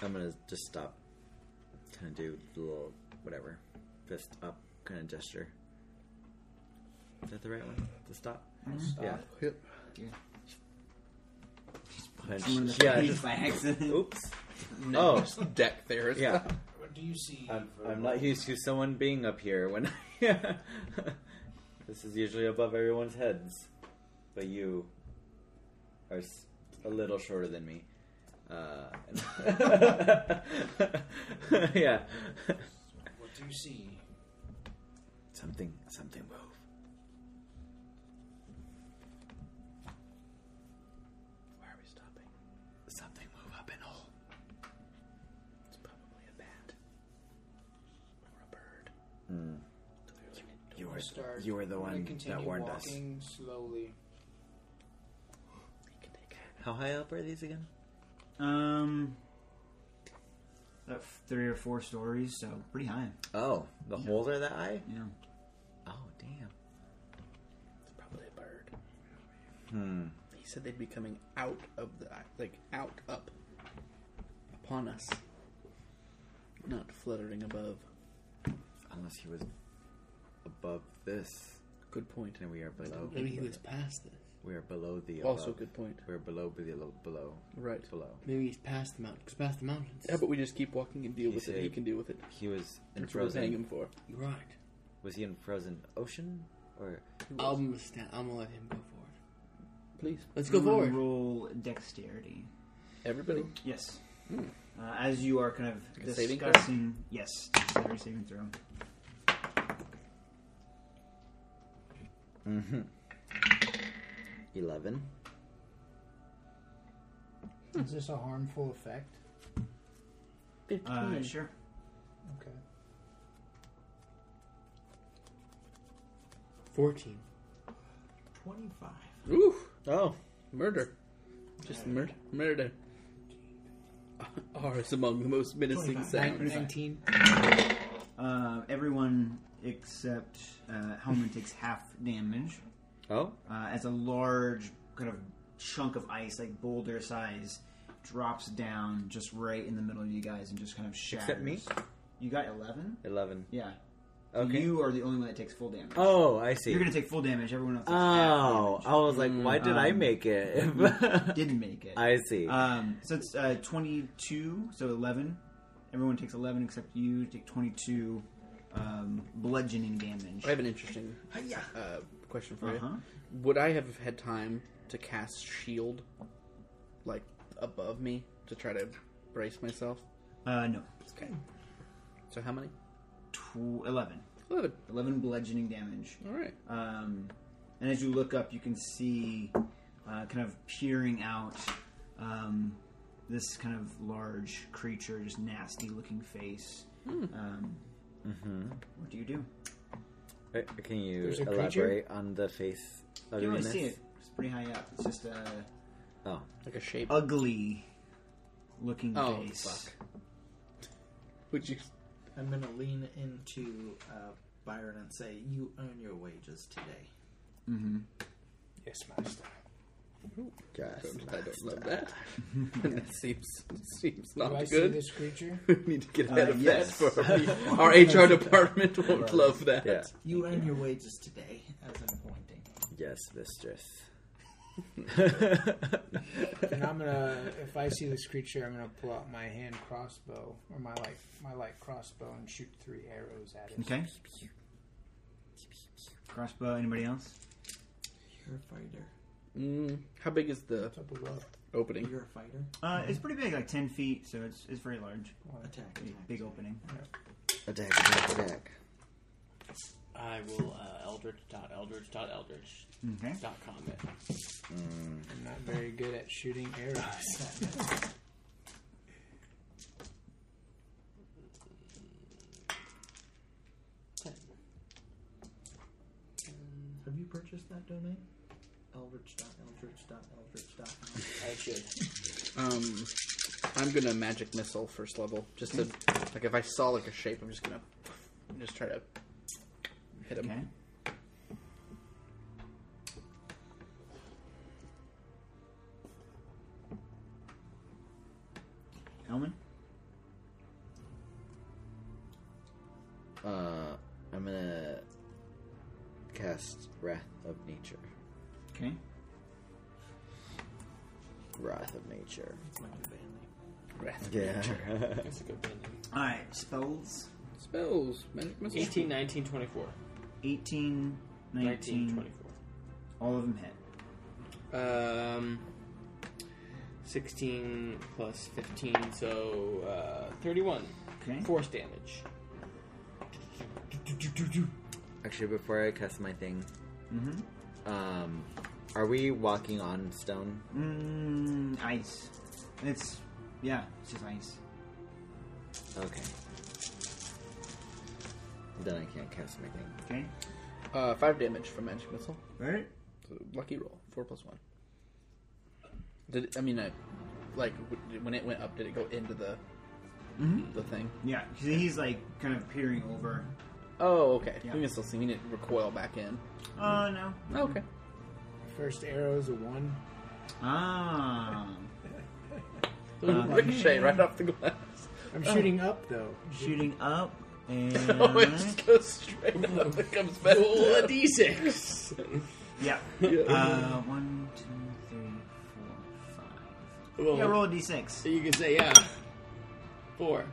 F: I'm gonna just stop. Kind of do the little whatever, fist up kind of gesture. Is that the right one? To stop? Yeah.
A: Yep.
F: Punch.
D: Someone in the
F: Yeah.
D: face
F: Just,
D: by accident.
F: oops. Oh,
A: deck there. as
F: yeah.
A: well.
G: What do you see?
D: Um,
F: I'm,
D: uh,
F: I'm not used to someone being up here when. [laughs] this is usually above everyone's heads, but you are s- a little shorter than me. Uh, [laughs] and- yeah.
G: What do you see?
F: Something, something move. Where are we stopping? Something move up in hole.
A: It's probably a bat or a bird. Hmm.
F: You
G: We'll
F: were,
G: start.
F: you were the
G: I'm gonna
F: one
G: continue
F: that warned us.
G: walking slowly.
F: How high up are these again?
D: [laughs] Um, about three or four stories, so pretty high.
F: Oh, the holes are that high.
D: Yeah.
F: Oh, damn.
A: It's probably a bird.
F: Hmm.
A: He said they'd be coming out of the like out up upon us. fluttering above.
F: Unless he was above this,
A: Good point.
F: and we are below.
I: Maybe he was past this.
F: We are below the.
A: Also,
F: above.
A: good point.
F: We're below below below
A: Right.
F: below.
I: Maybe he's past the mountain. Because past the mountains.
A: How about we just keep walking and deal
F: He
A: with it? He
F: said-
A: can deal with it.
F: He was in
A: That's what we're paying him
F: frozen.
A: for.
I: You're right.
F: Was he in frozen ocean or? Um,
I: I'm gonna stand. I'm gonna let him go forward.
A: Please,
I: Let's go forward.
D: Roll dexterity.
A: everybody.
D: Yes. Uh, as you are kind of
A: a saving throw?
D: discussing, yes, dexterity saving throw.
F: Mm-hmm. Eleven.
G: Is this a harmful effect?
D: Uh, sure.
G: Okay.
I: Fourteen.
H: Twenty-five.
A: Ooh,
F: Oh,
A: murder. Just murder. Murder. [laughs] R is among the most menacing sounds.
G: Nineteen.
D: Uh, everyone except uh, Helman takes half damage
F: Oh.
D: uh, as a large kind of chunk of ice, like boulder size, drops down just right in the middle of you guys and just kind of shatters.
F: Except me?
D: You got eleven.
F: Eleven.
D: Yeah. So
F: Okay.
D: You are the only one that takes full damage.
F: oh, I see.
D: You're gonna take full damage. Everyone else. Takes
F: oh,
D: half damage.
F: I was like, why did I
D: um,
F: make it? [laughs]
D: Didn't make it.
F: I see.
D: Um, so it's uh, 22, so 11. Everyone takes 11 except you. You Take 22 um, bludgeoning damage.
A: I have an interesting uh, question for
D: Uh-huh.
A: you. Would I have had time to cast shield, like above me, to try to brace myself?
D: Uh, no,
A: Okay. So how many?
D: Tw- 11.
A: Eleven.
D: 11 bludgeoning damage.
A: All right.
D: Um, and as you look up, you can see uh, kind of peering out um, this kind of large creature, just nasty looking face.
A: Hmm.
D: Um, What do you do?
F: Uh, Can you
G: There's a
F: elaborate
G: creature?
F: on the face?
D: You
F: Other
D: don't
F: than
D: really see
F: this?
D: it. It's pretty high up. It's just a
F: Oh,
A: Like a shape.
D: ugly looking
A: Oh,
D: face.
A: fuck. Would you?
E: I'm gonna lean into uh, Byron and say, "You earn your wages today."
D: Mm-hmm.
G: Yes, master.
F: just
A: I don't love that.
D: [laughs]
A: [laughs] that seems seems not
G: Do I see
A: good.
G: this creature?
A: [laughs] we need to get ahead
D: Uh,
A: of
D: yes.
A: that. For
D: [laughs]
A: our HR department won't love that.
F: yeah.
E: You earn your wages today, as I'm pointing.
F: Yes, mistress.
D: [laughs]
F: [laughs]
G: And I'm gonna, if I see this creature, I'm gonna pull out my hand crossbow or my light, my light crossbow, and shoot three arrows at it.
D: Okay. Crossbow. Anybody else?
E: You're a fighter.
A: Mm, how big is the
G: What's up with that?
A: opening?
E: You're a fighter.
D: Uh, it's pretty big, like ten feet, so it's it's very large.
E: Attack.
D: Pretty
E: attack.
D: Big opening.
F: attack, attack, attack.
I: I will uh, eldritch dot eldritch dot eldritch
D: Okay.
I: dot combat.
F: Mm,
G: I'm not very good at shooting arrows.
I: Ten.
E: Have you purchased that domain? Eldritch dot Eldritch dot Eldritch dot.
I: I should.
A: Um, I'm gonna magic missile first level. Just to like if I saw like a shape, I'm just gonna just try to hit him.
D: Okay. Elman.
F: Uh, I'm gonna cast Wrath of Nature.
D: Okay.
F: Wrath of Nature.
I: It's my good band name.
A: Wrath.
F: Yeah.
I: It's a good band name.
D: All right. Spells.
A: Spells. Magic missile.
I: 18, 19, 24.
D: 18, 19,
I: 19, 24.
D: All of them hit.
I: Um, 16 plus 15, so uh, 31.
D: Okay.
I: Force damage.
F: [laughs] Actually, before I cast my thing,
D: Mm-hmm.
F: um, are we walking on stone?
D: Mm, ice. It's yeah. It's just ice.
F: Okay. Then I can't cast my thing.
D: Okay.
A: Uh, five damage from magic missile.
D: All right.
A: So, lucky roll. Four plus one. Did it, I mean I like w- when it went up? Did it go into the the thing?
D: Yeah, 'cause he's like kind of peering over.
A: Oh, okay.
D: Yeah.
A: We can still see. We need to recoil back in.
D: Oh no.
A: Okay.
G: First arrow is a one.
D: Ah.
A: Ricochet right off the glass. [laughs]
G: Oh, I'm shooting up though.
F: Shooting up and
M: Oh, it just goes straight up and comes back.
G: Roll a
A: [laughs]
G: d6.
H: Yeah.
D: Uh, one, two, three, four, five.
M: Well,
D: Yeah, roll a d6.
M: You can say yeah. Four.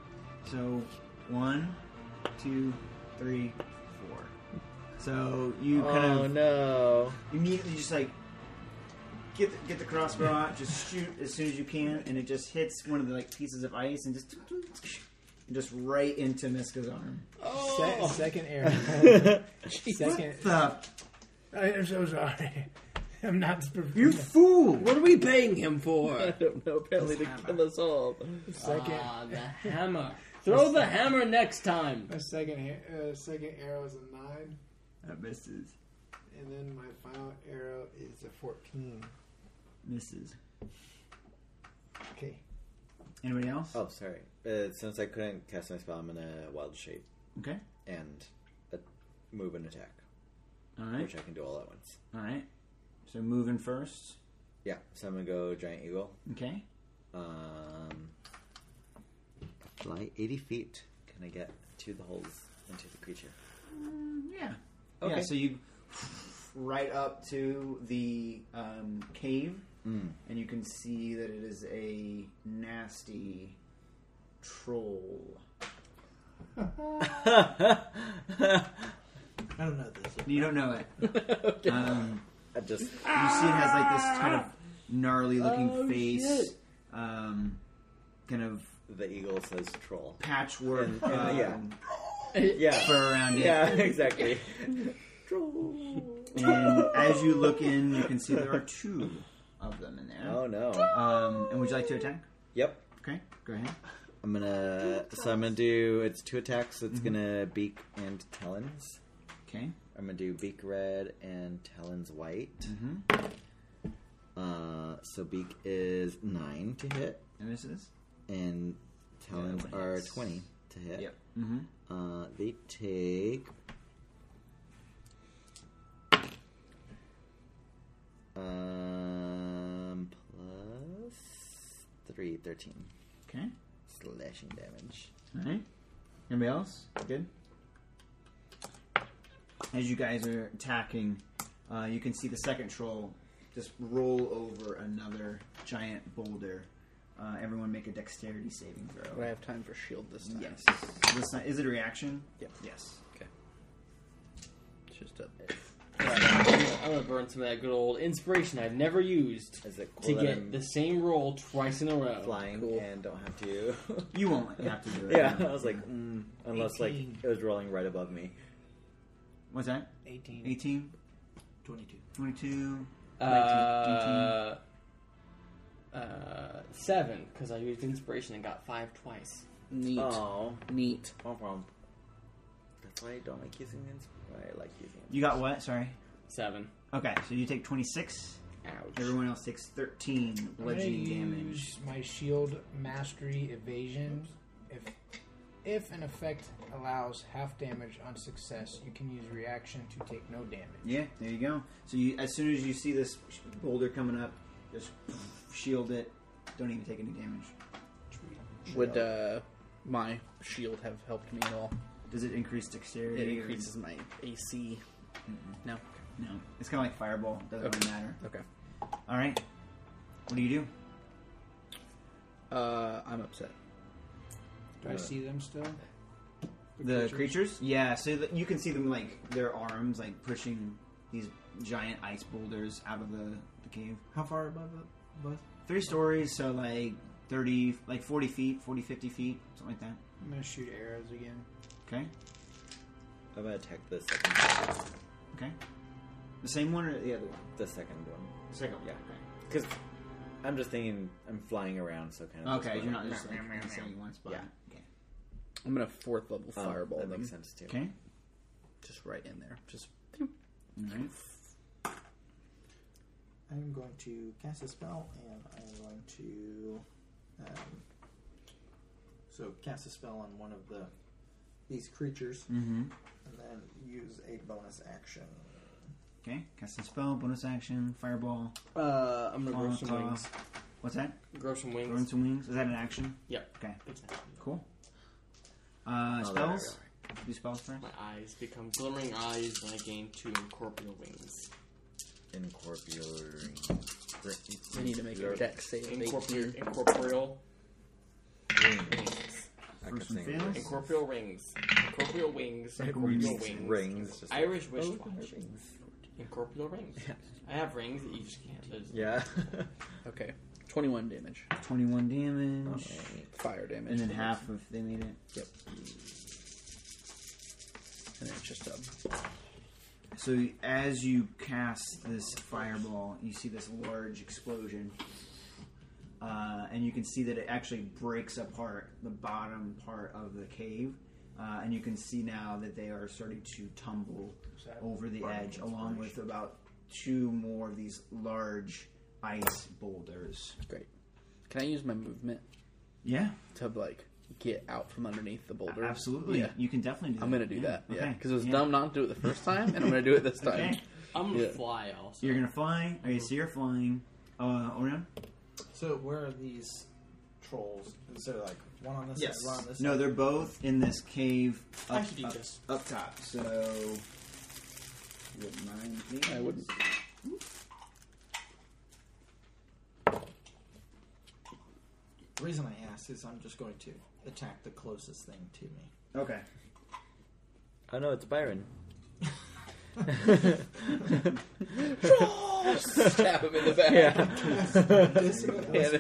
D: So one, two, three, four. So you kind
M: Oh
D: of
M: no! [laughs]
D: immediately just like get the, get the crossbow out, just shoot as soon as you can, and it just hits one of the like pieces of ice and just and just right into Miska's arm.
I: Oh!
G: Se- second
E: [laughs]
G: arrow. second.
H: The
G: I am so sorry. I'm not.
H: you fool!
I: What are we paying him [laughs] for?
M: I don't know. Apparently to kill us all.
G: second.
I: Ah, the [laughs] hammer. Throw the hammer next time.
G: my second. ha- Uh, second arrow is a nine,
D: That misses,
G: and then my final arrow is a fourteen.
D: misses.
G: Okay.
D: Anybody else?
F: Oh, sorry. Uh, since I couldn't cast my spell, I'm in a wild shape
D: Okay.
F: and a move and attack,
D: All right.
F: which I can do all at once.
D: All right. So moving first.
F: Yeah, so I'm gonna go giant eagle.
D: Okay.
F: Um, fly 80 feet. Can I get to the holes into the creature?
D: Yeah. Yeah.
F: Okay.
D: So you right up to the um, cave,
F: Mm.
D: and you can see that it is a nasty troll.
E: I don't know this.
D: You don't know it. um,
F: I Uh, just
D: you see it has like this kind of gnarly looking face, um, kind of
F: the eagle says troll.
D: patchwork
F: And- and- yeah.
D: um,
F: Yeah,
D: fur around it.
F: yeah, [laughs] exactly.
D: And as you look in, you can see there are two of them in there.
F: Oh no.
D: Um, and would you like to attack?
F: Yep.
D: Okay, go ahead.
F: I'm gonna. So I'm gonna do. It's two attacks.
D: Mm-hmm.
F: It's gonna beak and talons.
D: Okay.
F: I'm gonna do beak red and talons white.
D: Mm-hmm.
F: Uh, so beak is nine to hit,
D: And this is?
F: and talons
D: one
F: are
D: hits.
F: twenty to hit.
D: Yep. Mm-hmm.
F: Uh, they take. Um, plus three, 13
D: Okay.
F: slashing damage.
D: All right. Anybody else? Good. As you guys are attacking, uh, you can see the second troll just roll over another giant boulder. Uh, everyone make a dexterity saving throw.
A: Do I have time for shield this time?
D: Yes. This, is it a reaction?
A: Yep.
D: Yes.
A: It's just a
I: [laughs] I'm gonna- I'm gonna burn some of that good old inspiration I've never used
F: Is it
I: to
F: cool that
I: get
F: I'm
I: the same roll twice in a row.
F: flying and don't have to? [laughs]
D: You won't have to do it.
F: yeah, I was like, mm, unless
G: Eighteen.
F: like it was rolling right above me.
D: What's that?
G: Eighteen.
D: 18,
E: 22.
D: 22.
I: Uh, uh, seven because I used inspiration and got five twice.
A: neat,
F: Oh,
A: neat.
F: That's why I don't like using ins. Why I like using
D: You got what? Sorry.
I: Seven.
D: Okay, so you take 26.
I: Ouch.
D: Everyone else takes 13
G: I'm gonna
D: bludgeoning damage.
G: use my shield mastery evasion. If if an effect allows half damage on success, you can use reaction to take no damage.
D: Yeah, there you go. So you, as soon as you see this sh- boulder coming up, just shield it. Don't even take any damage.
A: Would uh, my shield have helped me at all?
D: Does it increase
A: It
D: dexterity? or-
A: increases my AC. No.
D: No, it's kind of like fireball. Doesn't
A: Okay.
D: really matter.
A: Okay.
D: All right. What do you do?
A: Uh, I'm upset.
G: Do I see them still?
D: The creatures? Yeah. So that you can see them like their arms like pushing these giant ice boulders out of the, the cave.
E: How far above above?
D: Three stories, so like 30, like 40 feet, 40, 50 feet, something like that.
G: I'm gonna shoot arrows again.
D: Okay.
F: I'm gonna attack the second,
D: Okay. The same one or the other one?
F: the second one.
D: The second one.
F: Yeah. Because I'm just thinking I'm flying around, so kind of.
D: Okay,
F: just
D: you're not
F: going-
D: just like in any one spot.
F: Yeah.
D: Okay.
A: I'm gonna fourth
M: Oh,
A: level
F: Um,
A: fireball
F: That
A: them
F: makes sense too.
D: Okay.
A: just right in there. Just
D: All right.
E: I'm going to cast a spell and I'm going to. Um, so, cast a spell on one of the these creatures
D: Mm-hmm.
E: and then use a bonus action.
D: Okay. Cast a spell, bonus action, fireball.
I: Uh, I'm gonna
D: Oh,
I: grow some
D: God.
I: wings.
D: What's that?
C: Grow some
D: Throwing
C: wings.
D: some wings. Is that an action?
C: Yep.
D: Okay.
C: It's-
D: Cool. Uh,
F: Oh, there we
D: spells. Do spells first.
C: My eyes become glimmering eyes, and I gain two incorporeal wings.
F: Incorporeal.
A: I need to make a deck save. of
C: Incorporeal,
A: 18.
C: incorporeal,
F: Rings.
D: First
F: I kept
D: one
F: saying
D: fails.
F: rings.
C: incorporeal wings, incorporeal wings, incorporeal wings,
F: Rings. just like-
C: Irish wish watch, incorporeal rings. I have rings that you just can't.
D: [laughs]
F: Yeah.
A: Okay, twenty-one damage,
D: Twenty-one damage,
I: Oh,
A: fire damage,
D: and then half if they made it.
A: Yep. And then it's just um, a
D: So as you cast this fireball, you see this large explosion, uh, and you can see that it actually breaks apart the bottom part of the cave, uh, and you can see now that they are starting to tumble over the edge, along with about two more of these large ice boulders.
A: great. Can I use my movement
D: Yeah,
A: to like get out from underneath the boulder?
D: absolutely.
A: Yeah.
D: You can definitely. do that.
A: I'm gonna do
D: Yeah,
A: that. Yeah,
D: okay,
A: because it was
D: yeah.
A: dumb not to do it the first time, and I'm gonna do it this time.
D: Okay.
C: I'm gonna
A: Yeah.
C: fly also. [laughs]
D: You're gonna fly. Okay, so you're flying. Uh, Orion?
E: So where are these trolls? Is there like one on this
F: Yes.
E: side, one on this
D: No,
E: side?
D: they're both in this cave
C: I
D: up,
C: should do
D: up,
C: this.
D: up top. So, wouldn't mind me.
A: I wouldn't.
E: The reason I ask is I'm just going to attack the closest thing to me. [laughs]
D: Okay.
F: Oh no,
D: [laughs]
F: it's Byron.
A: [laughs] Stab him in the back. [laughs]
D: [laughs]
E: This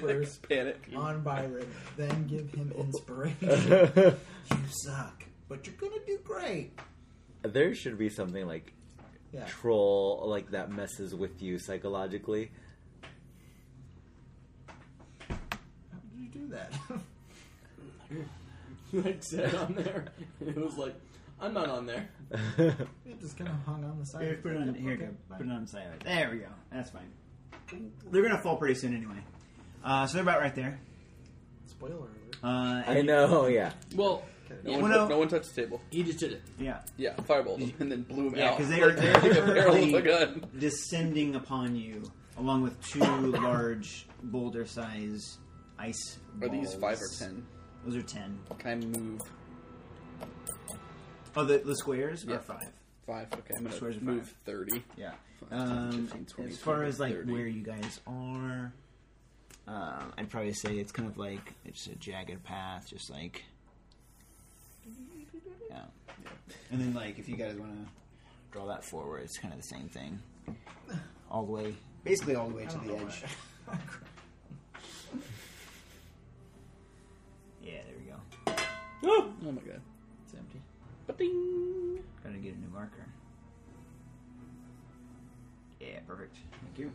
E: whispers
A: Panic.
E: on Byron, then give him
D: [laughs]
E: inspiration. you suck, but you're gonna do great.
F: There should be something like
E: Yeah.
F: troll, like that messes with you psychologically.
E: How did you do that? [laughs]
C: You had said on there. [laughs] It was like, I'm not on there.
E: it just kind of hung on the side.
D: Here,
E: of
D: put it
E: the-
D: on. Here,
E: okay,
D: go.
E: fine.
D: Put it on the side. There we go. That's fine. They're gonna fall pretty soon anyway. Uh, so they're about right there.
E: Spoiler alert.
D: Uh,
F: [laughs] I know, yeah.
C: Well,
A: No one,
D: Well, no.
A: no one touched the table.
C: he just did it.
D: yeah,
A: Yeah, fireball him and then blew him
D: yeah,
A: out.
D: because they are they're
A: like a barrel of a
D: currently
A: gun.
D: descending upon you, along with
A: [coughs]
D: two large boulder size ice.
A: Are these
D: balls.
A: five or ten?
D: Those are ten.
A: Can I move
D: Oh, the, the squares
A: Yeah.
D: are five.
A: five? Okay, I'm
D: Squares
A: gonna
D: are
A: move
D: five.
A: thirty.
D: Yeah.
A: Five, ten,
D: Um,
A: fifteen, twenty,
D: as far as like
A: 30.
D: where you guys are, um, I'd probably say it's kind of like it's a jagged path, just like. Yeah. And then like if you guys want to draw that forward, it's kind of the same thing. All the way, basically all the way to the edge. [laughs] yeah, there we go.
A: [gasps] Oh my god.
D: It's empty.
A: Ba-ding.
D: Gotta get a new marker. Yeah, perfect. Thank you.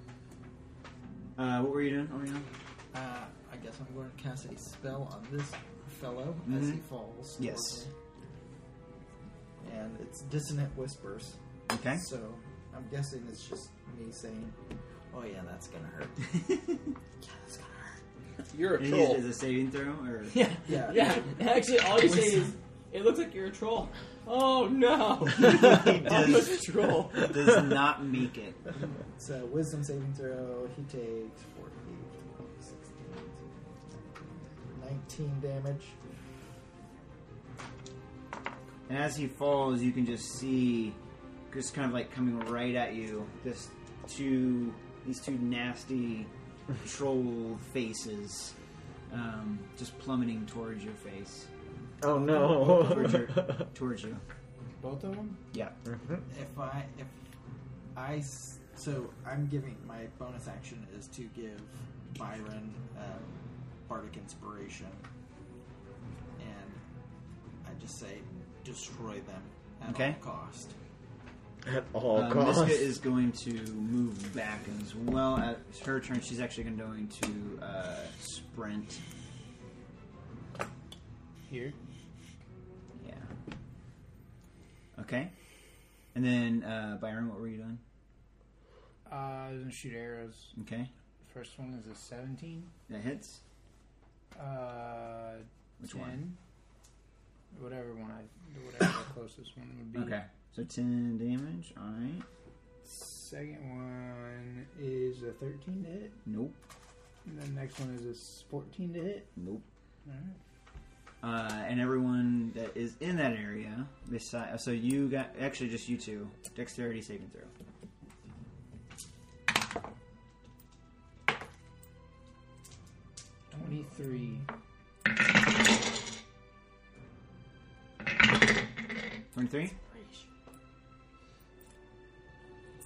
D: Uh, what were you doing, Orion?
E: Uh, I guess I'm going to cast a spell on this fellow as he falls.
D: Mm-hmm. Yes.
E: towards me. And it's dissonant whispers.
D: Okay.
E: So I'm guessing it's just me saying, "Oh yeah, that's gonna hurt."
A: You're a
D: And he's-
A: troll.
D: Is it a saving throw or?
C: [laughs] Yeah,
E: Yeah.
C: yeah. Actually, all you say is, it looks like you're a troll. Oh
F: [laughs]
C: no,
D: [laughs]
C: [laughs] I'm a
D: does,
C: troll.
D: does not make it.
E: So wisdom saving throw. He takes 40, 16, 19 damage.
D: And as he falls, you can just see, just kind of like coming right at you, this two, these two
F: [laughs]
D: nasty troll faces, um, just plummeting towards your face,
F: Oh no.
D: Richard. towards you.
E: Both of them.
D: Yeah.
F: Mm-hmm.
E: If I if I s- so I'm giving my bonus action is to give Byron um, bardic inspiration, and I just say destroy them at
D: Okay.
E: all cost.
F: At all
D: Uh,
F: costs.
D: Miska is going to move back as well. At her turn, she's actually going to uh, sprint.
G: Here?
D: Yeah. Okay. And then uh, Byron, what were you doing?
G: Uh, I'm gonna shoot arrows.
D: Okay,
G: First one is a 17.
D: that hits.
G: Uh,
D: Which
G: 10.
D: one?
G: Whatever one I, whatever the closest one would be.
D: Okay, so ten damage. All right.
G: Second one is a 13 to hit.
D: Nope.
I: And then next one is this 14 to hit.
D: Nope.
I: All right.
D: Uh, and everyone that is in that area, besides, so you got actually just you two, dexterity saving throw.
I: Twenty-three.
D: 23?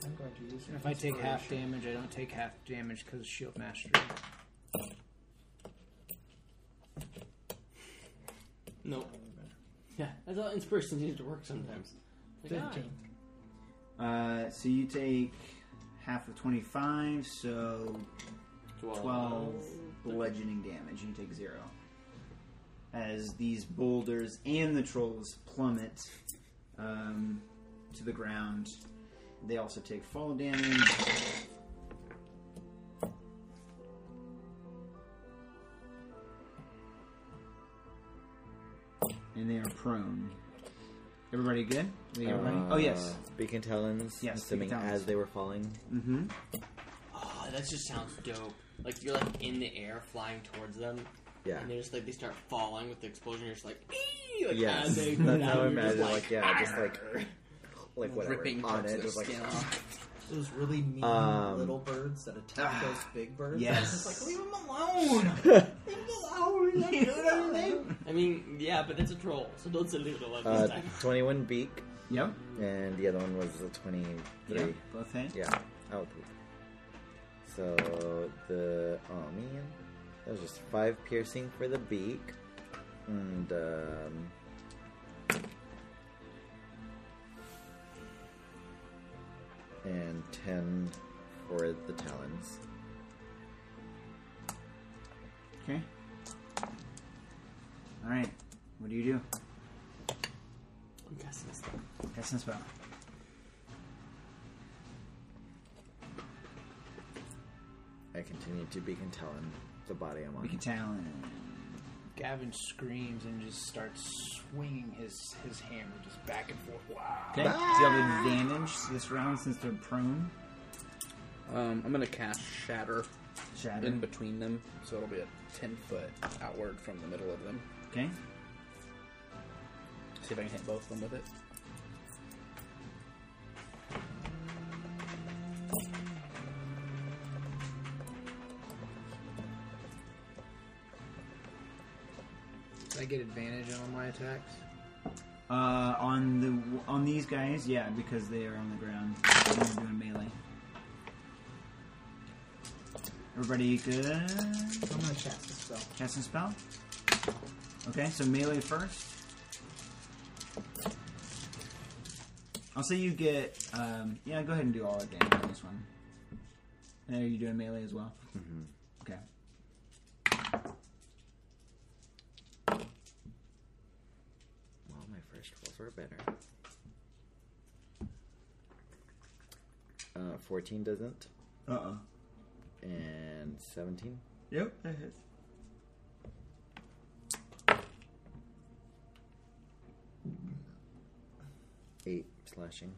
E: I'm going to use
I: And if I take half damage, I don't take half damage because shield mastery.
G: No.
C: Yeah, I thought inspiration needed to work sometimes. Like, ah,
D: Uh, so you take half of 25, so
G: 12.
D: 12 bludgeoning damage, and you take zero. As these boulders and the trolls plummet um, to the ground, they also take fall damage. And they are prone. Everybody good? We get
F: Uh,
D: running? oh, yes.
F: Beacon Talons.
D: Yes,
F: Assuming
D: Beacon Talons.
F: as they were falling.
D: Mm-hmm.
C: oh, that just sounds dope. Like you're like in the air, flying towards them,
F: Yeah.
C: and they're just like they start falling with the explosion. You're just like, "Ee!" like
F: Yes.
C: as they go
F: [laughs] That's
C: down,
F: how I
C: you're just
F: imagine. Like,
C: [laughs] like,
F: yeah, just like like whatever
N: Ripping
F: on
N: parts
F: it,
N: of
F: just like
N: skin off.
E: those really mean
F: Um, ah,
E: little birds that attack those big birds.
D: Yes.
E: It's like, leave them alone!
F: [laughs]
C: [laughs] I mean, yeah, but it's a troll, so don't say little at
F: uh,
C: this time.
F: twenty-one beak,
D: Yep.
F: and the other one was a twenty-three.
D: Yeah. Both hit.
F: Yeah, I'll poop. So the oh man, that was just five piercing for the beak, and um, and ten for the talons.
D: Okay. All right. What do you do?
C: I'm casting this thing.
D: That's spell.
F: I continue to beacon talon the body I'm on.
D: We can tell.
I: Gavin screams and just starts swinging his his hammer just back and forth. Wow.
D: Okay. Do you have advantage this round since they're prone?
A: Um, I'm gonna cast Shatter
D: Shatter.
A: in between them, so it'll be a ten foot outward from the middle of them.
D: Okay.
A: See if I can hit both of them with it.
I: Did I get advantage on all my attacks?
D: Uh, on the on these guys, yeah, because they are on the ground. They're doing melee. Everybody good?
E: I'm gonna cast this spell.
D: Casting spell. Okay, so melee first. I'll say you get. Um, yeah, go ahead and do all advantage on this one. And are you doing melee as well? Mm-hmm. Okay.
F: Well, my first rolls were better. Uh, 14 doesn't,
D: Uh oh.
F: and 17.
D: Yep, that hits.
F: Eight slashing.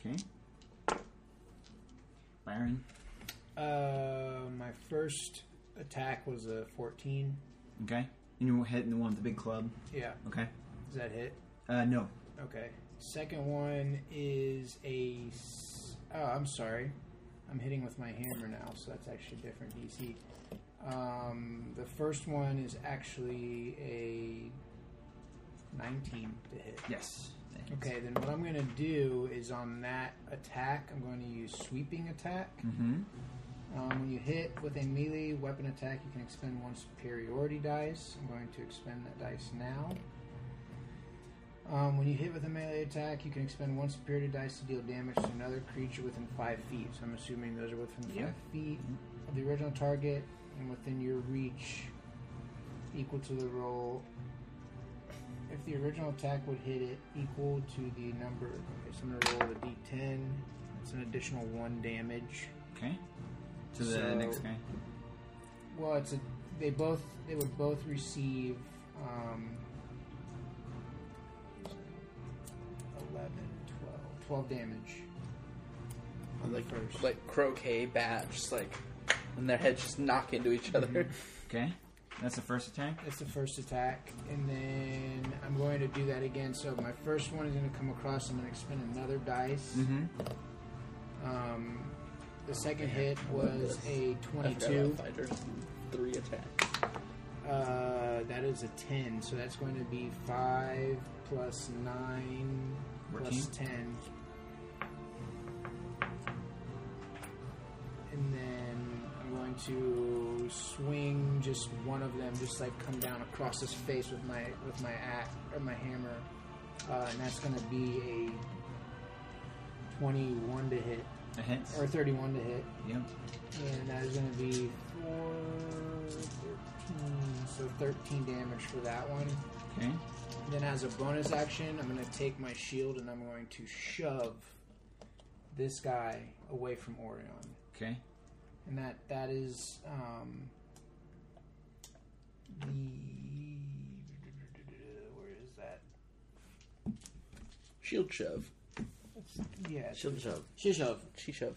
D: Okay. Byron.
I: Uh, my first attack was a 14.
D: Okay. And you were hitting the one with the big club.
I: Yeah.
D: Okay.
I: Does that hit?
D: Uh, no.
I: Okay. Second one is a. s- Oh, I'm sorry. I'm hitting with my hammer now, so that's actually a different DC. Um, the first one is actually a 19 to hit.
D: Yes. that hits.
I: Okay, then what I'm going to do is on that attack, I'm going to use sweeping attack.
D: Mhm.
I: Um, when you hit with a melee weapon attack, you can expend one superiority dice. I'm going to expend that dice now. Um, when you hit with a melee attack, you can expend one superiority dice to deal damage to another creature within five feet. So I'm assuming those are within
D: Yeah.
I: five feet of the original target and within your reach, equal to the roll. If the original attack would hit it, equal to the number. Okay, so I'm gonna roll a d10. It's an additional one damage.
D: Okay. To the
I: So-
D: next guy.
I: Well, it's a. They both. They would both receive. Um, 11, 12, 12 damage.
D: Oh,
I: on
A: like
I: the first.
A: like croquet bat, just like and their heads just knock into each other. [laughs]
D: Okay, that's the first attack.
I: That's the first attack, and then I'm going to do that again. So my first one is going to come across. I'm going to expend another dice.
D: Mm-hmm.
I: Um,
A: Oh,
I: the second hit was a
A: I forgot about
I: 22.
A: fighters. Three attacks.
I: Uh, that is a 10, so that's going to be 5 plus 9 plus 10. And then I'm going to swing just one of them, just like come down across his face with my with my at or my hammer, uh, and that's going to be a 21 to hit
D: That hits.
I: or 31 to hit.
D: Yep.
I: And that is going to be 4, 13, so 13 damage for that one.
D: Okay.
I: Then, as a bonus action, I'm going to take my shield and I'm going to shove this guy away from Orion.
D: Okay.
I: And that that is um, the where is that?
A: Shield shove.
I: Yeah,
F: Shield shove.
C: She shove.
A: She shove.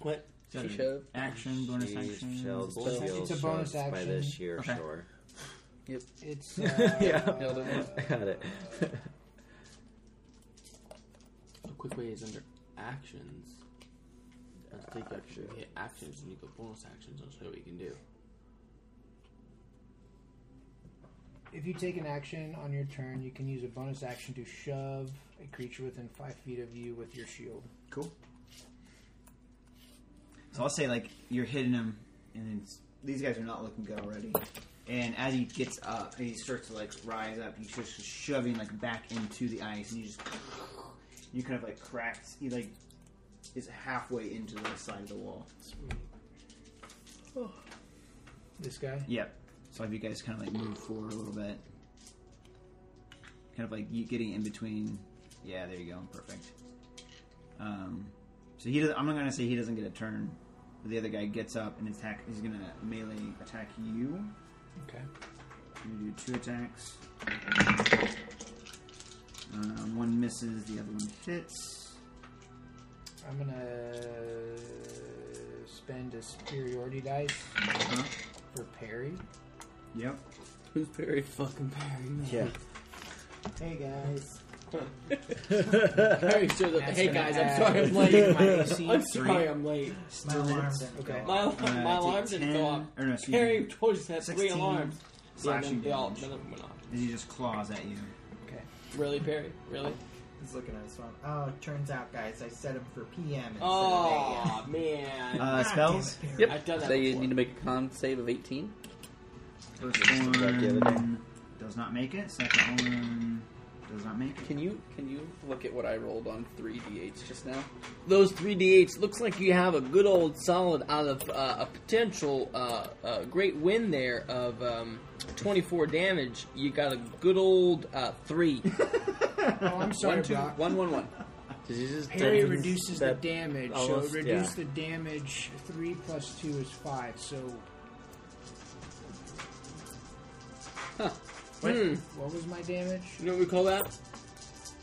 C: What?
D: So
A: She shove.
D: action, bonus action.
F: Shield
A: It's a
F: shield
I: bonus
F: shoves by
I: action.
F: the sheer
D: Okay.
F: shore.
I: it's uh,
A: Nailed it.
F: I [laughs] got it. [laughs]
C: A quick way is under actions. Let's take action. You hit actions and you go bonus actions. I'll show you what you can do.
I: If you take an action on your turn, you can use a bonus action to shove a creature within five feet of you with your shield.
D: Cool. So I'll say like you're hitting him, and it's, these guys are not looking good already. And as he gets up, and he starts to like rise up, he's just shoving like back into the ice, and you just you kind of like cracks. He like is halfway into the side of the wall.
I: This guy?
D: Yep. So if you guys kind of like move forward a little bit, kind of like you getting in between. Yeah, there you go. Perfect. Um, so he doesn't. I'm not gonna say he doesn't get a turn. But the other guy gets up and attack. He's gonna melee attack you.
I: Okay.
D: You do two attacks. Um, one misses. The other one hits.
I: I'm gonna spend a superiority dice
D: Uh-huh.
I: for parry.
D: Yep.
A: Who's parried?
C: Fucking parry. [laughs]
F: Yeah.
I: Hey guys.
C: Parry so that,
I: That's
C: hey
I: gonna
C: guys, I'm
I: add
C: sorry I'm late.
A: [laughs]
I: My AC.
C: I'm sorry I'm late.
E: My alarm didn't
I: Okay.
E: go
C: My,
E: off.
D: Uh,
C: my
D: take
C: alarm didn't
D: 10
C: go off.
D: Or no, excuse
C: Parry
D: me.
C: always has three
D: 16
C: alarms.
D: Slashing
C: yeah, then they all,
D: damage.
C: none of them went off.
D: As he just claws at you.
I: Okay.
C: Really, Perry? Really?
E: He's looking at his phone. Oh, turns out, guys, I set him for PM
C: [laughs]
E: instead of AM.
C: Oh, man.
D: Uh, spells.
A: Yep.
C: I've done that
A: they
C: before.
A: need to make a con save of 18.
D: First one does not make it. Second one does not make it.
A: Can you can you look at what I rolled on three d8s just now? Those three d8s looks like you have a good old solid out of uh, a potential uh, uh, great win there of um, twenty four damage. You got a good old uh, three.
I: Oh, [laughs] I'm sorry,
A: one two
I: Brock.
A: one one one.
F: Did you just
I: Parry
F: tell me
I: reduces
F: that-
I: the damage,
F: almost-
I: so reduce
F: yeah.
I: the damage. Three plus two is five. So. What,
C: Hmm.
I: what was my damage?
C: You know what we call that?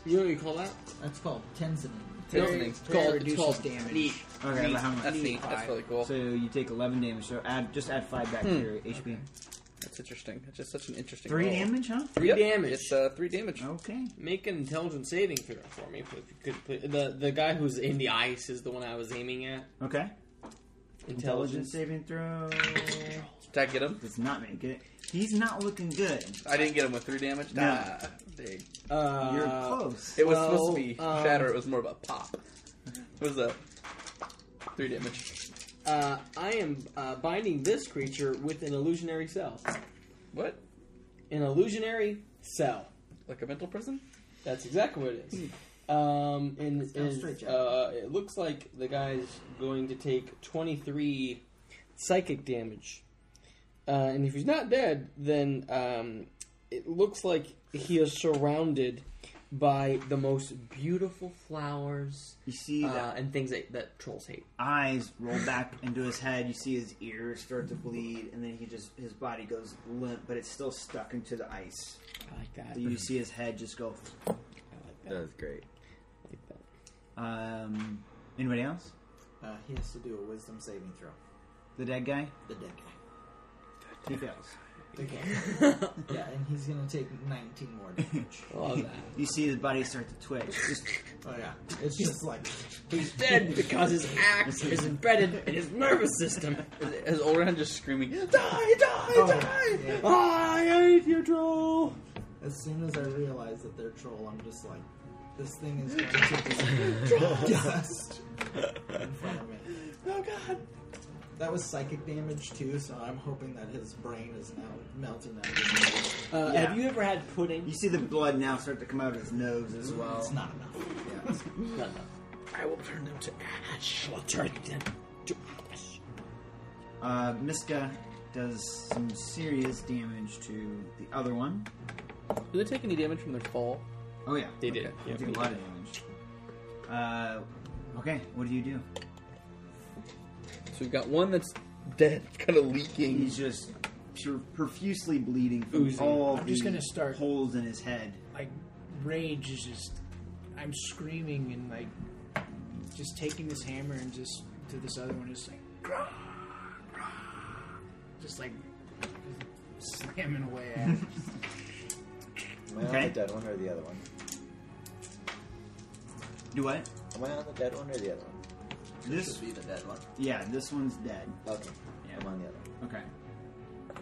C: You know what we call that?
E: That's called Tenzin.
C: No,
A: Parry-
C: it's
I: parry
C: called, it's
I: reduces
C: called
I: damage.
C: neat.
D: Okay, but how
A: That's
D: much?
A: neat. That's really cool.
D: So you take 11 damage. So add just add five back to
C: Hmm.
D: your HP.
A: That's interesting. That's just such an interesting.
D: Three
A: roll.
D: damage, huh?
C: Three
A: Yep,
C: damage.
A: It's uh, three damage.
D: Okay.
C: Make an intelligence saving throw for me, if you could. Please. The the guy who's in the ice is the one I was aiming at.
D: Okay.
C: Intelligence.
D: Intelligence saving throw
A: Did I get him?
D: does not make it. He's not looking good.
A: I didn't get him with three damage. Ah,
D: No.
A: Nah, dang.
C: Uh,
D: You're close.
A: It was
C: Well,
A: supposed to be
C: um,
A: shatter. It was more of a pop. It was a three damage.
C: Uh, I am uh, binding this creature with an illusionary cell.
A: What?
C: An illusionary cell.
A: Like a mental prison?
C: That's exactly what it is. Um, and
E: Sounds
C: and,
E: straight, Jack.
C: uh, it looks like the guy's going to take 23 psychic damage. Uh, and if he's not dead, then um, it looks like he is surrounded by the most beautiful flowers
D: You see the
C: uh, and things that, that trolls hate.
D: eyes roll back into his head. You see his ears start to bleed, and then he just his body goes limp, but it's still stuck into the ice.
C: I like that.
D: You see his head just go.
F: That was great.
D: Um. Anybody else?
E: Uh, he has to do a wisdom saving throw.
D: The dead guy?
E: The dead guy.
D: He fails.
E: The guy. yeah, and he's gonna take 19 more damage.
O: Love that.
D: You see his body start to twitch. Just
E: oh yeah, it's just like
O: He's dead because his axe is embedded in his nervous system.
A: As Olran just screaming, "Die! Die! die!
E: yeah.
A: I hate you, troll!" [laughs]
E: as soon as I realize that they're troll, I'm just like, this thing is going to be [laughs] dust in front of me.
A: Oh God!
E: That was psychic damage too, so I'm hoping that his brain is now melting out. of his head.
C: [laughs]
O: Uh,
D: Yeah.
O: Have you ever had pudding?
D: you see the blood now start to come out of his nose as well.
E: It's not enough.
D: Yeah.
O: No, no. I will turn them to ash. I will turn them to ash.
D: Uh, Miska does some serious damage to the other one.
A: Do they take any damage from their fall?
D: Oh yeah,
O: They did.
D: They did a lot of damage. Uh, okay, what do you do?
A: So we've got one that's dead, [laughs] kind of leaking.
D: He's just pure, profusely bleeding from
A: Oozing.
D: all
G: I'm just
D: the
G: gonna start-
D: holes in his head.
G: like rage is just I'm screaming and like just taking this hammer and just to this other one just like "Grah, grah," just like slamming away at it.
E: [laughs]
F: Am I
D: Okay.
F: on the dead one or the other one?
D: Do what?
F: Am I on the dead one or the other one?
D: This,
F: be the dead one.
D: yeah, this one's dead.
F: Okay.
D: Yeah.
F: I'm on the other one.
D: Okay.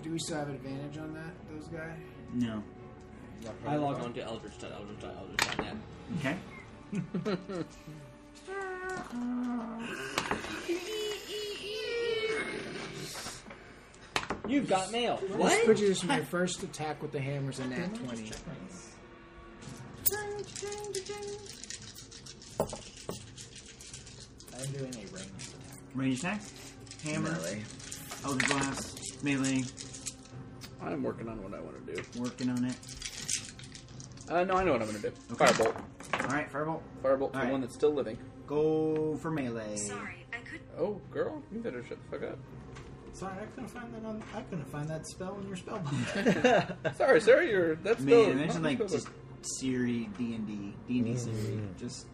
G: Do we still have advantage on that, those guys?
D: No.
O: I log on to eldritch.eldritch.eldritch.net.
D: Okay.
O: You've got mail.
G: This
E: [laughs]
G: produce my first attack with the hammers in that twenty.
E: I'm doing a range attack.
D: Range attacks. Hammer.
F: Melee.
D: Elder blast. Melee.
A: I'm working on what I want to do.
D: Working on it.
A: Uh, no, I know what I'm going to do.
D: Okay.
A: Firebolt.
D: All right, firebolt.
A: Firebolt for
D: Alright.
A: the one that's still living.
D: Go for melee.
I: Sorry, I couldn't.
A: Oh, girl, you better shut the fuck
E: Sorry, I couldn't find that on. I couldn't find that spell in your spell book.
A: up. Sorry, sir, you're that's
D: Man,
A: still
D: imagine
A: not-
D: like just uh, Siri D and D, D and D Siri just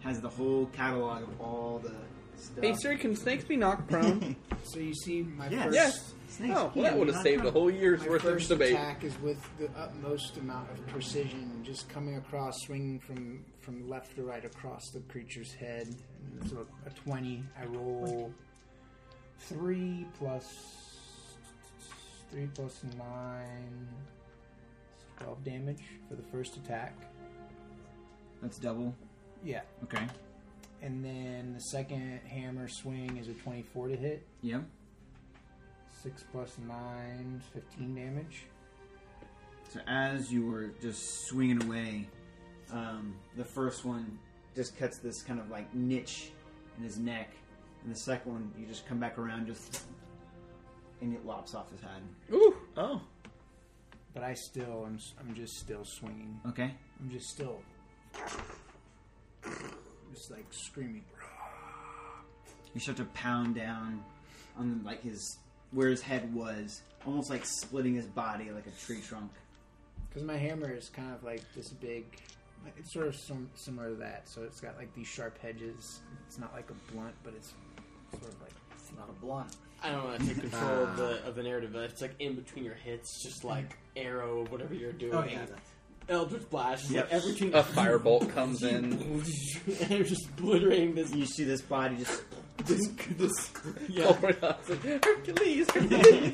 D: has the whole catalog of all the stuff.
A: Hey, sir, can snakes be knocked prone?
G: So you see my
D: Yes.
G: first
A: yes.
D: Snakes
A: oh,
D: can
A: well, that
D: be
A: would have
D: knocked
A: saved a
D: prone.
A: whole year's
G: My
A: worth of
G: first
A: debate.
G: attack is with the utmost amount of precision, just coming across, swinging from from left to right across the creature's head. And so a twenty. I roll three plus three plus nine. 12 damage for the first attack.
D: That's double.
G: Yeah.
D: Okay.
G: And then the second hammer swing is a 24 to hit.
D: Yeah.
G: 6 plus 9 is 15 damage.
D: So as you were just swinging away, um, the first one just cuts this kind of like niche in his neck, and the second one you just come back around just and it lops off his head.
A: Ooh,
D: Oh.
G: But I still, I'm, s- I'm just still swinging.
D: Okay.
G: I'm just still. Just like screaming.
D: You start to pound down on like his where his head was, almost like splitting his body like a tree trunk.
G: Because my hammer is kind of like this big. It's sort of sim- similar to that. So it's got like these sharp edges. It's not like a blunt, but it's sort of like.
E: [laughs] it's not a blunt.
C: I don't want to take control of, the, of the narrative. but It's like in between your hits, just like arrow, of whatever you're doing.
E: Oh yeah,
C: Eldritch Blast.
D: Yep.
C: Like everything.
A: a firebolt comes
C: [laughs]
A: in.
C: and you're just obliterating this.
D: You see this body just
C: this, this yeah.
A: Oh, Hercules,
E: are you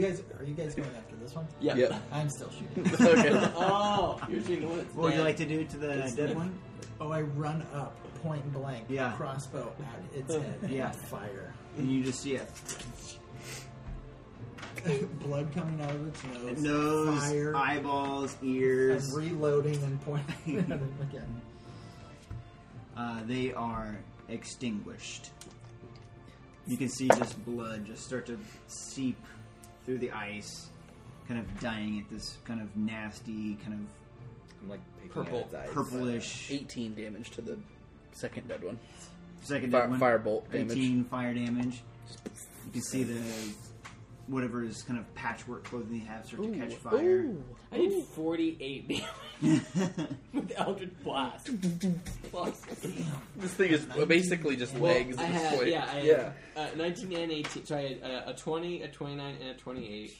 E: guys are you guys going after this one?
C: yeah.
A: Yep.
E: [laughs] I'm still shooting.
A: okay.
C: Oh, you're seeing the one.
D: What would you like to do to the dead
C: dead.
D: one?
E: [laughs] Oh, I run up point blank,
D: Yeah.
E: crossbow at [laughs] its head, and
D: Yeah.
E: fire. [laughs]
D: And you just see it.
E: Blood coming out of its nose.
D: Nose,
E: fire.
D: eyeballs,
E: I'm
D: ears.
E: reloading and [laughs] pointing at him again.
D: Uh, they are extinguished. You can see just blood just start to seep through the ice, kind of dying at this kind of nasty, kind
F: I'm like picking
C: Purple-
F: at its
D: [laughs]
F: eyes.
D: of purplish.
P: 18 damage to the second dead one.
D: Second
P: Fire-
D: dead one.
P: firebolt damage.
D: 18 fire damage. You can see the whatever his kind of patchwork clothing they have start to catch
M: Ooh.
D: fire.
M: Ooh.
C: I did 48 damage with the Eldritch [laughs] Blast. Plus,
Q: This thing is basically just
C: well,
Q: legs
C: I
Q: at this
C: had,
Q: point.
C: yeah, I had
Q: yeah.
C: Uh, 19 and 18. So I had uh, a 20, a 29, and a 28.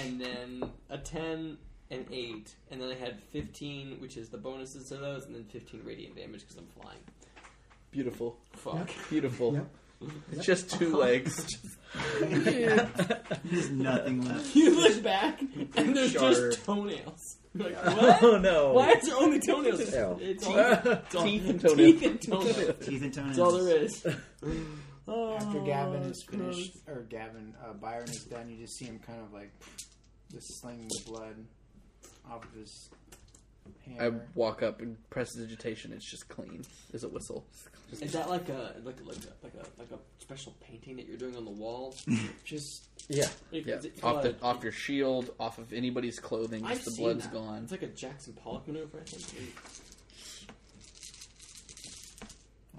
C: And then a 10 and 8. And then I had 15, which is the bonuses to those, and then 15 radiant damage because I'm flying.
Q: Beautiful.
C: Fuck.
Q: Beautiful.
E: Yep.
Q: It's Just two legs.
D: [laughs] There's nothing
C: [laughs] [laughs]
D: left.
C: You look back, and there's
Q: Sure.
C: just toenails. [laughs] You're like, what?
F: Oh no!
C: Why is there only toenails? It's,
F: Ew.
C: all, [laughs]
A: [laughs]
C: it's all-
Q: Teeth and toenails. [laughs]
C: Teeth and toenails.
D: Teeth and toenails.
C: That's all there is.
G: After
A: Oh,
G: Gavin is finished, or Gavin uh, Byron is done, you just see him kind of like just slinging the blood off of his
A: I
G: hammer.
A: walk up and press digitation. It's just clean. There's a whistle.
C: Is that like a like like a, like a like a special painting that you're doing on the wall?
G: just
C: It-
A: Yeah,
C: is it
A: off the
C: called a-
A: off your shield, off of anybody's clothing.
C: I've
A: Just the
C: seen
A: blood's
C: that. [laughs]
A: gone.
C: It's like a Jackson Pollock maneuver, I think.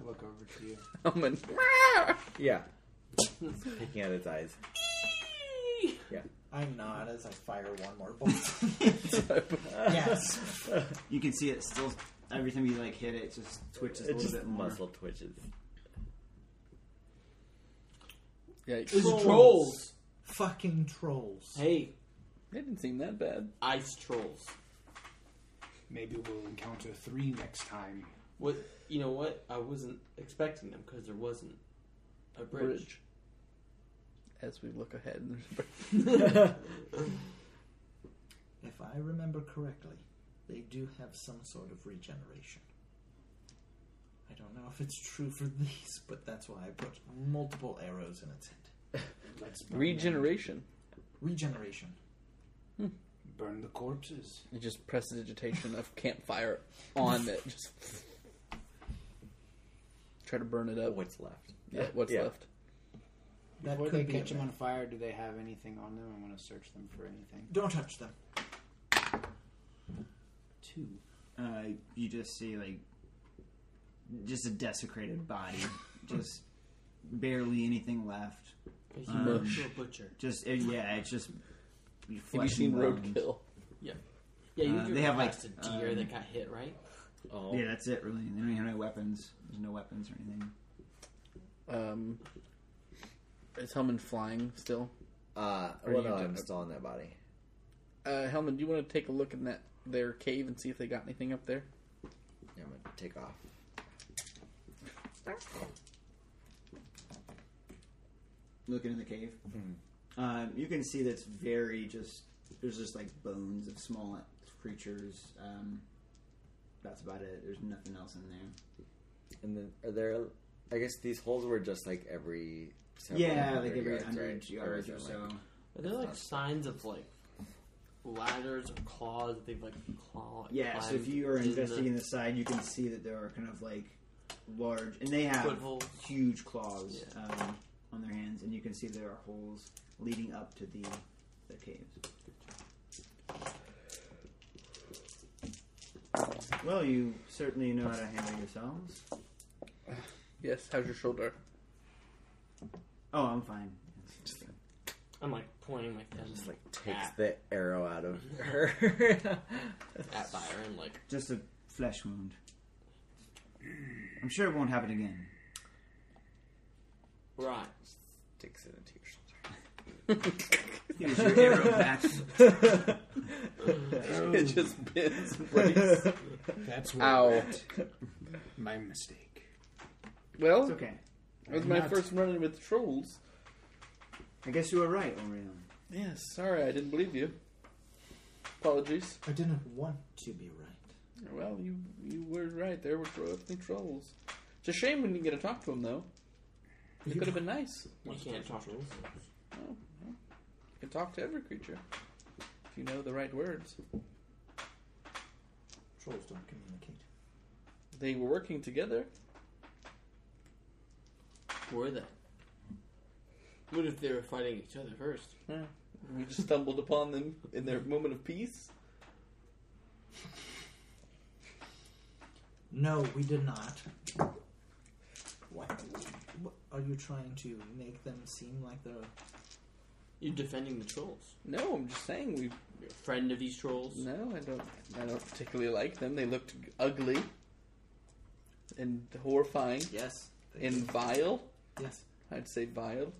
G: I look over to you.
A: I'm in-
F: Yeah. Picking out its eyes.
E: I'm not as I fire one [laughs] more bolt. yes.
D: You can see it still. Every time you like hit it, it just twitches a
F: It
D: little
F: just
D: bit more.
F: muscle twitches.
A: Yeah, it
C: Those are
E: Trolls.
C: trolls.
E: Fucking trolls.
C: Hey,
A: didn't seem that bad.
C: ice trolls.
G: Maybe we'll encounter three next time.
C: What you know? What I wasn't expecting them because there wasn't a bridge.
A: Bridge. As we look ahead, [laughs] there's a bridge.
E: If I remember correctly, they do have some sort of regeneration. I don't know if it's true for these, but that's why I put multiple arrows in its head.
G: Let's burn
A: regeneration.
E: Regeneration.
G: them. Burn the corpses.
A: You just press the digitation of campfire on it. Just try to burn it up.
F: What's left?
A: Yeah, what's
F: Yeah.
A: left?
E: That
G: Before
E: could
G: they
E: be
G: catch
E: a
G: them on
E: myth.
G: fire, do they have anything on them? I want to search them for anything.
E: Don't touch them.
D: Two. Uh, you just see like just a desecrated
F: [laughs]
D: body, just barely anything left.
C: A human
D: Um,
C: little butcher.
D: Just uh, yeah, it's just.
A: Have you seen Roadkill?
C: Yeah, you
D: uh,
C: could
D: they have, like,
C: cast a deer
D: um,
C: that got hit, right?
F: Oh.
D: Yeah, that's it. Really, they don't even have any weapons. There's no weapons or anything.
A: Um, is Hellman flying still?
F: Uh,
A: Or
F: well,
A: you
F: no,
A: did
F: I'm
A: it.
F: still on that body.
A: Uh, Hellman, do you want to take a look in that their cave and see if they got anything up there?
F: Yeah, I'm gonna take off.
D: looking in the cave.
F: Hmm.
D: Um, you can see that's very just. There's just like bones of small creatures. Um, that's about it. There's nothing else in there.
F: And then are there? I guess these holes were just like every. several
D: yeah,
F: hundred
D: like every
F: yards,
D: hundred
F: right? Or
D: yards
F: is
D: or
F: it,
D: so.
F: like-
C: Are there like
F: That's-
C: signs of like ladders or claws that they've like claw?
D: yeah, so if
C: climbed
D: you are
C: in the
D: investigating the side, you can see that there are kind of like large, and they have
C: foothold,
D: huge claws um, on their hands, and you can see there are holes leading up to the the caves. Well, you certainly know how to handle yourselves.
A: Yes. How's your shoulder?
D: Oh, I'm fine.
C: I'm like pointing my
D: [laughs]
C: thumb
F: Just
C: like
F: like takes
C: Ah.
F: the arrow out of her. [laughs]
C: at Byron, like
D: Just a flesh wound. I'm sure it won't happen [laughs] again.
C: right.
F: Sticks it into your shoulder.
D: Here's your arrow back.
Q: [laughs] It just bends. [laughs] Right.
G: Um, That's where
A: Ow.
G: we're at. my mistake.
A: Well,
D: It's okay.
A: it was my
G: Not-
A: first run in with trolls.
D: I guess you were right, Orion.
A: Yes. Sorry, I didn't believe you. Apologies.
E: I didn't want to be right.
A: Well, you you were right. There were definitely trolls. It's a shame we didn't get to talk to him though. It could have been nice.
C: We can't talk.
A: You can talk to every creature if you know the right words.
E: Trolls don't communicate.
A: They were working together.
C: Were they? What if they were fighting each other first?
A: Hmm. We just stumbled upon them in their moment of peace.
E: No, we did not. What? what? Are you trying to make them seem like they're
C: You're defending the trolls.
A: No, I'm just saying we.
C: You're a friend of these trolls.
A: No, I don't. I don't particularly like them. They looked ugly and horrifying
F: Yes.
A: and vile.
E: Yes.
A: I'd say vile.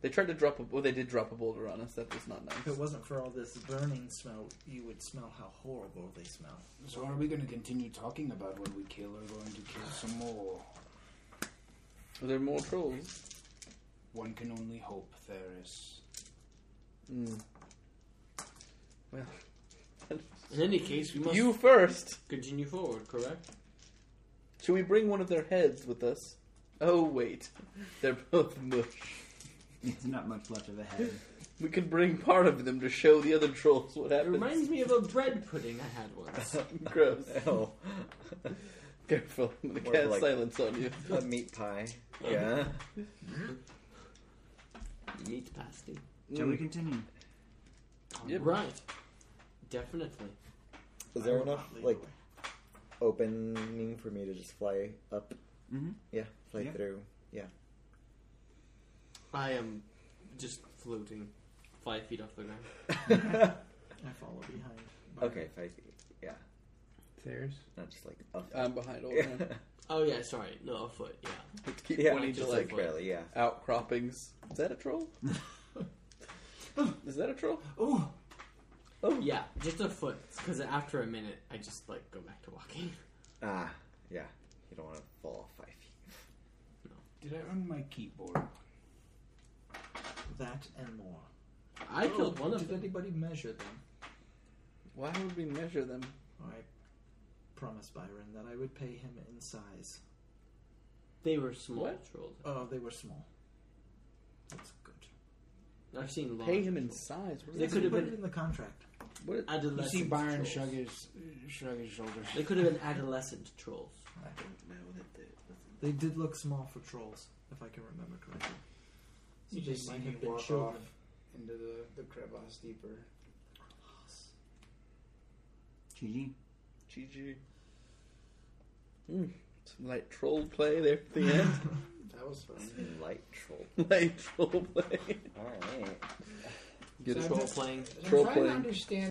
A: They tried to drop a. Well, they did drop a boulder on us. That was not
E: If it
A: nice.
E: wasn't for all this burning smell, you would smell how horrible they smell.
G: So are we going to continue talking about what we kill or going to kill some more?
A: There They're more trolls.
G: One can only hope there is.
A: Hmm.
C: In any case, we
A: [laughs]
C: must
A: You first.
C: continue forward, correct?
A: Should we bring one of their heads with us? Oh wait, they're both [laughs] mush.
D: It's not much left of a head.
A: We can bring part of them to show the other trolls what
C: It reminds
A: happens.
C: me of a bread pudding I had once.
A: [laughs] Gross.
F: Oh,
A: [laughs] Careful, I'm gonna
F: More
A: cast
F: like-
A: silence on you.
F: a meat pie. Yeah.
C: Meat pasty.
D: Shall we continue?
A: Yep.
C: Right. Definitely.
F: Is there enough like opening for me to just fly up?
D: Mhm.
F: Yeah, fly
D: Yeah.
F: through.
C: I am just floating five feet off the ground.
E: I follow behind.
F: Okay, five feet. Yeah,
G: There's?
F: not just like up. [laughs]
A: I'm behind all
F: yeah,
A: time.
C: Oh yeah, sorry. No, a foot. Yeah.
A: Keep
F: yeah
A: pointing to
F: just
A: like
F: like barely. Yeah.
A: outcroppings. Is that a
F: [laughs]
A: troll? Is that a troll?
D: Oh,
A: Oh.
C: Yeah, just a foot. Because after a minute, I just like go back to walking.
F: Ah, yeah. You don't want to fall off five feet.
G: Did I run my keyboard?
E: That and more.
A: Oh,
C: I killed one of
E: Oh, Did
C: them.
E: anybody measure them?
A: Why would we measure them?
E: I promised Byron that I would pay him in size.
C: They were small
A: What?
C: trolls.
E: Oh, they were small. That's good.
C: I've seen large.
A: Pay him in
C: trolls.
A: size. What
C: They
A: is
C: could have
E: Put
C: been
E: it in the contract.
A: What?
G: You
C: adolescent.
G: see Byron
C: trolls.
G: shrug his, shrug his shoulders.
C: They could have been adolescent trolls.
E: I don't know that they. They did look small for trolls, if I can remember correctly.
G: You
E: They
G: just see
E: might
G: him
E: have been
G: walk
E: children.
G: off into the, the crevasse deeper.
D: GG.
A: GG. Mm, some light troll play there at the end. [laughs]
G: That was fun.
F: Light troll.
A: light troll play.
F: All right.
A: Good
G: So
A: troll
G: I'm
C: Playing
G: I'm
A: Troll
G: trying to
A: playing.
G: understand